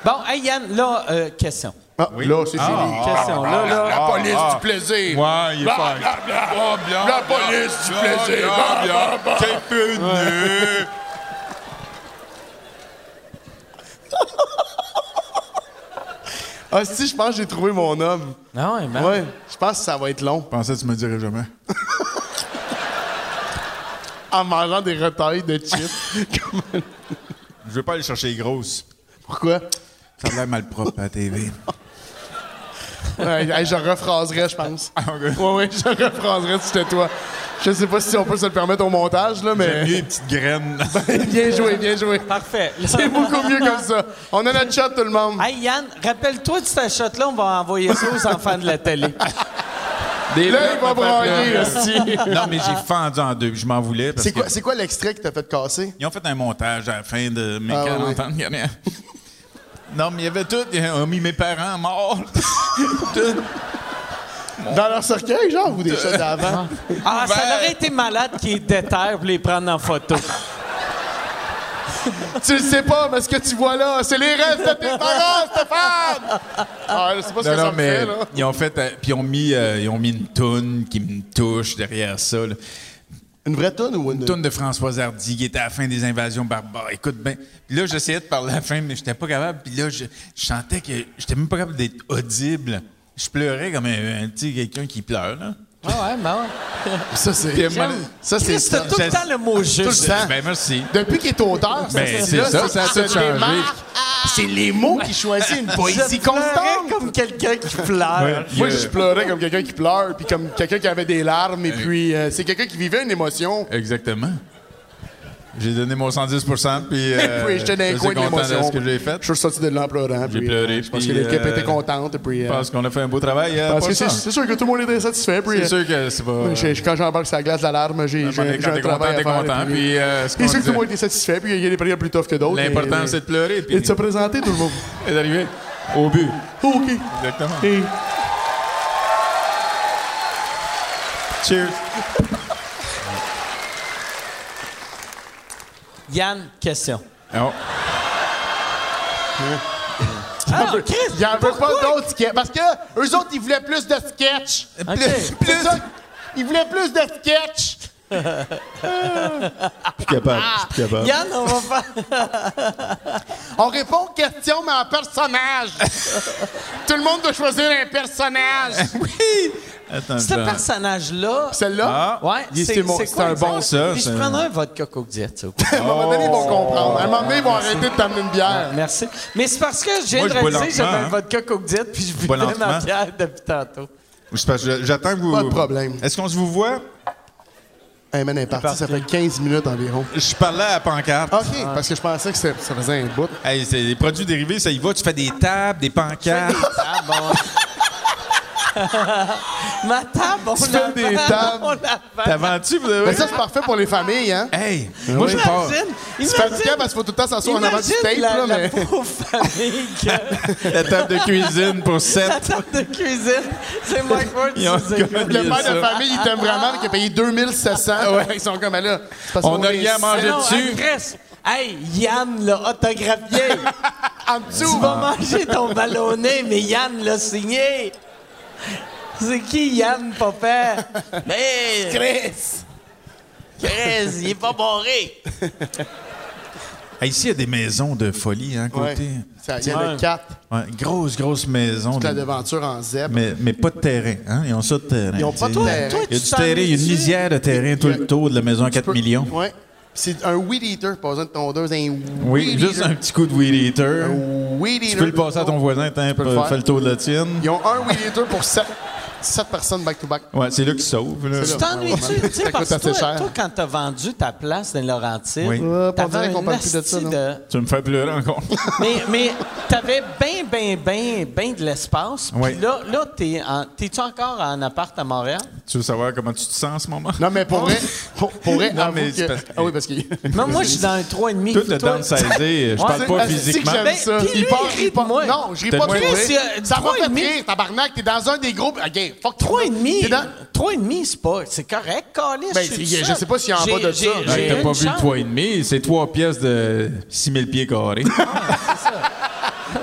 [SPEAKER 3] Bon, hey Yann, là, euh, question. Ah,
[SPEAKER 2] Ah, Là, c'est fini.
[SPEAKER 3] Question, là, là.
[SPEAKER 2] La police
[SPEAKER 7] Ah,
[SPEAKER 2] du plaisir.
[SPEAKER 7] Ouais, il est Oh, fort. ah,
[SPEAKER 2] La police du plaisir. Ah, si, je pense que j'ai trouvé mon homme.
[SPEAKER 3] Non, ouais, ben,
[SPEAKER 2] Ouais, je pense que ça va être long.
[SPEAKER 7] Je pensais que tu me le dirais jamais.
[SPEAKER 2] En mangeant des retails de chips.
[SPEAKER 7] Je veux pas aller chercher les grosses.
[SPEAKER 2] Pourquoi?
[SPEAKER 7] Ça a l'air mal propre à la TV.
[SPEAKER 2] Ouais, hey, je rephraserais, je pense. Ouais, ouais, je rephraserais si c'était toi. Je sais pas si on peut se le permettre au montage, là,
[SPEAKER 7] J'aime mieux
[SPEAKER 2] mais.
[SPEAKER 7] les petites graines.
[SPEAKER 2] bien joué, bien joué.
[SPEAKER 3] Parfait.
[SPEAKER 2] C'est beaucoup mieux comme ça. On a notre chat, tout le monde.
[SPEAKER 3] Hey Yann, rappelle-toi de cette shot-là, on va envoyer ça aux enfants de la télé.
[SPEAKER 2] Là, il va brailler, hostie.
[SPEAKER 7] non, mais j'ai fendu en deux. puis Je m'en voulais parce
[SPEAKER 2] C'est quoi,
[SPEAKER 7] que-
[SPEAKER 2] c'est quoi l'extrait qui t'a fait casser?
[SPEAKER 7] Ils ont fait un montage à la fin de mes
[SPEAKER 2] Ah,
[SPEAKER 7] 40
[SPEAKER 2] ouais.
[SPEAKER 7] ans de carrière. Non, mais il y avait tout. Ils ont mis mes parents morts. Tout.
[SPEAKER 2] Dans leur cercueil, genre, ou des choses d'avant?
[SPEAKER 3] Ah, ça
[SPEAKER 7] ben.
[SPEAKER 3] aurait été malade qu'ils déterrent pour les prendre en photo.
[SPEAKER 2] tu le sais pas, mais ce que tu vois là, c'est les restes de tes parents, Stéphane! Ah, je sais pas ce que ça
[SPEAKER 7] Non, non,
[SPEAKER 2] me
[SPEAKER 7] mais
[SPEAKER 2] fait, là.
[SPEAKER 7] ils ont fait. euh, Puis ils ont mis, euh, ils ont mis une toune qui me touche derrière ça. là.
[SPEAKER 2] Une vraie toune ou une...
[SPEAKER 7] Une toune de Françoise Hardy qui était à la fin des invasions barbares. Écoute, ben, puis là, j'essayais de parler à la fin, mais j'étais pas capable. Puis là, je, je sentais que j'étais même pas capable d'être audible. Je pleurais comme un, un petit quelqu'un qui pleure. Là.
[SPEAKER 3] Ah ouais, ben ouais.
[SPEAKER 2] Ça, c'est... Ça, c'est...
[SPEAKER 3] Christ, t'as tout le temps le mot juste.
[SPEAKER 2] le temps.
[SPEAKER 7] Ben, merci.
[SPEAKER 2] Depuis qu'il est auteur, ce
[SPEAKER 7] Ben,
[SPEAKER 2] style-là,
[SPEAKER 7] c'est ça, ça a
[SPEAKER 2] c'est-
[SPEAKER 7] tout
[SPEAKER 2] se
[SPEAKER 7] changé.
[SPEAKER 2] démarque. C'est les mots qui choisissent une poésie constante.
[SPEAKER 3] comme quelqu'un qui pleure.
[SPEAKER 7] Il y
[SPEAKER 2] Moi,
[SPEAKER 7] a-
[SPEAKER 2] je pleurais comme quelqu'un qui pleure, puis comme quelqu'un qui avait des larmes, et puis euh, c'est quelqu'un qui vivait une émotion.
[SPEAKER 7] Exactement. J'ai donné mon 110 puis. Euh,
[SPEAKER 2] puis j'étais dans un
[SPEAKER 7] j'étais
[SPEAKER 2] coin de
[SPEAKER 7] content
[SPEAKER 2] l'émotion.
[SPEAKER 7] ce que j'ai fait.
[SPEAKER 2] Je suis sorti de là en pleurant.
[SPEAKER 7] J'ai
[SPEAKER 2] puis,
[SPEAKER 7] pleuré,
[SPEAKER 2] Je pense
[SPEAKER 7] puis,
[SPEAKER 2] que l'équipe
[SPEAKER 7] euh,
[SPEAKER 2] était contente, et puis...
[SPEAKER 7] Je
[SPEAKER 2] euh,
[SPEAKER 7] pense qu'on a fait un beau travail. euh,
[SPEAKER 2] parce
[SPEAKER 7] pour
[SPEAKER 2] que
[SPEAKER 7] ça.
[SPEAKER 2] c'est c'est sûr que tout le monde était satisfait, puis...
[SPEAKER 7] C'est
[SPEAKER 2] euh,
[SPEAKER 7] sûr que c'est pas.
[SPEAKER 2] Je- je- quand j'embarque sur la glace d'alarme, j'ai
[SPEAKER 7] Un moment donné,
[SPEAKER 2] j'ai- j'ai
[SPEAKER 7] quand
[SPEAKER 2] un
[SPEAKER 7] t'es content,
[SPEAKER 2] travail
[SPEAKER 7] t'es
[SPEAKER 2] à faire.
[SPEAKER 7] content.
[SPEAKER 2] puis-
[SPEAKER 7] Puis, euh, ce
[SPEAKER 2] C'est sûr
[SPEAKER 7] qu'on
[SPEAKER 2] que tout le
[SPEAKER 7] disait,
[SPEAKER 2] monde était satisfait, puis il y a des périodes plus tough que d'autres.
[SPEAKER 7] L'important,
[SPEAKER 2] mais-
[SPEAKER 7] c'est de pleurer.
[SPEAKER 2] Et
[SPEAKER 7] Puis
[SPEAKER 2] de se présenter, tout le monde.
[SPEAKER 7] et d'arriver au but.
[SPEAKER 2] OK.
[SPEAKER 7] Exactement.
[SPEAKER 2] Et-
[SPEAKER 7] Cheers.
[SPEAKER 3] Yann, question.
[SPEAKER 7] Oh.
[SPEAKER 3] Ah, non, Chris,
[SPEAKER 2] Il n'y en veut pas
[SPEAKER 3] pourquoi?
[SPEAKER 2] d'autres sketchs. Parce que eux autres, ils voulaient plus de sketch.
[SPEAKER 3] OK.
[SPEAKER 2] Plus- plus- ils voulaient plus de sketch.
[SPEAKER 7] Plus capable. Je suis plus capable.
[SPEAKER 3] Yann, on va faire.
[SPEAKER 2] On répond aux questions, mais en personnage. Tout le monde doit choisir un personnage.
[SPEAKER 7] Attends,
[SPEAKER 3] Ce
[SPEAKER 7] je vais-
[SPEAKER 3] personnage-là.
[SPEAKER 2] Celle-là,
[SPEAKER 3] Ouais,
[SPEAKER 2] il- c'est mon- c'est
[SPEAKER 3] quoi
[SPEAKER 2] un
[SPEAKER 3] le
[SPEAKER 2] bon
[SPEAKER 3] sens?
[SPEAKER 7] ça,
[SPEAKER 3] Puis je
[SPEAKER 7] c'est-
[SPEAKER 3] prendrais un vodka Coke Diet, s'il vous plaît.
[SPEAKER 2] à un moment donné, ils vont comprendre. À un moment donné, ils vont arrêter de t'amener une bière.
[SPEAKER 3] Merci. Mais c'est parce que j'ai
[SPEAKER 7] Moi, je bois
[SPEAKER 3] réalisé que j'avais
[SPEAKER 7] lentement, hein.
[SPEAKER 3] un vodka Coke Diet puis je
[SPEAKER 7] bois
[SPEAKER 3] buvais ma
[SPEAKER 7] lentement.
[SPEAKER 3] bière depuis tantôt.
[SPEAKER 7] C'est parce que je- J'attends que vous.
[SPEAKER 2] Pas de problème.
[SPEAKER 7] Est-ce qu'on se vous voit?
[SPEAKER 2] Hey, man, elle est partie, ça fait 15 minutes environ.
[SPEAKER 7] Je parlais à la pancarte.
[SPEAKER 2] OK, parce que je pensais que c'est- ça faisait un bout.
[SPEAKER 7] Hey, c'est les produits dérivés, ça y va. Tu fais des tables, des pancartes.
[SPEAKER 3] Ma table, on
[SPEAKER 2] fais
[SPEAKER 3] la
[SPEAKER 2] des
[SPEAKER 3] vend,
[SPEAKER 2] tables.
[SPEAKER 3] on la vend.
[SPEAKER 7] T'as vendu, vous
[SPEAKER 2] Mais
[SPEAKER 7] avez.
[SPEAKER 2] ça, c'est parfait pour les familles, hein?
[SPEAKER 7] Hey, moi, je pars.
[SPEAKER 3] Imagine,
[SPEAKER 2] C'est
[SPEAKER 3] imagine,
[SPEAKER 2] fatigant parce qu'il faut tout le temps s'asseoir en avant du
[SPEAKER 3] imagine
[SPEAKER 2] tape,
[SPEAKER 3] la,
[SPEAKER 2] là,
[SPEAKER 3] la
[SPEAKER 2] mais...
[SPEAKER 3] pauvre famille que
[SPEAKER 7] La table de cuisine pour 7.
[SPEAKER 3] table de cuisine, c'est Mike Ward qui
[SPEAKER 7] Ils ont
[SPEAKER 3] nous écoute.
[SPEAKER 7] gagné
[SPEAKER 2] Le père de
[SPEAKER 7] ça.
[SPEAKER 2] famille, il t'aime vraiment, mais il a payé 2700. Ils sont comme, là, c'est parce
[SPEAKER 7] Ah On
[SPEAKER 2] qu'on
[SPEAKER 7] a
[SPEAKER 2] est
[SPEAKER 7] rien à manger
[SPEAKER 3] Non,
[SPEAKER 7] dessus.
[SPEAKER 3] Chris, hey, Yann l'a autographié.
[SPEAKER 2] En
[SPEAKER 3] tu
[SPEAKER 2] dessous,
[SPEAKER 3] vas manger ton ballonnet, mais Yann l'a signé. C'est qui Yann, papa? Mais Chris! Chris, il est pas barré.
[SPEAKER 7] Hey, ici, il y a des maisons de folie, hein,
[SPEAKER 2] Ouais.
[SPEAKER 7] côté.
[SPEAKER 2] Ça, il y en a quatre.
[SPEAKER 7] Ouais, grosse, grosse maison.
[SPEAKER 2] toute la
[SPEAKER 7] de-
[SPEAKER 2] devanture en zèbre.
[SPEAKER 7] Mais, mais pas de terrain. Hein? Ils ont ça de terrain.
[SPEAKER 2] Ils ont pas de
[SPEAKER 7] tu sais.
[SPEAKER 2] terrain. Toi,
[SPEAKER 7] Ben, Il y a du terrain, il y a une lisière de terrain tout le tour de la maison à 4 millions.
[SPEAKER 2] Ouais. C'est un weed eater, pas besoin de tondeuse, un weed
[SPEAKER 7] Oui, juste
[SPEAKER 2] eater.
[SPEAKER 7] un petit coup de weed eater.
[SPEAKER 2] Weed eater.
[SPEAKER 7] Tu peux le passer à ton voisin, t'as un
[SPEAKER 2] peux le
[SPEAKER 7] peu-
[SPEAKER 2] faire.
[SPEAKER 7] fais le tour de la tienne.
[SPEAKER 2] Ils ont un weed eater pour sept, sept personnes back-to-back.
[SPEAKER 7] Ouais, c'est là qu'il sauve. là.
[SPEAKER 2] C'est
[SPEAKER 3] Tu
[SPEAKER 2] là.
[SPEAKER 3] t'ennuies-tu? Tu sais,
[SPEAKER 2] Ça
[SPEAKER 3] parce
[SPEAKER 2] coûte
[SPEAKER 3] que
[SPEAKER 2] assez
[SPEAKER 3] toi,
[SPEAKER 2] cher.
[SPEAKER 3] toi, quand t'as vendu ta place dans Laurentide,
[SPEAKER 7] Oui.
[SPEAKER 2] Euh, on
[SPEAKER 3] t'avais
[SPEAKER 2] dirait qu'on
[SPEAKER 3] un
[SPEAKER 2] parle plus de ça,
[SPEAKER 3] asti
[SPEAKER 2] non?
[SPEAKER 3] de...
[SPEAKER 7] Tu veux me faire pleurer encore.
[SPEAKER 3] Mais, mais t'avais bien, bien, bien, bien de l'espace. Puis
[SPEAKER 7] Oui.
[SPEAKER 3] là, là t'es en- t'es-tu encore en appart à Montréal?
[SPEAKER 7] tu veux savoir comment tu te sens en ce moment?
[SPEAKER 2] Non, mais pour vrai, pour, pour vrai,
[SPEAKER 7] Non,
[SPEAKER 2] avoue
[SPEAKER 7] mais c'est
[SPEAKER 2] que-
[SPEAKER 7] parce que-
[SPEAKER 2] Ah oui, parce qu'il...
[SPEAKER 3] Oh. Non, moi, je suis dans un 3,5.
[SPEAKER 7] Tout le
[SPEAKER 3] Toi-
[SPEAKER 7] downsizé, je parle
[SPEAKER 3] Ouais.
[SPEAKER 7] pas
[SPEAKER 2] Ah, c'est-tu
[SPEAKER 7] physiquement.
[SPEAKER 2] que j'aime
[SPEAKER 3] Ben,
[SPEAKER 2] ça.
[SPEAKER 3] puis lui, il rit de moi.
[SPEAKER 2] Non, je ris
[SPEAKER 7] T'as
[SPEAKER 2] pas de
[SPEAKER 7] moins-
[SPEAKER 2] toi.
[SPEAKER 3] Chris, euh,
[SPEAKER 2] Ça m'a
[SPEAKER 3] trois et
[SPEAKER 2] fait
[SPEAKER 3] demi.
[SPEAKER 2] rire, tabarnak. T'es dans un des groupes. OK, fuck.
[SPEAKER 3] Trois et demi.
[SPEAKER 2] T'es dans...
[SPEAKER 3] Trois et demi, c'est pas. C'est correct, Calis.
[SPEAKER 2] Ben,
[SPEAKER 3] je suis
[SPEAKER 2] c'est-
[SPEAKER 3] le
[SPEAKER 2] je
[SPEAKER 3] seul.
[SPEAKER 2] sais pas s'il y a en
[SPEAKER 3] J'ai-
[SPEAKER 2] bas de
[SPEAKER 3] j'ai-
[SPEAKER 2] ça.
[SPEAKER 3] j'ai
[SPEAKER 7] Hey, Ben, T'as
[SPEAKER 3] une
[SPEAKER 7] pas vu le
[SPEAKER 3] chambre.
[SPEAKER 7] 3,5, c'est 3 pièces de 6000 pieds carrés.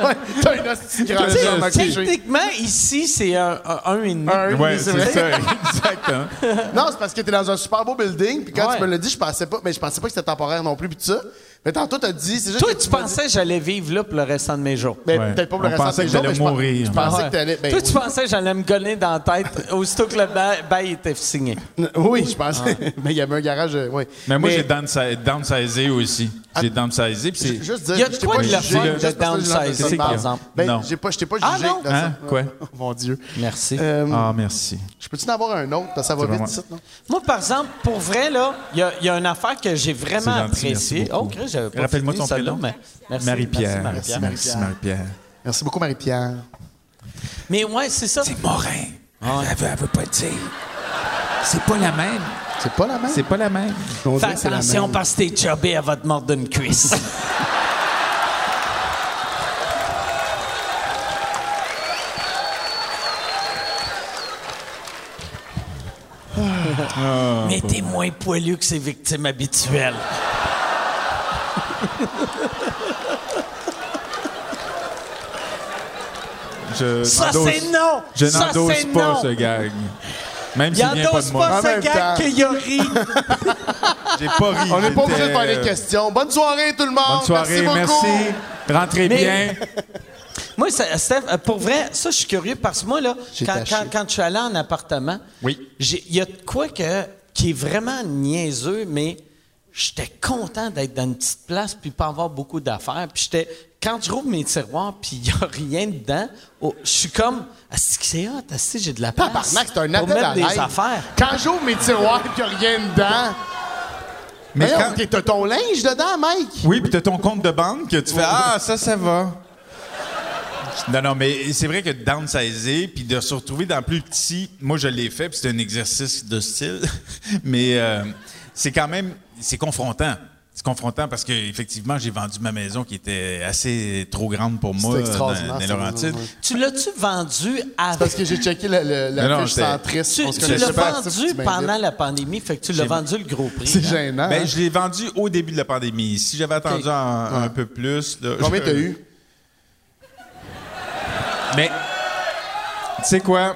[SPEAKER 2] Ouais, T'as une hostie de grande
[SPEAKER 3] Tu sais,
[SPEAKER 2] jambe à coucher.
[SPEAKER 3] Techniquement, ici, c'est un, un, un et demi.
[SPEAKER 2] Un,
[SPEAKER 7] ouais,
[SPEAKER 2] c'est
[SPEAKER 7] c'est
[SPEAKER 2] vrai.
[SPEAKER 7] ça, exactement.
[SPEAKER 2] Non, c'est parce que t'es dans un super beau building. Puis quand
[SPEAKER 3] Ouais.
[SPEAKER 2] tu me l'as dit, je pensais pas. Mais je pensais pas que c'était temporaire non plus. Puis tout ça. Mais tantôt, t'as dit. c'est juste
[SPEAKER 3] Toi,
[SPEAKER 2] que
[SPEAKER 3] tu
[SPEAKER 2] m'as dit-
[SPEAKER 3] pensais que j'allais vivre là pour le restant de mes jours.
[SPEAKER 2] Mais
[SPEAKER 7] Ouais.
[SPEAKER 2] peut-être pas pour le
[SPEAKER 7] On
[SPEAKER 2] restant de
[SPEAKER 7] pensait
[SPEAKER 2] tes
[SPEAKER 7] que
[SPEAKER 2] jours,
[SPEAKER 7] j'allais
[SPEAKER 2] mais je pens-
[SPEAKER 7] mourir.
[SPEAKER 2] Je pensais
[SPEAKER 3] Ah Ouais.
[SPEAKER 2] que t'allais. ben
[SPEAKER 3] Toi, tu
[SPEAKER 2] oui.
[SPEAKER 3] pensais que j'allais me gonner dans la tête aussitôt que le ba- bail était signé.
[SPEAKER 2] Oui, je pensais. Mais il y avait un garage. euh, ouais.
[SPEAKER 7] Mais moi, j'ai downsi- downsizé aussi. J'ai downsizé, puis c'est...
[SPEAKER 2] Juste dire,
[SPEAKER 3] Il y a de
[SPEAKER 2] je t'ai
[SPEAKER 3] quoi
[SPEAKER 2] pas
[SPEAKER 3] de le
[SPEAKER 2] jugé,
[SPEAKER 3] fun
[SPEAKER 2] juste
[SPEAKER 3] de
[SPEAKER 2] parce que j'ai l'air
[SPEAKER 3] downsizer,
[SPEAKER 2] ça,
[SPEAKER 7] par
[SPEAKER 3] exemple.
[SPEAKER 2] Ben,
[SPEAKER 7] Non.
[SPEAKER 2] j'ai pas, je t'ai pas jugé.
[SPEAKER 3] Ah, non?
[SPEAKER 2] dans
[SPEAKER 7] Hein?
[SPEAKER 2] ça.
[SPEAKER 7] Quoi?
[SPEAKER 2] Mon Dieu.
[SPEAKER 3] Merci.
[SPEAKER 2] Euh,
[SPEAKER 7] Ah, merci.
[SPEAKER 2] Je peux-tu en avoir un autre? Parce que ça va
[SPEAKER 7] vraiment-
[SPEAKER 2] vite, ici, non?
[SPEAKER 3] Moi, par exemple, pour vrai, là, il y a- il y, a une affaire que j'ai
[SPEAKER 7] C'est
[SPEAKER 3] vraiment
[SPEAKER 7] gentil,
[SPEAKER 3] appréciée.
[SPEAKER 7] merci beaucoup.
[SPEAKER 3] Oh, Chris, j'avais pas
[SPEAKER 7] Rappelle-moi
[SPEAKER 3] fini
[SPEAKER 7] ton
[SPEAKER 3] celle-là,
[SPEAKER 7] prénom.
[SPEAKER 3] mais merci,
[SPEAKER 7] Marie-Pierre.
[SPEAKER 3] merci,
[SPEAKER 7] Merci,
[SPEAKER 3] Marie-Pierre.
[SPEAKER 7] merci, Marie-Pierre.
[SPEAKER 2] Merci beaucoup, Marie-Pierre.
[SPEAKER 3] Mais ouais, c'est ça.
[SPEAKER 7] Morin. Elle, veut, pas le dire. C'est pas la même.
[SPEAKER 2] C'est pas la même?
[SPEAKER 7] C'est pas la même.
[SPEAKER 2] On
[SPEAKER 3] Fais
[SPEAKER 2] dirait que c'est la
[SPEAKER 3] attention
[SPEAKER 2] même.
[SPEAKER 3] parce que t'es chubby, elle va te mordre une cuisse.
[SPEAKER 7] Ah.
[SPEAKER 3] Mais t'es moins poilu que ses victimes habituelles.
[SPEAKER 7] Je
[SPEAKER 3] Ça,
[SPEAKER 7] n'endosse-
[SPEAKER 3] c'est non!
[SPEAKER 7] Je
[SPEAKER 3] Ça,
[SPEAKER 7] n'endosse
[SPEAKER 3] c'est
[SPEAKER 7] pas
[SPEAKER 3] non!
[SPEAKER 7] ce gag. Même
[SPEAKER 3] Il
[SPEAKER 7] s'il vient pas
[SPEAKER 3] endosse
[SPEAKER 7] de moi.
[SPEAKER 3] pas
[SPEAKER 2] En
[SPEAKER 3] ce
[SPEAKER 2] même
[SPEAKER 3] gars
[SPEAKER 2] temps.
[SPEAKER 3] qu'il a ri.
[SPEAKER 7] J'ai pas ri.
[SPEAKER 2] On n'est pas obligé de faire
[SPEAKER 7] J'étais-
[SPEAKER 2] des questions. Bonne soirée, tout le monde!
[SPEAKER 7] Bonne soirée,
[SPEAKER 2] merci.
[SPEAKER 7] merci.
[SPEAKER 2] beaucoup.
[SPEAKER 7] Rentrez
[SPEAKER 3] Mais-
[SPEAKER 7] bien.
[SPEAKER 3] Moi, ça- Steph, euh, pour vrai, ça, je suis curieux parce que moi, là,
[SPEAKER 2] J'ai
[SPEAKER 3] quand,
[SPEAKER 2] taché.
[SPEAKER 3] quand, quand je suis allé en appartement,
[SPEAKER 7] Oui.
[SPEAKER 3] j'ai- il y a de quoi que, qui est vraiment niaiseux, mais j'étais content d'être dans une petite place puis pas avoir beaucoup d'affaires. Puis j'étais. Quand je rouvre mes tiroirs puis il n'y a rien dedans, oh, je suis comme. Est-ce que c'est hot? Est-ce que j'ai de la place?
[SPEAKER 2] Ah, Tabarnak, c'est un
[SPEAKER 3] pour
[SPEAKER 2] appel
[SPEAKER 3] mettre
[SPEAKER 2] à
[SPEAKER 3] des
[SPEAKER 2] l'aide.
[SPEAKER 3] affaires.
[SPEAKER 2] Quand j'ouvre mes tiroirs et qu'il n'y a rien dedans,
[SPEAKER 7] Mais
[SPEAKER 2] voyons,
[SPEAKER 7] quand-
[SPEAKER 2] t'es- t'as ton linge dedans, Mike?
[SPEAKER 7] Oui, puis t'as ton compte de banque que tu fais Ah, ça, ça va. Non, non, mais c'est vrai que de downsizer, puis de se retrouver dans plus petit, moi je l'ai fait, puis c'est un exercice de style, mais euh, c'est quand même, c'est confrontant. C'est confrontant parce que effectivement j'ai vendu ma maison qui était assez trop grande pour moi euh,
[SPEAKER 2] C'était
[SPEAKER 7] dans,
[SPEAKER 2] extraordinaire,
[SPEAKER 7] dans les
[SPEAKER 2] ça,
[SPEAKER 7] Laurentides.
[SPEAKER 2] ouais.
[SPEAKER 3] Tu l'as-tu vendu avant?
[SPEAKER 2] Parce que j'ai checké la, la- la
[SPEAKER 7] Non, non,
[SPEAKER 2] fiche
[SPEAKER 7] j'étais-
[SPEAKER 2] centriste.
[SPEAKER 3] Tu,
[SPEAKER 2] On se
[SPEAKER 3] tu
[SPEAKER 2] connaît
[SPEAKER 3] l'as
[SPEAKER 2] pas,
[SPEAKER 3] vendu
[SPEAKER 2] si tu m'invites.
[SPEAKER 3] pendant la pandémie, fait que tu l'as vendu le gros prix.
[SPEAKER 2] C'est
[SPEAKER 3] hein?
[SPEAKER 2] gênant.
[SPEAKER 7] Ben,
[SPEAKER 2] hein?
[SPEAKER 7] je l'ai vendu au début de la pandémie. Si j'avais attendu
[SPEAKER 3] Ok.
[SPEAKER 7] un, un peu plus, là,
[SPEAKER 2] Combien
[SPEAKER 7] je-
[SPEAKER 2] t'as eu?
[SPEAKER 7] Mais tu sais quoi?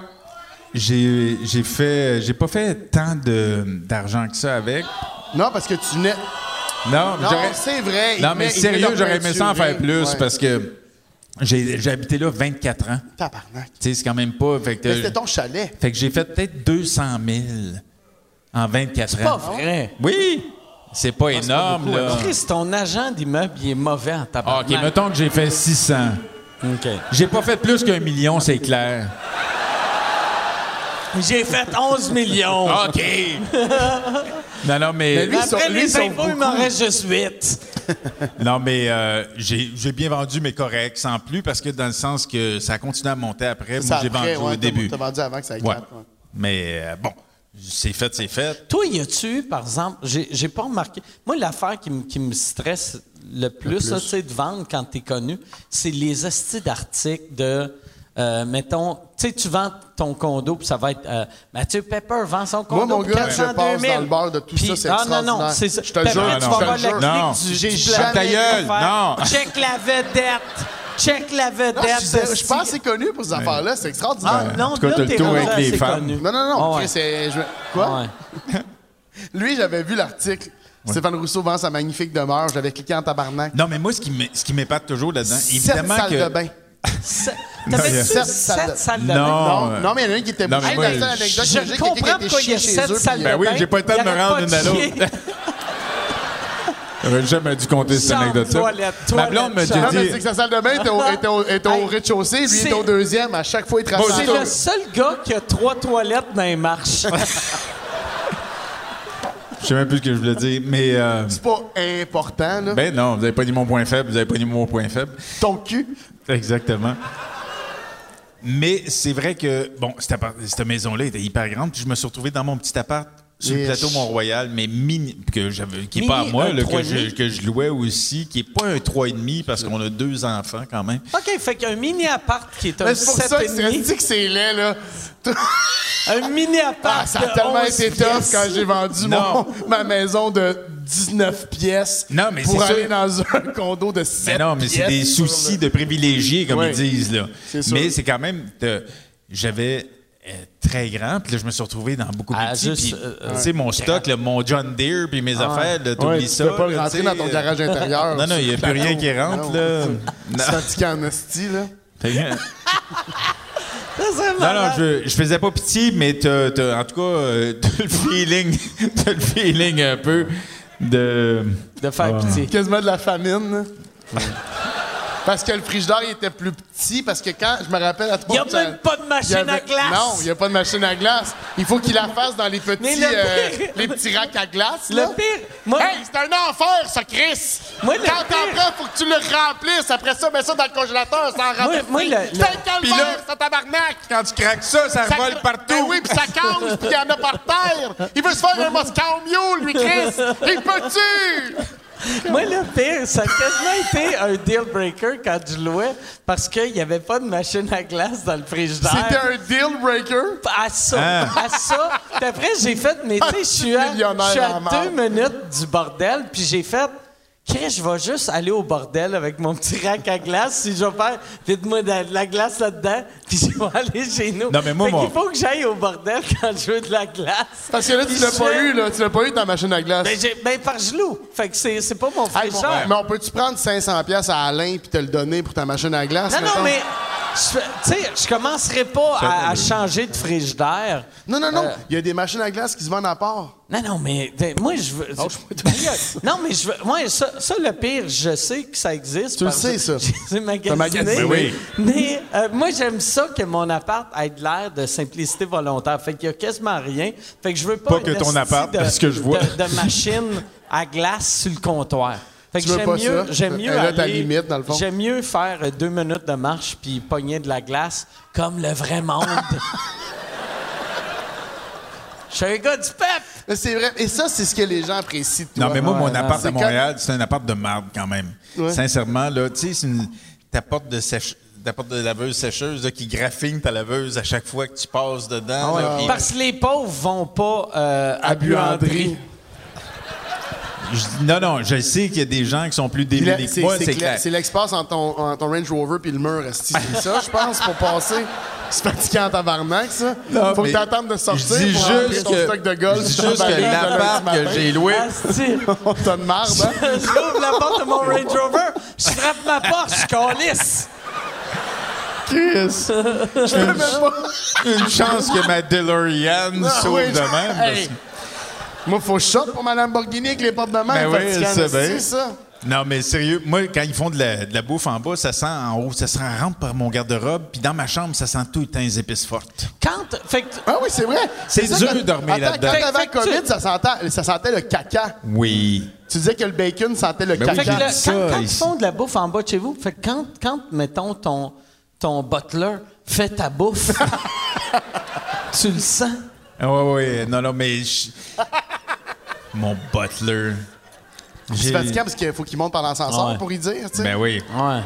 [SPEAKER 7] J'ai j'ai fait, j'ai pas fait tant de- d'argent que ça avec.
[SPEAKER 2] Non, parce que tu n'es. Non,
[SPEAKER 7] Non, j'aurais-
[SPEAKER 2] c'est vrai. il
[SPEAKER 7] non, mais
[SPEAKER 2] met- il met
[SPEAKER 7] sérieux,
[SPEAKER 2] leur
[SPEAKER 7] j'aurais aimé ça en faire
[SPEAKER 2] peinture,
[SPEAKER 7] plus
[SPEAKER 2] ouais.
[SPEAKER 7] parce que j'ai j'ai habité là 24 ans.
[SPEAKER 2] Tabarnak.
[SPEAKER 7] Tu sais, c'est quand même pas. Fait que,
[SPEAKER 2] Mais c'était ton chalet.
[SPEAKER 7] fait que j'ai fait peut-être 200 000 en 24 ans.
[SPEAKER 3] Pas Ah, vrai.
[SPEAKER 7] Oui! C'est pas énorme, là.
[SPEAKER 3] Chris, ton agent d'immeuble, il est mauvais en
[SPEAKER 7] Ah,
[SPEAKER 3] tabarnak.
[SPEAKER 7] OK, mettons que j'ai fait 600.
[SPEAKER 3] OK.
[SPEAKER 7] J'ai pas fait plus qu'un million, c'est clair.
[SPEAKER 3] J'ai fait 11 millions.
[SPEAKER 7] Ah, OK! non, non, mais...
[SPEAKER 2] lui, il sauve-
[SPEAKER 3] Après
[SPEAKER 2] lui, il
[SPEAKER 3] les
[SPEAKER 2] sauve
[SPEAKER 3] impôts, il m'en reste juste 8.
[SPEAKER 7] Non, mais euh, j'ai j'ai bien vendu, mais correct, sans plus, parce que dans le sens que ça a continué à monter après.
[SPEAKER 2] Ça,
[SPEAKER 7] Moi, j'ai vendu
[SPEAKER 2] après, ouais,
[SPEAKER 7] au
[SPEAKER 2] t'as-
[SPEAKER 7] début.
[SPEAKER 2] T'as vendu avant que ça
[SPEAKER 7] Ouais.
[SPEAKER 2] éclate. ouais.
[SPEAKER 7] Mais euh, bon, c'est fait, c'est fait.
[SPEAKER 3] Toi, y a-tu eu, par exemple, j'ai j'ai pas remarqué. Moi, l'affaire qui, me- qui me stresse le plus, là, tu sais, de vendre quand t'es connu, c'est les hosties d'articles de. euh, mettons, tu sais, tu vends ton condo, puis ça va être. euh, Mathieu Pepper vend son condo.
[SPEAKER 2] mon
[SPEAKER 3] pour
[SPEAKER 2] gars, je
[SPEAKER 3] 402
[SPEAKER 2] passe
[SPEAKER 3] 000.
[SPEAKER 2] dans le bar de tout
[SPEAKER 3] Puis-
[SPEAKER 2] ça, c'est
[SPEAKER 3] Ah, non, non,
[SPEAKER 2] extraordinaire.
[SPEAKER 3] c'est ça.
[SPEAKER 2] Je te
[SPEAKER 3] Puis
[SPEAKER 2] jure,
[SPEAKER 3] après, tu
[SPEAKER 7] non,
[SPEAKER 3] vas
[SPEAKER 7] je te
[SPEAKER 3] voir la
[SPEAKER 7] jure.
[SPEAKER 3] clique
[SPEAKER 7] Non.
[SPEAKER 3] du-
[SPEAKER 2] J'ai
[SPEAKER 3] du
[SPEAKER 2] jamais-
[SPEAKER 3] plan
[SPEAKER 7] Ta gueule,
[SPEAKER 3] d'affaires.
[SPEAKER 7] non.
[SPEAKER 3] Check la vedette. Check la
[SPEAKER 2] Non,
[SPEAKER 3] vedette.
[SPEAKER 2] je, sais- je
[SPEAKER 3] hostie.
[SPEAKER 2] pense que c'est connu pour ces affaires-là. C'est
[SPEAKER 3] Ah,
[SPEAKER 2] extraordinaire.
[SPEAKER 3] non,
[SPEAKER 7] En tout cas,
[SPEAKER 3] là,
[SPEAKER 7] t'as le
[SPEAKER 3] t'es
[SPEAKER 7] tour
[SPEAKER 3] rendu
[SPEAKER 7] avec les
[SPEAKER 3] assez
[SPEAKER 7] fans.
[SPEAKER 3] connu.
[SPEAKER 2] Non, non, non.
[SPEAKER 3] Ah
[SPEAKER 2] ok,
[SPEAKER 3] ouais.
[SPEAKER 2] c'est- je me-
[SPEAKER 3] Ah
[SPEAKER 2] Quoi?
[SPEAKER 3] ouais.
[SPEAKER 2] Lui, j'avais vu l'article. Stéphane Rousseau vend sa magnifique demeure. J'avais cliqué en tabarnak.
[SPEAKER 7] Non, mais moi, ce qui m'é- ce qui m'épate toujours là-dedans,
[SPEAKER 2] Sept
[SPEAKER 7] évidemment
[SPEAKER 2] salles
[SPEAKER 7] que...
[SPEAKER 2] de bain.
[SPEAKER 3] Ça-
[SPEAKER 7] il y
[SPEAKER 3] T'avais-tu
[SPEAKER 7] a-
[SPEAKER 2] Sept
[SPEAKER 3] sept
[SPEAKER 2] salles de-
[SPEAKER 3] salles de
[SPEAKER 7] Non.
[SPEAKER 3] bain?
[SPEAKER 2] Non,
[SPEAKER 7] euh,
[SPEAKER 2] non, mais il y en a un qui était
[SPEAKER 7] non, mais
[SPEAKER 2] bouché.
[SPEAKER 7] moi,
[SPEAKER 2] Hey, la seule anecdote,
[SPEAKER 3] Je
[SPEAKER 2] j'ai juste quelqu'un qui
[SPEAKER 3] comprends
[SPEAKER 2] était
[SPEAKER 3] pourquoi il y a
[SPEAKER 2] chié
[SPEAKER 3] sept
[SPEAKER 2] chez eux,
[SPEAKER 3] salles
[SPEAKER 2] puis,
[SPEAKER 3] de
[SPEAKER 2] euh,
[SPEAKER 3] bain.
[SPEAKER 7] Ben oui, j'ai pas le temps de me
[SPEAKER 3] Y'arrête
[SPEAKER 7] rendre
[SPEAKER 3] pas
[SPEAKER 7] une
[SPEAKER 3] de
[SPEAKER 7] à l'autre.
[SPEAKER 3] chier.
[SPEAKER 7] J'aurais jamais dû compter cette
[SPEAKER 3] Chambre,
[SPEAKER 7] anecdote-là.
[SPEAKER 3] toilette,
[SPEAKER 7] Ma
[SPEAKER 3] toilette,
[SPEAKER 7] blonde me
[SPEAKER 3] chambre.
[SPEAKER 2] Non, mais
[SPEAKER 7] dit...
[SPEAKER 2] c'est que sa salle de bain était au, était au- était au
[SPEAKER 3] Ah. Hey,
[SPEAKER 2] rez-de-chaussée. Lui, il
[SPEAKER 3] c'est-
[SPEAKER 2] était au deuxième. À chaque fois, il traçait
[SPEAKER 3] C'est
[SPEAKER 2] la
[SPEAKER 3] le seul gars qui a trois toilettes dans les marches.
[SPEAKER 7] Je sais même plus ce que je voulais dire, mais... euh,
[SPEAKER 2] C'est pas important, là.
[SPEAKER 7] ben non, vous avez pas dit mon point faible, vous avez pas dit mon point faible.
[SPEAKER 2] Ton cul.
[SPEAKER 7] Exactement. Mais c'est vrai que, bon, cette, appart- cette maison-là était hyper grande, puis je me suis retrouvé dans mon petit appart sur le
[SPEAKER 2] Ish.
[SPEAKER 7] plateau Mont-Royal, mais mini, que j'avais, qui
[SPEAKER 3] Mini,
[SPEAKER 7] n'est pas à moi,
[SPEAKER 3] un
[SPEAKER 7] là, que,
[SPEAKER 3] trois et
[SPEAKER 7] je,
[SPEAKER 3] demi.
[SPEAKER 7] que je louais aussi, qui n'est pas un 3,5 parce qu'on a deux enfants quand même.
[SPEAKER 3] OK, fait qu'un mini-appart qui est un
[SPEAKER 2] Mais Ben, c'est pour ça que c'est
[SPEAKER 3] 7,5.
[SPEAKER 2] dit que c'est laid, là.
[SPEAKER 3] Un mini-appart
[SPEAKER 2] Ah, ça a tellement été tough quand j'ai vendu
[SPEAKER 7] Non.
[SPEAKER 2] mon- ma maison de 19 pièces
[SPEAKER 7] Non, mais
[SPEAKER 2] pour
[SPEAKER 7] c'est
[SPEAKER 2] aller
[SPEAKER 7] sûr.
[SPEAKER 2] dans un condo de 7
[SPEAKER 7] Mais non, mais c'est des
[SPEAKER 2] pièces sur le-
[SPEAKER 7] soucis de privilégiés, comme
[SPEAKER 2] Ouais.
[SPEAKER 7] ils disent. Là.
[SPEAKER 2] C'est sûr.
[SPEAKER 7] Mais c'est quand même. euh, J'avais euh, très grand, puis là, je me suis retrouvé dans beaucoup plus
[SPEAKER 3] Ah,
[SPEAKER 7] petit.
[SPEAKER 3] juste,
[SPEAKER 7] puis,
[SPEAKER 3] euh, Ah.
[SPEAKER 7] tu sais, mon stock, là, mon John Deere, puis mes affaires, là, t'oublies
[SPEAKER 2] Ouais, tu
[SPEAKER 7] ça.
[SPEAKER 2] peux pas
[SPEAKER 7] là,
[SPEAKER 2] le rentrer
[SPEAKER 7] tu
[SPEAKER 2] dans
[SPEAKER 7] sais,
[SPEAKER 2] ton
[SPEAKER 7] euh,
[SPEAKER 2] garage intérieur.
[SPEAKER 7] Non, non, il n'y a plus rien qui rentre,
[SPEAKER 2] Non,
[SPEAKER 7] là.
[SPEAKER 2] C'est fatigué en hostie, là.
[SPEAKER 7] Fait que-
[SPEAKER 3] Non,
[SPEAKER 7] Non, non, je, je faisais pas pitié, mais t'as, t'as- en tout cas, euh, t'as le feeling, t'as le feeling un peu de.
[SPEAKER 3] De faire pitié.
[SPEAKER 2] Quasiment de la famine, là. Parce que le frigidaire, il était plus petit. Parce que quand, je me rappelle à toi...
[SPEAKER 3] Il n'y a même pas de
[SPEAKER 2] Il y
[SPEAKER 3] machine
[SPEAKER 2] avait-
[SPEAKER 3] à glace.
[SPEAKER 2] Non, il n'y a pas de machine à glace. Il faut qu'il la fasse dans les
[SPEAKER 3] Mais
[SPEAKER 2] petits,
[SPEAKER 3] le
[SPEAKER 2] euh,
[SPEAKER 3] pire-
[SPEAKER 2] les petits racks à glace. là.
[SPEAKER 3] Le pire, moi,
[SPEAKER 2] Hey, c'est un enfer, ça, Chris!
[SPEAKER 3] Moi, le
[SPEAKER 2] Quand t'en
[SPEAKER 3] pire-
[SPEAKER 2] prends, faut que tu le remplisses. Après ça, mets ça dans le congélateur, ça en
[SPEAKER 3] Moi-
[SPEAKER 2] remplit.
[SPEAKER 3] moi, le-
[SPEAKER 2] C'est un
[SPEAKER 7] Puis là-
[SPEAKER 2] calvaire, ça tabarnak!
[SPEAKER 7] Quand tu craques ça, ça,
[SPEAKER 2] Ça-
[SPEAKER 7] vole partout.
[SPEAKER 2] Ben oui, puis ça casse, puis il y en a par terre. Il veut se faire un Moscow Mule, lui, Chris! Il peut-tu?
[SPEAKER 3] moi, le pire, ça a quasiment été un deal breaker quand je louais parce qu'il n'y avait pas de machine à glace dans le frigidaire.
[SPEAKER 2] C'était un deal breaker.
[SPEAKER 3] À ça, à ça. Puis après, j'ai fait, mais tu sais, je suis à,
[SPEAKER 2] Hein? Millionnaire
[SPEAKER 3] je suis à
[SPEAKER 2] en marde.
[SPEAKER 3] deux minutes du bordel, puis j'ai fait, Chris, je vais juste aller au bordel avec mon petit rack à glace, si je vais faire, vite-moi de la glace là-dedans, puis je vais aller chez nous.
[SPEAKER 7] Non, mais moi,
[SPEAKER 3] fait
[SPEAKER 7] moi-
[SPEAKER 3] qu'il faut que j'aille au bordel quand je veux de la glace.
[SPEAKER 2] Parce que là, tu
[SPEAKER 3] Puis
[SPEAKER 2] l'as
[SPEAKER 3] je
[SPEAKER 2] pas
[SPEAKER 3] fais-
[SPEAKER 2] eu, là. Tu l'as pas eu dans la machine à glace.
[SPEAKER 3] Ben, j'ai, ben par gelou. Fait que c'est, c'est pas mon
[SPEAKER 2] Hey, mon-
[SPEAKER 3] frigidaire.
[SPEAKER 2] mais on peut-tu prendre 500 pièces à Alain puis te le donner pour ta machine à glace?
[SPEAKER 3] Non,
[SPEAKER 2] mettons?
[SPEAKER 3] non, mais... je fais- Tu sais, je commencerai pas à, à
[SPEAKER 2] euh,
[SPEAKER 3] changer de frigidaire.
[SPEAKER 2] Non, non, non.
[SPEAKER 3] Euh.
[SPEAKER 2] Il y a des machines à glace qui se vendent à part.
[SPEAKER 3] Non, non, mais ben, moi, je veux. Ben, non, mais je veux. Moi, ça, ça, le pire, je sais que ça existe.
[SPEAKER 2] Tu le
[SPEAKER 3] parce-
[SPEAKER 2] sais, ça.
[SPEAKER 3] J'ai magasiné.
[SPEAKER 2] magasiné.
[SPEAKER 7] Oui,
[SPEAKER 3] Mais euh, moi, j'aime ça que mon appart ait de l'air de simplicité volontaire. Fait qu'il y a quasiment rien. Fait que je veux pas.
[SPEAKER 7] Pas que
[SPEAKER 3] une
[SPEAKER 7] ton
[SPEAKER 3] hostie
[SPEAKER 7] appart,
[SPEAKER 3] de-
[SPEAKER 7] parce que je vois.
[SPEAKER 3] De, de machine à glace sur le comptoir. Fait que
[SPEAKER 2] Tu veux
[SPEAKER 3] j'aime
[SPEAKER 2] pas
[SPEAKER 3] mieux,
[SPEAKER 2] ça?
[SPEAKER 3] j'aime
[SPEAKER 2] Et
[SPEAKER 3] mieux
[SPEAKER 2] là,
[SPEAKER 3] aller,
[SPEAKER 2] ta limite, dans le fond.
[SPEAKER 3] J'aime mieux faire euh, deux minutes de marche puis pogner de la glace comme le vrai monde. Je suis un gars du peuple.
[SPEAKER 2] Mais C'est vrai. Et ça, c'est ce que les gens apprécient de toi.
[SPEAKER 7] Non, mais moi, mon
[SPEAKER 2] Ouais,
[SPEAKER 7] appart
[SPEAKER 2] c'est
[SPEAKER 7] à Montréal, c'est un appart de marde quand même.
[SPEAKER 2] Ouais.
[SPEAKER 7] Sincèrement, là, tu sais, c'est une- ta porte de sèche- ta porte de laveuse sécheuse là, qui graffine ta laveuse à chaque fois que tu passes
[SPEAKER 2] Ah,
[SPEAKER 7] dedans. là, puis-
[SPEAKER 3] Parce que les pauvres vont pas euh, à
[SPEAKER 2] À Buandry.
[SPEAKER 3] Buanderie.
[SPEAKER 7] Je dis, non, non, je sais qu'il y a des gens qui sont plus
[SPEAKER 2] Puis là,
[SPEAKER 7] démunis que
[SPEAKER 2] C'est
[SPEAKER 7] moi,
[SPEAKER 2] c'est
[SPEAKER 7] c'est
[SPEAKER 2] clair-
[SPEAKER 7] clair.
[SPEAKER 2] c'est l'espace entre ton, entre ton Range Rover puis le mur, esti. c'est ça, je pense, pour passer. C'est fatiguant en tabarnak, ça.
[SPEAKER 7] Non,
[SPEAKER 2] Faut que
[SPEAKER 7] mais
[SPEAKER 2] t'attendes de
[SPEAKER 7] Je
[SPEAKER 2] sortir
[SPEAKER 7] dis
[SPEAKER 2] pour remplir
[SPEAKER 7] juste
[SPEAKER 2] ton
[SPEAKER 7] que,
[SPEAKER 2] stock de golf.
[SPEAKER 7] je dis
[SPEAKER 2] sur
[SPEAKER 7] juste
[SPEAKER 2] ta
[SPEAKER 7] que
[SPEAKER 2] valise le
[SPEAKER 7] l'appart
[SPEAKER 2] lundi
[SPEAKER 7] que
[SPEAKER 2] matin.
[SPEAKER 7] j'ai loué,
[SPEAKER 3] Asti.
[SPEAKER 2] On t'a de marde, hein?
[SPEAKER 3] J'ouvre la porte de mon Range Rover, je frappe ma porte, je calisse.
[SPEAKER 7] une chance que ma DeLorean
[SPEAKER 2] Ah,
[SPEAKER 7] sauve
[SPEAKER 2] oui,
[SPEAKER 7] de
[SPEAKER 2] je-
[SPEAKER 7] même. parce-
[SPEAKER 2] Hey. Moi, faut que je sorte pour ma Lamborghini avec les portes de main.
[SPEAKER 7] Ben oui, c'est bien.
[SPEAKER 2] c'est ça.
[SPEAKER 7] Non, mais sérieux, moi, quand ils font de la, de la bouffe en bas, ça sent en haut, ça sent rentre par mon garde-robe, puis dans ma chambre, ça sent tout le temps les épices fortes.
[SPEAKER 3] Quand. Fait que.
[SPEAKER 2] Ah oui, c'est vrai.
[SPEAKER 7] C'est
[SPEAKER 2] ça
[SPEAKER 7] dur
[SPEAKER 2] que-
[SPEAKER 7] de dormir
[SPEAKER 2] Attends, Quand
[SPEAKER 7] là-dedans.
[SPEAKER 2] t'avais
[SPEAKER 3] Fait
[SPEAKER 2] la
[SPEAKER 3] que tu-
[SPEAKER 2] COVID, ça sentait, ça sentait le caca.
[SPEAKER 7] Oui.
[SPEAKER 2] Tu disais que le bacon sentait le
[SPEAKER 7] Ben oui,
[SPEAKER 3] Fait que
[SPEAKER 7] j'ai
[SPEAKER 2] caca.
[SPEAKER 3] le-
[SPEAKER 7] dit ça
[SPEAKER 3] quand, quand ils
[SPEAKER 7] ici.
[SPEAKER 3] font de la bouffe en bas de chez vous, fait que quand, quand mettons, ton, ton butler fait ta bouffe, tu le sens.
[SPEAKER 7] Ah, ouais, oui. Non, non, mais. je- mon butler.
[SPEAKER 2] C'est
[SPEAKER 7] J'ai-
[SPEAKER 2] fatigant parce qu'il faut qu'il monte par l'ascenseur
[SPEAKER 3] Ouais.
[SPEAKER 2] pour y dire, tu sais.
[SPEAKER 7] Ben oui.
[SPEAKER 3] Ouais.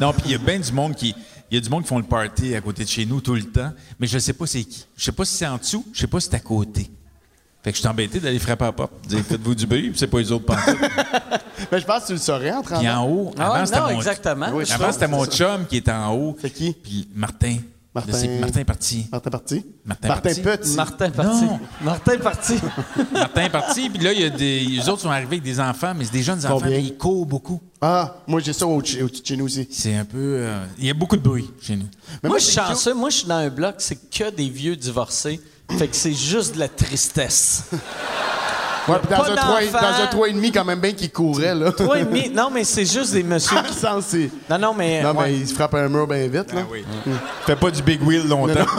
[SPEAKER 7] Non, puis il y a bien du monde qui. Il y a du monde qui font le party à côté de chez nous tout le temps, mais je sais pas c'est qui. Je sais pas si c'est en dessous, je sais pas si c'est à côté. Fait que je suis embêté d'aller frapper à la porte, dire faites-vous du bruit, puis c'est pas les autres pantoute.
[SPEAKER 2] Mais Ben, je pense que tu le saurais en train
[SPEAKER 7] Puis
[SPEAKER 2] de...
[SPEAKER 7] en haut,
[SPEAKER 3] Ah ouais,
[SPEAKER 7] avant, c'était
[SPEAKER 3] non,
[SPEAKER 7] mon,
[SPEAKER 3] exactement.
[SPEAKER 2] Oui, je
[SPEAKER 7] avant, c'était mon
[SPEAKER 2] C'est ça.
[SPEAKER 7] chum qui était en haut.
[SPEAKER 2] C'est qui?
[SPEAKER 7] Puis Martin.
[SPEAKER 2] Martin-
[SPEAKER 7] Là, c'est Martin est parti.
[SPEAKER 2] Martin Parti.
[SPEAKER 7] Martin Petit.
[SPEAKER 2] Petit.
[SPEAKER 3] Martin est parti.
[SPEAKER 7] Non.
[SPEAKER 3] Martin est parti.
[SPEAKER 7] Martin est parti, puis là, il y a des. Les autres sont arrivés avec des enfants, mais c'est des jeunes enfants,
[SPEAKER 2] Combien?
[SPEAKER 7] mais ils courent beaucoup.
[SPEAKER 2] Ah, moi j'ai ça au, au- chez nous aussi.
[SPEAKER 7] C'est un peu. euh, il y a beaucoup de bruit chez nous.
[SPEAKER 2] Mais
[SPEAKER 3] moi, je suis
[SPEAKER 2] c'est cute.
[SPEAKER 3] chanceux. Moi, je suis dans un bloc, c'est que des vieux divorcés. Fait que c'est juste de la tristesse.
[SPEAKER 2] Ouais, puis dans,
[SPEAKER 3] pas
[SPEAKER 2] un trois,
[SPEAKER 3] d'enfant.
[SPEAKER 2] dans un 3,5 quand même bien qui courait, là.
[SPEAKER 3] Toi et mi- non, mais c'est juste des messieurs qui...
[SPEAKER 2] Ça, c'est-
[SPEAKER 3] Non, non, mais...
[SPEAKER 2] Non,
[SPEAKER 3] ouais.
[SPEAKER 2] mais il se frappe un mur bien vite,
[SPEAKER 7] Ah Ben
[SPEAKER 2] là.
[SPEAKER 7] Mm. Fais pas du big wheel longtemps.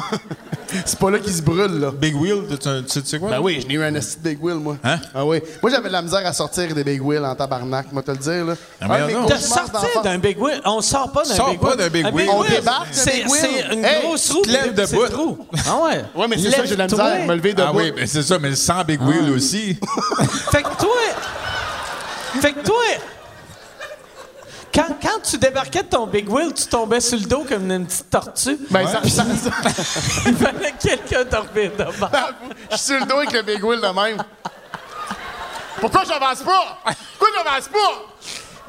[SPEAKER 2] C'est pas là qu'il se brûle, là.
[SPEAKER 7] Big wheel, tu, tu- tu sais quoi?
[SPEAKER 2] Ben oui, je n'ai eu un esti de big wheel, moi.
[SPEAKER 7] Hein?
[SPEAKER 2] Ah oui. Moi, j'avais de la misère à sortir des big wheel en tabarnak, moi, te le dire, là.
[SPEAKER 7] Ah, mais
[SPEAKER 2] Un de mes
[SPEAKER 7] non.
[SPEAKER 3] De
[SPEAKER 2] cauchemars
[SPEAKER 3] sortir
[SPEAKER 2] d'enfant.
[SPEAKER 3] d'un big wheel. On sort pas d'un
[SPEAKER 7] Sors
[SPEAKER 3] big
[SPEAKER 7] pas
[SPEAKER 3] wheel.
[SPEAKER 7] d'un big
[SPEAKER 3] Un
[SPEAKER 7] wheel.
[SPEAKER 2] On débarque d'un
[SPEAKER 3] C'est
[SPEAKER 2] big wheel.
[SPEAKER 3] c'est une
[SPEAKER 2] Hey,
[SPEAKER 3] grosse roue.
[SPEAKER 7] te lèves de
[SPEAKER 3] c'est
[SPEAKER 7] bout.
[SPEAKER 3] trou. Ah ouais.
[SPEAKER 2] Ouais, mais c'est ça, j'ai de la misère à me lever de
[SPEAKER 7] Ah oui, mais c'est ça, mais sans big wheel aussi.
[SPEAKER 3] Fait que toi. Fait que toi. Quand, quand tu débarquais de ton Big Wheel, tu tombais sur le dos comme une petite tortue.
[SPEAKER 2] Ben, ça, ça, ça-
[SPEAKER 3] Il fallait que quelqu'un te remette de bord.
[SPEAKER 2] je suis sur le dos avec le big wheel de même. Pourquoi j'avance pas? Pourquoi j'avance pas?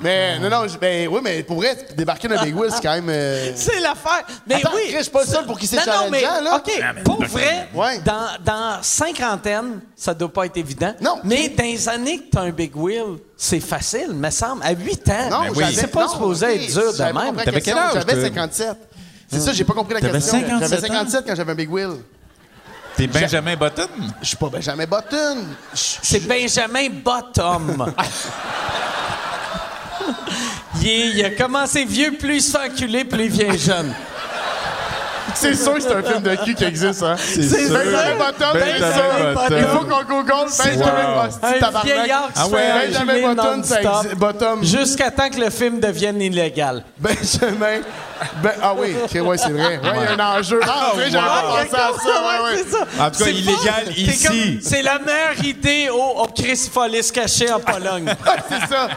[SPEAKER 2] Mais non, non, je- ben oui, mais pour vrai, débarquer d'un big wheel, c'est quand même. euh,
[SPEAKER 3] C'est l'affaire. Mais
[SPEAKER 2] Attends,
[SPEAKER 3] oui.
[SPEAKER 2] Chris, je suis pas le seul pour qui c'est
[SPEAKER 3] Non, non, mais,
[SPEAKER 2] challengeant, là.
[SPEAKER 3] OK, pour vrai,
[SPEAKER 2] Ouais.
[SPEAKER 3] dans, dans cinquantaine, ça doit pas être évident.
[SPEAKER 2] Non.
[SPEAKER 3] Mais dans les années que t'as un Big Wheel, c'est facile, me semble. À 8 ans,
[SPEAKER 2] Non,
[SPEAKER 7] oui.
[SPEAKER 2] j'avais-
[SPEAKER 3] c'est pas
[SPEAKER 2] non,
[SPEAKER 3] supposé
[SPEAKER 2] ok,
[SPEAKER 3] être dur
[SPEAKER 2] j'avais
[SPEAKER 3] de
[SPEAKER 2] pas
[SPEAKER 3] même.
[SPEAKER 2] compris la
[SPEAKER 7] T'avais
[SPEAKER 2] question.
[SPEAKER 7] quel âge,
[SPEAKER 2] J'avais
[SPEAKER 7] toi?
[SPEAKER 2] 57. C'est ça, j'ai pas compris la
[SPEAKER 7] T'avais
[SPEAKER 2] question.
[SPEAKER 7] 57
[SPEAKER 2] J'avais
[SPEAKER 7] ans?
[SPEAKER 2] 57 quand j'avais un big wheel.
[SPEAKER 7] T'es Benjamin Button?
[SPEAKER 2] Je suis pas Benjamin Button.
[SPEAKER 3] C'est Benjamin Bottom. il, est- il a commencé vieux, plus il se fait enculer, plus il vient jeune.
[SPEAKER 2] C'est sûr que c'est un film de cul qui existe, hein?
[SPEAKER 7] C'est sûr.
[SPEAKER 2] Benjamin Button, c'est
[SPEAKER 7] Benjamin
[SPEAKER 2] sûr.
[SPEAKER 7] Button.
[SPEAKER 2] Il faut qu'on google Benjamin
[SPEAKER 7] Wow.
[SPEAKER 2] Button,
[SPEAKER 3] Un
[SPEAKER 2] tabarnak.
[SPEAKER 3] vieillard qui se
[SPEAKER 7] Ah ouais,
[SPEAKER 3] fait
[SPEAKER 2] Benjamin
[SPEAKER 3] enculer
[SPEAKER 2] Button, ça
[SPEAKER 3] non-stop
[SPEAKER 2] existe. Bottom.
[SPEAKER 3] Jusqu'à temps que le film devienne illégal.
[SPEAKER 2] Benjamin. Ben, ah oui, ok, ouais, c'est vrai. Ouais, il y a un enjeu. Ah, oui, j'avais pas pensé à ça. Ouais, ouais.
[SPEAKER 3] c'est ça.
[SPEAKER 7] En tout cas,
[SPEAKER 3] C'est
[SPEAKER 7] illégal
[SPEAKER 3] pas- t'es
[SPEAKER 7] ici.
[SPEAKER 3] comme- C'est la meilleure idée au, au Chris Follis caché en Pologne.
[SPEAKER 2] Ouais, c'est ça.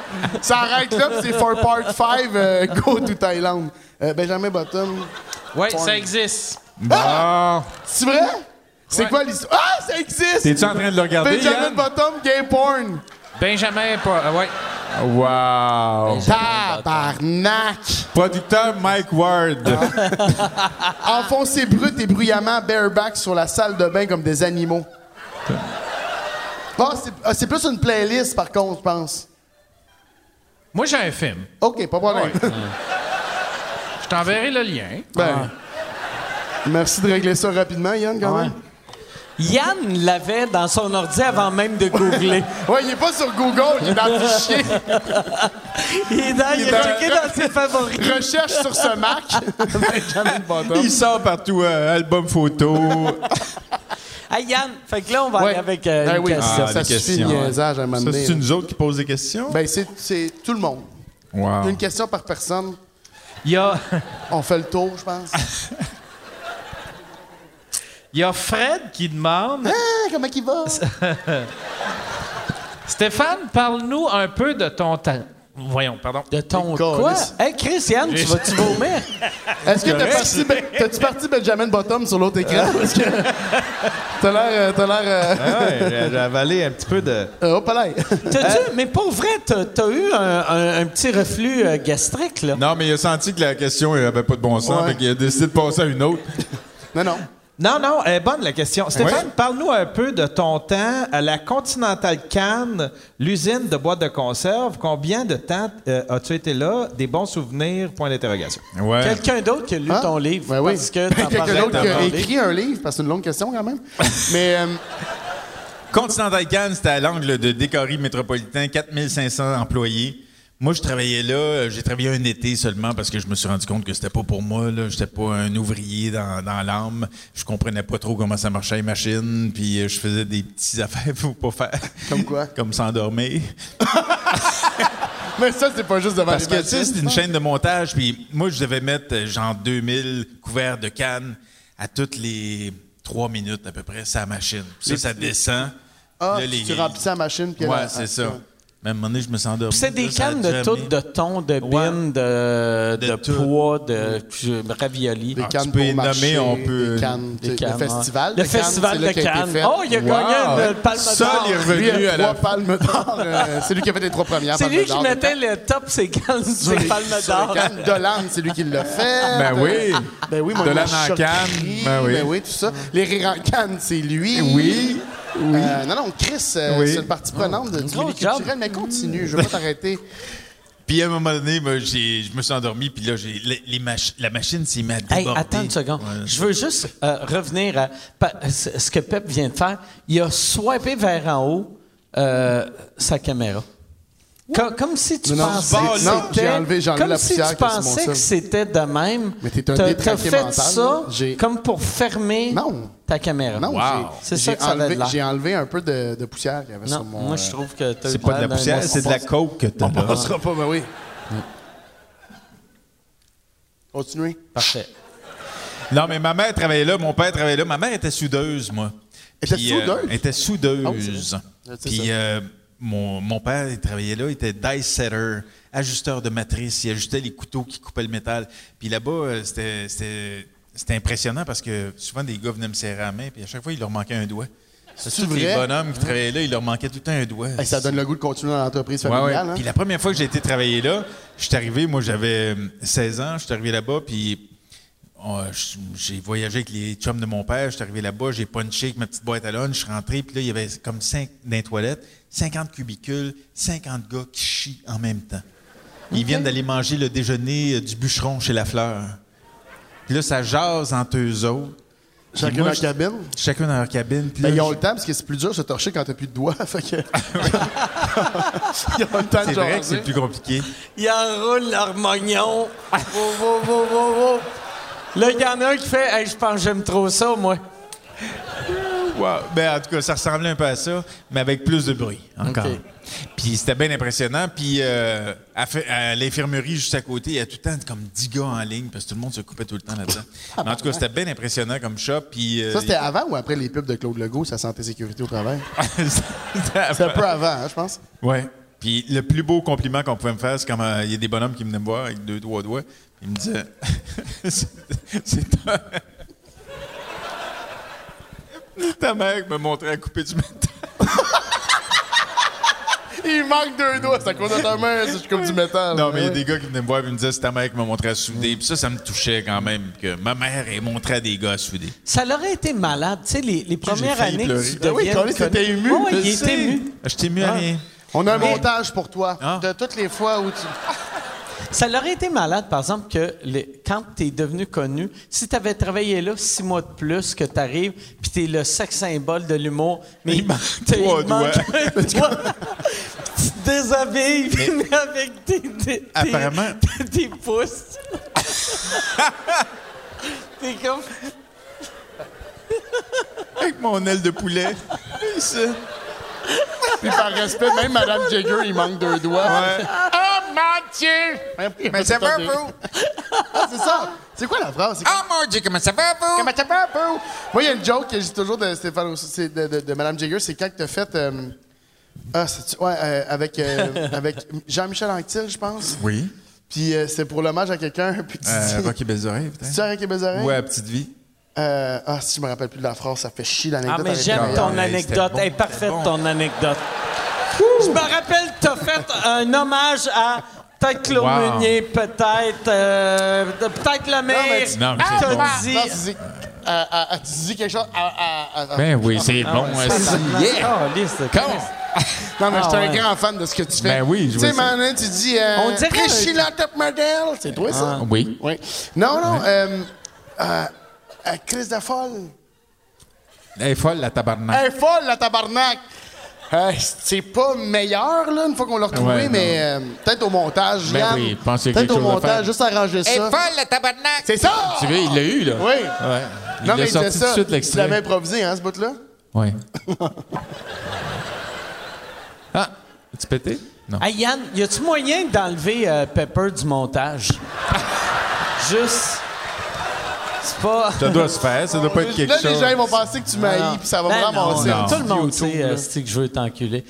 [SPEAKER 2] Ça arrête là, puis c'est for part 5, euh, go to Thaïlande. Euh, Benjamin Bottom.
[SPEAKER 8] Oui, ça existe.
[SPEAKER 7] Bon.
[SPEAKER 2] C'est vrai? C'est quoi l'histoire? Ah, ça existe!
[SPEAKER 7] T'es-tu en train de le regarder?
[SPEAKER 2] Benjamin
[SPEAKER 7] Yann?
[SPEAKER 2] Bottom, gay porn.
[SPEAKER 8] Benjamin, pas.
[SPEAKER 7] euh,
[SPEAKER 8] ah ouais.
[SPEAKER 7] Wow!
[SPEAKER 2] Tabarnak!
[SPEAKER 7] Producteur Mike Ward.
[SPEAKER 2] Ah, Enfoncez brut et bruyamment bareback sur la salle de bain comme des animaux. Ah, c'est- ah, c'est plus une playlist, par contre, je pense.
[SPEAKER 8] Moi, j'ai un film.
[SPEAKER 2] OK, pas de problème.
[SPEAKER 8] Je t'enverrai le lien.
[SPEAKER 2] Ben, Merci de régler ça rapidement, Yann, quand même.
[SPEAKER 3] Yann l'avait dans son ordi avant même de googler.
[SPEAKER 2] Ouais, il est pas sur Google, il est dans le fichier.
[SPEAKER 3] Il est dans, il
[SPEAKER 2] est
[SPEAKER 3] a
[SPEAKER 2] dans-
[SPEAKER 3] checké dans ses favoris.
[SPEAKER 2] Recherche sur ce Mac. Benjamin Bottom.
[SPEAKER 7] Il sort partout, euh, album photo.
[SPEAKER 2] Ah,
[SPEAKER 3] Hey, Yann, fait que là, on va
[SPEAKER 2] Ouais.
[SPEAKER 3] aller avec euh,
[SPEAKER 2] Ben
[SPEAKER 3] une
[SPEAKER 2] oui,
[SPEAKER 3] question.
[SPEAKER 2] ça, ça
[SPEAKER 7] les
[SPEAKER 2] suffit de
[SPEAKER 7] questions.
[SPEAKER 2] niaisage à un moment
[SPEAKER 7] Ça,
[SPEAKER 2] donné.
[SPEAKER 7] c'est nous autres qui pose des questions?
[SPEAKER 2] Ben, c'est- c'est tout le monde.
[SPEAKER 7] wow.
[SPEAKER 2] Une question par personne.
[SPEAKER 8] Il y a,
[SPEAKER 2] On fait le tour, je pense.
[SPEAKER 8] il y a Fred qui demande
[SPEAKER 3] Hein?
[SPEAKER 2] Ah, comment il va?
[SPEAKER 8] Stéphane, parle-nous un peu de ton, ta-
[SPEAKER 11] Voyons, pardon.
[SPEAKER 3] De ton
[SPEAKER 12] Colin.
[SPEAKER 3] quoi? Hey, Christiane, tu vas-tu vomir?
[SPEAKER 12] Est-ce que t'as parti, Ben- t'as-tu parti Benjamin Bottom sur l'autre
[SPEAKER 2] Ah.
[SPEAKER 12] écran? Parce que t'as l'air... euh, T'as l'air... euh,
[SPEAKER 4] Ah ouais, j'ai- j'ai avalé un petit peu de.
[SPEAKER 2] Ah.
[SPEAKER 12] euh, hop là!
[SPEAKER 3] T'as-tu- mais pour vrai, t'as, t'as eu un, un- un petit reflux euh, gastrique, là.
[SPEAKER 7] Non, mais il a senti que la question n'avait pas de bon sens,
[SPEAKER 2] Ouais.
[SPEAKER 7] fait qu'il a décidé de passer à une autre.
[SPEAKER 2] Non, non.
[SPEAKER 4] Non, non, elle est bonne la question. Stéphane, parle-nous un peu de ton temps à la Continental Cannes, l'usine de boîtes de conserve. Combien de temps euh, as-tu été là? Des bons souvenirs? Point d'interrogation.
[SPEAKER 7] Ouais.
[SPEAKER 3] Quelqu'un d'autre qui a lu
[SPEAKER 2] Hein?
[SPEAKER 3] ton livre.
[SPEAKER 2] Ben oui.
[SPEAKER 3] Parce que t'en
[SPEAKER 2] Quelqu'un
[SPEAKER 3] parlais
[SPEAKER 2] d'autre qui
[SPEAKER 3] dans
[SPEAKER 2] a
[SPEAKER 3] ton livre.
[SPEAKER 2] écrit un livre, parce que c'est une longue question quand même. Mais euh,
[SPEAKER 7] Continental Cannes, c'était à l'angle de Décory métropolitain, 4500 employés. Moi, je travaillais là, euh, j'ai travaillé un été seulement parce que je me suis rendu compte que c'était pas pour moi, là. J'étais pas un ouvrier dans, dans l'âme. Je comprenais pas trop comment ça marchait les machines, puis euh, je faisais des petites affaires pour pas faire.
[SPEAKER 2] Comme quoi?
[SPEAKER 7] Comme s'endormir.
[SPEAKER 2] mais ça, c'est pas juste devant
[SPEAKER 7] Parce
[SPEAKER 2] les
[SPEAKER 7] que, tu sais,
[SPEAKER 2] machines.
[SPEAKER 7] c'est une chaîne de montage, puis moi, je devais mettre euh, genre 2000 couverts de cannes à toutes les 3 minutes à peu près, sa machine. Puis ça, ça descend.
[SPEAKER 2] Ah,
[SPEAKER 7] Là, les-
[SPEAKER 2] tu remplis ça à la machine. Puis
[SPEAKER 7] Ouais,
[SPEAKER 2] elle-
[SPEAKER 7] c'est
[SPEAKER 2] ah,
[SPEAKER 7] ça. Même à un moment donné, je me sens endormi.
[SPEAKER 3] Puis C'est des
[SPEAKER 7] Là, ça a
[SPEAKER 3] cannes de
[SPEAKER 7] jamais-
[SPEAKER 3] tout, de thon, de bine, de, de,
[SPEAKER 7] De tout.
[SPEAKER 3] pois, de de ravioli.
[SPEAKER 2] Des
[SPEAKER 7] Ah, tu
[SPEAKER 2] cannes
[SPEAKER 7] peux
[SPEAKER 2] pour
[SPEAKER 7] les nommer,
[SPEAKER 2] marcher,
[SPEAKER 7] on peut-
[SPEAKER 2] des cannes, tu sais,
[SPEAKER 3] cannes,
[SPEAKER 2] le festival
[SPEAKER 3] ouais.
[SPEAKER 2] de
[SPEAKER 3] Le
[SPEAKER 2] Cannes,
[SPEAKER 3] festival
[SPEAKER 2] c'est là
[SPEAKER 3] de
[SPEAKER 2] qu'il a été
[SPEAKER 3] Cannes.
[SPEAKER 2] fait.
[SPEAKER 3] Oh, il a gagné le, le palme
[SPEAKER 7] Seul
[SPEAKER 3] d'or.
[SPEAKER 7] est
[SPEAKER 2] Lui, il
[SPEAKER 7] revenu
[SPEAKER 2] a
[SPEAKER 7] à
[SPEAKER 2] trois
[SPEAKER 7] la...
[SPEAKER 2] palmes d'or. euh, c'est lui qui a fait les trois premières.
[SPEAKER 3] C'est
[SPEAKER 2] palmes
[SPEAKER 3] lui qui
[SPEAKER 2] d'or de
[SPEAKER 3] mettait
[SPEAKER 2] Cannes.
[SPEAKER 3] le top, c'est cannes, c'est palme
[SPEAKER 2] Sur les
[SPEAKER 3] d'or.
[SPEAKER 2] Cannes. Dolan, c'est lui qui l'a fait.
[SPEAKER 7] Ben oui.
[SPEAKER 2] Ben oui, moi,
[SPEAKER 7] Dolan
[SPEAKER 2] il m'a
[SPEAKER 7] en
[SPEAKER 2] choqué.
[SPEAKER 7] Cannes, ben oui.
[SPEAKER 2] tout ça. Les rires en Cannes, c'est lui.
[SPEAKER 7] Oui.
[SPEAKER 2] Euh, non, non, Chris, euh,
[SPEAKER 7] Oui.
[SPEAKER 2] c'est une partie prenante de du
[SPEAKER 3] gros
[SPEAKER 2] milieu
[SPEAKER 3] job.
[SPEAKER 2] culturel, mais continue, je veux pas t'arrêter.
[SPEAKER 7] Puis à un moment donné, moi, j'ai- je me suis endormi, puis là, j'ai- les, les mach- la machine s'est mise à
[SPEAKER 3] Hey,
[SPEAKER 7] déborder.
[SPEAKER 3] attends une seconde.
[SPEAKER 7] Ouais.
[SPEAKER 3] Je veux juste euh, revenir à pa- ce ce que Pep vient de faire. Il a swipé vers en haut euh, sa caméra. Co- comme si tu
[SPEAKER 2] Non, non, c'est-
[SPEAKER 3] pensais que
[SPEAKER 2] non, j'ai
[SPEAKER 3] c'était-
[SPEAKER 2] enlevé- j'ai enlevé
[SPEAKER 3] comme
[SPEAKER 2] la
[SPEAKER 3] si
[SPEAKER 2] poussière
[SPEAKER 3] tu
[SPEAKER 2] qui est sur mon
[SPEAKER 3] pensais que
[SPEAKER 2] sel.
[SPEAKER 3] c'était de même.
[SPEAKER 2] Mais t'es un
[SPEAKER 3] T'as- T'as
[SPEAKER 2] détraqué
[SPEAKER 3] fait
[SPEAKER 2] mental,
[SPEAKER 3] ça
[SPEAKER 2] là. J'ai-
[SPEAKER 3] comme pour fermer
[SPEAKER 2] Non.
[SPEAKER 3] ta caméra.
[SPEAKER 2] Non,
[SPEAKER 3] C'est
[SPEAKER 2] j'ai-
[SPEAKER 3] ça
[SPEAKER 2] j'ai
[SPEAKER 3] que ça avait
[SPEAKER 2] enlevé,
[SPEAKER 3] de l'air.
[SPEAKER 2] j'ai enlevé un peu de, de poussière qu'il y avait
[SPEAKER 3] Non,
[SPEAKER 2] sur mon.
[SPEAKER 3] moi
[SPEAKER 2] euh,
[SPEAKER 3] je trouve que t'as
[SPEAKER 4] C'est
[SPEAKER 3] eu
[SPEAKER 4] pas de la
[SPEAKER 3] l'air d'un-
[SPEAKER 4] poussière, c'est de la coke que t'as
[SPEAKER 2] On
[SPEAKER 4] là.
[SPEAKER 2] sera pas, ben oui. Continuez.
[SPEAKER 3] Parfait.
[SPEAKER 7] Non, mais ma mère travaillait là, mon père travaillait là. Ma mère était soudeuse, moi.
[SPEAKER 2] Elle était
[SPEAKER 7] Puis, euh,
[SPEAKER 2] soudeuse? Ah
[SPEAKER 7] elle était soudeuse.
[SPEAKER 2] c'est vrai. C'est
[SPEAKER 7] Puis
[SPEAKER 2] ça.
[SPEAKER 7] euh, mon, mon père, il travaillait là, il était dice setter, ajusteur de matrice. Il ajustait les couteaux qui coupaient le métal. Puis là-bas, euh, c'était- c'était c'était impressionnant parce que souvent, des gars venaient me serrer la main, puis à chaque fois, il leur manquait un doigt. Tous les
[SPEAKER 2] vrai? Ah.
[SPEAKER 7] bonhommes qui travaillaient là, il leur manquait tout le temps un doigt.
[SPEAKER 2] Hey, ça donne le goût de continuer dans l'entreprise
[SPEAKER 7] Ouais, ouais.
[SPEAKER 2] familiale. hein?
[SPEAKER 7] Puis la première fois que j'ai été travailler là, je suis arrivé, moi j'avais euh, 16 ans, je suis arrivé là-bas, puis oh, je- j'ai voyagé avec les chums de mon père, je suis arrivé là-bas, j'ai punché avec ma petite boîte à lunch, je suis rentré, puis là, il y avait comme 5 dans les toilettes, 50 cubicules, 50 gars qui chient en même temps. Ils viennent d'aller manger le déjeuner euh, du bûcheron chez La Fleur. Puis là, ça jase entre eux autres. Puis
[SPEAKER 2] Chacun
[SPEAKER 7] moi,
[SPEAKER 2] dans la
[SPEAKER 7] je-
[SPEAKER 2] cabine?
[SPEAKER 7] Chacun dans leur cabine. Puis
[SPEAKER 2] Ben,
[SPEAKER 7] là,
[SPEAKER 2] ils ont
[SPEAKER 7] je-
[SPEAKER 2] le temps parce que c'est plus dur de se torcher quand t'as plus de doigts. Fait que... ils ont le temps de
[SPEAKER 7] c'est vrai que
[SPEAKER 2] jaser.
[SPEAKER 7] c'est plus compliqué.
[SPEAKER 3] Ils enroulent leur mognon. Wow, wow, wow, wow, wow. Là, il y en a un qui fait Hey, Je pense que j'aime trop ça, moi.
[SPEAKER 7] Wow. Ben, en tout cas, ça ressemblait un peu à ça, mais avec plus de bruit encore.
[SPEAKER 3] OK.
[SPEAKER 7] Puis c'était bien impressionnant. Puis euh, à, fa- à l'infirmerie juste à côté, il y a tout le temps comme 10 gars en ligne parce que tout le monde se coupait tout le temps là-dedans. Mais en tout cas, c'était bien impressionnant comme shop. Puis euh,
[SPEAKER 2] Ça, c'était avant ou après les pubs de Claude Legault, sa santé sécurité au travail?
[SPEAKER 7] c'était avant.
[SPEAKER 2] C'était un peu avant, hein, je pense.
[SPEAKER 7] Ouais. Puis le plus beau compliment qu'on pouvait me faire, c'est quand euh, il y a des bonhommes qui venaient me voir avec deux, trois doigts. Ils me disaient C'est c'est ta... c'est ta mère qui me montrait à couper du métal.
[SPEAKER 2] Il manque deux doigts, c'est à cause de ta main, c'est comme du
[SPEAKER 3] Ah,
[SPEAKER 2] métal.
[SPEAKER 3] ben
[SPEAKER 7] Non, mais il y a des gars qui venaient me voir et me disaient c'est ta mère qui m'a montré à souder. Puis ça, ça me touchait quand même que ma mère ait montré à des gars à souder.
[SPEAKER 3] Ça l'aurait été malade, tu sais, les, les premières
[SPEAKER 7] failli
[SPEAKER 3] années
[SPEAKER 7] pleurer.
[SPEAKER 3] que tu
[SPEAKER 2] Ben oui,
[SPEAKER 3] deviens. Ah
[SPEAKER 2] Colin, c'était ému,
[SPEAKER 3] Ouais, ouais,
[SPEAKER 2] je
[SPEAKER 3] il
[SPEAKER 2] sais.
[SPEAKER 3] était ému.
[SPEAKER 7] Ah,
[SPEAKER 3] Ah.
[SPEAKER 7] Je t'ai mis à rien.
[SPEAKER 2] On a un montage pour toi
[SPEAKER 7] Ah.
[SPEAKER 2] de toutes les fois où tu.
[SPEAKER 3] Ça l'aurait été malade, par exemple, que les- quand tu es devenu connu, si tu avais travaillé là six mois de plus, que tu arrives, puis tu es le sex symbole de l'humour, mais il manque
[SPEAKER 7] trois
[SPEAKER 3] un doigt. tu te déshabilles, puis mais avec tes, tes- tes-
[SPEAKER 7] Apparemment.
[SPEAKER 3] tes, tes pouces. T'es comme.
[SPEAKER 7] Avec mon aile de poulet. Et ça.
[SPEAKER 2] Puis par respect, même Madame Jagger, il manque deux doigts.
[SPEAKER 7] Oh mon Dieu!
[SPEAKER 2] Mais
[SPEAKER 7] ça va,
[SPEAKER 2] vous? c'est ça. C'est quoi la phrase? C'est
[SPEAKER 7] Oh mon Dieu, comment ça va, vous?
[SPEAKER 2] Comment ça va, vous? Moi, il y a une joke que j'ai toujours de Stéphane Rousseau, c'est de, de, de Madame Jagger, c'est quand tu as fait. euh, Ah, c'est ouais, euh, avec, euh, avec Jean-Michel Anctil, je pense.
[SPEAKER 7] Oui.
[SPEAKER 2] Puis euh, c'était pour l'hommage à quelqu'un. Puis tu
[SPEAKER 7] Euh,
[SPEAKER 2] dis.
[SPEAKER 7] Rocky Belles Oreilles,
[SPEAKER 2] C'est-tu
[SPEAKER 7] peut-être?
[SPEAKER 2] avec les oreilles?
[SPEAKER 7] Ouais, Petite Vie.
[SPEAKER 2] Euh, ah, si je me rappelle plus de la phrase, ça fait chier l'anecdote.
[SPEAKER 3] Ah, mais
[SPEAKER 2] avec
[SPEAKER 3] j'aime
[SPEAKER 2] les
[SPEAKER 3] ton
[SPEAKER 2] oreilles.
[SPEAKER 7] hey, c'était
[SPEAKER 3] anecdote.
[SPEAKER 7] bon,
[SPEAKER 3] Elle est parfaite,
[SPEAKER 7] c'était bon.
[SPEAKER 3] ton anecdote. Je me rappelle, tu as fait un hommage à peut-être Claude
[SPEAKER 7] Wow.
[SPEAKER 3] Meunier, peut-être euh, de- peut-être le maire.
[SPEAKER 7] mais- Non, mais c'est
[SPEAKER 3] T'as
[SPEAKER 7] bon.
[SPEAKER 3] dit-
[SPEAKER 2] Non, tu dis, euh, euh, tu dis quelque chose. à- à- à-
[SPEAKER 7] Ben oui, c'est bon. aussi. Yeah!
[SPEAKER 3] Ah,
[SPEAKER 8] Oh, liste.
[SPEAKER 7] Come!
[SPEAKER 2] Non, mais je suis
[SPEAKER 8] Ah, ouais.
[SPEAKER 2] un grand fan de ce que tu fais.
[SPEAKER 7] Ben oui, je
[SPEAKER 2] Tu sais,
[SPEAKER 7] vois ça.
[SPEAKER 2] Manon, tu dis. euh,
[SPEAKER 3] On dirait- Ah,
[SPEAKER 2] Richie la top model. C'est toi, ça?
[SPEAKER 7] Oui.
[SPEAKER 2] Oui. Non, non. Euh, euh, euh, Chris de folle.
[SPEAKER 7] Elle est folle, la tabarnak.
[SPEAKER 2] Elle est folle, la tabarnak. Euh, c'est pas meilleur, là, une fois qu'on l'a retrouvé,
[SPEAKER 7] Ouais, non.
[SPEAKER 2] mais euh, peut-être au montage.
[SPEAKER 7] Ben
[SPEAKER 2] Yann,
[SPEAKER 7] oui, pensez
[SPEAKER 2] Peut-être
[SPEAKER 7] quelque
[SPEAKER 2] au
[SPEAKER 7] chose à faire.
[SPEAKER 2] montage, juste arranger ça.
[SPEAKER 7] la tabarnak!
[SPEAKER 2] C'est ça!
[SPEAKER 7] Tu vois, il l'a eu, là.
[SPEAKER 2] Oui.
[SPEAKER 7] Ouais. Il
[SPEAKER 2] Non,
[SPEAKER 7] l'a
[SPEAKER 2] mais
[SPEAKER 7] sorti
[SPEAKER 2] c'était
[SPEAKER 7] tout
[SPEAKER 2] ça.
[SPEAKER 7] de suite,
[SPEAKER 2] Tu l'avais
[SPEAKER 7] l'extrait.
[SPEAKER 2] improvisé, hein, ce bout-là?
[SPEAKER 7] Oui. ah, tu pété? Non.
[SPEAKER 3] Hey, Yann, y a-tu moyen d'enlever euh, Pepper du montage? Juste. C'est pas.
[SPEAKER 7] Ça doit se faire, ça doit pas être quelque
[SPEAKER 2] là, les
[SPEAKER 7] chose.
[SPEAKER 2] gens ils vont penser que tu m'haïs, puis ça va me
[SPEAKER 3] Ben non,
[SPEAKER 2] ramasser.
[SPEAKER 3] non.
[SPEAKER 2] en
[SPEAKER 3] Tout
[SPEAKER 2] dessous
[SPEAKER 3] le
[SPEAKER 2] de
[SPEAKER 3] monde
[SPEAKER 2] YouTube,
[SPEAKER 3] sait
[SPEAKER 2] là.
[SPEAKER 3] euh, c'est que je veux t'enculer.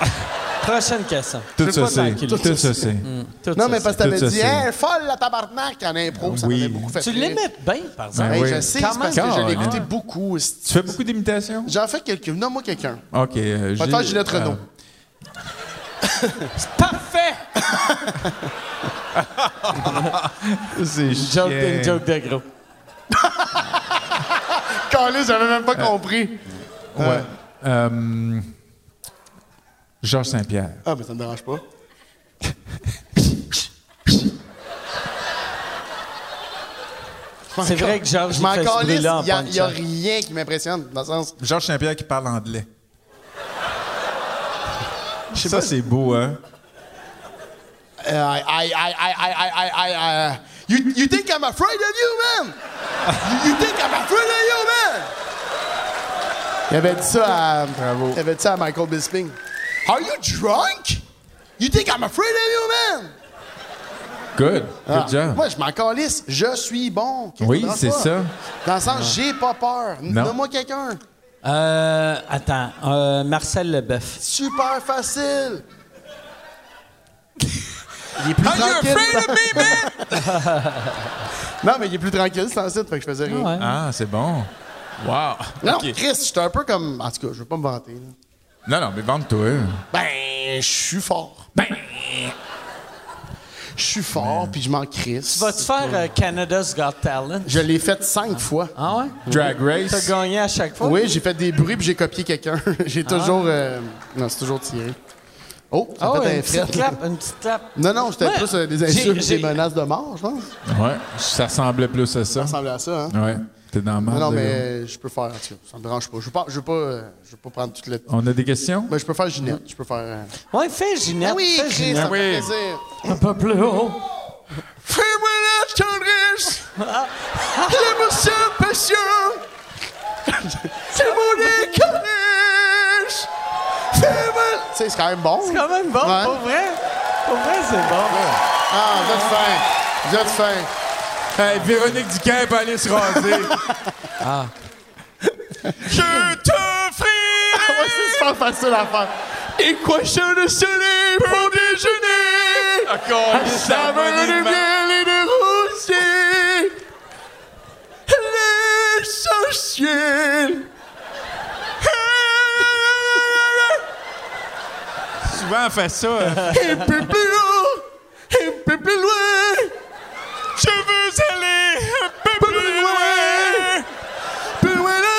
[SPEAKER 3] Prochaine question.
[SPEAKER 7] Tout ça,
[SPEAKER 3] pas
[SPEAKER 7] c'est.
[SPEAKER 3] tranquille.
[SPEAKER 7] Tout ça, c'est.
[SPEAKER 3] Tout
[SPEAKER 2] Non,
[SPEAKER 3] ça,
[SPEAKER 2] mais
[SPEAKER 3] c'est-
[SPEAKER 2] parce que t'avais
[SPEAKER 7] tout ça,
[SPEAKER 2] dit,
[SPEAKER 7] c'est-
[SPEAKER 2] hey, folle la tabarnak en impro, ça m'avait beaucoup fait
[SPEAKER 3] Tu
[SPEAKER 2] rire.
[SPEAKER 3] l'aimais bien, par exemple.
[SPEAKER 2] Hey,
[SPEAKER 7] Ben oui.
[SPEAKER 2] Je sais, c'est
[SPEAKER 3] Quand
[SPEAKER 2] parce
[SPEAKER 3] même.
[SPEAKER 2] que je l'ai
[SPEAKER 7] Quand
[SPEAKER 2] écouté
[SPEAKER 7] même.
[SPEAKER 2] beaucoup. c'est-
[SPEAKER 7] Tu fais beaucoup d'imitations?
[SPEAKER 2] J'en fais quelques. Nomme-moi quelqu'un.
[SPEAKER 7] OK. Euh,
[SPEAKER 2] Va te faire Ginette Renault.
[SPEAKER 3] Parfait!
[SPEAKER 7] C'est
[SPEAKER 3] Joke,
[SPEAKER 7] chiant.
[SPEAKER 3] joke de gros.
[SPEAKER 2] Carlis, j'avais même pas compris.
[SPEAKER 7] Ouais. Euh, Georges Saint-Pierre.
[SPEAKER 2] Ah, mais ça me dérange pas.
[SPEAKER 3] C'est vrai que Georges,
[SPEAKER 2] Je
[SPEAKER 3] il
[SPEAKER 2] m'en
[SPEAKER 3] fait ce
[SPEAKER 2] calisse,
[SPEAKER 3] bruit-là en
[SPEAKER 2] il n'y a,
[SPEAKER 3] punch-up.
[SPEAKER 2] rien qui m'impressionne, dans le sens.
[SPEAKER 7] Georges Saint-Pierre qui parle anglais.
[SPEAKER 2] Je sais
[SPEAKER 7] Ça,
[SPEAKER 2] pas.
[SPEAKER 7] c'est beau, hein?
[SPEAKER 2] Euh, I, I, I, I, I, I, I, I, I- you, you think I'm afraid of you, man? you, you think I'm afraid of you, man? Il avait dit ça à. Il avait dit ça à Michael Bisping. Are you drunk? You think I'm afraid of you, man?
[SPEAKER 7] Good. Good
[SPEAKER 2] Ah,
[SPEAKER 7] job.
[SPEAKER 2] Moi, je m'en calisse. Je suis bon. Qu'est-ce
[SPEAKER 7] Oui,
[SPEAKER 2] que me dérange
[SPEAKER 7] c'est
[SPEAKER 2] pas?
[SPEAKER 7] ça. Ah.
[SPEAKER 2] Dans le sens, j'ai pas peur. N-
[SPEAKER 7] Non.
[SPEAKER 2] Nomme-moi quelqu'un.
[SPEAKER 3] Euh, attends, euh, Marcel Leboeuf.
[SPEAKER 2] Super facile. Il est plus tranquille. non, mais il est plus tranquille, c'est hein? site, fait que je faisais rien.
[SPEAKER 3] Ouais.
[SPEAKER 7] Ah, c'est bon. Wow.
[SPEAKER 2] Non,
[SPEAKER 7] OK.
[SPEAKER 2] Chris, j'étais un peu comme. En tout cas, je veux pas me vanter. là.
[SPEAKER 7] Non, non, mais vende-toi.
[SPEAKER 2] Ben, je suis fort.
[SPEAKER 7] Ben!
[SPEAKER 2] Je suis fort, puis je m'en crisse.
[SPEAKER 3] Tu vas-tu faire euh, Canada's Got Talent?
[SPEAKER 2] Je l'ai fait cinq fois.
[SPEAKER 3] Ah ouais?
[SPEAKER 7] Drag
[SPEAKER 3] T'as
[SPEAKER 7] Race.
[SPEAKER 3] gagné à chaque fois?
[SPEAKER 2] Oui, j'ai fait des bruits, puis j'ai copié quelqu'un. j'ai
[SPEAKER 3] Ah.
[SPEAKER 2] toujours. euh, Non, c'est toujours tiré. Oh, ça
[SPEAKER 3] Oh,
[SPEAKER 2] fait
[SPEAKER 3] une
[SPEAKER 2] un fret.
[SPEAKER 3] petite clap, une petite clap.
[SPEAKER 2] Non, non, c'était
[SPEAKER 3] Ouais.
[SPEAKER 2] plus euh, des
[SPEAKER 3] J'ai-
[SPEAKER 2] insultes,
[SPEAKER 3] j'ai-
[SPEAKER 2] des menaces de mort, je pense.
[SPEAKER 7] Ouais, ça ressemblait plus à ça.
[SPEAKER 2] Ça ressemblait à ça, hein?
[SPEAKER 7] Ouais, t'es dans le
[SPEAKER 2] Non,
[SPEAKER 7] marde,
[SPEAKER 2] non,
[SPEAKER 7] là.
[SPEAKER 2] mais euh, je peux faire, en tout cas, ça me dérange pas. Je veux pas, je veux pas, euh, je veux pas prendre toute la...
[SPEAKER 7] On a des questions?
[SPEAKER 2] Mais je peux faire Ginette, je peux faire... euh,
[SPEAKER 3] Ouais, fais Ginette.
[SPEAKER 2] Ah oui,
[SPEAKER 3] fais
[SPEAKER 2] Chris, ça me fait plaisir.
[SPEAKER 3] Un peu plus haut.
[SPEAKER 2] Fais-moi la tendresse,
[SPEAKER 3] Ah.
[SPEAKER 2] l'émotion passion, c'est mon écorniche, fais-moi... Tu sais, c'est quand même bon.
[SPEAKER 3] C'est quand même bon,
[SPEAKER 2] Ouais.
[SPEAKER 3] pour vrai. Pour vrai, c'est bon.
[SPEAKER 2] Ah, j'ai de faim, j'ai de faim.
[SPEAKER 7] Hey, Véronique Duquin peut aller se raser. Ah.
[SPEAKER 2] Je
[SPEAKER 3] Ah.
[SPEAKER 2] t'offrirai... ouais, c'est super facile à faire.
[SPEAKER 7] Ah
[SPEAKER 2] Et quoi, je le soleil pour déjeuner
[SPEAKER 7] Ah, Encore,
[SPEAKER 2] Ça va de miel et de rosée. L'essentiel.
[SPEAKER 7] souvent fait ça. hein.
[SPEAKER 2] Un peu plus haut, un peu plus loin. Je veux aller un peu plus, loin. Plus loin là,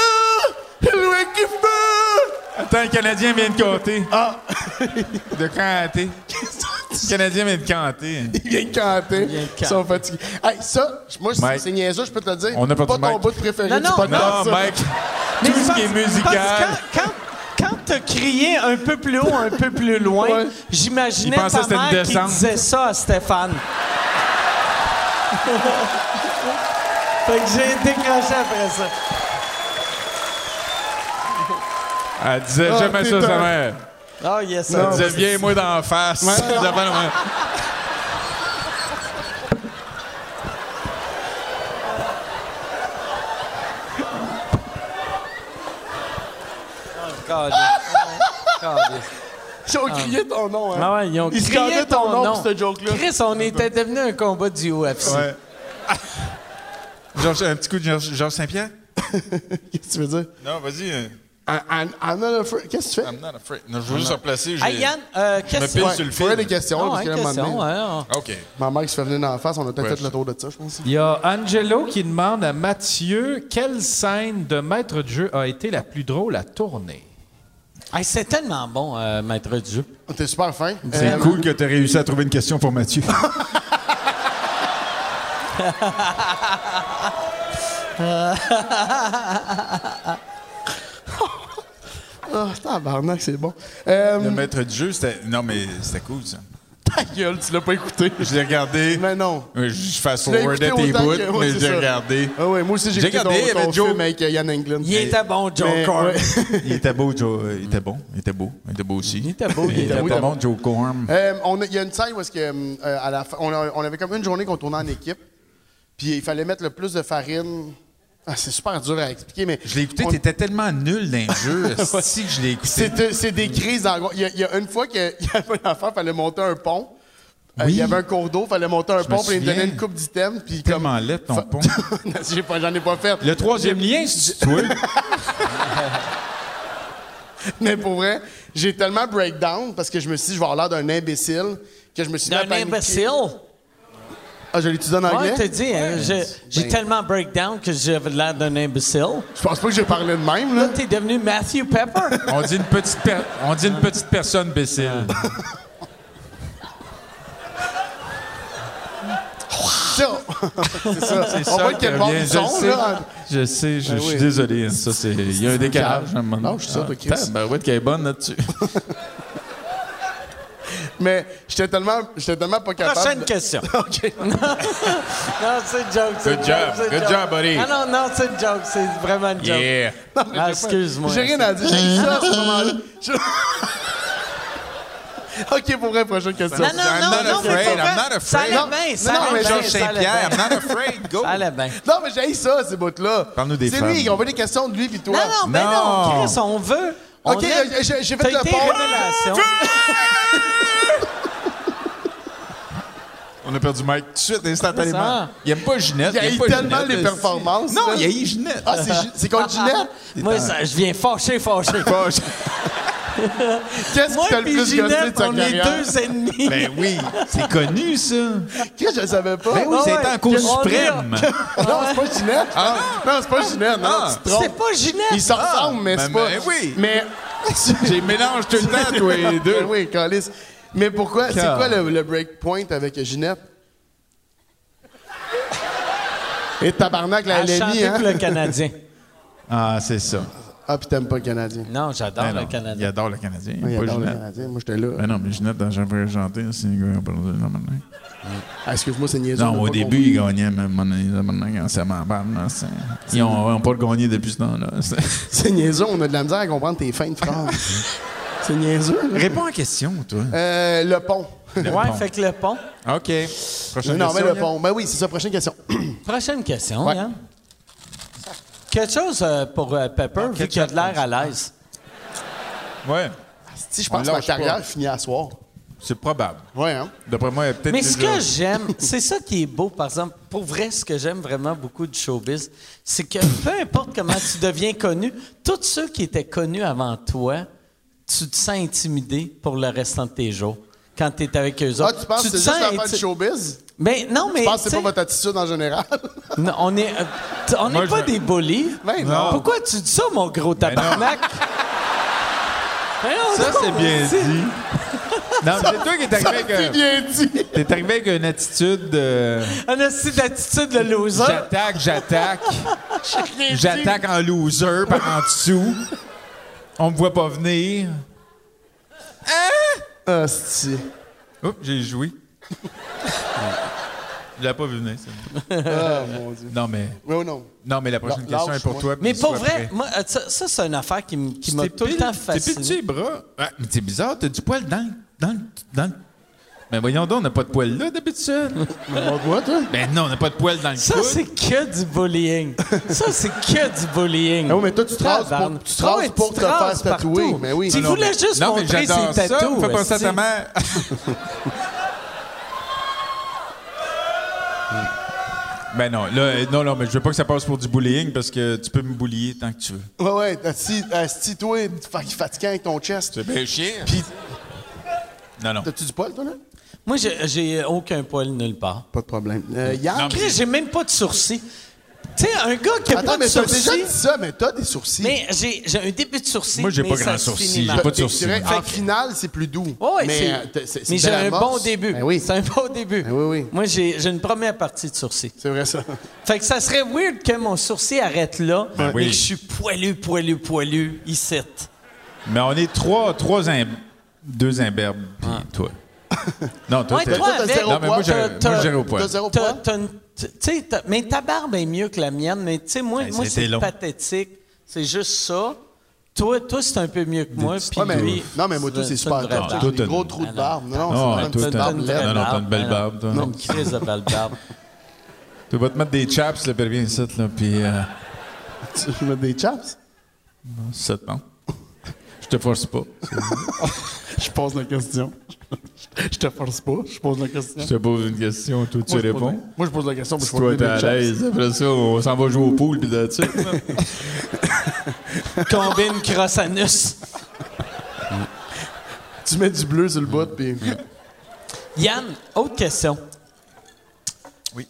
[SPEAKER 2] plus loin qu'il faut.
[SPEAKER 7] Attends, le Canadien vient de compter. Ah! de canter. Le Canadien vient de canter.
[SPEAKER 2] Il vient de canter.
[SPEAKER 3] vient de
[SPEAKER 2] Ils sont fatigués. Hey, ça, moi, c'est-
[SPEAKER 7] Mike.
[SPEAKER 2] c'est niaiseux, je peux te le dire.
[SPEAKER 7] On a
[SPEAKER 2] pas
[SPEAKER 7] perdu
[SPEAKER 2] ton
[SPEAKER 7] Mike.
[SPEAKER 2] bout préféré
[SPEAKER 3] Non,
[SPEAKER 2] du
[SPEAKER 3] non,
[SPEAKER 2] podcast.
[SPEAKER 7] Non,
[SPEAKER 2] ça.
[SPEAKER 7] Ah, Mike, tout ce qui est musical.
[SPEAKER 3] Parce que quand, quand, quand t'as crié un peu plus haut, un peu plus loin,
[SPEAKER 2] Ouais.
[SPEAKER 3] j'imaginais
[SPEAKER 7] Il pensait
[SPEAKER 3] ta
[SPEAKER 7] que c'était une
[SPEAKER 3] mère qui
[SPEAKER 7] descente.
[SPEAKER 3] disait ça à Stéphane. fait que j'ai décroché après ça.
[SPEAKER 7] Elle disait
[SPEAKER 2] Ah,
[SPEAKER 7] jamais
[SPEAKER 2] t'es
[SPEAKER 7] ça, sa
[SPEAKER 2] un-
[SPEAKER 7] mère.
[SPEAKER 3] Oh, yes,
[SPEAKER 7] Elle
[SPEAKER 3] ça.
[SPEAKER 2] Ah,
[SPEAKER 7] disait, viens-moi dans la face. Elle disait, Ben, ouais.
[SPEAKER 2] Ils ont crié ton nom, hein.
[SPEAKER 3] Ah ouais, ils ont
[SPEAKER 2] Ils
[SPEAKER 3] crié
[SPEAKER 2] scandaient ton nom pour ce joke-là.
[SPEAKER 3] Chris, on était devenu un combat du UFC.
[SPEAKER 7] Ouais. Georges- un petit coup de Georges Georges Saint-Pierre?
[SPEAKER 2] Qu'est-ce que tu veux dire?
[SPEAKER 7] Non, vas-y. euh,
[SPEAKER 2] Un- un- un homme, Qu'est-ce que tu fais?
[SPEAKER 7] I'm not afraid. Non, je veux juste replacer. j'ai-
[SPEAKER 3] Hey, Yann, euh,
[SPEAKER 7] je me
[SPEAKER 3] question.
[SPEAKER 7] pile
[SPEAKER 2] Ouais,
[SPEAKER 7] sur le
[SPEAKER 2] faut aller
[SPEAKER 7] fil.
[SPEAKER 2] des questions,
[SPEAKER 3] Ah ouais,
[SPEAKER 2] parce que là, à un moment
[SPEAKER 3] question,
[SPEAKER 2] donné,
[SPEAKER 3] ouais,
[SPEAKER 7] OK.
[SPEAKER 2] ma mère qui se fait venir dans la face, on a peut-être
[SPEAKER 7] Ouais,
[SPEAKER 2] fait le tour de ça, je pense.
[SPEAKER 13] Il y a Angelo qui demande à Mathieu quelle scène de maître de jeu a été la plus drôle à tourner.
[SPEAKER 3] on- Hey, c'est tellement bon, euh, maître du jeu.
[SPEAKER 2] Oh, T'es super fin.
[SPEAKER 7] C'est
[SPEAKER 2] Euh,
[SPEAKER 7] cool que tu aies réussi à trouver une question pour Mathieu.
[SPEAKER 3] Euh,
[SPEAKER 2] Ah, tabarnak, c'est bon. Euh,
[SPEAKER 7] le maître du jeu, c'était. Non, mais c'était cool, ça.
[SPEAKER 2] ta gueule, tu l'as pas écouté.
[SPEAKER 7] Je l'ai regardé.
[SPEAKER 2] Mais non.
[SPEAKER 7] Euh, Je fast
[SPEAKER 2] Tu l'as écouté
[SPEAKER 7] forwardais tes
[SPEAKER 2] autant
[SPEAKER 7] bouts,
[SPEAKER 2] que- ouais,
[SPEAKER 7] mais
[SPEAKER 2] c'est
[SPEAKER 7] je l'ai
[SPEAKER 2] ça.
[SPEAKER 7] regardé.
[SPEAKER 2] Ah ouais, moi aussi, j'ai
[SPEAKER 7] J'ai
[SPEAKER 2] écouté
[SPEAKER 7] regardé, il y
[SPEAKER 2] ton,
[SPEAKER 7] avait
[SPEAKER 2] ton
[SPEAKER 7] Joe.
[SPEAKER 2] film avec euh, Yann Englund.
[SPEAKER 3] Il était bon, Joe
[SPEAKER 2] Mais-
[SPEAKER 3] Corn.
[SPEAKER 2] ouais.
[SPEAKER 7] Il était beau, Joe. euh, Il était bon. Il était beau. Il était beau aussi. Il était beau. Il
[SPEAKER 2] était
[SPEAKER 7] était
[SPEAKER 2] beau,
[SPEAKER 7] pas
[SPEAKER 2] il
[SPEAKER 7] bon, Joe Corm.
[SPEAKER 2] Euh, on a- Il y a une scène où est-ce que, euh, à la fin- on, a- on avait comme une journée qu'on tournait en équipe, puis il fallait mettre le plus de farine. Ah, c'est super dur à expliquer, mais.
[SPEAKER 7] Je l'ai écouté,
[SPEAKER 2] on-
[SPEAKER 7] t'étais tellement nul dans le jeu. Si que je l'ai écouté.
[SPEAKER 2] C'est de- c'est des crises d'angoisse. Il, y a- il y a une fois qu'il y avait un enfant, il fallait monter un pont. Euh,
[SPEAKER 7] Oui.
[SPEAKER 2] Il y avait un cours d'eau, il fallait monter un
[SPEAKER 7] me
[SPEAKER 2] pont, puis il me
[SPEAKER 7] souviens.
[SPEAKER 2] donnait une coupe d'items. Puis comme...
[SPEAKER 7] Tellement laid, ton
[SPEAKER 2] Fa-
[SPEAKER 7] pont.
[SPEAKER 2] J'ai pas- J'en ai pas fait.
[SPEAKER 7] Le troisième lien, c'est toi.
[SPEAKER 2] Mais pour vrai, j'ai tellement breakdown parce que je me suis dit, je vais avoir l'air d'un imbécile que je me suis mis à
[SPEAKER 3] D'un
[SPEAKER 2] paniquer.
[SPEAKER 3] imbécile.
[SPEAKER 2] Ah, je l'étudie en anglais?
[SPEAKER 3] Ouais, t'as dit, hein, j'ai- j'ai tellement breakdown que j'avais l'air d'un imbécile.
[SPEAKER 2] je pense pas que j'ai parlé de même, là.
[SPEAKER 3] Là, t'es devenu Matthew Pepper.
[SPEAKER 4] On dit une petite, per- on dit une petite personne bécile.
[SPEAKER 2] Ça. c'est ça. On voit quel bord ils sont,
[SPEAKER 7] Ah,
[SPEAKER 2] là.
[SPEAKER 4] Je sais, je, je suis
[SPEAKER 2] Ben oui.
[SPEAKER 4] désolé. hein, Ça, c'est, il y a un décalage. à un moment donné.
[SPEAKER 2] Non, je suis sûr, toi, Chris.
[SPEAKER 4] Ah, tabarouette qui est bonne là-dessus.
[SPEAKER 2] Mais j'étais tellement, j'étais tellement pas capable.
[SPEAKER 3] Prochaine
[SPEAKER 2] de-
[SPEAKER 3] question. OK. non, c'est une joke. c'est une
[SPEAKER 7] Good
[SPEAKER 3] joke,
[SPEAKER 7] job,
[SPEAKER 3] c'est une
[SPEAKER 7] good job, buddy.
[SPEAKER 3] Ah non, non, c'est une joke. C'est vraiment une joke.
[SPEAKER 7] Yeah.
[SPEAKER 3] Ah, excuse-moi.
[SPEAKER 2] J'ai rien à dire. J'ai ça à ce moment-là. Je- OK, pour vrai, prochaine question.
[SPEAKER 3] Non, non,
[SPEAKER 7] I'm
[SPEAKER 3] non,
[SPEAKER 7] not
[SPEAKER 3] non, c'est
[SPEAKER 7] afraid,
[SPEAKER 3] pas
[SPEAKER 7] I'm
[SPEAKER 3] vrai.
[SPEAKER 7] not
[SPEAKER 3] Ça allait
[SPEAKER 7] afraid.
[SPEAKER 3] bien, ça
[SPEAKER 2] Non,
[SPEAKER 3] allait
[SPEAKER 2] mais
[SPEAKER 3] bien,
[SPEAKER 7] Georges
[SPEAKER 3] ça allait
[SPEAKER 7] Saint-Pierre,
[SPEAKER 3] bien.
[SPEAKER 7] I'm not afraid, go.
[SPEAKER 3] Ça allait bien.
[SPEAKER 2] Non, mais j'ai ça, ces bouts-là.
[SPEAKER 7] Parle-nous des
[SPEAKER 2] C'est
[SPEAKER 7] femmes.
[SPEAKER 2] lui, on veut des questions de lui puis toi.
[SPEAKER 3] Non, non, mais non,
[SPEAKER 7] Non.
[SPEAKER 3] Chris, on veut. on
[SPEAKER 2] OK,
[SPEAKER 3] aime.
[SPEAKER 2] j'ai- j'ai j'ai
[SPEAKER 3] T'as
[SPEAKER 2] fait le
[SPEAKER 3] été
[SPEAKER 2] pont.
[SPEAKER 3] révélation.
[SPEAKER 7] On a perdu Mike tout de suite, instantanément.
[SPEAKER 3] Ça.
[SPEAKER 7] Il aime pas Ginette.
[SPEAKER 2] Il haït
[SPEAKER 7] aime pas
[SPEAKER 2] tellement
[SPEAKER 7] Ginette,
[SPEAKER 2] les
[SPEAKER 7] là,
[SPEAKER 2] performances.
[SPEAKER 7] si- Non,
[SPEAKER 2] là.
[SPEAKER 7] il haït Ginette.
[SPEAKER 2] Ah, c'est Gi- c'est contre Ginette?
[SPEAKER 3] Moi, ça- je viens fâché, fâché.
[SPEAKER 2] Qu'est-ce
[SPEAKER 3] Moi
[SPEAKER 2] qui t'a le
[SPEAKER 3] et
[SPEAKER 2] plus gossé de
[SPEAKER 3] Ginette,
[SPEAKER 2] ta
[SPEAKER 3] on est
[SPEAKER 2] carrière?
[SPEAKER 3] deux ennemis.
[SPEAKER 7] Ben oui, c'est connu, ça.
[SPEAKER 2] Qu'est-ce que je savais pas?
[SPEAKER 7] Ben
[SPEAKER 3] Ah
[SPEAKER 7] oui,
[SPEAKER 3] ouais.
[SPEAKER 7] c'est en Cour
[SPEAKER 3] On est-
[SPEAKER 7] suprême.
[SPEAKER 2] Non, c'est pas Ginette. Non, c'est pas Ginette. Non,
[SPEAKER 7] Ah.
[SPEAKER 2] tu te trompes.
[SPEAKER 3] C'est pas Ginette.
[SPEAKER 2] Ils se ressemblent, mais
[SPEAKER 7] ben,
[SPEAKER 2] c'est pas...
[SPEAKER 7] ben oui.
[SPEAKER 2] Mais...
[SPEAKER 7] J'ai mélange tout le temps, toi et les
[SPEAKER 2] Ben
[SPEAKER 7] deux.
[SPEAKER 2] oui, Calis. Mais pourquoi? C'est quoi le, le breakpoint avec Ginette? Et tabarnak, la
[SPEAKER 3] Elle a
[SPEAKER 2] LMI,
[SPEAKER 3] chanté
[SPEAKER 2] hein?
[SPEAKER 3] pour le Canadien.
[SPEAKER 7] Ah, c'est ça.
[SPEAKER 2] Ah, puis t'aimes pas le Canadien.
[SPEAKER 3] Non, j'adore
[SPEAKER 7] Ben non,
[SPEAKER 3] le
[SPEAKER 7] Il
[SPEAKER 3] Canadien.
[SPEAKER 7] adore le Canadien. Il
[SPEAKER 2] Il
[SPEAKER 7] aime pas
[SPEAKER 2] adore le
[SPEAKER 7] Ginette.
[SPEAKER 2] Canadien. Moi, j'étais là.
[SPEAKER 7] Ben non, mais Ginette, dans Jean-Pierre Chanté, c'est un gars qui a perdu le maintenant.
[SPEAKER 2] Ah, Excuse-moi, c'est niaiseux.
[SPEAKER 7] Non,
[SPEAKER 2] on a
[SPEAKER 7] au
[SPEAKER 2] pas
[SPEAKER 7] début,
[SPEAKER 2] compris.
[SPEAKER 7] ils gagnaient, mais maintenant, maintenant, quand ça m'en parle, non, c'est- ils n'ont pas gagné depuis ce temps-là. C'est-
[SPEAKER 2] C'est niaiseux, on a de la misère à comprendre tes fins de phrase. c'est niaiseux, là.
[SPEAKER 7] Réponds à la question, toi.
[SPEAKER 2] Euh, le pont.
[SPEAKER 3] Ouais, fait que le pont.
[SPEAKER 7] OK. Prochaine
[SPEAKER 2] non, mais
[SPEAKER 7] question.
[SPEAKER 2] le pont. Ben oui, c'est ça, prochaine question.
[SPEAKER 3] Prochaine question,
[SPEAKER 2] Ouais.
[SPEAKER 3] Yann. Quelque chose euh, pour euh,
[SPEAKER 2] Ah,
[SPEAKER 3] Pepper, vu qu'il a de l'air à l'aise.
[SPEAKER 7] Ouais,
[SPEAKER 2] Si je
[SPEAKER 7] On
[SPEAKER 2] pense que ma
[SPEAKER 7] lâche pas.
[SPEAKER 2] carrière finit à soir.
[SPEAKER 7] c'est probable.
[SPEAKER 2] Ouais, hein?
[SPEAKER 7] D'après moi, il y a peut-être
[SPEAKER 3] Mais ce
[SPEAKER 7] déjà-
[SPEAKER 3] que j'aime, c'est ça qui est beau, par exemple. Pour vrai, ce que j'aime vraiment beaucoup du showbiz, c'est que peu importe comment tu deviens connu, tous ceux qui étaient connus avant toi, tu te sens intimidé pour le restant de tes jours. Quand tu es avec eux
[SPEAKER 2] Ah,
[SPEAKER 3] autres.
[SPEAKER 2] tu penses que c'est juste
[SPEAKER 3] te sens
[SPEAKER 2] la fin
[SPEAKER 3] inti-
[SPEAKER 2] du showbiz?
[SPEAKER 3] Mais Ben, non, mais.
[SPEAKER 2] Je pense que
[SPEAKER 3] tu
[SPEAKER 2] c'est pas
[SPEAKER 3] sais,
[SPEAKER 2] votre attitude en général.
[SPEAKER 3] non, on est, euh, t- on n'est
[SPEAKER 7] Moi,
[SPEAKER 3] pas
[SPEAKER 7] je-
[SPEAKER 3] des bullies.
[SPEAKER 2] Ben non.
[SPEAKER 3] Pourquoi tu dis ça, mon gros tabarnak? Ben non,
[SPEAKER 4] Ça,
[SPEAKER 3] non,
[SPEAKER 4] c'est bien
[SPEAKER 3] c'est-
[SPEAKER 4] dit. Non, mais c'est toi qui es arrivé
[SPEAKER 2] C'est
[SPEAKER 4] avec, un-
[SPEAKER 2] bien dit.
[SPEAKER 4] t'es arrivé avec une attitude euh,
[SPEAKER 3] Un esti d'attitude de loser.
[SPEAKER 4] j'attaque, j'attaque. J'attaque en loser par en dessous. On me voit pas venir.
[SPEAKER 2] Ah, Hostie.
[SPEAKER 7] Oups, j'ai joui. Je l'ai pas vu venir, ça.
[SPEAKER 2] Ah, mon Dieu.
[SPEAKER 4] Non, mais,
[SPEAKER 2] Oui ou non?
[SPEAKER 4] non, mais la prochaine
[SPEAKER 2] Lâche,
[SPEAKER 4] question est pour
[SPEAKER 2] moi.
[SPEAKER 4] toi. puis
[SPEAKER 3] Mais pour
[SPEAKER 4] sois
[SPEAKER 3] vrai,
[SPEAKER 4] prêt.
[SPEAKER 3] moi, euh, ça, ça, c'est une affaire qui, m- qui m'a
[SPEAKER 4] T'es
[SPEAKER 3] tout le
[SPEAKER 4] pile-
[SPEAKER 3] temps
[SPEAKER 4] T'es pile
[SPEAKER 3] fasciné.
[SPEAKER 4] dessus les bras. Ah, mais c'est bizarre, t'as du poil dans le... Dans le- dans le-
[SPEAKER 7] Mais voyons donc, on n'a pas de poils là d'habitude.
[SPEAKER 2] Quoi, toi?
[SPEAKER 7] ben non, on n'a pas de poils dans le
[SPEAKER 3] Ça,
[SPEAKER 7] coude.
[SPEAKER 3] c'est que du bullying. Ça, c'est que du bullying.
[SPEAKER 2] Ah oui, mais toi, tu te rases
[SPEAKER 3] Tabarnak.
[SPEAKER 2] pour- tu te rases
[SPEAKER 3] Ah ouais,
[SPEAKER 2] pour
[SPEAKER 3] tu
[SPEAKER 2] te
[SPEAKER 3] rases
[SPEAKER 2] faire se
[SPEAKER 3] partout.
[SPEAKER 2] tatouer, mais oui.
[SPEAKER 3] Tu
[SPEAKER 2] Non, non,
[SPEAKER 3] voulais juste
[SPEAKER 7] non, mais
[SPEAKER 3] montrer
[SPEAKER 7] j'adore
[SPEAKER 3] ses
[SPEAKER 7] ça.
[SPEAKER 3] tatous.
[SPEAKER 7] me fait penser à
[SPEAKER 3] esti.
[SPEAKER 7] ta mère. ben non, là, euh, non, non, mais je veux pas que ça passe pour du bullying parce que tu peux me bullier tant que tu veux.
[SPEAKER 2] Ouais, ouais, assis, assis, toi, fa- fatigant avec ton chest.
[SPEAKER 4] C'est bien chien.
[SPEAKER 2] Puis,
[SPEAKER 7] Non, non.
[SPEAKER 2] t'as-tu du poil, toi, là?
[SPEAKER 3] Moi, j'ai- j'ai aucun poil nulle part.
[SPEAKER 2] Pas de problème. Euh, Yann,
[SPEAKER 3] Ah, Chris, j'ai même pas de sourcils. Tu sais, un gars qui a
[SPEAKER 2] attends,
[SPEAKER 3] pas de
[SPEAKER 2] mais t'as déjà
[SPEAKER 3] sourcils...
[SPEAKER 2] dit ça, mais t'as des sourcils.
[SPEAKER 3] Mais j'ai j'ai un début de sourcil.
[SPEAKER 7] Moi, j'ai
[SPEAKER 3] mais
[SPEAKER 7] pas
[SPEAKER 3] ça
[SPEAKER 7] grand
[SPEAKER 3] se
[SPEAKER 7] sourcil,
[SPEAKER 3] finit
[SPEAKER 7] j'ai
[SPEAKER 3] mal.
[SPEAKER 7] pas de
[SPEAKER 2] T'es-
[SPEAKER 7] sourcils.
[SPEAKER 2] c'est vrai,
[SPEAKER 3] Fait
[SPEAKER 2] en
[SPEAKER 3] que-
[SPEAKER 2] finale, c'est plus doux.
[SPEAKER 3] Ouais,
[SPEAKER 2] mais euh,
[SPEAKER 3] mais
[SPEAKER 2] t'es- c'est- c'est
[SPEAKER 3] mais
[SPEAKER 2] une
[SPEAKER 3] j'ai un
[SPEAKER 2] belle
[SPEAKER 3] bon
[SPEAKER 2] amorce.
[SPEAKER 3] début.
[SPEAKER 2] Ben oui,
[SPEAKER 3] C'est un bon début.
[SPEAKER 2] Ben oui, oui.
[SPEAKER 3] Moi, j'ai j'ai une première partie de sourcil.
[SPEAKER 2] c'est vrai ça.
[SPEAKER 3] Fait que ça serait weird que mon sourcil arrête là, mais
[SPEAKER 7] Ben oui.
[SPEAKER 3] que je suis poilu, poilu, poilu, ici.
[SPEAKER 7] Mais on est trois, trois im- deux imberbes, puis toi. non, toi,
[SPEAKER 3] Ouais,
[SPEAKER 7] t'es-
[SPEAKER 3] toi,
[SPEAKER 2] t'as
[SPEAKER 3] avec...
[SPEAKER 2] zéro
[SPEAKER 7] Non, mais moi, j'ai-
[SPEAKER 3] t'as-
[SPEAKER 7] moi,
[SPEAKER 3] t'as-
[SPEAKER 7] j'irai au poil.
[SPEAKER 2] T'as zéro
[SPEAKER 3] T'as-
[SPEAKER 2] poil?
[SPEAKER 3] t'as une- tu sais, t'as- mais ta barbe est mieux que la mienne, mais tu sais, moi,
[SPEAKER 7] Hey,
[SPEAKER 3] moi
[SPEAKER 7] Ben, c'était
[SPEAKER 3] c'est
[SPEAKER 7] long.
[SPEAKER 3] pathétique. C'est juste ça. Toi, toi c'est un peu mieux que moi. Puis
[SPEAKER 2] Ouais, mais-
[SPEAKER 3] lui,
[SPEAKER 2] non, mais moi, toi, c'est super
[SPEAKER 3] une vraie
[SPEAKER 2] grave.
[SPEAKER 3] barbe.
[SPEAKER 2] T'as
[SPEAKER 7] Toi,
[SPEAKER 2] des
[SPEAKER 7] t'as
[SPEAKER 2] gros
[SPEAKER 7] une-
[SPEAKER 2] trous de barbe. Non,
[SPEAKER 7] Non,
[SPEAKER 2] c'est
[SPEAKER 7] hein,
[SPEAKER 2] vraiment
[SPEAKER 7] toi,
[SPEAKER 2] une
[SPEAKER 7] t'as-
[SPEAKER 2] barbe
[SPEAKER 7] t'as-
[SPEAKER 2] laide.
[SPEAKER 7] non, non, t'as une
[SPEAKER 14] Ah,
[SPEAKER 7] belle barbe, toi.
[SPEAKER 3] Non, une crise de belle barbe.
[SPEAKER 7] tu vas te mettre des chaps, là, puis reviens ici, là, puis euh,
[SPEAKER 2] Tu mets des chaps?
[SPEAKER 7] ça te manque. Je te force pas.
[SPEAKER 2] Je pose la question. Je te force pas, je pose la question.
[SPEAKER 7] Je te pose une question, toi, tu
[SPEAKER 2] Moi, je pose
[SPEAKER 7] réponds.
[SPEAKER 2] la- Moi, je pose la question.
[SPEAKER 7] Si toi, t'es à l'aise, après ça, on s'en va jouer au pool, puis là, tu sais.
[SPEAKER 3] Combine crosse anus.
[SPEAKER 2] Tu mets du bleu sur le bout, puis...
[SPEAKER 3] Yann, autre question.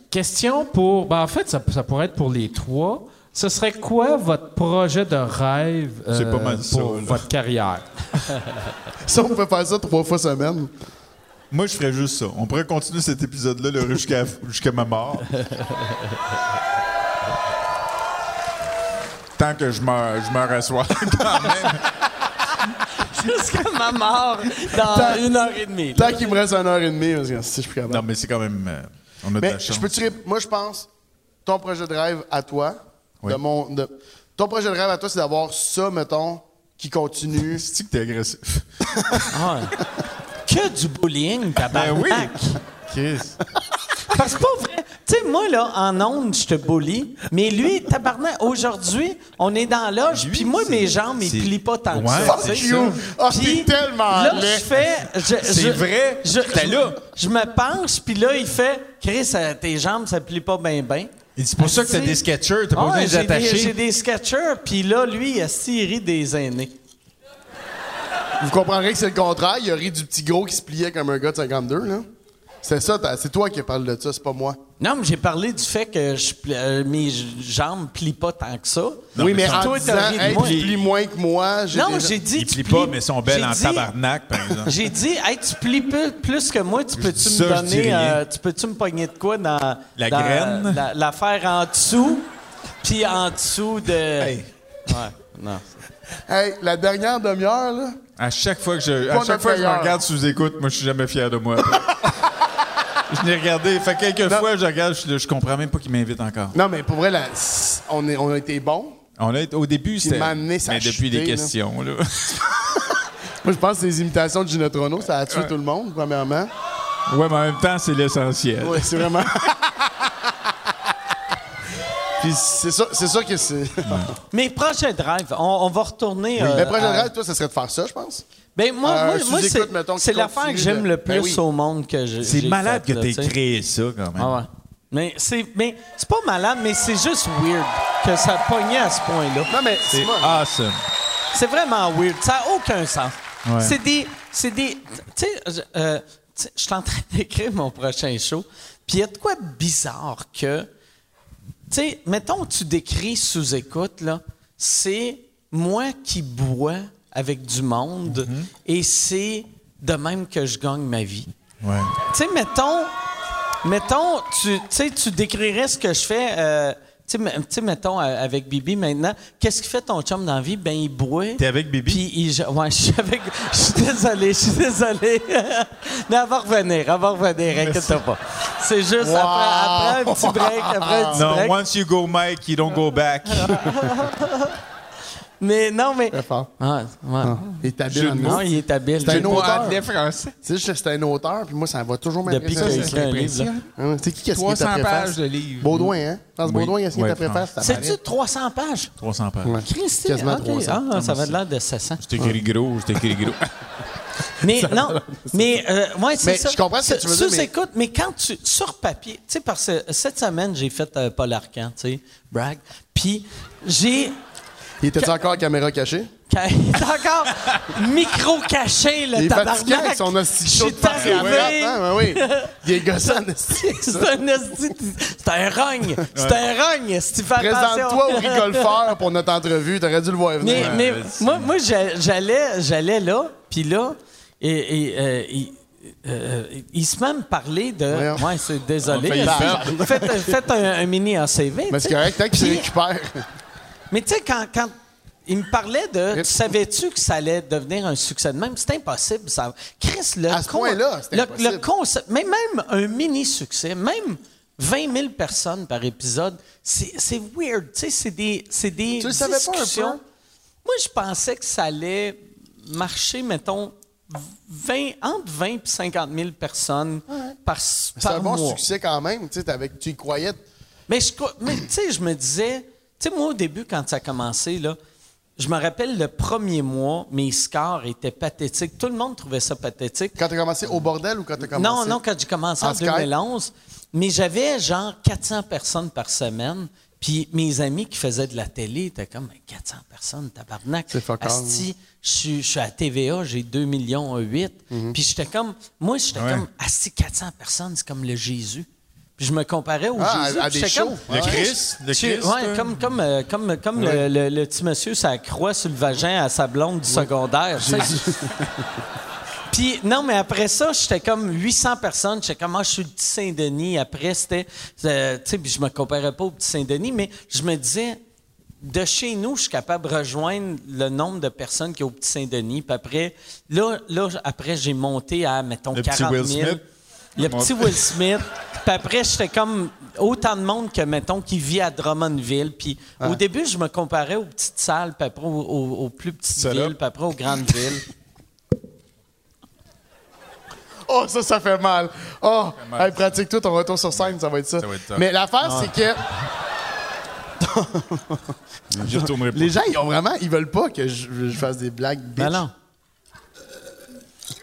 [SPEAKER 14] Question pour. ben, en fait, ça, ça pourrait être pour les trois. Ce serait quoi votre projet de rêve euh,
[SPEAKER 7] C'est pas mal ça,
[SPEAKER 14] pour
[SPEAKER 7] là.
[SPEAKER 14] votre carrière?
[SPEAKER 2] Ça, on peut faire ça trois fois semaine.
[SPEAKER 7] Moi, je ferais juste ça. On pourrait continuer cet épisode-là là, jusqu'à jusqu'à ma mort. Tant que je meurs, je meurs à soir.
[SPEAKER 3] Jusqu'à ma mort dans une heure et demie. là.
[SPEAKER 2] Tant qu'il me reste une heure et demie, parce que si je suis capable.
[SPEAKER 7] non, mais c'est quand même. euh, on a de
[SPEAKER 2] Mais
[SPEAKER 7] la chance.
[SPEAKER 2] je peux tirer. Moi, je pense, ton projet de rêve à toi,
[SPEAKER 7] Oui.
[SPEAKER 2] de mon. de- ton projet de rêve à toi, c'est d'avoir ça, mettons, qui continue.
[SPEAKER 7] C'est-tu que t'es agressif?
[SPEAKER 3] Ah. Que du bullying, tabarnak.
[SPEAKER 7] Ben oui. Chris.
[SPEAKER 3] Parce que c'est pas vrai. Tu sais, moi, là, en ondes, je te bully. Mais lui, tabarnak, aujourd'hui, on est dans l'âge, puis moi, mes jambes, ils
[SPEAKER 7] c'est-
[SPEAKER 3] plient pas tant que
[SPEAKER 7] Ouais,
[SPEAKER 3] ça.
[SPEAKER 7] c'est
[SPEAKER 3] tu sais.
[SPEAKER 2] you! Ah, c'est
[SPEAKER 3] Puis
[SPEAKER 2] tellement
[SPEAKER 3] Là,
[SPEAKER 2] laid.
[SPEAKER 3] je fais. C'est
[SPEAKER 7] vrai,
[SPEAKER 3] Je,
[SPEAKER 7] t'es là.
[SPEAKER 3] je me penche, puis là, il fait Chris, euh, tes jambes, ça plie pas bien, bien.
[SPEAKER 7] Et C'est pour ça que t'as
[SPEAKER 3] Asti.
[SPEAKER 7] des sketchers, t'as pas besoin de les
[SPEAKER 3] Ah J'ai
[SPEAKER 7] attacher.
[SPEAKER 3] des sketchers, puis là, lui, il a tiré des aînés.
[SPEAKER 2] Vous comprendrez que c'est le contraire. Il y aurait du petit gros qui se pliait comme un gars de 52, là. C'est ça, t'as- c'est toi qui parle de ça, c'est pas moi.
[SPEAKER 3] Non, mais j'ai parlé du fait que je, plie- euh, mes jambes plient pas tant que ça.
[SPEAKER 2] oui, mais, en
[SPEAKER 3] toi,
[SPEAKER 2] disant,
[SPEAKER 3] t'as ri de
[SPEAKER 2] hey,
[SPEAKER 3] moi.
[SPEAKER 2] tu plies moins que moi. j'ai
[SPEAKER 3] Non,
[SPEAKER 2] déjà-
[SPEAKER 3] j'ai dit.
[SPEAKER 7] Ils
[SPEAKER 3] tu
[SPEAKER 7] plient
[SPEAKER 3] plies-
[SPEAKER 7] pas, mais sont belles
[SPEAKER 3] j'ai
[SPEAKER 7] en
[SPEAKER 3] dit-
[SPEAKER 7] tabarnak, par exemple.
[SPEAKER 3] J'ai dit, hey, tu plies plus, plus que moi, tu peux-tu
[SPEAKER 7] dis
[SPEAKER 3] me
[SPEAKER 7] ça, je dis
[SPEAKER 3] donner,
[SPEAKER 7] rien.
[SPEAKER 3] euh, tu peux-tu me pogner de quoi dans
[SPEAKER 7] La
[SPEAKER 3] dans,
[SPEAKER 7] graine?
[SPEAKER 3] euh, la- l'affaire en dessous, puis en dessous de. Ouais, non.
[SPEAKER 2] Hey, la dernière demi-heure, là.
[SPEAKER 7] À chaque fois que je,
[SPEAKER 2] Pas
[SPEAKER 7] à chaque
[SPEAKER 2] notre
[SPEAKER 7] fois que je me
[SPEAKER 2] meilleur.
[SPEAKER 7] regarde sous écoute, moi, je suis jamais fier de moi. je l'ai regardé. Fait quelques fois, je regarde, je, je comprends même pas qu'il m'invite encore.
[SPEAKER 2] Non, mais pour vrai, la- on, est, on a été bons.
[SPEAKER 7] On a été- au début, c'était.
[SPEAKER 2] m'a amené sa
[SPEAKER 7] Mais depuis
[SPEAKER 2] chutée,
[SPEAKER 7] des
[SPEAKER 2] là.
[SPEAKER 7] questions, là.
[SPEAKER 2] Moi, je pense que les imitations de Ginotrono, ça a tué tout le monde, premièrement.
[SPEAKER 7] ouais, mais en même temps, c'est l'essentiel.
[SPEAKER 2] Oui, c'est vraiment. Puis c'est ça, c'est ça que c'est.
[SPEAKER 3] Mais prochain drive, on, on va retourner. euh,
[SPEAKER 2] Mais prochain
[SPEAKER 3] à-
[SPEAKER 2] drive, toi, ça serait de faire ça, je pense.
[SPEAKER 3] Ben, moi,
[SPEAKER 2] Euh,
[SPEAKER 3] moi,
[SPEAKER 2] sous
[SPEAKER 3] moi,
[SPEAKER 2] écoute,
[SPEAKER 3] c'est,
[SPEAKER 2] mettons, qui
[SPEAKER 3] c'est l'affaire
[SPEAKER 2] continue
[SPEAKER 3] que j'aime
[SPEAKER 2] de-
[SPEAKER 3] le plus
[SPEAKER 2] Ben oui.
[SPEAKER 3] au monde que je-
[SPEAKER 7] C'est
[SPEAKER 3] j'ai
[SPEAKER 7] malade
[SPEAKER 3] fait,
[SPEAKER 7] que
[SPEAKER 3] là,
[SPEAKER 7] t'aies
[SPEAKER 3] tu sais.
[SPEAKER 7] créé ça, quand même.
[SPEAKER 3] Ah ouais. Mais c'est, mais c'est pas malade, mais c'est juste weird que ça pognait à ce point-là.
[SPEAKER 2] Non, mais
[SPEAKER 7] C'est
[SPEAKER 2] moi.
[SPEAKER 7] awesome.
[SPEAKER 3] C'est vraiment weird. Ça n'a aucun sens.
[SPEAKER 7] Ouais.
[SPEAKER 3] C'est des. C'est des. Tu sais, je euh, tu sais, je suis en train d'écrire mon prochain show. Puis il y a de quoi de bizarre que. Tu sais, mettons, tu décris sous écoute, là. C'est moi qui bois avec du monde et c'est de même que je gagne ma vie.
[SPEAKER 7] Ouais.
[SPEAKER 3] Tu sais, mettons, mettons, tu tu sais, tu décrirais ce que je fais. euh, tu sais, me- tu sais, mettons, euh, avec Bibi maintenant, qu'est-ce qui fait ton chum dans la vie? Ben, il boit.
[SPEAKER 7] T'es avec Bibi?
[SPEAKER 3] Puis, il, ja- ouais, je suis avec. Je suis désolé, je suis désolé. Mais elle va revenir, elle va revenir, inquiète-toi pas. C'est juste après, après
[SPEAKER 2] Ah.
[SPEAKER 3] un petit break, après un petit
[SPEAKER 7] Non,
[SPEAKER 3] break.
[SPEAKER 7] once you go Mike, you don't go back.
[SPEAKER 3] Mais non, mais.
[SPEAKER 2] Très fort.
[SPEAKER 3] Ah, ouais.
[SPEAKER 2] Ah, Il est habile en
[SPEAKER 3] Non,
[SPEAKER 2] esti.
[SPEAKER 3] il est habile.
[SPEAKER 2] C'est un
[SPEAKER 3] J'ai-
[SPEAKER 2] auteur.
[SPEAKER 4] Anglais, français.
[SPEAKER 2] Tu sais, c'est un auteur, puis moi, ça va toujours
[SPEAKER 3] Depuis qu'il a
[SPEAKER 2] m'impressionner.
[SPEAKER 3] écrit un livre. là.
[SPEAKER 2] Hein, Tu sais, qui qu'est-ce qui est
[SPEAKER 4] 300
[SPEAKER 2] après
[SPEAKER 4] pages
[SPEAKER 2] préface?
[SPEAKER 4] de livres.
[SPEAKER 2] Baudouin, hein? Parce que
[SPEAKER 4] Oui.
[SPEAKER 2] Baudouin, est-ce qu'il
[SPEAKER 4] Ouais,
[SPEAKER 2] est après préface? Ça
[SPEAKER 3] C'est-tu 300 pages?
[SPEAKER 4] 300 pages.
[SPEAKER 2] paraît.
[SPEAKER 3] Christy,
[SPEAKER 2] Quasiment
[SPEAKER 3] ok.
[SPEAKER 2] 300.
[SPEAKER 3] Ah, ça va de l'air de 700.
[SPEAKER 4] C'était écrit gros, c'était écrit gros.
[SPEAKER 3] Mais non, mais euh, ouais, c'est
[SPEAKER 2] Mais
[SPEAKER 3] ça.
[SPEAKER 2] je comprends ce que tu veux
[SPEAKER 3] Sous-
[SPEAKER 2] dire, mais-
[SPEAKER 3] écoute, mais quand tu sur papier, tu sais parce que cette semaine j'ai fait euh, Paul Arcan, tu sais, brag, puis j'ai
[SPEAKER 2] Il était-tu encore à caméra cachée?
[SPEAKER 3] quand- il est encore micro caché le
[SPEAKER 2] Il est fatigué
[SPEAKER 3] tabarnak.
[SPEAKER 2] avec son hostie
[SPEAKER 3] Je
[SPEAKER 2] chaud de
[SPEAKER 3] suis arrivé.
[SPEAKER 2] Attends, ouais, oui. Il est gossant, en esti.
[SPEAKER 3] C'est un esti de- c'est un rogne, c'est un rogne, si tu fais attention.
[SPEAKER 2] Présente-toi au rigolfeur pour notre entrevue. T'aurais dû le voir
[SPEAKER 3] Mais,
[SPEAKER 2] venir.
[SPEAKER 3] mais moi, moi j'a- j'allais, j'allais là, puis là, et, et, euh, il- euh, il se met à me parler de.
[SPEAKER 2] Voyons.
[SPEAKER 3] Ouais, c'est désolé.
[SPEAKER 4] On fait une
[SPEAKER 3] Esti. Faites, faites un, un mini ACV.
[SPEAKER 2] Mais
[SPEAKER 3] tu sais.
[SPEAKER 2] c'est correct, tant que tu
[SPEAKER 3] Puis-
[SPEAKER 2] récupères.
[SPEAKER 3] Mais tu sais, quand, quand il me parlait de. Tu savais-tu que ça allait devenir un succès de même? C'est impossible. Ça... Chris, le
[SPEAKER 2] À ce point-là, c'est
[SPEAKER 3] le-
[SPEAKER 2] impossible.
[SPEAKER 3] le concept. Mais même un mini-succès, même 20 000 personnes par épisode, c'est c'est weird. Tu sais, c'est des, c'est des
[SPEAKER 2] Tu le savais pas un peu?
[SPEAKER 3] discussions. Moi, je pensais que ça allait marcher, mettons, 20, entre 20 et 50 000 personnes par,
[SPEAKER 2] C'est
[SPEAKER 3] par
[SPEAKER 2] un bon
[SPEAKER 3] mois.
[SPEAKER 2] succès quand même. Tu sais, t'avais- tu y croyais.
[SPEAKER 3] Mais je co- mais, tu sais, je me disais, tu sais, moi au début, quand ça a commencé, là, je me rappelle le premier mois, mes scores étaient pathétiques. Tout le monde trouvait ça pathétique.
[SPEAKER 2] Quand t'as commencé au bordel ou quand t'as commencé?
[SPEAKER 3] Non, non, quand j'ai commencé en,
[SPEAKER 2] En Skype?
[SPEAKER 3] 2011, mais j'avais genre 400 personnes par semaine. Puis mes amis qui faisaient de la télé étaient comme Mais 400 personnes, tabarnak.
[SPEAKER 2] C'est fuck all. hein.
[SPEAKER 3] Asti, je suis- je suis à TVA, j'ai 2 millions 8.
[SPEAKER 2] Mhm.
[SPEAKER 3] Puis j'étais comme, moi, j'étais comme, Asti, 400 personnes, c'est comme le Jésus. Puis je me comparais au
[SPEAKER 2] Ah, à-
[SPEAKER 3] Jésus.
[SPEAKER 2] à
[SPEAKER 3] puis
[SPEAKER 2] des
[SPEAKER 3] j'étais comme,
[SPEAKER 2] shows. Le
[SPEAKER 3] Ouais.
[SPEAKER 4] Christ, le
[SPEAKER 3] Tu-
[SPEAKER 4] Christ,
[SPEAKER 3] ouais,
[SPEAKER 4] euh.
[SPEAKER 3] comme, comme, euh, comme, comme le- le, le petit monsieur, ça croix sur le vagin à sa blonde du secondaire. tu sais. Puis, non, mais après ça, j'étais comme 800 personnes. J'étais comme, ah, je suis le petit Saint-Denis. Après, c'était. euh, tu sais, puis je me comparais pas au petit Saint-Denis, mais je me disais, de chez nous, je suis capable de rejoindre le nombre de personnes qui au petit Saint-Denis. Puis après, là, là après, j'ai monté à, mettons,
[SPEAKER 4] Le petit
[SPEAKER 3] 40 000.
[SPEAKER 4] Will Smith.
[SPEAKER 3] Le petit Will Smith. Puis après, j'étais comme autant de monde que, mettons, qui vit à Drummondville. Puis au début, je me comparais aux petites salles, puis après aux, aux- aux plus petites
[SPEAKER 4] Salope.
[SPEAKER 3] villes, puis après aux grandes villes.
[SPEAKER 2] Oh, ça, ça fait mal. Oh, hey, pratique-toi ton retour sur scène, ça va être ça.
[SPEAKER 4] Ça va être ça.
[SPEAKER 2] Mais l'affaire,
[SPEAKER 3] Ah.
[SPEAKER 2] c'est que
[SPEAKER 4] Je retournerai pas.
[SPEAKER 2] les gens, ils ont vraiment, ils veulent pas que je, je fasse des blagues bitch.
[SPEAKER 3] Ben non.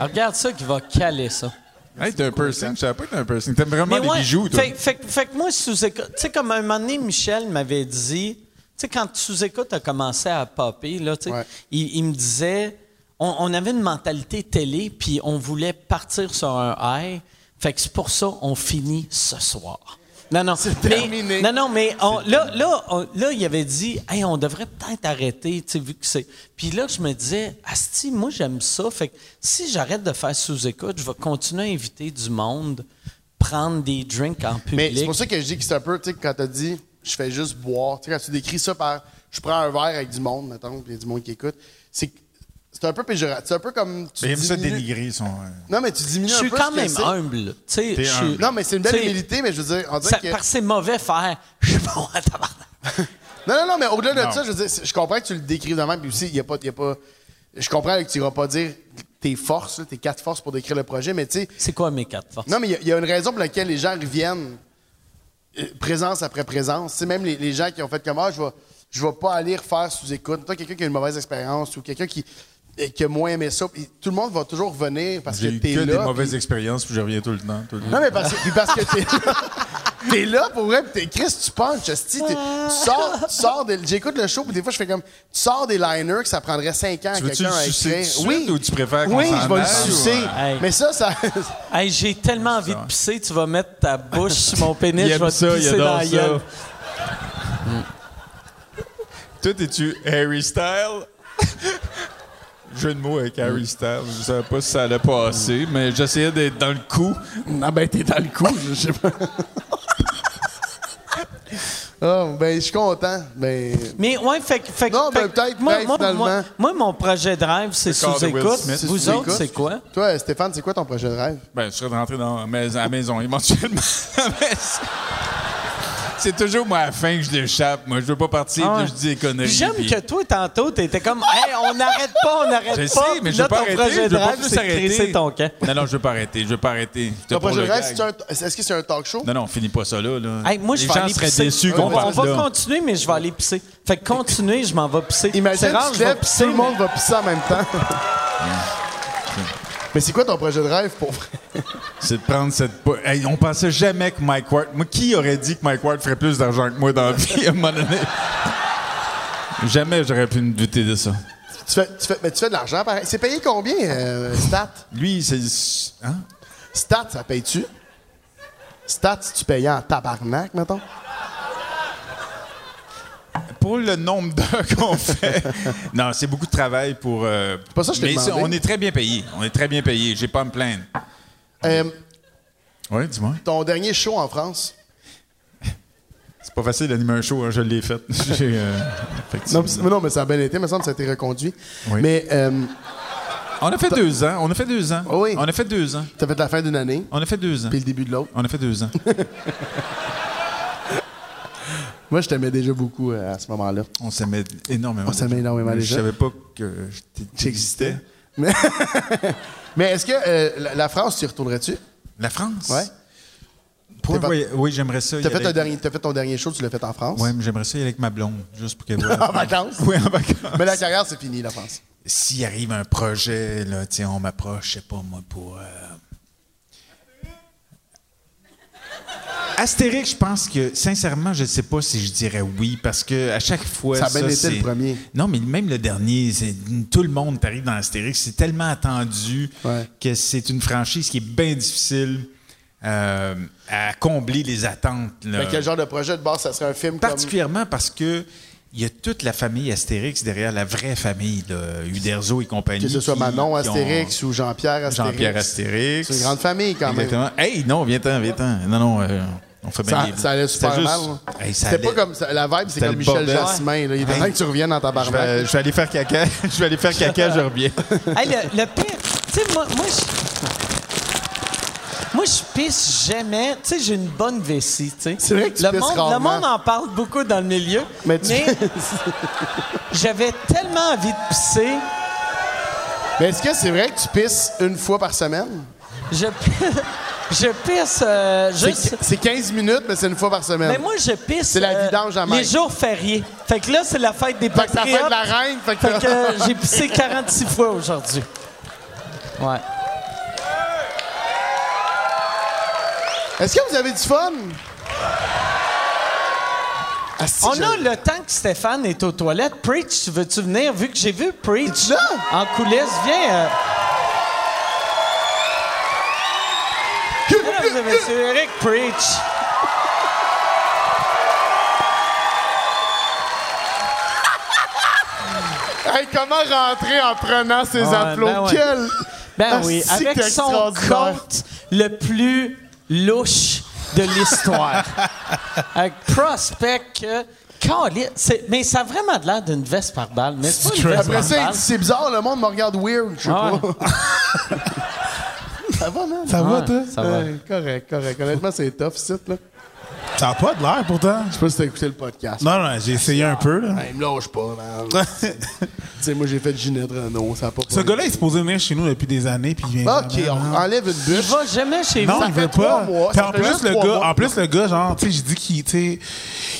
[SPEAKER 3] Ah, regarde ça qui va caler ça.
[SPEAKER 4] Hey, t'es un piercing, je savais pas que t'es un piercing. T'aimes vraiment les
[SPEAKER 3] ouais,
[SPEAKER 4] bijoux, toi.
[SPEAKER 3] Fait, fait que- fait que moi, sous écoute, tu sais, comme un moment donné, Michel m'avait dit, tu sais, quand sous écoute a commencé à popper, là, tu sais,
[SPEAKER 2] Ouais.
[SPEAKER 3] il, il me disait, on, on avait une mentalité télé, puis on voulait partir sur un high. Fait que c'est pour ça on finit ce soir. Non, non. mais-
[SPEAKER 2] terminé.
[SPEAKER 3] Ah Non, non, mais on- là, là, on- là, il avait dit, hey, on devrait peut-être arrêter, tu sais, vu que c'est. Puis là, je me disais, Asti, moi, j'aime ça. Fait que si j'arrête de faire sous-écoute, je vais continuer à inviter du monde, prendre des drinks en
[SPEAKER 2] Mais
[SPEAKER 3] public.
[SPEAKER 2] c'est pour ça que je dis que c'est un peu, tu sais, quand t'as dit, je fais juste boire, tu sais, quand tu décris ça par, je prends un verre avec du monde, mettons, puis il y a du monde qui écoute, c'est c'est un peu péjoratif. C'est un peu comme. Tu
[SPEAKER 4] Mais il aime ça
[SPEAKER 2] diminues-
[SPEAKER 4] dénigrer son. euh,
[SPEAKER 2] Non, mais tu diminues
[SPEAKER 3] je
[SPEAKER 2] un peu.
[SPEAKER 3] suis
[SPEAKER 2] ce
[SPEAKER 3] quand
[SPEAKER 2] que
[SPEAKER 3] même
[SPEAKER 2] c'est.
[SPEAKER 3] humble. tu sais,
[SPEAKER 4] T'es
[SPEAKER 3] je suis-
[SPEAKER 4] humble.
[SPEAKER 2] Non, mais c'est une belle
[SPEAKER 3] tu sais,
[SPEAKER 2] humilité, mais je veux dire, on dirait
[SPEAKER 3] ça-
[SPEAKER 2] que.
[SPEAKER 3] Parce que c'est mauvais faire. Je suis bon à tabarnak.
[SPEAKER 2] Non, non, non, mais au-delà de
[SPEAKER 4] Non.
[SPEAKER 2] ça, je veux dire, c'est- je comprends que tu le décris de même, puis aussi, il n'y a pas. il Y a pas je comprends que tu n'iras pas dire tes forces, là, tes quatre forces pour décrire le projet, mais tu sais,
[SPEAKER 3] C'est quoi mes quatre forces?
[SPEAKER 2] Non, mais il y a- il y, a une raison pour laquelle les gens reviennent euh, présence après présence. C'est même les, les gens qui ont fait comme Ah, je vais, je vais pas aller refaire sous écoute. Toi, quelqu'un qui a une mauvaise expérience ou quelqu'un qui, euh, qui a moins aimé ça, puis tout le monde va toujours revenir parce que
[SPEAKER 4] J'ai eu
[SPEAKER 2] t'es
[SPEAKER 4] que
[SPEAKER 2] là.
[SPEAKER 4] des
[SPEAKER 2] puis-
[SPEAKER 4] mauvaises expériences, puis je reviens tout le temps. tout le temps.
[SPEAKER 2] Non, mais parce que, puis parce que t'es là. T'es là pour vrai, puis t'es Chris, tu punches, esti, t'es- tu sors, tu sors des- j'écoute le show, puis des fois je fais comme, tu sors des liners que ça prendrait 5 ans à
[SPEAKER 4] Tu veux-tu
[SPEAKER 2] quelqu'un
[SPEAKER 4] le
[SPEAKER 2] à
[SPEAKER 4] sucer tout de
[SPEAKER 2] écrire.
[SPEAKER 4] suite
[SPEAKER 2] Oui,
[SPEAKER 4] ou tu préfères qu'on
[SPEAKER 2] oui,
[SPEAKER 4] s'en
[SPEAKER 2] je vais le
[SPEAKER 4] aille, ou- euh,
[SPEAKER 2] sucer.
[SPEAKER 3] Hey.
[SPEAKER 2] Mais ça, ça,
[SPEAKER 3] Hey, j'ai tellement envie de pisser, tu vas mettre ta bouche sur mon pénis,
[SPEAKER 4] Il
[SPEAKER 3] je
[SPEAKER 4] aime
[SPEAKER 3] vais te
[SPEAKER 4] ça, il
[SPEAKER 3] pisser dans
[SPEAKER 4] adore
[SPEAKER 3] la
[SPEAKER 4] ça.
[SPEAKER 3] gueule.
[SPEAKER 4] Toi, t'es-tu Harry Style? Jeu de mots avec Harry Styles. Je savais pas si ça allait passer, mais j'essayais d'être dans le coup.
[SPEAKER 2] Ah ben t'es dans le coup, je sais pas. Ah, ben je suis content. Ben,
[SPEAKER 3] Mais ouais, fait, que- fait que-
[SPEAKER 2] Non,
[SPEAKER 3] fait
[SPEAKER 2] ben,
[SPEAKER 3] que
[SPEAKER 2] peut-être,
[SPEAKER 3] moi,
[SPEAKER 2] ben,
[SPEAKER 3] moi,
[SPEAKER 2] finalement.
[SPEAKER 3] moi- moi, mon projet de rêve, c'est
[SPEAKER 4] corps de Will
[SPEAKER 3] sous-écoute.
[SPEAKER 4] Smith.
[SPEAKER 3] Vous
[SPEAKER 2] C'est
[SPEAKER 3] autres,
[SPEAKER 2] sous-écoute.
[SPEAKER 3] c'est quoi?
[SPEAKER 2] toi, Stéphane, c'est quoi ton projet de rêve?
[SPEAKER 4] Ben, je serais rentré dans la mais- à la maison éventuellement.
[SPEAKER 7] C'est toujours moi à la fin que je l'échappe. Moi, je veux pas partir,
[SPEAKER 3] Ah ouais.
[SPEAKER 7] puis je dis des conneries.
[SPEAKER 3] J'aime
[SPEAKER 7] puis-
[SPEAKER 3] que toi, tantôt, t'étais comme, hey, on n'arrête pas, on n'arrête
[SPEAKER 7] Je
[SPEAKER 3] pas.
[SPEAKER 7] sais, mais
[SPEAKER 3] Puis
[SPEAKER 7] je
[SPEAKER 3] là,
[SPEAKER 7] veux pas
[SPEAKER 3] ton
[SPEAKER 7] arrêter.
[SPEAKER 3] projet
[SPEAKER 7] Je
[SPEAKER 3] de
[SPEAKER 7] veux pas
[SPEAKER 3] rêve,
[SPEAKER 7] plus
[SPEAKER 3] c'est de crisser
[SPEAKER 7] arrêter.
[SPEAKER 3] ton camp.
[SPEAKER 7] Non, non, je veux pas arrêter. Je veux pas arrêter. C'était
[SPEAKER 2] Ton
[SPEAKER 7] pour
[SPEAKER 2] projet
[SPEAKER 7] le
[SPEAKER 2] de rêve,
[SPEAKER 7] gag.
[SPEAKER 2] c'est un- est-ce que c'est un talk show?
[SPEAKER 7] Non, non, finis pas ça là. là.
[SPEAKER 3] Hey, moi, je
[SPEAKER 7] Les
[SPEAKER 3] vais
[SPEAKER 7] gens
[SPEAKER 3] aller
[SPEAKER 7] seraient
[SPEAKER 3] pisser.
[SPEAKER 7] déçus
[SPEAKER 3] on
[SPEAKER 7] qu'on
[SPEAKER 3] va, on
[SPEAKER 7] parte
[SPEAKER 3] va
[SPEAKER 7] là.
[SPEAKER 3] continuer, mais je vais aller pisser. Fait que continuez, je m'en vais pisser. C'est
[SPEAKER 2] Imagine, tu
[SPEAKER 3] rare,
[SPEAKER 2] te
[SPEAKER 3] je vais
[SPEAKER 2] lèves,
[SPEAKER 3] pisser.
[SPEAKER 2] tout le monde va pisser en même temps. Mais c'est quoi ton projet de rêve pour vrai?
[SPEAKER 7] C'est de prendre cette. po- Hey, on pensait jamais que Mike Ward. Moi, qui aurait dit que Mike Ward ferait plus d'argent que moi dans la vie à un moment donné? jamais j'aurais pu me douter de ça.
[SPEAKER 2] Tu fais, tu fais- mais tu fais de l'argent pareil. C'est payé combien, euh, Stat?
[SPEAKER 7] Lui, c'est. Hein?
[SPEAKER 2] Stat, ça paye-tu? Stat, tu payais en tabarnak, mettons?
[SPEAKER 7] Pour le nombre d'heures qu'on fait. non, c'est beaucoup de travail pour. euh,
[SPEAKER 2] pas ça que je t'ai
[SPEAKER 7] mais
[SPEAKER 2] demandé.
[SPEAKER 7] on est très bien payé. On est très bien payé. J'ai pas à me plaindre.
[SPEAKER 2] Euh,
[SPEAKER 7] Oui, dis-moi.
[SPEAKER 2] ton dernier show en France?
[SPEAKER 7] C'est pas facile d'animer un show, hein, je l'ai fait. J'ai, euh,
[SPEAKER 2] Non,
[SPEAKER 7] effectivement.
[SPEAKER 2] mais, non, mais ça a bien été, me semble que ça a été reconduit.
[SPEAKER 7] Oui.
[SPEAKER 2] Mais euh,
[SPEAKER 7] on a fait deux ans. On a fait deux ans.
[SPEAKER 2] Ah oui.
[SPEAKER 7] On a fait deux ans.
[SPEAKER 2] t'as fait la fin d'une année,
[SPEAKER 7] On a fait deux ans.
[SPEAKER 2] puis le début de l'autre.
[SPEAKER 7] On a fait deux ans.
[SPEAKER 2] Moi, je t'aimais déjà beaucoup euh, à ce moment-là.
[SPEAKER 7] On s'aimait énormément.
[SPEAKER 2] On s'aimait énormément
[SPEAKER 7] Mais
[SPEAKER 2] déjà.
[SPEAKER 7] Je savais pas que je t- t'existais.
[SPEAKER 2] Mais est-ce que euh, la, la France, tu y retournerais-tu?
[SPEAKER 7] La France?
[SPEAKER 2] Ouais.
[SPEAKER 7] Pour un
[SPEAKER 2] T'es pas-
[SPEAKER 7] voy- oui, j'aimerais ça. y
[SPEAKER 2] T'as fait,
[SPEAKER 7] aller
[SPEAKER 2] ton
[SPEAKER 7] avec-
[SPEAKER 2] dernier- t'as fait ton dernier show, tu l'as fait en France?
[SPEAKER 7] Oui, mais j'aimerais ça y aller avec ma blonde, juste pour qu'elle voit.
[SPEAKER 2] En vacances?
[SPEAKER 7] Oui, en vacances.
[SPEAKER 2] Mais la carrière, c'est fini, la France.
[SPEAKER 7] S'il arrive un projet, là, tu sais, on m'approche, je sais pas moi, pour. euh, Astérix, je pense que, sincèrement, je ne sais pas si je dirais oui, parce que à chaque fois.
[SPEAKER 2] Ça a bien été
[SPEAKER 7] c'est-
[SPEAKER 2] le premier.
[SPEAKER 7] Non, mais même le dernier, c'est- tout le monde t'arrive dans Astérix. C'est tellement attendu
[SPEAKER 2] Ouais.
[SPEAKER 7] que c'est une franchise qui est bien difficile euh, à combler les attentes. là.
[SPEAKER 2] Mais quel genre de projet de base, ça serait un film comme...
[SPEAKER 7] Particulièrement parce que il y a toute la famille Astérix derrière la vraie famille, là, Uderzo et compagnie.
[SPEAKER 2] Que ce soit
[SPEAKER 7] qui-
[SPEAKER 2] Manon
[SPEAKER 7] qui ont-
[SPEAKER 2] Astérix ou Jean-Pierre Astérix.
[SPEAKER 7] Jean-Pierre Astérix.
[SPEAKER 2] C'est une grande famille, quand même.
[SPEAKER 7] Exactement. Hey, non, viens-t'en, viens-t'en. Non, non, euh, on fait bien
[SPEAKER 2] Ça,
[SPEAKER 7] les-
[SPEAKER 2] ça allait super
[SPEAKER 7] C'était juste-
[SPEAKER 2] mal.
[SPEAKER 7] Hey, ça
[SPEAKER 2] C'était pas
[SPEAKER 7] allait-
[SPEAKER 2] comme... ça- La vibe, c'est
[SPEAKER 7] C'était
[SPEAKER 2] comme
[SPEAKER 7] le
[SPEAKER 2] Michel
[SPEAKER 7] bordel.
[SPEAKER 2] Jasmin. là. Il était
[SPEAKER 7] Hey.
[SPEAKER 2] temps que tu reviennes dans ta
[SPEAKER 7] Je
[SPEAKER 2] barbe.
[SPEAKER 7] vais, Euh, je vais aller faire caca. je vais aller faire caca, je reviens.
[SPEAKER 3] Hey, le, le pire, tu sais, moi, moi je. Moi, je pisse jamais. Tu sais, j'ai une bonne vessie, tu sais.
[SPEAKER 2] C'est vrai que tu
[SPEAKER 3] le
[SPEAKER 2] pisses
[SPEAKER 3] monde, Le
[SPEAKER 2] rarement.
[SPEAKER 3] monde en parle beaucoup dans le milieu.
[SPEAKER 2] Mais tu-
[SPEAKER 3] j'avais tellement envie de pisser,
[SPEAKER 2] Mais est-ce que c'est vrai que tu pisses une fois par semaine?
[SPEAKER 3] je, je pisse euh,
[SPEAKER 2] C'est-
[SPEAKER 3] juste.
[SPEAKER 2] C'est 15 minutes, mais c'est une fois par semaine.
[SPEAKER 3] Mais moi, je pisse. euh,
[SPEAKER 2] C'est la vidange à
[SPEAKER 3] Les
[SPEAKER 2] Mike.
[SPEAKER 3] jours fériés. Fait que là, c'est la fête des
[SPEAKER 2] Fait que ça fait de
[SPEAKER 3] patriotes.
[SPEAKER 2] la reine. Fait que
[SPEAKER 3] Fait que
[SPEAKER 2] t'as-
[SPEAKER 3] euh, j'ai pissé 46 fois aujourd'hui. Ouais.
[SPEAKER 2] Est-ce que vous avez du fun? Ah, si,
[SPEAKER 3] On
[SPEAKER 2] je-
[SPEAKER 3] a le temps que Stéphane est aux toilettes. Preach, veux-tu venir? Vu que j'ai vu Preach
[SPEAKER 2] Es-tu là?
[SPEAKER 3] en coulisses, viens. euh. Mesdames et messieurs, Eric Preach.
[SPEAKER 2] Hey, comment rentrer en prenant ces
[SPEAKER 3] Ouais, ben
[SPEAKER 2] applaudissements?
[SPEAKER 3] ouais.
[SPEAKER 2] Quel...
[SPEAKER 3] Ben
[SPEAKER 2] Ah,
[SPEAKER 3] oui,
[SPEAKER 2] si
[SPEAKER 3] avec
[SPEAKER 2] que t'es
[SPEAKER 3] son
[SPEAKER 2] extraordinaire.
[SPEAKER 3] compte le plus louche de l'histoire. avec Prospect que. Caliste, c'est- mais ça a vraiment de l'air d'une veste par balle. Mais c'est pas une veste
[SPEAKER 2] Après
[SPEAKER 3] par
[SPEAKER 2] ça, il
[SPEAKER 3] balle.
[SPEAKER 2] dit, c'est bizarre, le monde me regarde weird. Je sais
[SPEAKER 3] Ah ouais.
[SPEAKER 2] pas. ça va, man?
[SPEAKER 6] Ça
[SPEAKER 7] Ah,
[SPEAKER 6] va,
[SPEAKER 3] Ouais,
[SPEAKER 6] toi?
[SPEAKER 3] ça va.
[SPEAKER 2] Ouais, correct, correct. Honnêtement, c'est tough, ce site, là.
[SPEAKER 6] Ça n'a pas de l'air, pourtant.
[SPEAKER 2] Je sais pas si t'as écouté le podcast.
[SPEAKER 6] Non, non, j'ai essayé un peu. Là.
[SPEAKER 2] Hey, il me lâche pas, man. tu sais, moi, j'ai fait Ginette Renault, ça a pas...
[SPEAKER 6] Ce gars-là est supposé venir chez nous depuis des années, puis il vient.
[SPEAKER 2] OK,
[SPEAKER 6] jamais,
[SPEAKER 2] Ah, on
[SPEAKER 6] hein.
[SPEAKER 2] enlève une
[SPEAKER 3] Il
[SPEAKER 2] bûche.
[SPEAKER 3] va jamais chez
[SPEAKER 6] Non,
[SPEAKER 3] vous.
[SPEAKER 6] il
[SPEAKER 2] fait
[SPEAKER 6] veut
[SPEAKER 2] trois
[SPEAKER 6] pas.
[SPEAKER 2] mois,
[SPEAKER 6] Puis
[SPEAKER 2] ça
[SPEAKER 6] en
[SPEAKER 2] fait
[SPEAKER 6] plus
[SPEAKER 2] juste
[SPEAKER 6] le
[SPEAKER 2] trois
[SPEAKER 6] gars,
[SPEAKER 2] mois.
[SPEAKER 6] en plus le gars, genre, tu sais, j'ai dit qu'il, tu sais,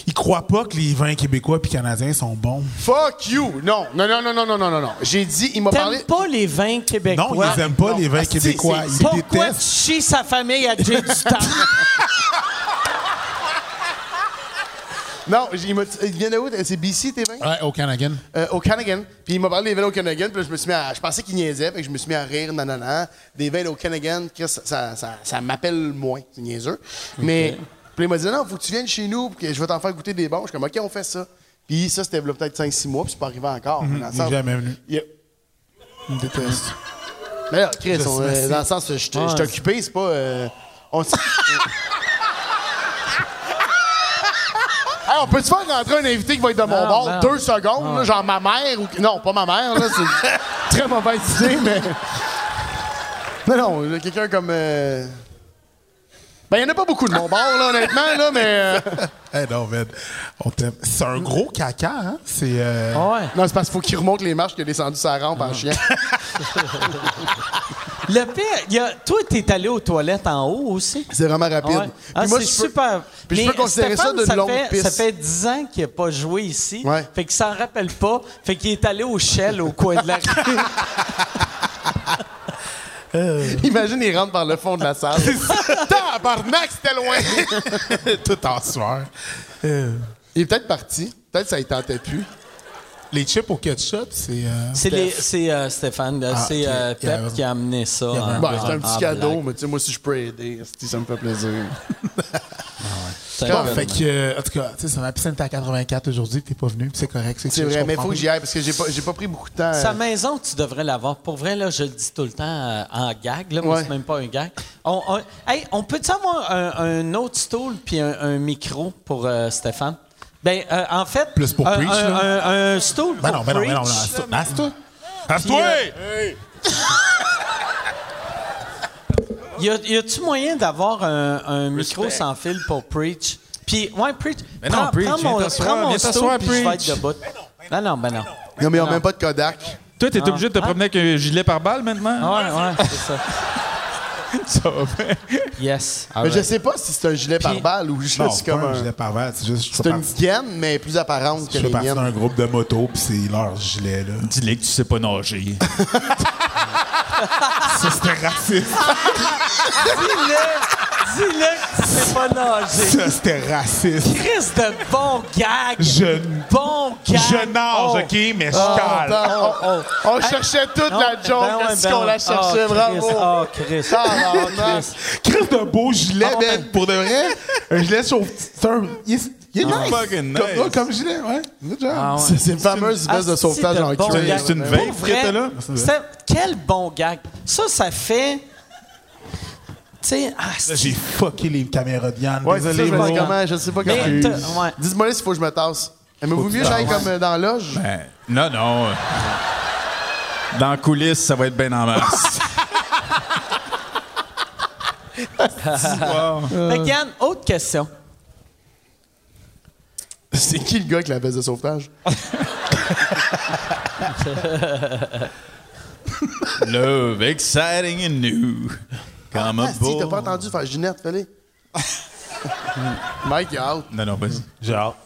[SPEAKER 6] il croit pas que les vins québécois puis canadiens sont bons.
[SPEAKER 2] Fuck you! Non, non, non, non, non, non, non, non, non. J'ai dit, il m'a parlé...
[SPEAKER 3] T'aimes pas les vins québécois.
[SPEAKER 6] non, ils aiment pas les vins québécois. Ils
[SPEAKER 3] Pourquoi tu
[SPEAKER 6] détestent.
[SPEAKER 3] chies sa famille à Jay du temps?
[SPEAKER 2] Non, j'ai- il, m'a- il vient de où? C'est BC, tes vins?
[SPEAKER 7] Ah.
[SPEAKER 6] Ouais, au Canadian.
[SPEAKER 2] Euh, au Canagan. Puis il m'a parlé des veines au Canagan. Puis là, je me suis mis à. Je pensais qu'il niaisait. Fait que je me suis mis à rire. Nanana. Des veines au Canagan, Chris, ça, ça, ça, ça m'appelle moins. C'est niaiseux. Mais. Puis il m'a dit non, faut que tu viennes chez nous. Puis que je vais t'en faire goûter des bons. Je suis comme, OK, on fait ça. Puis ça, c'était là, peut-être 5-6 mois. Puis c'est pas arrivé encore. Dans le
[SPEAKER 6] il est
[SPEAKER 2] sens-
[SPEAKER 6] jamais venu.
[SPEAKER 2] Il, me déteste. Mais là, Chris, on, euh, dans le sens, je t- je t'ai occupé, c'est pas. euh, on s- Hey, on peut-tu faire rentrer un invité qui va être de mon
[SPEAKER 3] Non,
[SPEAKER 2] bord
[SPEAKER 3] non.
[SPEAKER 2] deux secondes, là, genre ma mère ou. Non, pas ma mère, là, c'est très mauvaise idée, mais. Non, non, là, quelqu'un comme. euh, Ben, il n'y en a pas beaucoup de mon bord, là, honnêtement, là, mais. euh,
[SPEAKER 7] Eh non, man. On t'aime. C'est un gros caca, hein? C'est. euh,
[SPEAKER 15] Ouais.
[SPEAKER 2] Non, c'est parce qu'il faut qu'il remonte les marches qu'il a descendu sa rampe en chien.
[SPEAKER 3] Le pire, il y a- toi, t'es allé aux toilettes en haut aussi.
[SPEAKER 2] C'est vraiment rapide.
[SPEAKER 3] Ouais. Ah,
[SPEAKER 2] Puis moi,
[SPEAKER 3] c'est
[SPEAKER 2] je peux-
[SPEAKER 3] super.
[SPEAKER 2] Puis je
[SPEAKER 3] Mais
[SPEAKER 2] peux considérer
[SPEAKER 3] Stéphane,
[SPEAKER 2] ça d'une longue
[SPEAKER 3] fait,
[SPEAKER 2] piste.
[SPEAKER 3] Ça fait 10 ans qu'il n'a pas joué ici.
[SPEAKER 2] Ouais.
[SPEAKER 3] Fait qu'il s'en rappelle pas. Fait qu'il est allé au Shell au coin de la rue.
[SPEAKER 2] Imagine, il rentre par le fond de la salle.
[SPEAKER 7] Tabarnak, c'était loin! Tout en sueur. Euh,
[SPEAKER 2] Il est peut-être parti. Peut-être que ça ne tentait plus.
[SPEAKER 7] les chips au ketchup, c'est. euh,
[SPEAKER 3] C'est les- c'est, euh, Stéphane, là,
[SPEAKER 7] Ah,
[SPEAKER 3] c'est
[SPEAKER 7] ok.
[SPEAKER 3] euh,
[SPEAKER 7] Il y
[SPEAKER 3] Pep
[SPEAKER 7] avait-
[SPEAKER 3] qui a amené ça.
[SPEAKER 7] y avait
[SPEAKER 3] en-
[SPEAKER 7] un-
[SPEAKER 2] Bah, c'est un
[SPEAKER 3] en-
[SPEAKER 2] petit
[SPEAKER 3] en
[SPEAKER 2] cadeau,
[SPEAKER 3] blague.
[SPEAKER 2] mais tu sais, moi, si je peux aider, si ça me fait plaisir.
[SPEAKER 3] C'est
[SPEAKER 7] Bon,
[SPEAKER 3] un-
[SPEAKER 7] fait que, euh, en tout cas, tu sais, c'est ma piscine t'es à 84 aujourd'hui, puis t'es pas venu, puis c'est correct.
[SPEAKER 2] C'est vrai, mais il faut que j'y aille parce que j'ai pas, j'ai pas pris beaucoup de temps.
[SPEAKER 3] Sa maison, tu devrais l'avoir. Pour vrai, là, je le dis tout le temps euh, en gag. Là, moi,
[SPEAKER 2] Ouais.
[SPEAKER 3] c'est même pas un gag. On, on, hey, on peut-tu avoir un, un autre stool puis un, un micro pour euh, Stéphane? Ben, euh, en fait...
[SPEAKER 7] Plus pour
[SPEAKER 3] un,
[SPEAKER 7] Preach,
[SPEAKER 3] un,
[SPEAKER 7] là.
[SPEAKER 3] un- un stool
[SPEAKER 7] Ben
[SPEAKER 3] pour
[SPEAKER 7] non, ben non, ben non,
[SPEAKER 3] Preach,
[SPEAKER 7] non,
[SPEAKER 3] là,
[SPEAKER 7] Asse-toi.
[SPEAKER 3] puis, euh, y a- y a-tu moyen d'avoir un, un micro sans fil pour Preach? Puis, ouais, Preach.
[SPEAKER 4] Ben non, Preach, viens
[SPEAKER 3] mon,
[SPEAKER 4] t'asseoir,
[SPEAKER 3] prends mon
[SPEAKER 4] viens
[SPEAKER 3] stool
[SPEAKER 4] t'asseoir,
[SPEAKER 3] puis je vais
[SPEAKER 4] Preach.
[SPEAKER 3] être debout. Ben non, ben non.
[SPEAKER 2] Non, mais on n'a même pas de Kodak.
[SPEAKER 16] Toi, t'es obligé de te promener avec un gilet par balle
[SPEAKER 2] Ah.
[SPEAKER 16] maintenant?
[SPEAKER 3] Ouais, ouais, c'est ça.
[SPEAKER 16] Ça va bien.
[SPEAKER 3] Yes.
[SPEAKER 2] Mais je sais pas si c'est un gilet par balle ou juste
[SPEAKER 7] Non, c'est
[SPEAKER 2] comme
[SPEAKER 7] pas un
[SPEAKER 2] un.
[SPEAKER 7] gilet par balle, c'est juste. Je
[SPEAKER 2] C'est
[SPEAKER 7] fais
[SPEAKER 2] une
[SPEAKER 7] partie-
[SPEAKER 2] gaine, mais plus apparente que
[SPEAKER 7] je fais
[SPEAKER 2] les
[SPEAKER 7] partie
[SPEAKER 2] miennes.
[SPEAKER 7] d'un groupe de motos, puis c'est leur gilet, là.
[SPEAKER 16] Dis-le que tu sais pas nager.
[SPEAKER 7] Ça, c'était raciste.
[SPEAKER 3] Dis-le, dis-le que tu sais pas nager.
[SPEAKER 7] Ça, c'était raciste.
[SPEAKER 3] Chris de bon gag.
[SPEAKER 7] Je-
[SPEAKER 3] Bon gag.
[SPEAKER 7] Je nage,
[SPEAKER 3] Oh.
[SPEAKER 7] OK, mais je cale.
[SPEAKER 3] Oh, oh.
[SPEAKER 2] On cherchait toute
[SPEAKER 3] Non,
[SPEAKER 2] la
[SPEAKER 3] ben
[SPEAKER 2] joke,
[SPEAKER 3] ouais,
[SPEAKER 2] est-ce
[SPEAKER 3] ben
[SPEAKER 2] qu'on
[SPEAKER 3] ouais.
[SPEAKER 2] la cherchait,
[SPEAKER 3] Oh, Chris.
[SPEAKER 2] bravo! Ah,
[SPEAKER 3] Oh, Chris. Oh,
[SPEAKER 2] Tabarnak.
[SPEAKER 7] Crève de beau gilet,
[SPEAKER 2] Ah,
[SPEAKER 7] man. Pour de vrai, un gilet sauf. C'est un. Il est, il est
[SPEAKER 4] Ah,
[SPEAKER 7] nice.
[SPEAKER 4] fucking
[SPEAKER 7] Comme,
[SPEAKER 4] nice.
[SPEAKER 7] comme gilet, ouais. Good job.
[SPEAKER 3] Ah, ouais.
[SPEAKER 2] C'est c'est une fameuse veste de
[SPEAKER 3] Asti
[SPEAKER 2] sauvetage
[SPEAKER 3] de
[SPEAKER 2] en
[SPEAKER 3] bon
[SPEAKER 2] cuir.
[SPEAKER 3] gag.
[SPEAKER 4] C'est une
[SPEAKER 3] Pour
[SPEAKER 4] vape,
[SPEAKER 3] vrai,
[SPEAKER 4] frette, là?
[SPEAKER 3] c'est- Quel bon gag. Ça, ça fait... Tu sais, ah,
[SPEAKER 7] Là,
[SPEAKER 3] c'est-
[SPEAKER 7] J'ai fucké les caméras de Yann.
[SPEAKER 2] Ouais, c'est ça,
[SPEAKER 7] Désolé,
[SPEAKER 2] je me
[SPEAKER 7] bro.
[SPEAKER 2] dis comment, je sais pas
[SPEAKER 3] Mais
[SPEAKER 2] comment.
[SPEAKER 3] t'as- ouais.
[SPEAKER 2] Dites-moi là s'il faut que je me tasse. Aimez-vous mieux que j'aille comme euh, dans la loge?
[SPEAKER 4] Ben, non, non. Dans la coulisse, ça va être bien en masse.
[SPEAKER 3] Fait que, Yann, autre question.
[SPEAKER 2] C'est qui le gars avec la veste de sauvetage?
[SPEAKER 4] Love, exciting and new. Comme
[SPEAKER 2] Ah,
[SPEAKER 4] un
[SPEAKER 2] si,
[SPEAKER 4] beau.
[SPEAKER 2] t'as pas entendu faire Ginette, fallait. Mike il est out.
[SPEAKER 4] Non, non, vas-y.
[SPEAKER 7] Genre.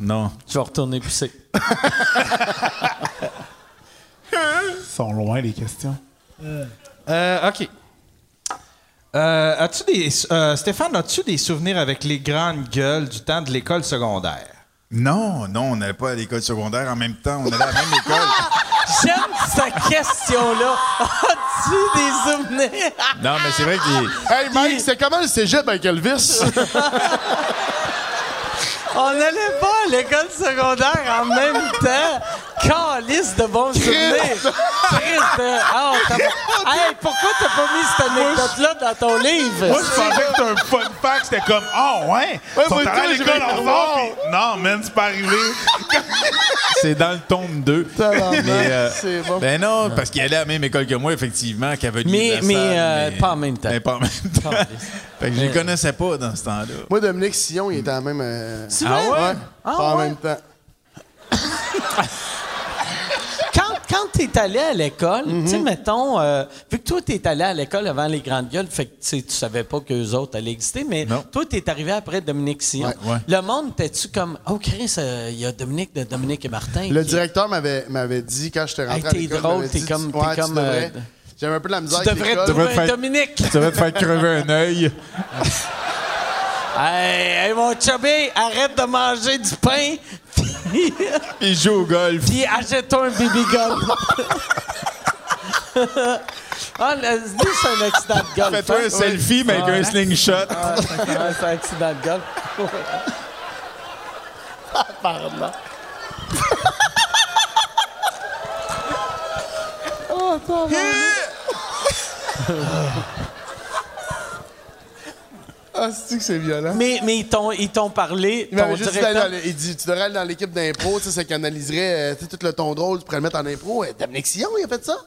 [SPEAKER 4] Non.
[SPEAKER 3] Je vais retourner pousser.
[SPEAKER 7] Ils sont loin, les questions.
[SPEAKER 13] Euh, OK. Euh, as-tu des, euh, Stéphane, as-tu des souvenirs avec les grandes gueules du temps de l'école secondaire?
[SPEAKER 4] Non, non, on n'allait pas à l'école secondaire en même temps. On allait à la même école.
[SPEAKER 3] J'aime cette question-là. As-tu des souvenirs?
[SPEAKER 4] Non, mais c'est vrai que
[SPEAKER 2] Hey Mike, c'est comment le cégep avec Elvis?
[SPEAKER 3] On n'allait pas à l'école secondaire en même temps. Calice de bons souvenirs. Triste. de- Ah, on t'a- hey, pourquoi t'as pas mis cette anecdote-là dans ton
[SPEAKER 7] Moi,
[SPEAKER 3] livre?
[SPEAKER 7] je pensais que c'était un fun fact. C'était comme, ah ouais. Ils sont
[SPEAKER 2] moi,
[SPEAKER 7] allés à
[SPEAKER 2] tout, je
[SPEAKER 7] l'école
[SPEAKER 2] vais le
[SPEAKER 7] ensemble. puis- Non, man, c'est pas arrivé.
[SPEAKER 4] c'est dans le tome 2.
[SPEAKER 2] Tabarnak,
[SPEAKER 4] Mais, euh,
[SPEAKER 2] c'est bon.
[SPEAKER 4] Ben non, parce qu'il allait à la même école que moi, effectivement, qu'à venir.
[SPEAKER 3] Mais-
[SPEAKER 4] de la
[SPEAKER 3] mais,
[SPEAKER 4] salle,
[SPEAKER 3] euh, pas en même temps.
[SPEAKER 4] Mais pas en même temps. fait que je les connaissais pas dans ce temps-là.
[SPEAKER 2] Moi, Dominique Sillon, il était à la même. euh,
[SPEAKER 3] Ah
[SPEAKER 2] Ouais,
[SPEAKER 3] ouais?
[SPEAKER 2] pas en même temps.
[SPEAKER 3] Quand, quand t'es allé à l'école,
[SPEAKER 4] Mhm.
[SPEAKER 3] tu sais, mettons, euh, vu que toi, t'es allé à l'école avant les grandes gueules, fait que tu sais, tu savais pas qu'eux autres allaient exister, mais
[SPEAKER 4] Non.
[SPEAKER 3] toi, t'es arrivé après Dominique Sion.
[SPEAKER 4] ouais.
[SPEAKER 3] Le monde, t'es-tu comme, oh, Chris, euh, il y a Dominique de Dominique et Martin.
[SPEAKER 2] Le
[SPEAKER 3] qui-
[SPEAKER 2] directeur m'avait, m'avait dit quand j'étais rentré
[SPEAKER 3] Hey,
[SPEAKER 2] à
[SPEAKER 3] t'es
[SPEAKER 2] l'école,
[SPEAKER 3] drôle,
[SPEAKER 2] m'avait
[SPEAKER 3] t'es
[SPEAKER 2] dit,
[SPEAKER 3] comme- t'es
[SPEAKER 2] ouais, tu
[SPEAKER 3] comme,
[SPEAKER 2] devrais.
[SPEAKER 3] euh,
[SPEAKER 2] J'avais un peu de la misère
[SPEAKER 3] Tu
[SPEAKER 2] avec
[SPEAKER 3] devrais
[SPEAKER 2] l'école.
[SPEAKER 3] trouver un
[SPEAKER 4] faire-
[SPEAKER 3] Dominique.
[SPEAKER 4] Ça va te faire crever un œil.
[SPEAKER 3] Hey, hey, mon chubby, arrête de manger du pain. puis-
[SPEAKER 4] Il joue au golf.
[SPEAKER 3] Puis achète-toi un baby gun. ah, le- lui, c'est un accident de golf.
[SPEAKER 4] Fais-toi
[SPEAKER 3] hein?
[SPEAKER 4] un selfie, mais avec un slingshot.
[SPEAKER 3] Ah, c'est un- c'est un accident de golf.
[SPEAKER 2] Ah, c'est que c'est violent.
[SPEAKER 3] Mais, mais ils t'ont ils t'ont parlé.
[SPEAKER 2] Il
[SPEAKER 3] ton
[SPEAKER 2] m'avait juste dit, d'aller
[SPEAKER 3] directeur-
[SPEAKER 2] dans le- il dit, tu devrais aller dans l'équipe d'impro, tu sais, ça canaliserait euh, tu sais, tout le ton drôle, tu pourrais le mettre en impro. Euh, Dominique Sillon, il a fait ça.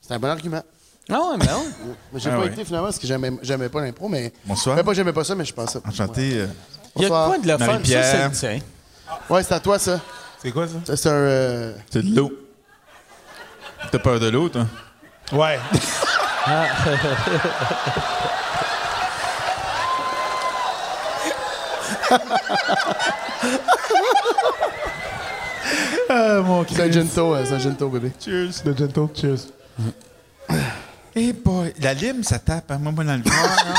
[SPEAKER 2] C'est un bon argument.
[SPEAKER 3] Non, Ah ouais, mais non.
[SPEAKER 2] Mais J'ai
[SPEAKER 7] Ah
[SPEAKER 2] pas
[SPEAKER 7] ouais.
[SPEAKER 2] été finalement parce que j'aimais j'aimais pas l'impro, mais.
[SPEAKER 7] Bonsoir.
[SPEAKER 2] Ben, pas j'aimais pas ça, mais je pensais.
[SPEAKER 7] Enchanté. euh,
[SPEAKER 3] Il y a de
[SPEAKER 2] Bonsoir.
[SPEAKER 3] quoi de la fun? Ça,
[SPEAKER 7] Marie-Pierre.
[SPEAKER 3] c'est le tien.
[SPEAKER 2] Ouais, c'est à toi ça.
[SPEAKER 17] C'est quoi ça?
[SPEAKER 2] Ça, C'est un. euh,
[SPEAKER 7] c'est de l'eau. T'as peur de l'eau, toi?
[SPEAKER 17] Ouais. Ah, mon
[SPEAKER 2] C'est un
[SPEAKER 17] Christ.
[SPEAKER 2] gento, euh, c'est un gento, bébé.
[SPEAKER 17] Cheers. De gentle, cheers.
[SPEAKER 7] Eh boy, la lime, ça tape. hein. Moi, moi, dans le corps, là.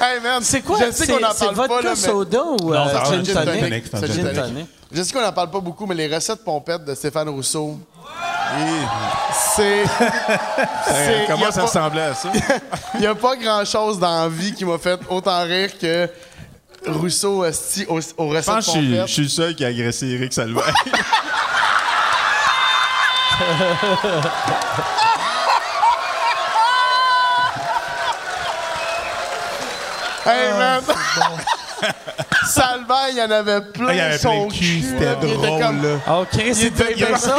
[SPEAKER 2] Hey man,
[SPEAKER 3] C'est quoi?
[SPEAKER 2] Je sais qu'on en
[SPEAKER 3] C'est-
[SPEAKER 2] parle
[SPEAKER 3] C'est
[SPEAKER 2] pas
[SPEAKER 3] vodka
[SPEAKER 2] là, mais-
[SPEAKER 3] soda ou euh,
[SPEAKER 7] ça va,
[SPEAKER 3] gin
[SPEAKER 7] gin
[SPEAKER 3] tonic?
[SPEAKER 7] tonic, c'est un
[SPEAKER 2] C'est
[SPEAKER 7] gin
[SPEAKER 3] Gin
[SPEAKER 7] tonic.
[SPEAKER 3] tonic.
[SPEAKER 2] Je sais qu'on en parle pas beaucoup, mais les recettes pompettes de Stéphane Rousseau. Et c'est. c'est- y a
[SPEAKER 7] Comment ça
[SPEAKER 2] pas-
[SPEAKER 7] ressemblait à ça?
[SPEAKER 2] Il n'y a pas grand-chose dans la vie qui m'a fait autant rire que Rousseau esti, aux, aux
[SPEAKER 7] Je
[SPEAKER 2] recettes
[SPEAKER 7] pense que je suis- je
[SPEAKER 2] pompettes.
[SPEAKER 7] suis le seul qui a agressé Eric Salvaire.
[SPEAKER 2] Hey,
[SPEAKER 7] Ah,
[SPEAKER 2] man! Salvaire, il y en avait plein
[SPEAKER 17] Il y avait
[SPEAKER 2] son
[SPEAKER 17] plein de cul,
[SPEAKER 2] cul,
[SPEAKER 17] c'était
[SPEAKER 2] là, puis il était
[SPEAKER 17] drôle,
[SPEAKER 2] comme-
[SPEAKER 17] là.
[SPEAKER 3] Oh, Chris, c'est bien ça.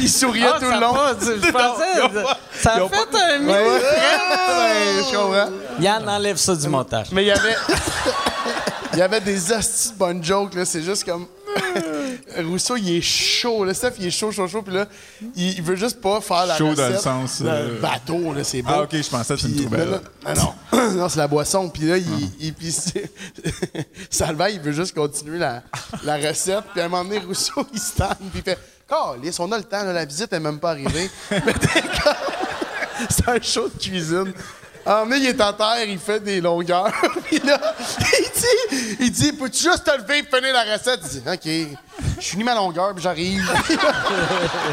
[SPEAKER 2] Il souriait
[SPEAKER 3] Ah,
[SPEAKER 2] tout le long.
[SPEAKER 3] Je pensais, ça a fait
[SPEAKER 2] Ouais,
[SPEAKER 3] un mix.
[SPEAKER 2] ouais, je comprends.
[SPEAKER 3] Yann, enlève ça du montage.
[SPEAKER 7] Ben,
[SPEAKER 2] Mais il y avait. Il y avait des astuces de bonnes jokes, là. C'est juste comme. Rousseau, il est chaud. Le Steph, il est chaud, chaud, chaud. Puis là, il, il veut juste pas faire la
[SPEAKER 7] Chaud
[SPEAKER 2] recette.
[SPEAKER 7] dans le sens,
[SPEAKER 2] d'un
[SPEAKER 7] euh,
[SPEAKER 2] bateau, là, c'est beau.
[SPEAKER 7] Ah, ok, je pensais que tu me
[SPEAKER 2] Puis-
[SPEAKER 7] trouvais
[SPEAKER 2] non, non,
[SPEAKER 7] là.
[SPEAKER 2] non, non, non, c'est la boisson. Puis là, il, il- puis c'est- Salvaire, il veut juste continuer la, la recette. Puis à un moment donné, Rousseau, il se tanne. Puis il fait Calisse, on a le temps, là, la visite n'est même pas arrivée. Mais t'es comme- c'est un show de cuisine. À un moment donné, il est à terre, il fait des longueurs. Puis là, il dit, il dit, peux-tu juste te lever et finir la recette? Il dit, OK, je finis ma longueur, puis j'arrive.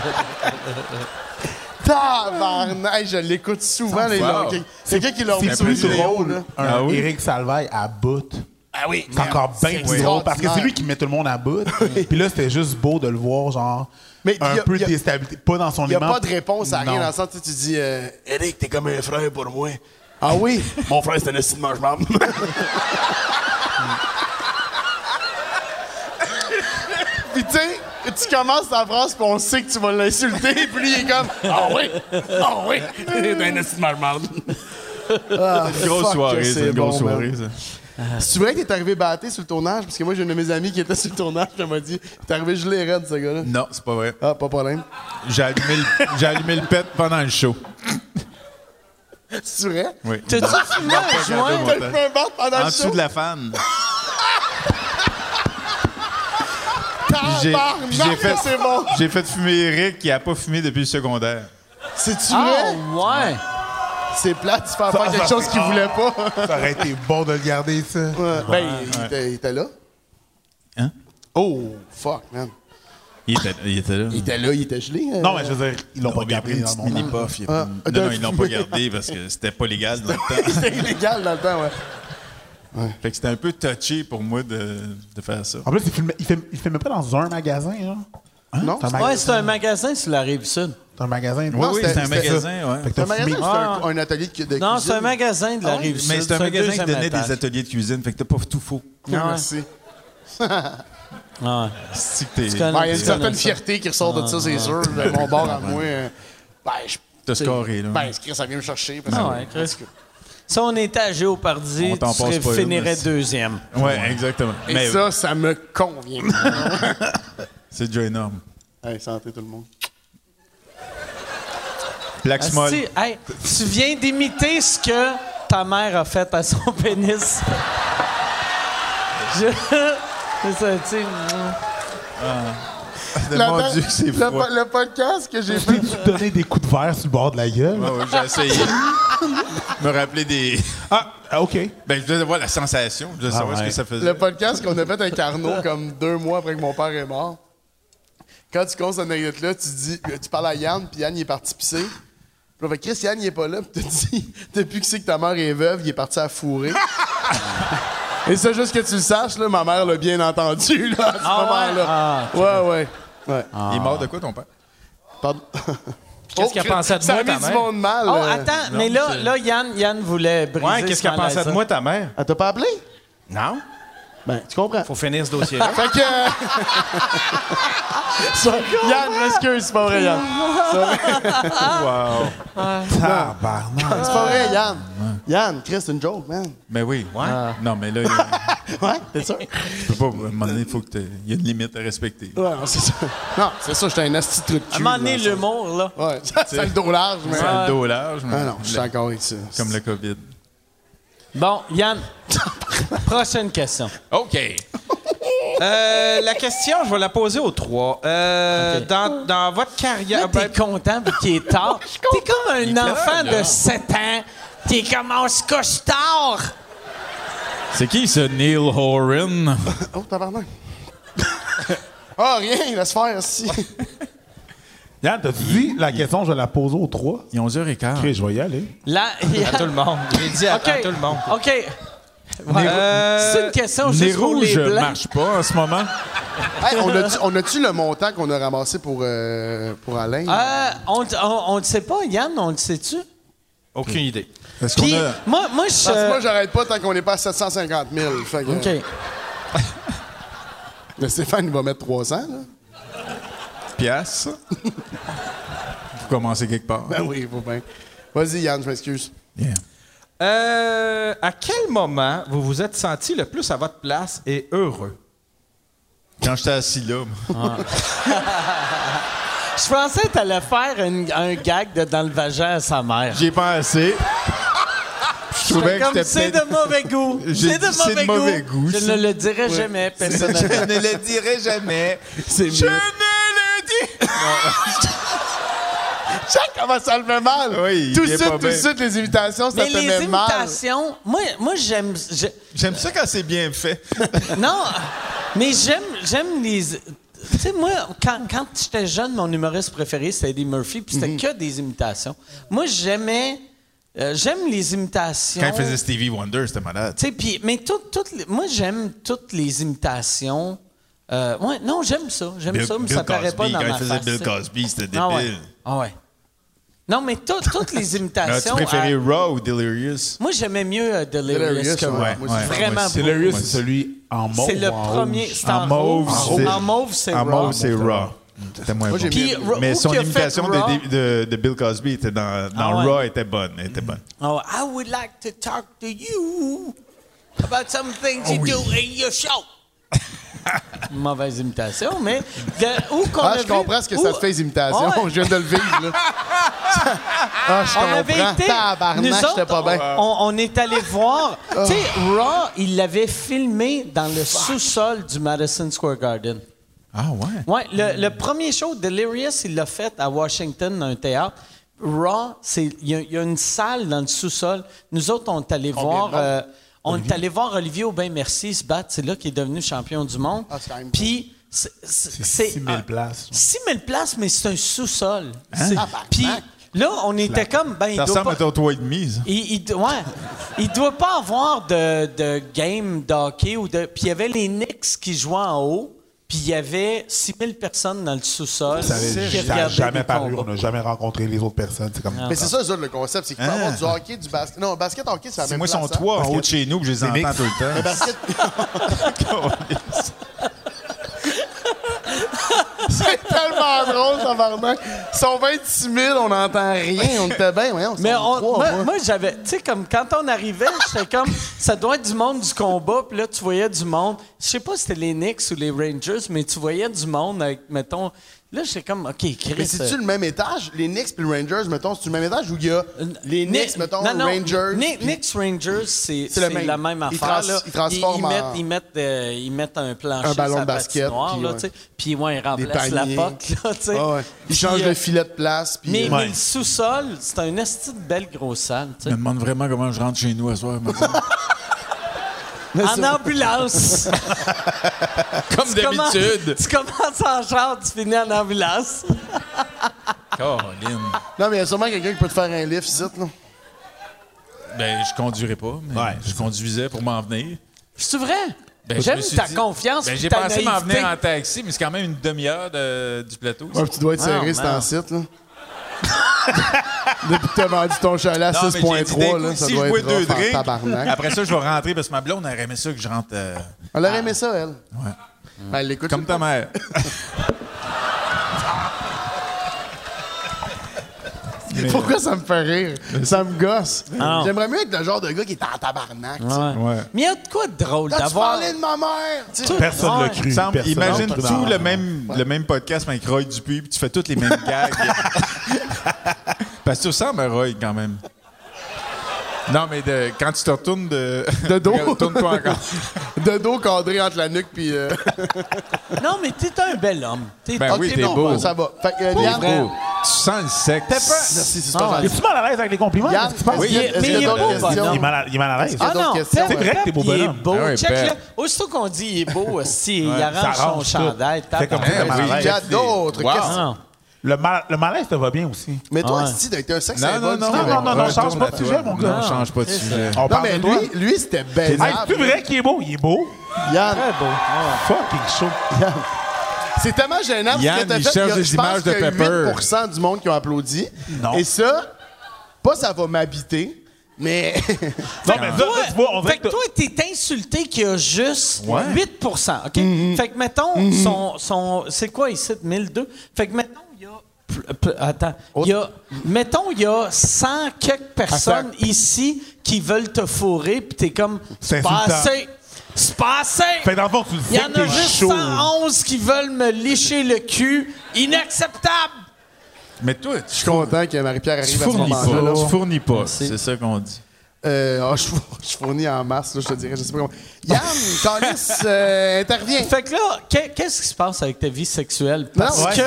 [SPEAKER 2] Tabarnak! Hey, Je l'écoute souvent, les
[SPEAKER 7] Wow.
[SPEAKER 2] longueurs. C'est quelqu'un qui l'a
[SPEAKER 17] C'est plus
[SPEAKER 2] reçu
[SPEAKER 17] drôle,
[SPEAKER 2] là.
[SPEAKER 17] un
[SPEAKER 7] Ah oui?
[SPEAKER 17] Éric Salvaille à bout.
[SPEAKER 2] Ah oui,
[SPEAKER 17] C'est encore bien
[SPEAKER 2] c'est
[SPEAKER 17] plus drôle parce que c'est
[SPEAKER 2] extraordinaire.
[SPEAKER 17] lui qui met tout le monde à bout. Puis là, c'était juste beau de le voir, genre,
[SPEAKER 2] Mais
[SPEAKER 17] un
[SPEAKER 2] y a-
[SPEAKER 17] peu
[SPEAKER 2] y a-
[SPEAKER 17] déstabilisé, pas dans son
[SPEAKER 2] Il n'y a
[SPEAKER 17] élément.
[SPEAKER 2] pas de réponse à rien
[SPEAKER 17] Non.
[SPEAKER 2] dans le sens tu sais, tu dis euh, Eric, t'es comme un frère pour moi. Ah oui? Mon frère, c'est un assis de mange Puis tu sais, tu commences ta phrase, puis on sait que tu vas l'insulter, puis lui, il est comme Ah oui? Ah oui? Ah, T'es un assis de mange
[SPEAKER 7] Une grosse soirée, c'est une grosse soirée, ça.
[SPEAKER 2] C'est vrai que t'es arrivé batté sur le tournage? Parce que moi, j'ai une de mes amies qui était sur le tournage, elle m'a dit T'es arrivé gelé raide, ce gars-là.
[SPEAKER 7] Non, c'est pas vrai.
[SPEAKER 2] Ah, pas de problème.
[SPEAKER 7] J'ai allumé, le- j'ai allumé le pet pendant le show.
[SPEAKER 2] C'est vrai?
[SPEAKER 7] Oui.
[SPEAKER 3] T'as-tu fumé un
[SPEAKER 7] Regardez
[SPEAKER 3] joint?
[SPEAKER 7] mon
[SPEAKER 2] T'as
[SPEAKER 7] pet.
[SPEAKER 2] fait un bord pendant le
[SPEAKER 7] En
[SPEAKER 2] show?
[SPEAKER 7] dessous de la fan. J'ai
[SPEAKER 2] Tabarnak,
[SPEAKER 7] puis j'ai fait,
[SPEAKER 2] c'est bon.
[SPEAKER 7] j'ai fait fumer Eric qui a pas fumé depuis le secondaire.
[SPEAKER 2] C'est-tu
[SPEAKER 3] Ah,
[SPEAKER 2] vrai?
[SPEAKER 3] ouais.
[SPEAKER 2] C'est plate, tu fais faire quelque chose qu'il voulait pas.
[SPEAKER 17] Ça aurait été bon de le garder, ça.
[SPEAKER 2] Ouais. Ben, il- il, était, il était là.
[SPEAKER 7] Hein?
[SPEAKER 2] Oh, fuck, man.
[SPEAKER 7] Il était, il était là.
[SPEAKER 2] Il était là, il était gelé. euh.
[SPEAKER 17] Non, mais je veux dire, ils l'ont
[SPEAKER 7] Non,
[SPEAKER 17] pas
[SPEAKER 7] mais il a pris
[SPEAKER 17] gardé
[SPEAKER 7] une
[SPEAKER 17] dans
[SPEAKER 7] petite
[SPEAKER 17] mon
[SPEAKER 7] mini puff. il a
[SPEAKER 2] Ah,
[SPEAKER 7] pris une-
[SPEAKER 2] t'as
[SPEAKER 7] Non, non, ils l'ont pas
[SPEAKER 2] fumé.
[SPEAKER 7] gardé parce que c'était pas légal dans le temps.
[SPEAKER 2] C'était illégal dans le temps, ouais.
[SPEAKER 7] Fait que c'était un peu touché pour moi de, de faire ça.
[SPEAKER 17] En plus, il filmait, il filmait- il filmait pas dans un magasin, là.
[SPEAKER 2] Non?
[SPEAKER 17] C'est un,
[SPEAKER 3] Ouais,
[SPEAKER 7] Ben,
[SPEAKER 17] magasin-
[SPEAKER 3] c'est un magasin sur la rive sud.
[SPEAKER 17] c'est un magasin.
[SPEAKER 7] Oui, oui,
[SPEAKER 2] c'était-
[SPEAKER 7] c'est un
[SPEAKER 2] c'était ça.
[SPEAKER 7] magasin,
[SPEAKER 17] Fait que
[SPEAKER 7] ouais.
[SPEAKER 17] t'as
[SPEAKER 2] C'est un magasin
[SPEAKER 17] fumé.
[SPEAKER 2] ou c'est un, un atelier de, de
[SPEAKER 3] Ah. Non,
[SPEAKER 2] cuisine?
[SPEAKER 3] c'est un magasin de la rive sud.
[SPEAKER 7] Ah Mais c'est un magasin qui donnait des
[SPEAKER 3] ateliers.
[SPEAKER 7] ateliers de cuisine, fait que t'as pas tout faux.
[SPEAKER 2] Ah, Merci.
[SPEAKER 7] Si que t'es-
[SPEAKER 3] Tu connais-
[SPEAKER 2] Ben, Il y a une
[SPEAKER 3] tu
[SPEAKER 2] certaine
[SPEAKER 3] connais ça.
[SPEAKER 2] fierté qui ressort de ça, c'est sûr. Ben, Mon bord à moi, euh, ben, je...
[SPEAKER 7] T'as scoré, là.
[SPEAKER 2] Ben, Chris, ça vient me chercher. parce
[SPEAKER 3] Ah
[SPEAKER 2] que-
[SPEAKER 3] ouais, Chris. Si on était à Géopardy,
[SPEAKER 7] On t'en
[SPEAKER 3] tu serais-
[SPEAKER 7] passe pas une,
[SPEAKER 3] finirais
[SPEAKER 7] mais-
[SPEAKER 3] deuxième.
[SPEAKER 7] Ouais, exactement.
[SPEAKER 2] Et
[SPEAKER 7] Mais
[SPEAKER 2] ça, ça me convient.
[SPEAKER 7] c'est déjà énorme.
[SPEAKER 2] hey, santé tout le monde.
[SPEAKER 7] Black Small.
[SPEAKER 3] Asti, hey, tu viens d'imiter ce que ta mère a fait à son pénis. Je... c'est ça, tu sais,
[SPEAKER 7] Ah, Mon Dieu, c'est
[SPEAKER 2] le,
[SPEAKER 7] froid.
[SPEAKER 2] po- le podcast que j'ai fait.
[SPEAKER 17] Tu donnais des coups de verre sur le bord de la gueule.
[SPEAKER 7] Ouais, ouais, j'ai essayé. me rappeler des.
[SPEAKER 17] Ah, ah, OK.
[SPEAKER 7] Ben, je voulais avoir la sensation. Je voulais savoir ce
[SPEAKER 17] ouais.
[SPEAKER 7] que ça faisait.
[SPEAKER 2] Le podcast qu'on a fait avec Arnaud comme deux mois après que mon père est mort. Quand tu comptes cette anecdote-là, tu dis, tu parles à Yann, puis Yann il est parti pisser. Puis on fait Chris, Yann il est pas là, puis tu dis, depuis que c'est que ta mère est veuve, il est parti à fourrer. Et ça, juste que tu le saches, là, ma mère l'a bien entendu là, à ce
[SPEAKER 8] Ah
[SPEAKER 2] moment-là. Ouais, ouais. ouais.
[SPEAKER 7] Il est mort de quoi, ton père?
[SPEAKER 2] Pardon.
[SPEAKER 8] qu'est-ce qu'elle pensait de
[SPEAKER 2] Oh, ça
[SPEAKER 8] moi,
[SPEAKER 2] a mis
[SPEAKER 8] ta
[SPEAKER 2] du
[SPEAKER 8] mère?
[SPEAKER 2] monde mal.
[SPEAKER 3] Oh,
[SPEAKER 2] euh.
[SPEAKER 3] attends, mais là, là Yann, Yann voulait briser
[SPEAKER 9] Ouais, qu'est-ce
[SPEAKER 3] ce
[SPEAKER 9] qu'elle pensait
[SPEAKER 3] malaise-là.
[SPEAKER 9] de moi, ta mère?
[SPEAKER 2] Elle t'a pas appelé?
[SPEAKER 9] Non.
[SPEAKER 2] Ben, tu comprends?
[SPEAKER 18] Faut finir ce dossier-là.
[SPEAKER 2] Fait que. Ça- Yann, je m'excuse, c'est pas vrai, Yann.
[SPEAKER 7] Wow. Tabarnak.
[SPEAKER 2] C'est pas vrai, Yann. Yann, Chris, c'est une joke, man.
[SPEAKER 4] Mais Ben oui. Ah. Non, mais là, il y a-
[SPEAKER 2] Ouais, t'es sûr?
[SPEAKER 4] tu peux pas. À un moment donné, faut que t'aies- il y a une limite à respecter.
[SPEAKER 2] Ouais, non, c'est ça. Non, c'est ça, j'étais un asti de truc de
[SPEAKER 19] À un
[SPEAKER 2] cul.
[SPEAKER 19] moment donné,
[SPEAKER 2] là,
[SPEAKER 19] l'humour, là.
[SPEAKER 2] ça. Ouais, ça, c'est le dos large, mais.
[SPEAKER 4] C'est le dos large, mais
[SPEAKER 2] Ah non, je suis encore ici.
[SPEAKER 4] comme le COVID.
[SPEAKER 3] Bon, Yann, prochaine question.
[SPEAKER 4] OK.
[SPEAKER 13] Euh, la question, je vais la poser aux trois. Euh, dans, dans votre carrière.
[SPEAKER 3] Là, t'es
[SPEAKER 13] ben,
[SPEAKER 3] content vu qu'il est tard. T'es comme un enfant
[SPEAKER 4] là.
[SPEAKER 3] de 7 ans. T'es comme oh, on se couche tard.
[SPEAKER 4] C'est qui ce Neil Horan?
[SPEAKER 2] Oh, tabarnak. Ah, rien, laisse faire, si.
[SPEAKER 7] Yann, t'as dit la question, je la pose aux trois.
[SPEAKER 4] Ils ont 11h15.
[SPEAKER 7] Ok, je vais y aller.
[SPEAKER 3] Là, Yann-
[SPEAKER 13] à tout le monde. J'ai dit à,
[SPEAKER 3] OK.
[SPEAKER 13] à tout le monde. Euh,
[SPEAKER 3] OK. Ouais. C'est une question
[SPEAKER 4] Les
[SPEAKER 3] juste pour les
[SPEAKER 4] rouges
[SPEAKER 3] blancs.
[SPEAKER 4] marchent pas en ce moment.
[SPEAKER 2] Hey, on a-tu- on a-tu le montant qu'on a ramassé pour, euh, pour Alain?
[SPEAKER 19] Ah,
[SPEAKER 3] Euh, on on- on le sait pas, Yann, on le sait-tu?
[SPEAKER 18] Aucune idée.
[SPEAKER 7] Est-ce
[SPEAKER 3] Puis,
[SPEAKER 7] qu'on a.
[SPEAKER 3] moi, moi je.
[SPEAKER 19] euh,
[SPEAKER 2] Parce que moi, j'arrête pas tant qu'on n'est pas à 750 000. Fait que-
[SPEAKER 3] OK.
[SPEAKER 2] Mais Stéphane, il va mettre 300, là.
[SPEAKER 4] Piastres. Faut commencer quelque part.
[SPEAKER 2] Ben oui, il faut bien. Vas-y, Yann, je m'excuse.
[SPEAKER 4] Yeah.
[SPEAKER 13] Euh, à quel moment vous vous êtes senti le plus à votre place et heureux?
[SPEAKER 4] Quand j'étais assis là, moi.
[SPEAKER 3] Je pensais que t'allais faire une- un gag de dans le vagin à sa mère.
[SPEAKER 4] j'ai pas assez. Je trouvais que
[SPEAKER 3] Comme
[SPEAKER 4] c'était
[SPEAKER 3] c'est
[SPEAKER 4] peut-être...
[SPEAKER 3] de mauvais goût.
[SPEAKER 4] J'ai dit,
[SPEAKER 3] C'est de mauvais,
[SPEAKER 4] c'est de mauvais goût,
[SPEAKER 3] Je
[SPEAKER 4] ça.
[SPEAKER 3] ne le dirai jamais, personnellement.
[SPEAKER 4] Je ne le dirai jamais.
[SPEAKER 2] C'est
[SPEAKER 4] Je ne le dis...
[SPEAKER 2] Chaque comment ça le fait mal.
[SPEAKER 4] Oui, il
[SPEAKER 2] tout de
[SPEAKER 4] est
[SPEAKER 2] suite,
[SPEAKER 4] pas
[SPEAKER 2] tout de
[SPEAKER 4] bien.
[SPEAKER 2] suite, les imitations, ça
[SPEAKER 3] Mais
[SPEAKER 2] te
[SPEAKER 3] les
[SPEAKER 2] met mal.
[SPEAKER 3] imitations, moi, moi j'aime. je-
[SPEAKER 4] J'aime ça quand c'est bien fait.
[SPEAKER 3] Non, mais j'aime, j'aime les. Tu sais, moi, quand, quand j'étais jeune, mon humoriste préféré, c'était Eddie Murphy, puis
[SPEAKER 4] Mhm.
[SPEAKER 3] c'était que des imitations. Moi, j'aimais. euh, j'aime les imitations.
[SPEAKER 4] Quand il faisait Stevie Wonder, c'était malade.
[SPEAKER 3] Tu sais, puis- mais tout, toutes les- moi, j'aime toutes les imitations. Euh, ouais, non, j'aime ça. J'aime
[SPEAKER 4] Bill,
[SPEAKER 3] ça, mais
[SPEAKER 4] Bill
[SPEAKER 3] ça paraît pas
[SPEAKER 4] Cosby,
[SPEAKER 3] dans
[SPEAKER 4] quand
[SPEAKER 3] ma
[SPEAKER 4] il faisait
[SPEAKER 3] face,
[SPEAKER 4] Bill
[SPEAKER 3] ça.
[SPEAKER 4] Cosby, c'était débile.
[SPEAKER 3] Ah ouais. Ah ouais. Non, mais tout- toutes les
[SPEAKER 4] Mais As-tu
[SPEAKER 3] imitations.
[SPEAKER 4] préféré
[SPEAKER 3] à-
[SPEAKER 4] Raw ou Delirious?
[SPEAKER 3] Moi, j'aimais mieux euh, Delirious,
[SPEAKER 2] Delirious,
[SPEAKER 3] que
[SPEAKER 2] ouais,
[SPEAKER 3] Raw.
[SPEAKER 2] moi aussi,
[SPEAKER 4] ouais.
[SPEAKER 3] Vraiment
[SPEAKER 4] Moi aussi.
[SPEAKER 3] beaucoup.
[SPEAKER 7] Delirious, c'est celui en mauve.
[SPEAKER 3] C'est le
[SPEAKER 7] ou en
[SPEAKER 3] premier.
[SPEAKER 7] rouge?
[SPEAKER 3] C'est en,
[SPEAKER 4] En mauve,
[SPEAKER 3] rouge.
[SPEAKER 4] c'est-
[SPEAKER 3] En mauve, c'est
[SPEAKER 4] En
[SPEAKER 3] Raw.
[SPEAKER 4] mauve, c'est Raw. C'était moins
[SPEAKER 2] Moi,
[SPEAKER 4] bon.
[SPEAKER 2] j'ai
[SPEAKER 3] Puis, Ra-
[SPEAKER 4] Mais
[SPEAKER 3] où
[SPEAKER 4] son
[SPEAKER 3] qui a fait
[SPEAKER 4] imitation de,
[SPEAKER 3] Raw?
[SPEAKER 4] de- de- de Bill Cosby était dans, dans
[SPEAKER 3] Ah ouais.
[SPEAKER 4] Raw était bonne. Elle était bonne.
[SPEAKER 3] Oh, I would like to talk to you about some things you do in your show. Mauvaise imitation, mais de- où qu'on
[SPEAKER 2] Ah,
[SPEAKER 3] a
[SPEAKER 2] je
[SPEAKER 3] vu-
[SPEAKER 2] comprends ce que ça
[SPEAKER 3] où-
[SPEAKER 2] te fait, les imitations.
[SPEAKER 3] Ouais.
[SPEAKER 2] Je viens de le vivre, là. ah, je
[SPEAKER 3] On
[SPEAKER 2] comprends.
[SPEAKER 3] avait été.
[SPEAKER 2] Tabarnak,
[SPEAKER 3] nous autres,
[SPEAKER 2] j'étais pas bien.
[SPEAKER 4] Ah.
[SPEAKER 2] Ah.
[SPEAKER 3] On, on est allé voir. Tu sais, Raw, il l'avait filmé dans le sous-sol du Madison Square Garden.
[SPEAKER 4] Ah ouais?
[SPEAKER 3] Ouais, le, le premier show, Delirious, il l'a fait à Washington, dans un théâtre. Raw, c'est- il y, a- il y a une salle dans le sous-sol. Nous autres, on est allé voir. euh, on est allé voir Olivier Aubin Merci se battre. C'est là qu'il est devenu champion du monde.
[SPEAKER 2] Ah, c'est quand même
[SPEAKER 3] Puis, c'est. c'est- c'est-
[SPEAKER 7] 6 000
[SPEAKER 3] ah,
[SPEAKER 7] places.
[SPEAKER 3] 6 000 places, Hein? mais c'est un sous-sol. C'est- Puis là, on était comme. Ben, il
[SPEAKER 4] Ça
[SPEAKER 3] doit
[SPEAKER 4] ressemble
[SPEAKER 3] pas- Ah,
[SPEAKER 4] à ton toit et demi, ça.
[SPEAKER 3] il, il do- ouais. Il doit pas avoir de, de game d'hockey ou de. Puis il y avait les Knicks qui jouaient en haut, puis il y avait 6000 personnes dans le sous-sol
[SPEAKER 7] Ça avait-
[SPEAKER 3] qui
[SPEAKER 7] ça a
[SPEAKER 3] regardaient
[SPEAKER 7] jamais
[SPEAKER 3] les
[SPEAKER 7] paru. On
[SPEAKER 3] combats.
[SPEAKER 7] n'a jamais rencontré les autres personnes. C'est
[SPEAKER 3] Ah.
[SPEAKER 7] comme
[SPEAKER 2] Mais c'est ça, ça, le concept. C'est qu'il peut avoir du hockey, du basket. Non, basket, hockey, c'est la
[SPEAKER 4] Ah. C'est
[SPEAKER 2] même
[SPEAKER 4] moi, ils sont
[SPEAKER 2] place, hein.
[SPEAKER 4] trois en haut de
[SPEAKER 7] Basket.
[SPEAKER 4] chez nous, puis je les entends
[SPEAKER 7] mix.
[SPEAKER 4] tout le temps.
[SPEAKER 2] Basket, c'est tellement drôle, tabarnak. Ils sont 26 000, on n'entend rien. On était bien, voyons.
[SPEAKER 3] Mais on- moi,
[SPEAKER 2] moi.
[SPEAKER 3] moi, j'avais. Tu sais, comme quand on arrivait, j'étais comme. Ça doit être du monde du combat, puis là, tu voyais du monde. Je sais pas si c'était les Knicks ou les Rangers, mais tu voyais du monde avec, mettons. Là, j'étais comme, OK, Chris.
[SPEAKER 2] Mais c'est-tu
[SPEAKER 3] euh,
[SPEAKER 2] le même étage? Les Knicks puis les Rangers, mettons, c'est-tu le même étage où il y a les
[SPEAKER 3] Ni-
[SPEAKER 2] Knicks, mettons,
[SPEAKER 3] non, non,
[SPEAKER 2] Rangers?
[SPEAKER 3] Ni-
[SPEAKER 2] puis-
[SPEAKER 3] Knicks Rangers, c'est
[SPEAKER 2] C'est le
[SPEAKER 3] c'est
[SPEAKER 2] même.
[SPEAKER 3] la même
[SPEAKER 2] Ils
[SPEAKER 3] affaire.
[SPEAKER 2] trans-
[SPEAKER 3] là.
[SPEAKER 2] ils transforment
[SPEAKER 3] ils, ils mettent,
[SPEAKER 2] en-
[SPEAKER 3] ils mettent, euh, ils mettent un plancher,
[SPEAKER 2] Un ballon
[SPEAKER 3] sur la
[SPEAKER 2] de basket,
[SPEAKER 3] patinoire,
[SPEAKER 2] puis
[SPEAKER 3] là,
[SPEAKER 2] ouais.
[SPEAKER 3] tu sais. Puis ouais, ils remplacent la
[SPEAKER 2] paniers.
[SPEAKER 3] poque. Là, tu sais.
[SPEAKER 2] Ah ouais. Ils
[SPEAKER 3] Puis,
[SPEAKER 2] changent
[SPEAKER 3] euh,
[SPEAKER 2] le filet de place. Puis,
[SPEAKER 3] Mais,
[SPEAKER 2] euh,
[SPEAKER 3] mais le sous-sol, c'est un esti de belle grosse salle. tu
[SPEAKER 4] Je
[SPEAKER 3] sais.
[SPEAKER 4] me demande vraiment comment je rentre chez nous à soir. mais-
[SPEAKER 3] En ambulance.
[SPEAKER 4] Comme
[SPEAKER 3] Tu commences-
[SPEAKER 4] d'habitude.
[SPEAKER 3] Tu commences en char, tu finis en ambulance.
[SPEAKER 4] Caroline.
[SPEAKER 2] Non, mais il y a sûrement quelqu'un qui peut te faire un lift ici, non?
[SPEAKER 4] Ben, je conduirais pas, mais je conduisais pour m'en venir.
[SPEAKER 3] C'est vrai?
[SPEAKER 4] Ben, je
[SPEAKER 3] J'aime
[SPEAKER 4] me suis
[SPEAKER 3] ta
[SPEAKER 4] dit-
[SPEAKER 3] confiance.
[SPEAKER 4] Ben,
[SPEAKER 3] puis
[SPEAKER 4] j'ai
[SPEAKER 3] ta
[SPEAKER 4] pensé m'en
[SPEAKER 3] naïveté.
[SPEAKER 4] venir en taxi, mais c'est quand même une demi-heure de- du plateau. ça.
[SPEAKER 2] Ouais, puis tu dois être
[SPEAKER 3] Ah,
[SPEAKER 2] serré, c'est
[SPEAKER 3] man.
[SPEAKER 2] en site, là. Depuis que t'as vendu ton chalet à
[SPEAKER 4] Non, mais j'ai dit, d'un
[SPEAKER 2] 6.3,
[SPEAKER 4] coup,
[SPEAKER 2] là, ça
[SPEAKER 4] si
[SPEAKER 2] doit
[SPEAKER 4] je bois
[SPEAKER 2] être
[SPEAKER 4] deux
[SPEAKER 2] rough en
[SPEAKER 4] drinks,
[SPEAKER 2] tabarnak.
[SPEAKER 4] après ça, je vais rentrer parce que ma blonde aurait aimé ça que je rentre. euh,
[SPEAKER 2] Elle aurait aimé ça, elle. Ben, elle l'écoute.
[SPEAKER 4] comme ta mère.
[SPEAKER 2] Pourquoi ça me fait rire? Ça me gosse. J'aimerais mieux être le genre de gars qui est en tabarnak. tu sais.
[SPEAKER 7] Ouais.
[SPEAKER 3] Mais il y a de quoi de drôle
[SPEAKER 2] Là, tu
[SPEAKER 3] d'avoir.
[SPEAKER 2] parlais de ma mère! tu sais.
[SPEAKER 7] Personne ne l'a cru.
[SPEAKER 4] Semble-
[SPEAKER 7] personne
[SPEAKER 4] imagine
[SPEAKER 7] l'a cru.
[SPEAKER 4] tout le même, le même podcast mais avec Roy Dupuis, puis tu fais toutes les mêmes gags. Parce que tu ressembles à Roy quand même. Non, mais de- quand tu te retournes de.
[SPEAKER 2] De dos.
[SPEAKER 4] Retourne-toi encore.
[SPEAKER 2] De dos cadré entre la nuque puis. euh,
[SPEAKER 3] Non, mais t'es un bel homme. T'es
[SPEAKER 4] Ben
[SPEAKER 2] ok,
[SPEAKER 4] oui, t'es
[SPEAKER 2] non,
[SPEAKER 4] beau.
[SPEAKER 2] ben, ça va. Fait que, euh,
[SPEAKER 4] T'es
[SPEAKER 2] Yann,
[SPEAKER 4] beau. Tu sens le sexe.
[SPEAKER 2] Merci, c'est pas gentil.
[SPEAKER 7] Es-tu mal à l'aise avec les compliments?
[SPEAKER 2] Yann,
[SPEAKER 7] Qu'est-ce que tu
[SPEAKER 2] est-ce
[SPEAKER 7] penses?
[SPEAKER 2] qu'il y a-
[SPEAKER 3] Mais-
[SPEAKER 2] est-ce qu'il y
[SPEAKER 3] mais
[SPEAKER 2] a
[SPEAKER 3] il est
[SPEAKER 2] d'autres
[SPEAKER 3] beau,
[SPEAKER 2] questions?
[SPEAKER 7] Il est mal à- il est mal à l'aise.
[SPEAKER 2] Ah, d'autres questions,
[SPEAKER 3] Pep,
[SPEAKER 2] C'est
[SPEAKER 7] vrai que t'es beau
[SPEAKER 3] Pep, Il est
[SPEAKER 7] bonhomme.
[SPEAKER 3] beau.
[SPEAKER 4] Ah ouais,
[SPEAKER 3] Check
[SPEAKER 4] Pep.
[SPEAKER 3] là. Aussitôt qu'on dit il est beau, aussi, il
[SPEAKER 7] ça
[SPEAKER 3] arrange son
[SPEAKER 7] arrange tout.
[SPEAKER 3] chandail.
[SPEAKER 7] Fait comme
[SPEAKER 3] tabarnak.
[SPEAKER 7] ça, mal à
[SPEAKER 2] Il y a
[SPEAKER 7] l'aise.
[SPEAKER 2] d'autres
[SPEAKER 4] Wow.
[SPEAKER 2] questions.
[SPEAKER 3] Ah.
[SPEAKER 7] Le mal- le malaise te va bien aussi.
[SPEAKER 2] Mais toi,
[SPEAKER 3] Ouais.
[SPEAKER 2] Esti, t'as été un sexe
[SPEAKER 4] Non, non,
[SPEAKER 2] symbole
[SPEAKER 4] non,
[SPEAKER 2] du
[SPEAKER 7] non,
[SPEAKER 2] Québec.
[SPEAKER 7] non, non, non, change pas de sujet, mon gars.
[SPEAKER 4] Non, change pas de Ah, sujet.
[SPEAKER 7] On
[SPEAKER 2] Non,
[SPEAKER 7] parle
[SPEAKER 2] mais
[SPEAKER 7] de toi.
[SPEAKER 2] lui, lui c'était baisable.
[SPEAKER 7] Hey, c'est plus vrai qu'il est beau. Il est beau.
[SPEAKER 2] Yann,
[SPEAKER 7] Fucking chaud.
[SPEAKER 2] c'est tellement gênant
[SPEAKER 4] Yann,
[SPEAKER 2] ce que t'as
[SPEAKER 4] il
[SPEAKER 2] fait.
[SPEAKER 4] cherche
[SPEAKER 2] Il y a-
[SPEAKER 4] des
[SPEAKER 2] je pense
[SPEAKER 4] images de
[SPEAKER 2] qu'il y a
[SPEAKER 4] Pepper.
[SPEAKER 2] 8% du monde qui ont applaudi.
[SPEAKER 7] Non.
[SPEAKER 2] Et ça, pas ça va m'habiter, mais
[SPEAKER 7] Non, mais là, là, tu vois, on
[SPEAKER 3] Fait
[SPEAKER 7] dirait
[SPEAKER 3] que
[SPEAKER 7] que
[SPEAKER 3] toi, t'es insulté qu'il y a juste
[SPEAKER 4] Ouais.
[SPEAKER 3] 8 OK?
[SPEAKER 7] Mhm.
[SPEAKER 3] Fait que, mettons, son, son- C'est quoi ici, 1002? Fait que, mettons, il y a. pl- pl- Attends. Il y a, mettons, il y a 100 quelques personnes ici qui veulent te fourrer, puis t'es comme.
[SPEAKER 7] C'est
[SPEAKER 3] C'est pas
[SPEAKER 7] insultant.
[SPEAKER 3] assez! C'est pas assez!
[SPEAKER 7] Fait que dans le fond, tu le
[SPEAKER 3] Il y
[SPEAKER 7] sais
[SPEAKER 3] en
[SPEAKER 7] que
[SPEAKER 3] a
[SPEAKER 7] t'es
[SPEAKER 3] juste
[SPEAKER 7] chaud.
[SPEAKER 3] 111 qui veulent me lécher le cul. Inacceptable!
[SPEAKER 4] Mais toi, tu,
[SPEAKER 2] je suis content que Marie-Pierre
[SPEAKER 4] tu
[SPEAKER 2] arrive à ce
[SPEAKER 4] fournis
[SPEAKER 2] moment-là.
[SPEAKER 4] pas.
[SPEAKER 2] là.
[SPEAKER 4] Tu fournis pas. C'est ça qu'on dit.
[SPEAKER 2] Euh, ah, je, four- je fournis en masse, là, je te dirais, je sais pas comment. Yann, Calis, euh, intervient.
[SPEAKER 3] Fait que là, qu'est- qu'est-ce qui se passe avec ta vie sexuelle? Parce
[SPEAKER 2] Non, ouais.
[SPEAKER 3] que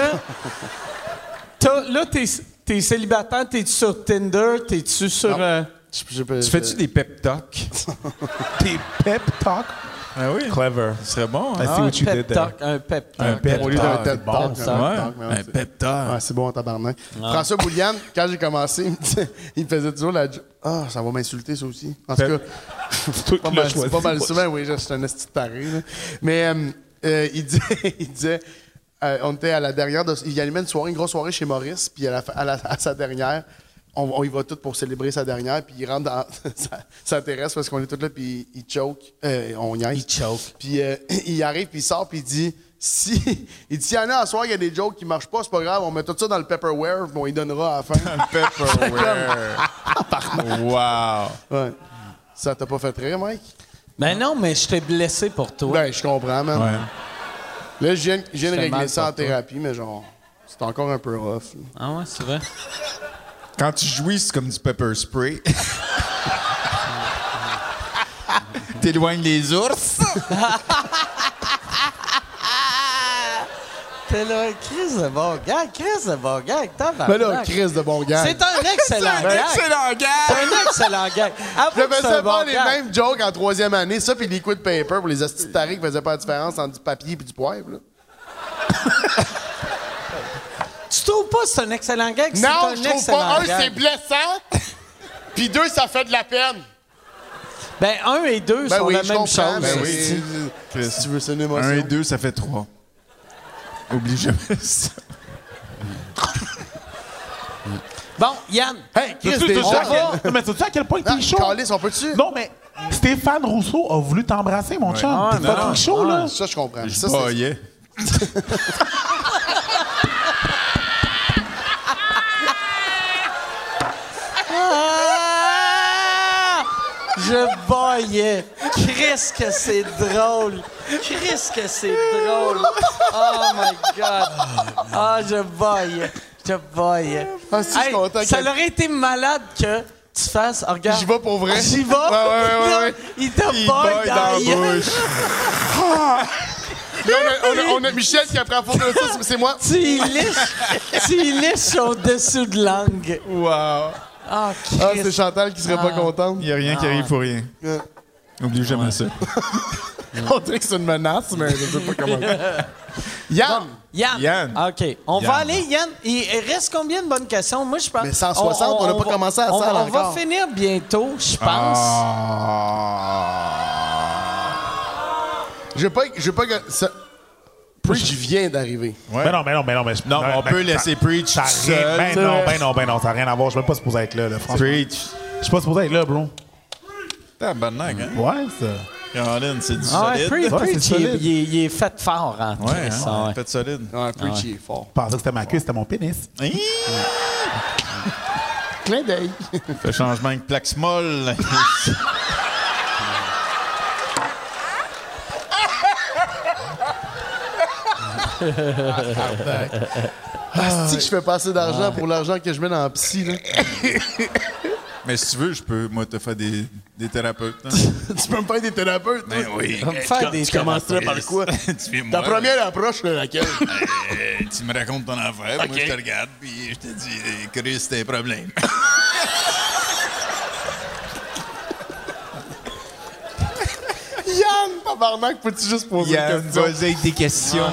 [SPEAKER 3] t'as- là, t'es, t'es célibataire, t'es-tu sur Tinder, t'es-tu sur... euh,
[SPEAKER 2] Je- je- je-
[SPEAKER 4] Tu fais-tu des pep talks?
[SPEAKER 7] T'es pep talk.
[SPEAKER 4] Ah oui?
[SPEAKER 7] Clever.
[SPEAKER 4] Ce serait bon. hein?
[SPEAKER 7] I see
[SPEAKER 3] un
[SPEAKER 7] what you
[SPEAKER 3] pep
[SPEAKER 7] did there.
[SPEAKER 3] talk, un pep
[SPEAKER 4] Un
[SPEAKER 3] talk.
[SPEAKER 4] pep
[SPEAKER 2] Au lieu d'un
[SPEAKER 4] talk.
[SPEAKER 2] TED
[SPEAKER 7] Ah, bon,
[SPEAKER 2] Talk,
[SPEAKER 3] ça.
[SPEAKER 2] un
[SPEAKER 4] Ouais,
[SPEAKER 2] TED Talk, mais ouais,
[SPEAKER 4] un
[SPEAKER 2] c'est-
[SPEAKER 4] pep talk.
[SPEAKER 2] Ouais, c'est bon, en tabarnak. François Boulian, quand j'ai commencé, il me, disait- il me faisait toujours la. jo- Ah, ça va m'insulter, ça aussi. En tout cas, c'est pas,
[SPEAKER 7] qui
[SPEAKER 2] mal,
[SPEAKER 7] l'as
[SPEAKER 2] c'est pas mal souvent, oui, je suis un esti de taré. là. Mais euh, euh, il disait. il disait euh, on était à la dernière. De, il animait une soirée, une grosse soirée chez Maurice, puis à, la, fa- à, la- à sa dernière. On, on y va tous pour célébrer sa dernière, puis il rentre dans sa, sa terrasse parce qu'on est tous là, puis il, il choke. Euh, on y
[SPEAKER 3] Il choke.
[SPEAKER 2] puis euh, il arrive, puis il sort, puis il dit si il dit, s'il y en a à soir, il y a des jokes qui marchent pas, c'est pas grave, on met tout ça dans le Pepperware, puis on y donnera à la fin.
[SPEAKER 4] Pepperware. wow.
[SPEAKER 2] Ouais. Ça t'a pas fait rire, Mike?
[SPEAKER 3] Ben non, mais je t'ai blessé pour toi.
[SPEAKER 2] Ben, je comprends, man. Là, je viens, je viens de
[SPEAKER 3] C'était
[SPEAKER 2] régler
[SPEAKER 3] mal
[SPEAKER 2] ça
[SPEAKER 3] pour
[SPEAKER 2] en
[SPEAKER 3] toi.
[SPEAKER 2] thérapie, mais genre, c'est encore un peu rough. là.
[SPEAKER 3] Ah ouais, c'est vrai.
[SPEAKER 4] Quand tu jouis, c'est comme du pepper spray. T'éloignes les ours.
[SPEAKER 3] T'es là, Chris de bon gars, Chris de bon gars,
[SPEAKER 2] Mais Ben là, Chris de bon gars.
[SPEAKER 3] Ah, C'est un excellent gars.
[SPEAKER 4] Excellent
[SPEAKER 3] C'est
[SPEAKER 4] gars.
[SPEAKER 3] un excellent gars. Avoue
[SPEAKER 2] Je
[SPEAKER 3] que c'est
[SPEAKER 2] faisais
[SPEAKER 3] un bon
[SPEAKER 2] pas les
[SPEAKER 3] gag.
[SPEAKER 2] mêmes jokes en troisième année. Ça, puis liquid paper pour les astitarés qui faisaient pas la différence entre du papier puis du poivre. là.
[SPEAKER 3] Tu trouves pas que c'est un excellent gars? que c'est
[SPEAKER 2] Non,
[SPEAKER 3] un
[SPEAKER 2] je trouve
[SPEAKER 3] excellent
[SPEAKER 2] pas. Un,
[SPEAKER 3] gag?
[SPEAKER 2] c'est blessant. puis deux, ça fait de la peine.
[SPEAKER 3] Ben, un et deux
[SPEAKER 2] Ben
[SPEAKER 3] sont
[SPEAKER 2] oui,
[SPEAKER 3] la
[SPEAKER 2] je
[SPEAKER 3] même
[SPEAKER 2] comprends,
[SPEAKER 3] chose.
[SPEAKER 2] ben
[SPEAKER 4] oui.
[SPEAKER 2] Si- Si tu veux, c'est une émotion.
[SPEAKER 4] Un et deux, ça fait trois. Oublie jamais ça.
[SPEAKER 3] Bon, Yann,
[SPEAKER 2] Hey, Chris,
[SPEAKER 7] Tu
[SPEAKER 2] des
[SPEAKER 7] sais
[SPEAKER 2] gens-
[SPEAKER 7] à quel- Non, Mais tu sais à quel point
[SPEAKER 2] Ah,
[SPEAKER 7] t'es chaud?
[SPEAKER 2] Calisse, on peut-tu?
[SPEAKER 7] Non, mais Stéphane Rousseau a voulu t'embrasser, mon chum.
[SPEAKER 3] Ah,
[SPEAKER 7] T'es
[SPEAKER 3] non.
[SPEAKER 7] fucking chaud, là.
[SPEAKER 2] Ça, je comprends. Ça,
[SPEAKER 4] Oh,
[SPEAKER 2] c'est
[SPEAKER 4] yeah.
[SPEAKER 3] Ah! Je baillais. Chris que c'est drôle. Chris que c'est drôle. Oh my God. Ah, je baillais. Je baillais.
[SPEAKER 2] Ah, si, je suis content
[SPEAKER 3] ça
[SPEAKER 2] que-
[SPEAKER 3] aurait été malade que tu fasses... oh, regarde.
[SPEAKER 2] J'y vais pour vrai.
[SPEAKER 3] J'y vais.
[SPEAKER 2] Ouais, ouais, ouais, ouais, ouais.
[SPEAKER 3] Il te baille
[SPEAKER 4] Il baille
[SPEAKER 3] dans,
[SPEAKER 4] dans
[SPEAKER 3] la gueule.
[SPEAKER 4] la bouche.
[SPEAKER 2] Là, on, a, on a- on a Michel qui apprend à fondre ça. c'est- C'est moi.
[SPEAKER 3] Tu y liches, tu y liches au-dessous de langue.
[SPEAKER 4] Wow.
[SPEAKER 3] Ah, Chris.
[SPEAKER 2] Ah, c'est Chantal qui serait pas contente.
[SPEAKER 4] Il n'y a rien qui arrive pour rien. Oublie jamais ça.
[SPEAKER 2] On dirait que c'est une menace, mais je sais pas comment. Yann!
[SPEAKER 3] Yann.
[SPEAKER 4] Yann.
[SPEAKER 3] Ah, OK. On
[SPEAKER 4] Yann.
[SPEAKER 3] va aller, Yann. Il il reste combien de bonnes questions? Moi, je pense.
[SPEAKER 2] Mais 160, on n'a pas
[SPEAKER 3] va-
[SPEAKER 2] commencé à
[SPEAKER 3] on,
[SPEAKER 2] 100
[SPEAKER 3] va- On
[SPEAKER 2] encore.
[SPEAKER 3] va finir bientôt, je pense.
[SPEAKER 4] Ah.
[SPEAKER 2] Je veux pas. Je veux pas que. ça- Preach viens d'arriver.
[SPEAKER 17] Ouais. Mais non, mais non, mais non. Mais,
[SPEAKER 4] Non, mais on peut laisser Preach
[SPEAKER 17] ça a rien-
[SPEAKER 4] seul.
[SPEAKER 17] Ben
[SPEAKER 4] C'est
[SPEAKER 17] non,
[SPEAKER 4] vrai.
[SPEAKER 17] ben non, ben non, ça n'a rien à voir. Je ne suis même pas supposé être là, là
[SPEAKER 4] Ah.
[SPEAKER 17] franchement.
[SPEAKER 4] Preach.
[SPEAKER 17] Je suis pas supposé être là, bro.
[SPEAKER 4] Tabarnak, hein?
[SPEAKER 17] Ouais, ça.
[SPEAKER 4] Caroline, c'est du
[SPEAKER 3] Ah ouais,
[SPEAKER 4] solide.
[SPEAKER 17] Ouais,
[SPEAKER 3] Preach,
[SPEAKER 17] c'est
[SPEAKER 3] Preach, il,
[SPEAKER 17] solide.
[SPEAKER 3] il est- il est fait fort en
[SPEAKER 4] Ouais,
[SPEAKER 3] Chris,
[SPEAKER 4] hein,
[SPEAKER 3] ah ouais.
[SPEAKER 4] fait solide.
[SPEAKER 2] Ouais, Preach, il est fort.
[SPEAKER 17] Je pensais que c'était ma queue, c'était mon pénis.
[SPEAKER 4] Hi!
[SPEAKER 2] Clin d'œil.
[SPEAKER 4] Fait changement avec plaque molle.
[SPEAKER 2] Si je fais passer d'argent pour l'argent que je mets dans la psy, là.
[SPEAKER 4] Mais si tu veux, je peux, moi, te faire des, des thérapeutes. hein.
[SPEAKER 2] tu peux me faire des thérapeutes, toi?
[SPEAKER 4] Ben oui.
[SPEAKER 3] me faire des
[SPEAKER 4] tu commencerais
[SPEAKER 2] par quoi?
[SPEAKER 4] tu viens me
[SPEAKER 2] Ta
[SPEAKER 4] voir,
[SPEAKER 2] première approche, là, laquelle?
[SPEAKER 4] euh, tu me racontes ton affaire, moi, je te regarde, puis je te dis, eh, Chris, t'as un problème.
[SPEAKER 2] Yann, tabarnak, peux-tu juste poser une question?
[SPEAKER 4] avec des questions.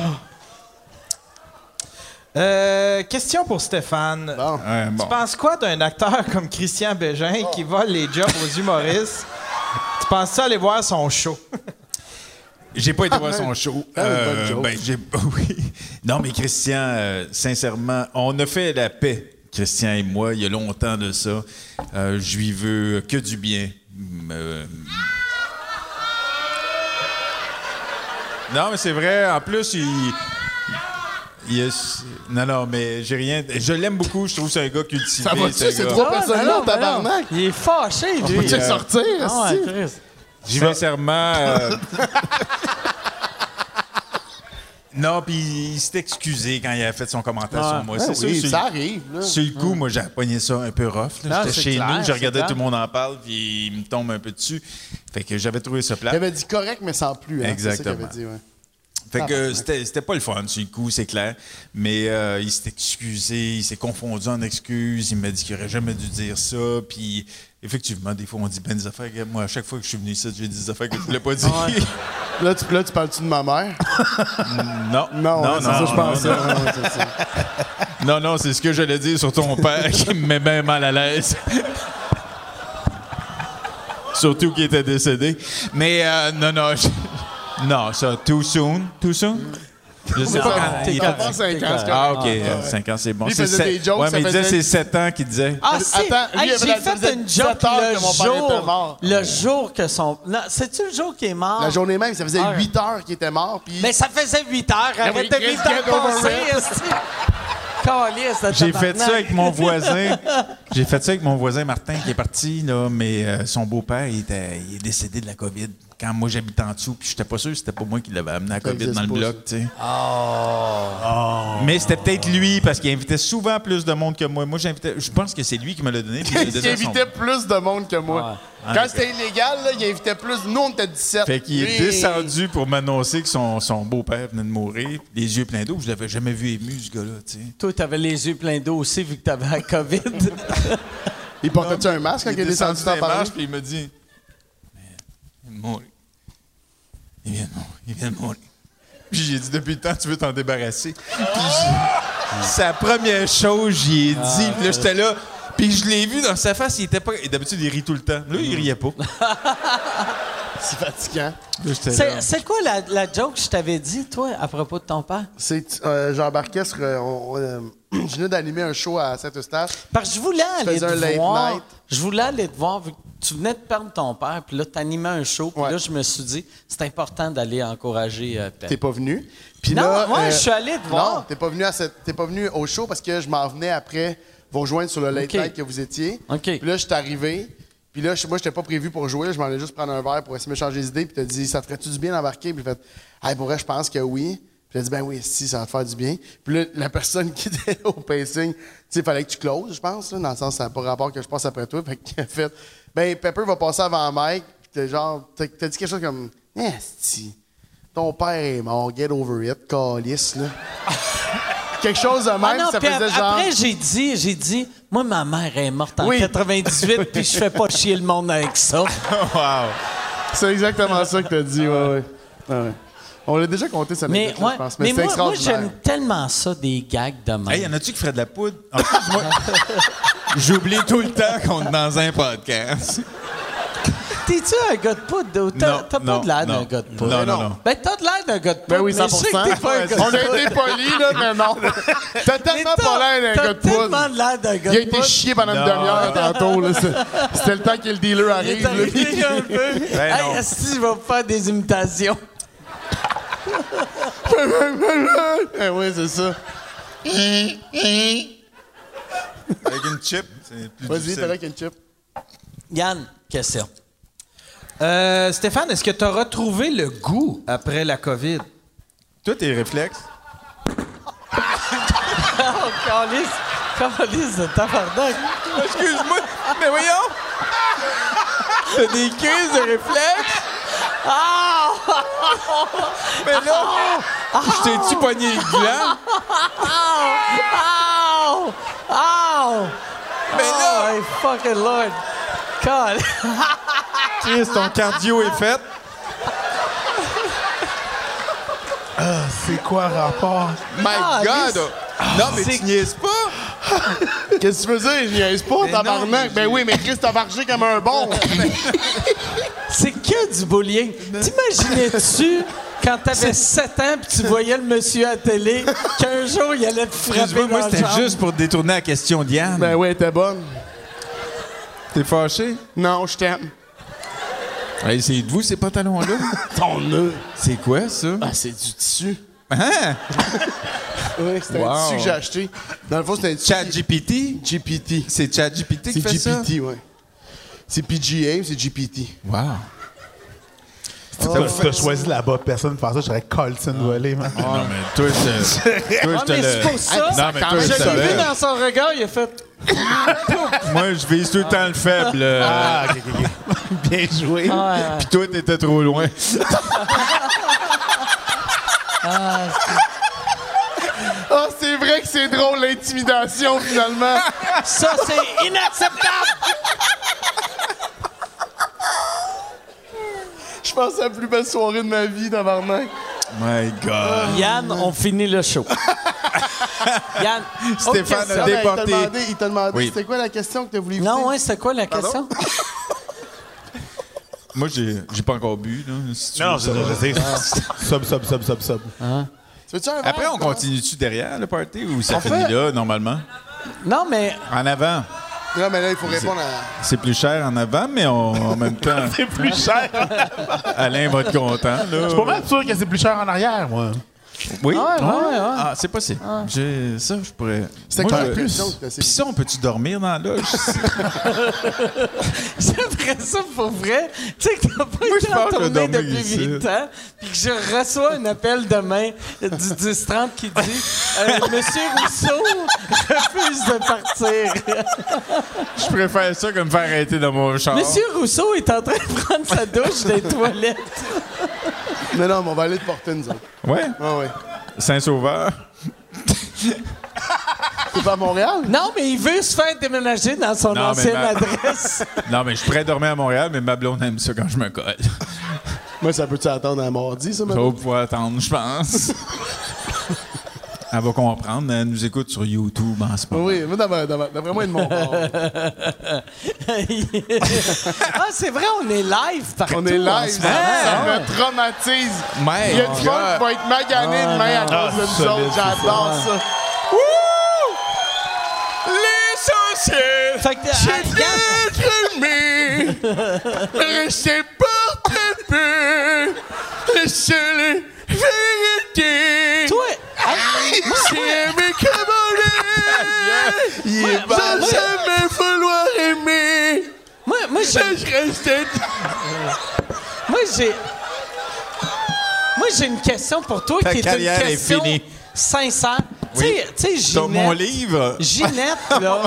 [SPEAKER 13] Euh, question pour Stéphane.
[SPEAKER 2] Bon. Oh.
[SPEAKER 4] Ouais, bon.
[SPEAKER 13] Tu penses quoi d'un acteur comme Christian Bégin qui vole les jobs aux humoristes? tu penses ça aller voir son show?
[SPEAKER 4] J'ai pas été voir son show.
[SPEAKER 2] Ah, une bonne
[SPEAKER 4] Euh,
[SPEAKER 2] joke.
[SPEAKER 4] ben, j'ai- oui. Non, mais Christian, euh, sincèrement, on a fait la paix, Christian et moi, il y a longtemps de ça. Euh, je lui veux que du bien. Mm, euh, Non, mais c'est vrai. En plus, il. il est- Non, non, mais j'ai rien. Je l'aime beaucoup. Je trouve que c'est un gars cultivé.
[SPEAKER 2] Ça va-tu,
[SPEAKER 4] c'est un
[SPEAKER 2] ces
[SPEAKER 4] gars-
[SPEAKER 2] trois personnes-là,
[SPEAKER 3] mais Ah, ben non,
[SPEAKER 2] tabarnak?
[SPEAKER 3] Il est fâché, lui.
[SPEAKER 2] Peux-tu sortir,
[SPEAKER 3] Ah ouais,
[SPEAKER 2] si?
[SPEAKER 3] Chris.
[SPEAKER 4] Sincèrement. euh, non, puis il s'est excusé quand il a fait son commentaire sur moi.
[SPEAKER 2] Ben
[SPEAKER 4] c'est
[SPEAKER 2] oui,
[SPEAKER 4] sûr,
[SPEAKER 2] ça
[SPEAKER 4] sur,
[SPEAKER 2] arrive, là.
[SPEAKER 4] le- sur le coup, moi, j'ai pogné ça un peu rough. là.
[SPEAKER 3] Non,
[SPEAKER 4] J'étais
[SPEAKER 3] c'est
[SPEAKER 4] chez
[SPEAKER 3] clair,
[SPEAKER 4] nous,
[SPEAKER 3] c'est
[SPEAKER 4] je regardais
[SPEAKER 3] clair.
[SPEAKER 4] tout le monde en parle, puis il me tombe un peu dessus. Fait que j'avais trouvé ça plat.
[SPEAKER 2] Il avait dit correct, mais sans plus. Hein? C'est ça qu'il avait dit,
[SPEAKER 4] Exactement.
[SPEAKER 2] ouais.
[SPEAKER 4] Fait que c'était c'était pas le fun sur le coup, c'est clair. Mais euh, il s'est excusé, il s'est confondu en excuses, il m'a dit qu'il aurait jamais dû dire ça. Puis effectivement, des fois, on dit ben des affaires. que- Moi, à chaque fois que je suis venu ici, j'ai dit des affaires que je voulais pas dire.
[SPEAKER 2] Là, tu, là, tu parles-tu de ma mère?
[SPEAKER 4] Non,
[SPEAKER 2] Non, ouais, c'est ça, je pensais.
[SPEAKER 4] Non,
[SPEAKER 2] Ouais, ouais, c'est ça.
[SPEAKER 4] non, non, c'est ce que j'allais dire sur ton père qui me met bien mal à l'aise. Surtout qu'il était décédé. Mais euh, non, non, je- non, ça, too soon, too soon. Je sais pas quand il
[SPEAKER 2] Il
[SPEAKER 4] est
[SPEAKER 2] a pas 5 ans, c'est
[SPEAKER 4] Ah,
[SPEAKER 2] correct.
[SPEAKER 4] ok, 5 ans, c'est bon.
[SPEAKER 2] Lui, il
[SPEAKER 4] C'est
[SPEAKER 2] faisait
[SPEAKER 4] sept-
[SPEAKER 2] des jokes,
[SPEAKER 4] Ouais,
[SPEAKER 2] ça
[SPEAKER 4] mais il disait
[SPEAKER 2] faisait-
[SPEAKER 4] c'est 7 ans qu'il disait.
[SPEAKER 3] Ah, si!
[SPEAKER 2] Attends, lui,
[SPEAKER 3] Hey,
[SPEAKER 2] il avait
[SPEAKER 3] j'ai
[SPEAKER 2] la- ça
[SPEAKER 3] fait
[SPEAKER 2] faisait
[SPEAKER 3] une
[SPEAKER 2] sept
[SPEAKER 3] joke
[SPEAKER 2] heures
[SPEAKER 3] le
[SPEAKER 2] que mon père était
[SPEAKER 3] jour,
[SPEAKER 2] mort.
[SPEAKER 3] le jour que son... Non, C'est-tu le jour qu'il est mort?
[SPEAKER 2] La journée même, ça faisait
[SPEAKER 3] Ah,
[SPEAKER 2] 8 heures qu'il était mort, puis...
[SPEAKER 3] Mais ça faisait 8 heures. Arrête de
[SPEAKER 2] oui,
[SPEAKER 3] 8
[SPEAKER 2] Chris,
[SPEAKER 3] heures
[SPEAKER 2] get over it.
[SPEAKER 3] passées.
[SPEAKER 4] J'ai fait ça avec mon voisin. J'ai fait ça avec mon voisin Martin qui est parti, là, mais euh, son beau-père, il, était- il est décédé de la COVID. Quand moi j'habitais en dessous, puis j'étais pas sûr, que c'était pas moi qui l'avais amené à la COVID
[SPEAKER 2] existe
[SPEAKER 4] dans le
[SPEAKER 2] pas,
[SPEAKER 4] bloc, tu sais. Ah. Mais c'était peut-être lui parce qu'il invitait souvent plus de monde que moi. Moi, j'invitais. Je pense que c'est lui qui me l'a donné. puis je l'ai
[SPEAKER 2] Il
[SPEAKER 4] donné à son-
[SPEAKER 2] invitait plus de monde que moi.
[SPEAKER 4] Ouais.
[SPEAKER 2] Quand c'était illégal, là, il invitait plus. Nous, on était 17.
[SPEAKER 4] Fait qu'il est
[SPEAKER 2] Lui-
[SPEAKER 4] descendu pour m'annoncer que son, son beau-père venait de mourir, les yeux pleins d'eau. Je l'avais jamais vu ému, ce gars-là, tu sais.
[SPEAKER 3] Toi, t'avais les yeux pleins d'eau aussi, vu que t'avais la COVID.
[SPEAKER 2] Il portait-tu un masque quand il est descendu dans
[SPEAKER 4] des
[SPEAKER 2] Paris?
[SPEAKER 4] marches, puis il me dit Mais, Il vient de mourir. Il vient de mourir. Il vient de mourir. Puis j'ai dit Depuis le temps, tu veux t'en débarrasser. Puis j'ai- sa première chose, j'y ai dit. Puis là, j'étais là. Puis je l'ai vu dans sa face, il était pas. et D'habitude, il rit tout le temps. Là, il riait pas. Là,
[SPEAKER 2] C'est fatigant.
[SPEAKER 4] j'étais là.
[SPEAKER 3] C'est c'est quoi la, la joke que je t'avais dit, toi, à propos de ton père?
[SPEAKER 2] C'est, euh, J'embarquais sur... euh, on- euh, je venais d'animer un show à Saint-Eustache.
[SPEAKER 3] Parce que je voulais aller
[SPEAKER 2] faisais un
[SPEAKER 3] te
[SPEAKER 2] late
[SPEAKER 3] voir.
[SPEAKER 2] night.
[SPEAKER 3] Je voulais aller te voir, vu que tu venais de perdre ton père, puis là, t'animais un show, puis
[SPEAKER 2] Ouais.
[SPEAKER 3] là, je me suis dit, c'est important d'aller encourager euh, Pep.
[SPEAKER 2] T'es pas venu. Puis
[SPEAKER 3] Non,
[SPEAKER 2] là, euh,
[SPEAKER 3] ouais, je suis allé te voir.
[SPEAKER 2] Non, t'es pas venu à cette- t'es pas venu au show parce que je m'en venais après vous rejoindre sur le late
[SPEAKER 3] OK.
[SPEAKER 2] night que vous étiez.
[SPEAKER 3] OK.
[SPEAKER 2] Puis là, je suis arrivé. Puis là, je- moi, j'étais pas prévu pour jouer. Je m'en allais juste prendre un verre pour essayer de me changer les idées. Puis t'as dit, ça te ferait-tu du bien d'embarquer? Puis j'ai fait, hey, pour vrai, je pense que oui. Puis j'ai dit, ben oui, si, ça va te faire du bien. Puis là, la personne qui était au pacing, tu sais, il fallait que tu closes, je pense, là, dans le sens, ça n'a pas rapport que je passe après toi. Fait qu'elle a fait, ben, Pepper va passer avant Mike. Puis t'es genre, t'as t'as dit quelque chose comme, Esti, ton père est mort, get over it, calice, là. quelque chose de même,
[SPEAKER 3] Ah non,
[SPEAKER 2] ça
[SPEAKER 3] puis
[SPEAKER 2] faisait
[SPEAKER 3] ap-
[SPEAKER 2] genre.
[SPEAKER 3] Après, j'ai dit, j'ai dit, moi, ma mère est morte en
[SPEAKER 2] Oui. Ah,
[SPEAKER 3] 98, puis je fais pas chier le monde avec ça.
[SPEAKER 2] C'est exactement ça que t'as dit, ouais, ouais. Ah Ouais, ouais. On l'a déjà compté, ça
[SPEAKER 3] Mais, ouais,
[SPEAKER 2] je pense. Mais,
[SPEAKER 3] mais,
[SPEAKER 2] c'est
[SPEAKER 3] moi, moi,
[SPEAKER 2] extraordinaire.
[SPEAKER 3] j'aime tellement ça, des gags de même.
[SPEAKER 4] Hey, y en a-tu qui ferait de la poudre? En plus, moi, j'oublie tout le temps qu'on est dans un podcast.
[SPEAKER 3] T'es-tu un gars de poudre? ou T'as
[SPEAKER 4] Non,
[SPEAKER 3] t'as pas
[SPEAKER 4] non,
[SPEAKER 3] de l'air
[SPEAKER 4] non.
[SPEAKER 3] d'un gars de
[SPEAKER 4] Non,
[SPEAKER 3] poudre.
[SPEAKER 4] non, non.
[SPEAKER 3] Ben, t'as de l'air l'air d'un gars de poudre,
[SPEAKER 2] Ben oui, 100
[SPEAKER 3] mais je sais que t'es pas un gars de
[SPEAKER 2] On a
[SPEAKER 3] poudre.
[SPEAKER 2] été poli, là, mais non. T'as tellement
[SPEAKER 3] Mais t'as-
[SPEAKER 2] pas l'air d'un gars de
[SPEAKER 3] T'as tellement
[SPEAKER 2] poudre.
[SPEAKER 3] de l'air d'un gars
[SPEAKER 2] Il a
[SPEAKER 3] de
[SPEAKER 2] été
[SPEAKER 3] poudre.
[SPEAKER 2] chié pendant une demi-heure tantôt. là. C'est- C'était le temps que le dealer
[SPEAKER 3] Il
[SPEAKER 2] arrive.
[SPEAKER 3] est
[SPEAKER 2] là,
[SPEAKER 3] arrivé
[SPEAKER 2] puis-
[SPEAKER 3] un
[SPEAKER 4] Ben
[SPEAKER 3] peu. hey, est-ce que je vais faire des imitations?
[SPEAKER 2] Eh oui, c'est ça.
[SPEAKER 4] Avec une chip, c'est plus
[SPEAKER 2] Vas-y,
[SPEAKER 4] difficile.
[SPEAKER 2] t'as là quel chip.
[SPEAKER 3] Yann, question.
[SPEAKER 20] Euh, Stéphane, est-ce que tu as retrouvé le goût après la COVID?
[SPEAKER 4] Toi, tes réflexes.
[SPEAKER 3] Oh, calice. Calice de tabarnak.
[SPEAKER 4] Excuse-moi, mais voyons!
[SPEAKER 3] T'as des crises de réflexe? Ah!
[SPEAKER 4] Mais là, je t'ai-tu pogné le gland?
[SPEAKER 3] Ah! Ow! Ow! Mais là! Ah! Oh, my fucking lord! God!
[SPEAKER 4] Chris, ton cardio est fait.
[SPEAKER 7] C'est quoi le rapport?
[SPEAKER 4] My
[SPEAKER 3] Ah,
[SPEAKER 4] God!
[SPEAKER 3] Chris.
[SPEAKER 4] Non, mais tu niaises pas!
[SPEAKER 2] Qu'est-ce que tu veux dire? Je niaise pas, tabarnak. Ben oui, mais Chris, t'as marché comme un bon.
[SPEAKER 3] C'est que du bullying. T'imaginais-tu quand t'avais 7 ans puis tu voyais le monsieur à la télé qu'un jour il allait te frapper
[SPEAKER 4] Excuse-moi, moi,
[SPEAKER 3] dans le
[SPEAKER 4] c'était
[SPEAKER 3] genre?
[SPEAKER 4] juste pour détourner la question d'Yann.
[SPEAKER 2] Ben oui, t'es bonne.
[SPEAKER 4] T'es fâché?
[SPEAKER 2] Non, je t'aime.
[SPEAKER 4] Hey, c'est de vous, ces pantalons-là?
[SPEAKER 2] Ton nœud.
[SPEAKER 4] c'est quoi, ça?
[SPEAKER 2] Ah, c'est du tissu.
[SPEAKER 4] Hein?
[SPEAKER 2] Oui, c'est un
[SPEAKER 4] Wow.
[SPEAKER 2] tissu que j'ai acheté. Dans le fond, c'est un tissu.
[SPEAKER 4] Chat GPT?
[SPEAKER 2] GPT.
[SPEAKER 4] C'est Chat GPT qui
[SPEAKER 2] C'est
[SPEAKER 4] fait ça?
[SPEAKER 2] GPT, ouais. C'est PGA, c'est GPT.
[SPEAKER 4] Wow.
[SPEAKER 7] Si tu t'as choisi la bonne personne pour faire ça, j'aurais Colton volé, man.
[SPEAKER 4] Non, mais toi, je toi, je te
[SPEAKER 3] Ah, mais c'est
[SPEAKER 4] le-
[SPEAKER 3] pour ça.
[SPEAKER 4] Non, mais toi, je
[SPEAKER 3] Je
[SPEAKER 4] te
[SPEAKER 3] l'ai vu
[SPEAKER 4] le-
[SPEAKER 3] dans son regard, il a fait.
[SPEAKER 4] Moi, je vise tout le temps le faible. euh,
[SPEAKER 3] Ah,
[SPEAKER 7] Bien joué.
[SPEAKER 4] Puis toi, t'étais trop loin.
[SPEAKER 2] Ah, c'est vrai que c'est drôle, l'intimidation, finalement.
[SPEAKER 3] Ça, c'est inacceptable!
[SPEAKER 2] Je pense à la plus belle soirée de ma vie, tabarnak.
[SPEAKER 4] My God.
[SPEAKER 3] Yann, on finit le show. Yann, autre
[SPEAKER 4] Stéphane a
[SPEAKER 2] ben, il t'a
[SPEAKER 4] dé-
[SPEAKER 3] question.
[SPEAKER 4] Déporté.
[SPEAKER 2] demandé, il t'a demandé
[SPEAKER 4] Oui.
[SPEAKER 2] c'était quoi la question que tu voulu
[SPEAKER 3] Non,
[SPEAKER 2] écouter?
[SPEAKER 3] ouais, c'était quoi la question?
[SPEAKER 4] Moi, j'ai j'ai pas encore bu. Là, si tu veux,
[SPEAKER 7] Non,
[SPEAKER 4] ça va.
[SPEAKER 7] je sais. Sub, sub, sub, sub, sub.
[SPEAKER 2] Tu veux-tu un verre?
[SPEAKER 4] Après, on continue-tu derrière le party ou ça
[SPEAKER 2] On
[SPEAKER 4] finit
[SPEAKER 2] fait-
[SPEAKER 4] là, normalement?
[SPEAKER 3] Non, mais
[SPEAKER 4] En avant.
[SPEAKER 2] Non, mais là, il faut répondre à.
[SPEAKER 4] C'est plus cher en avant, mais on- en même temps,
[SPEAKER 7] C'est plus cher.
[SPEAKER 4] Alain va être content. Là.
[SPEAKER 7] Je suis pas mal sûr que c'est plus cher en arrière, moi.
[SPEAKER 4] Oui? Ah, c'est possible. J'ai- Ça, je pourrais.
[SPEAKER 2] C'était
[SPEAKER 4] Moi,
[SPEAKER 2] quoi
[SPEAKER 4] je-
[SPEAKER 2] la question que t'as essayé?
[SPEAKER 4] Puis ça, on peut-tu dormir dans la loge?
[SPEAKER 3] J'aimerais ça pour vrai. Tu sais que t'as pas
[SPEAKER 4] Moi, je
[SPEAKER 3] été en
[SPEAKER 4] pense que je vais
[SPEAKER 3] tournée
[SPEAKER 4] dormir
[SPEAKER 3] depuis
[SPEAKER 4] ici.
[SPEAKER 3] 8 ans, puis que je reçois un appel demain du 10-30 qui dit Euh, Monsieur Rousseau refuse de partir.
[SPEAKER 4] je préfère ça que me faire arrêter dans mon char.
[SPEAKER 3] Monsieur Rousseau est en train de prendre sa douche des toilettes.
[SPEAKER 2] Non, non, mais on va aller te porter, nous autres.
[SPEAKER 4] Ouais,
[SPEAKER 2] Ah, ouais.
[SPEAKER 4] Saint-Sauveur.
[SPEAKER 2] T'es pas à Montréal?
[SPEAKER 3] Non, mais il veut se faire déménager dans son
[SPEAKER 4] Non, mais
[SPEAKER 3] ancienne
[SPEAKER 4] ma-
[SPEAKER 3] adresse.
[SPEAKER 4] Non, mais je pourrais dormir à Montréal, mais ma blonde aime ça quand je me colle.
[SPEAKER 7] Ah.
[SPEAKER 2] Moi, ça peut-tu attendre à mardi, ça,
[SPEAKER 4] Ça
[SPEAKER 2] maintenant?
[SPEAKER 4] va pouvoir attendre, je pense. Elle va comprendre. Elle nous écoute sur YouTube en ce moment.
[SPEAKER 2] Oui, moi, d'après- d'après d'après moi, il est de mon bord.
[SPEAKER 3] ah, c'est vrai, on est live partout.
[SPEAKER 2] On est
[SPEAKER 3] en
[SPEAKER 2] live,
[SPEAKER 3] ce
[SPEAKER 2] ça,
[SPEAKER 3] moment.
[SPEAKER 2] ça me traumatise. Il y a du monde qui va être magané demain à cause de nous autres. J'adore ça.
[SPEAKER 3] Fait que, euh, Yann,
[SPEAKER 2] Restez porte peu. Laissez-les vérité.
[SPEAKER 3] toi,
[SPEAKER 2] Ah,
[SPEAKER 3] hein? hey,
[SPEAKER 2] C'est mes cabarets. Il est Sans jamais vouloir aimer.
[SPEAKER 3] bah, moi, moi, je
[SPEAKER 2] Je restais
[SPEAKER 3] Moi, j'ai. Moi, j'ai une question pour toi qui est
[SPEAKER 4] carrière
[SPEAKER 3] une
[SPEAKER 4] est
[SPEAKER 3] question
[SPEAKER 4] finie.
[SPEAKER 3] sincère. Tu sais- Tu sais,
[SPEAKER 4] Sur mon
[SPEAKER 3] Ginette,
[SPEAKER 4] livre.
[SPEAKER 3] Ginette, là,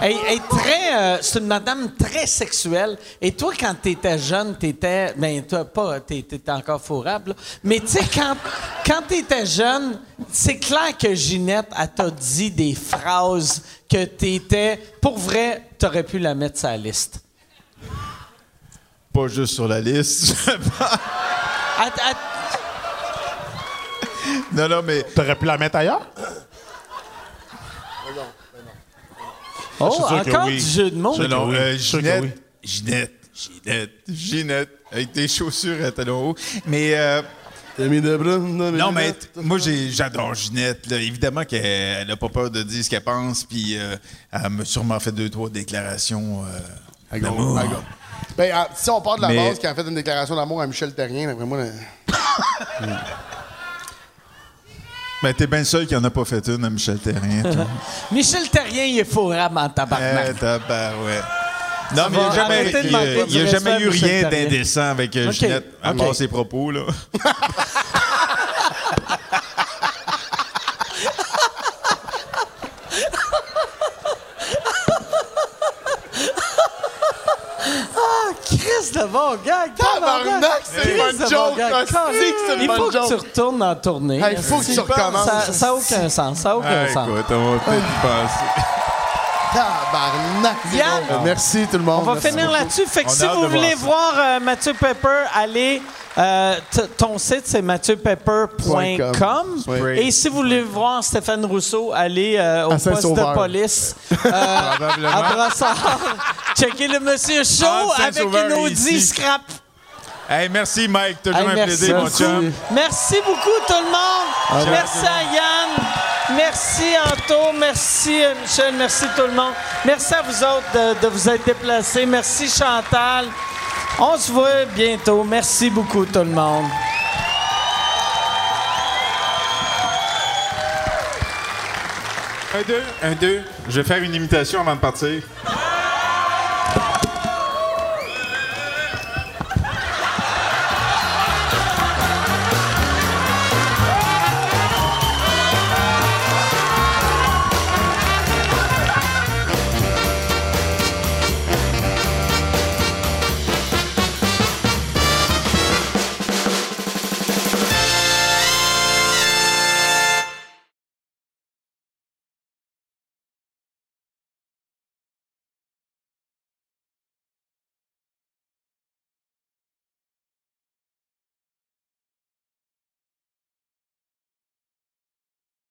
[SPEAKER 3] elle, elle est très. euh, c'est une madame très sexuelle. Et toi, quand t'étais jeune, t'étais. Ben, toi, pas. t'es- T'étais encore fourrable, là. Mais tu sais, quand, quand t'étais jeune, c'est clair que Ginette, elle t'a dit des phrases que t'étais. Pour vrai, t'aurais pu la mettre sur la liste.
[SPEAKER 4] Pas juste sur la liste.
[SPEAKER 3] Elle- elle-
[SPEAKER 7] Ah,
[SPEAKER 4] non, non, mais.
[SPEAKER 7] T'aurais pu la mettre ailleurs?
[SPEAKER 3] Oh,
[SPEAKER 7] suis sûr que
[SPEAKER 3] encore
[SPEAKER 7] oui.
[SPEAKER 3] du jeu de mots.
[SPEAKER 7] Je-
[SPEAKER 4] Non, non,
[SPEAKER 7] oui,
[SPEAKER 4] euh,
[SPEAKER 7] je suis sûr que
[SPEAKER 4] Ginette,
[SPEAKER 7] oui.
[SPEAKER 4] Ginette, Ginette, Ginette, avec tes chaussures à talons hauts. Mais euh,
[SPEAKER 2] T'as mis de brume dans mes
[SPEAKER 4] Non, mais
[SPEAKER 2] lunettes.
[SPEAKER 4] t- moi, j'ai- j'adore Ginette. là. Évidemment qu'elle n'a pas peur de dire ce qu'elle pense, puis euh, elle m'a sûrement fait deux, trois déclarations. euh,
[SPEAKER 2] À gauche,
[SPEAKER 4] d'amour.
[SPEAKER 2] à gauche. Ben, ah, si on part de la
[SPEAKER 4] Mais-
[SPEAKER 2] base qui a fait une déclaration d'amour à Michel Terrien, d'après moi. là-
[SPEAKER 4] Ben, t'es bien seul qu'il en a pas fait une à Michel Terrien. toi.
[SPEAKER 3] Michel Terrien, il est fourrable en tabarnak.
[SPEAKER 4] Eh, tabarouette. Non, mais
[SPEAKER 3] vas arrêter de
[SPEAKER 4] il n'y a jamais,
[SPEAKER 3] manquer
[SPEAKER 4] il y a
[SPEAKER 3] du
[SPEAKER 4] jamais
[SPEAKER 3] respect
[SPEAKER 4] eu
[SPEAKER 3] à Michel
[SPEAKER 4] rien
[SPEAKER 3] Terrien.
[SPEAKER 4] d'indécent avec euh,
[SPEAKER 3] Ok,
[SPEAKER 4] Ginette, à
[SPEAKER 3] ok.
[SPEAKER 4] part ses propos, là.
[SPEAKER 3] Ah, Chris de bon gag!
[SPEAKER 2] Tabarnak, c'est une bonne
[SPEAKER 3] Chris de
[SPEAKER 2] joke,
[SPEAKER 3] gag.
[SPEAKER 2] hostie que c'est une
[SPEAKER 3] Il faut
[SPEAKER 2] bonne
[SPEAKER 3] que tu
[SPEAKER 2] joke.
[SPEAKER 3] retournes en tournée.
[SPEAKER 2] Hey, faut que tu recommences.
[SPEAKER 3] Ça- Ça n'a aucun sens, ça n'a aucun
[SPEAKER 4] Ah,
[SPEAKER 3] sens.
[SPEAKER 4] écoute, on va peut-être y passer.
[SPEAKER 2] Tabarnak! c'est
[SPEAKER 3] Yann!
[SPEAKER 2] drôle. Merci tout le monde.
[SPEAKER 3] On va
[SPEAKER 2] Merci
[SPEAKER 3] finir
[SPEAKER 2] beaucoup.
[SPEAKER 3] là-dessus. Fait que
[SPEAKER 4] On a
[SPEAKER 3] si
[SPEAKER 4] hâte de
[SPEAKER 3] vous
[SPEAKER 4] voir
[SPEAKER 3] voulez
[SPEAKER 4] ça.
[SPEAKER 3] voir euh, Mathieu Pepper, allez. euh, t- ton site, c'est mathieuPepper.com.
[SPEAKER 2] Oui.
[SPEAKER 3] Et si vous voulez voir Stéphane Rousseau, allez euh, au
[SPEAKER 2] À
[SPEAKER 3] poste
[SPEAKER 2] Saint-Sauveur.
[SPEAKER 3] de police euh, à Brassard. Checkez le monsieur chaud
[SPEAKER 4] Ah,
[SPEAKER 3] avec
[SPEAKER 4] Saint-Sauveur
[SPEAKER 3] une
[SPEAKER 4] est
[SPEAKER 3] Audi
[SPEAKER 4] ici.
[SPEAKER 3] scrap.
[SPEAKER 4] Hey, merci, Mike. Toujours
[SPEAKER 3] Hey,
[SPEAKER 4] un
[SPEAKER 3] merci,
[SPEAKER 4] plaisir, mon chum. Ah,
[SPEAKER 3] merci beaucoup, tout le monde. Merci à Yann. Merci, Anto. Merci, euh, Michel. Merci, tout le monde. Merci à vous autres de, de vous être déplacés. Merci, Chantal. On se voit bientôt. Merci beaucoup, tout le monde.
[SPEAKER 4] Un, deux, un, deux. Je vais faire une imitation avant de partir.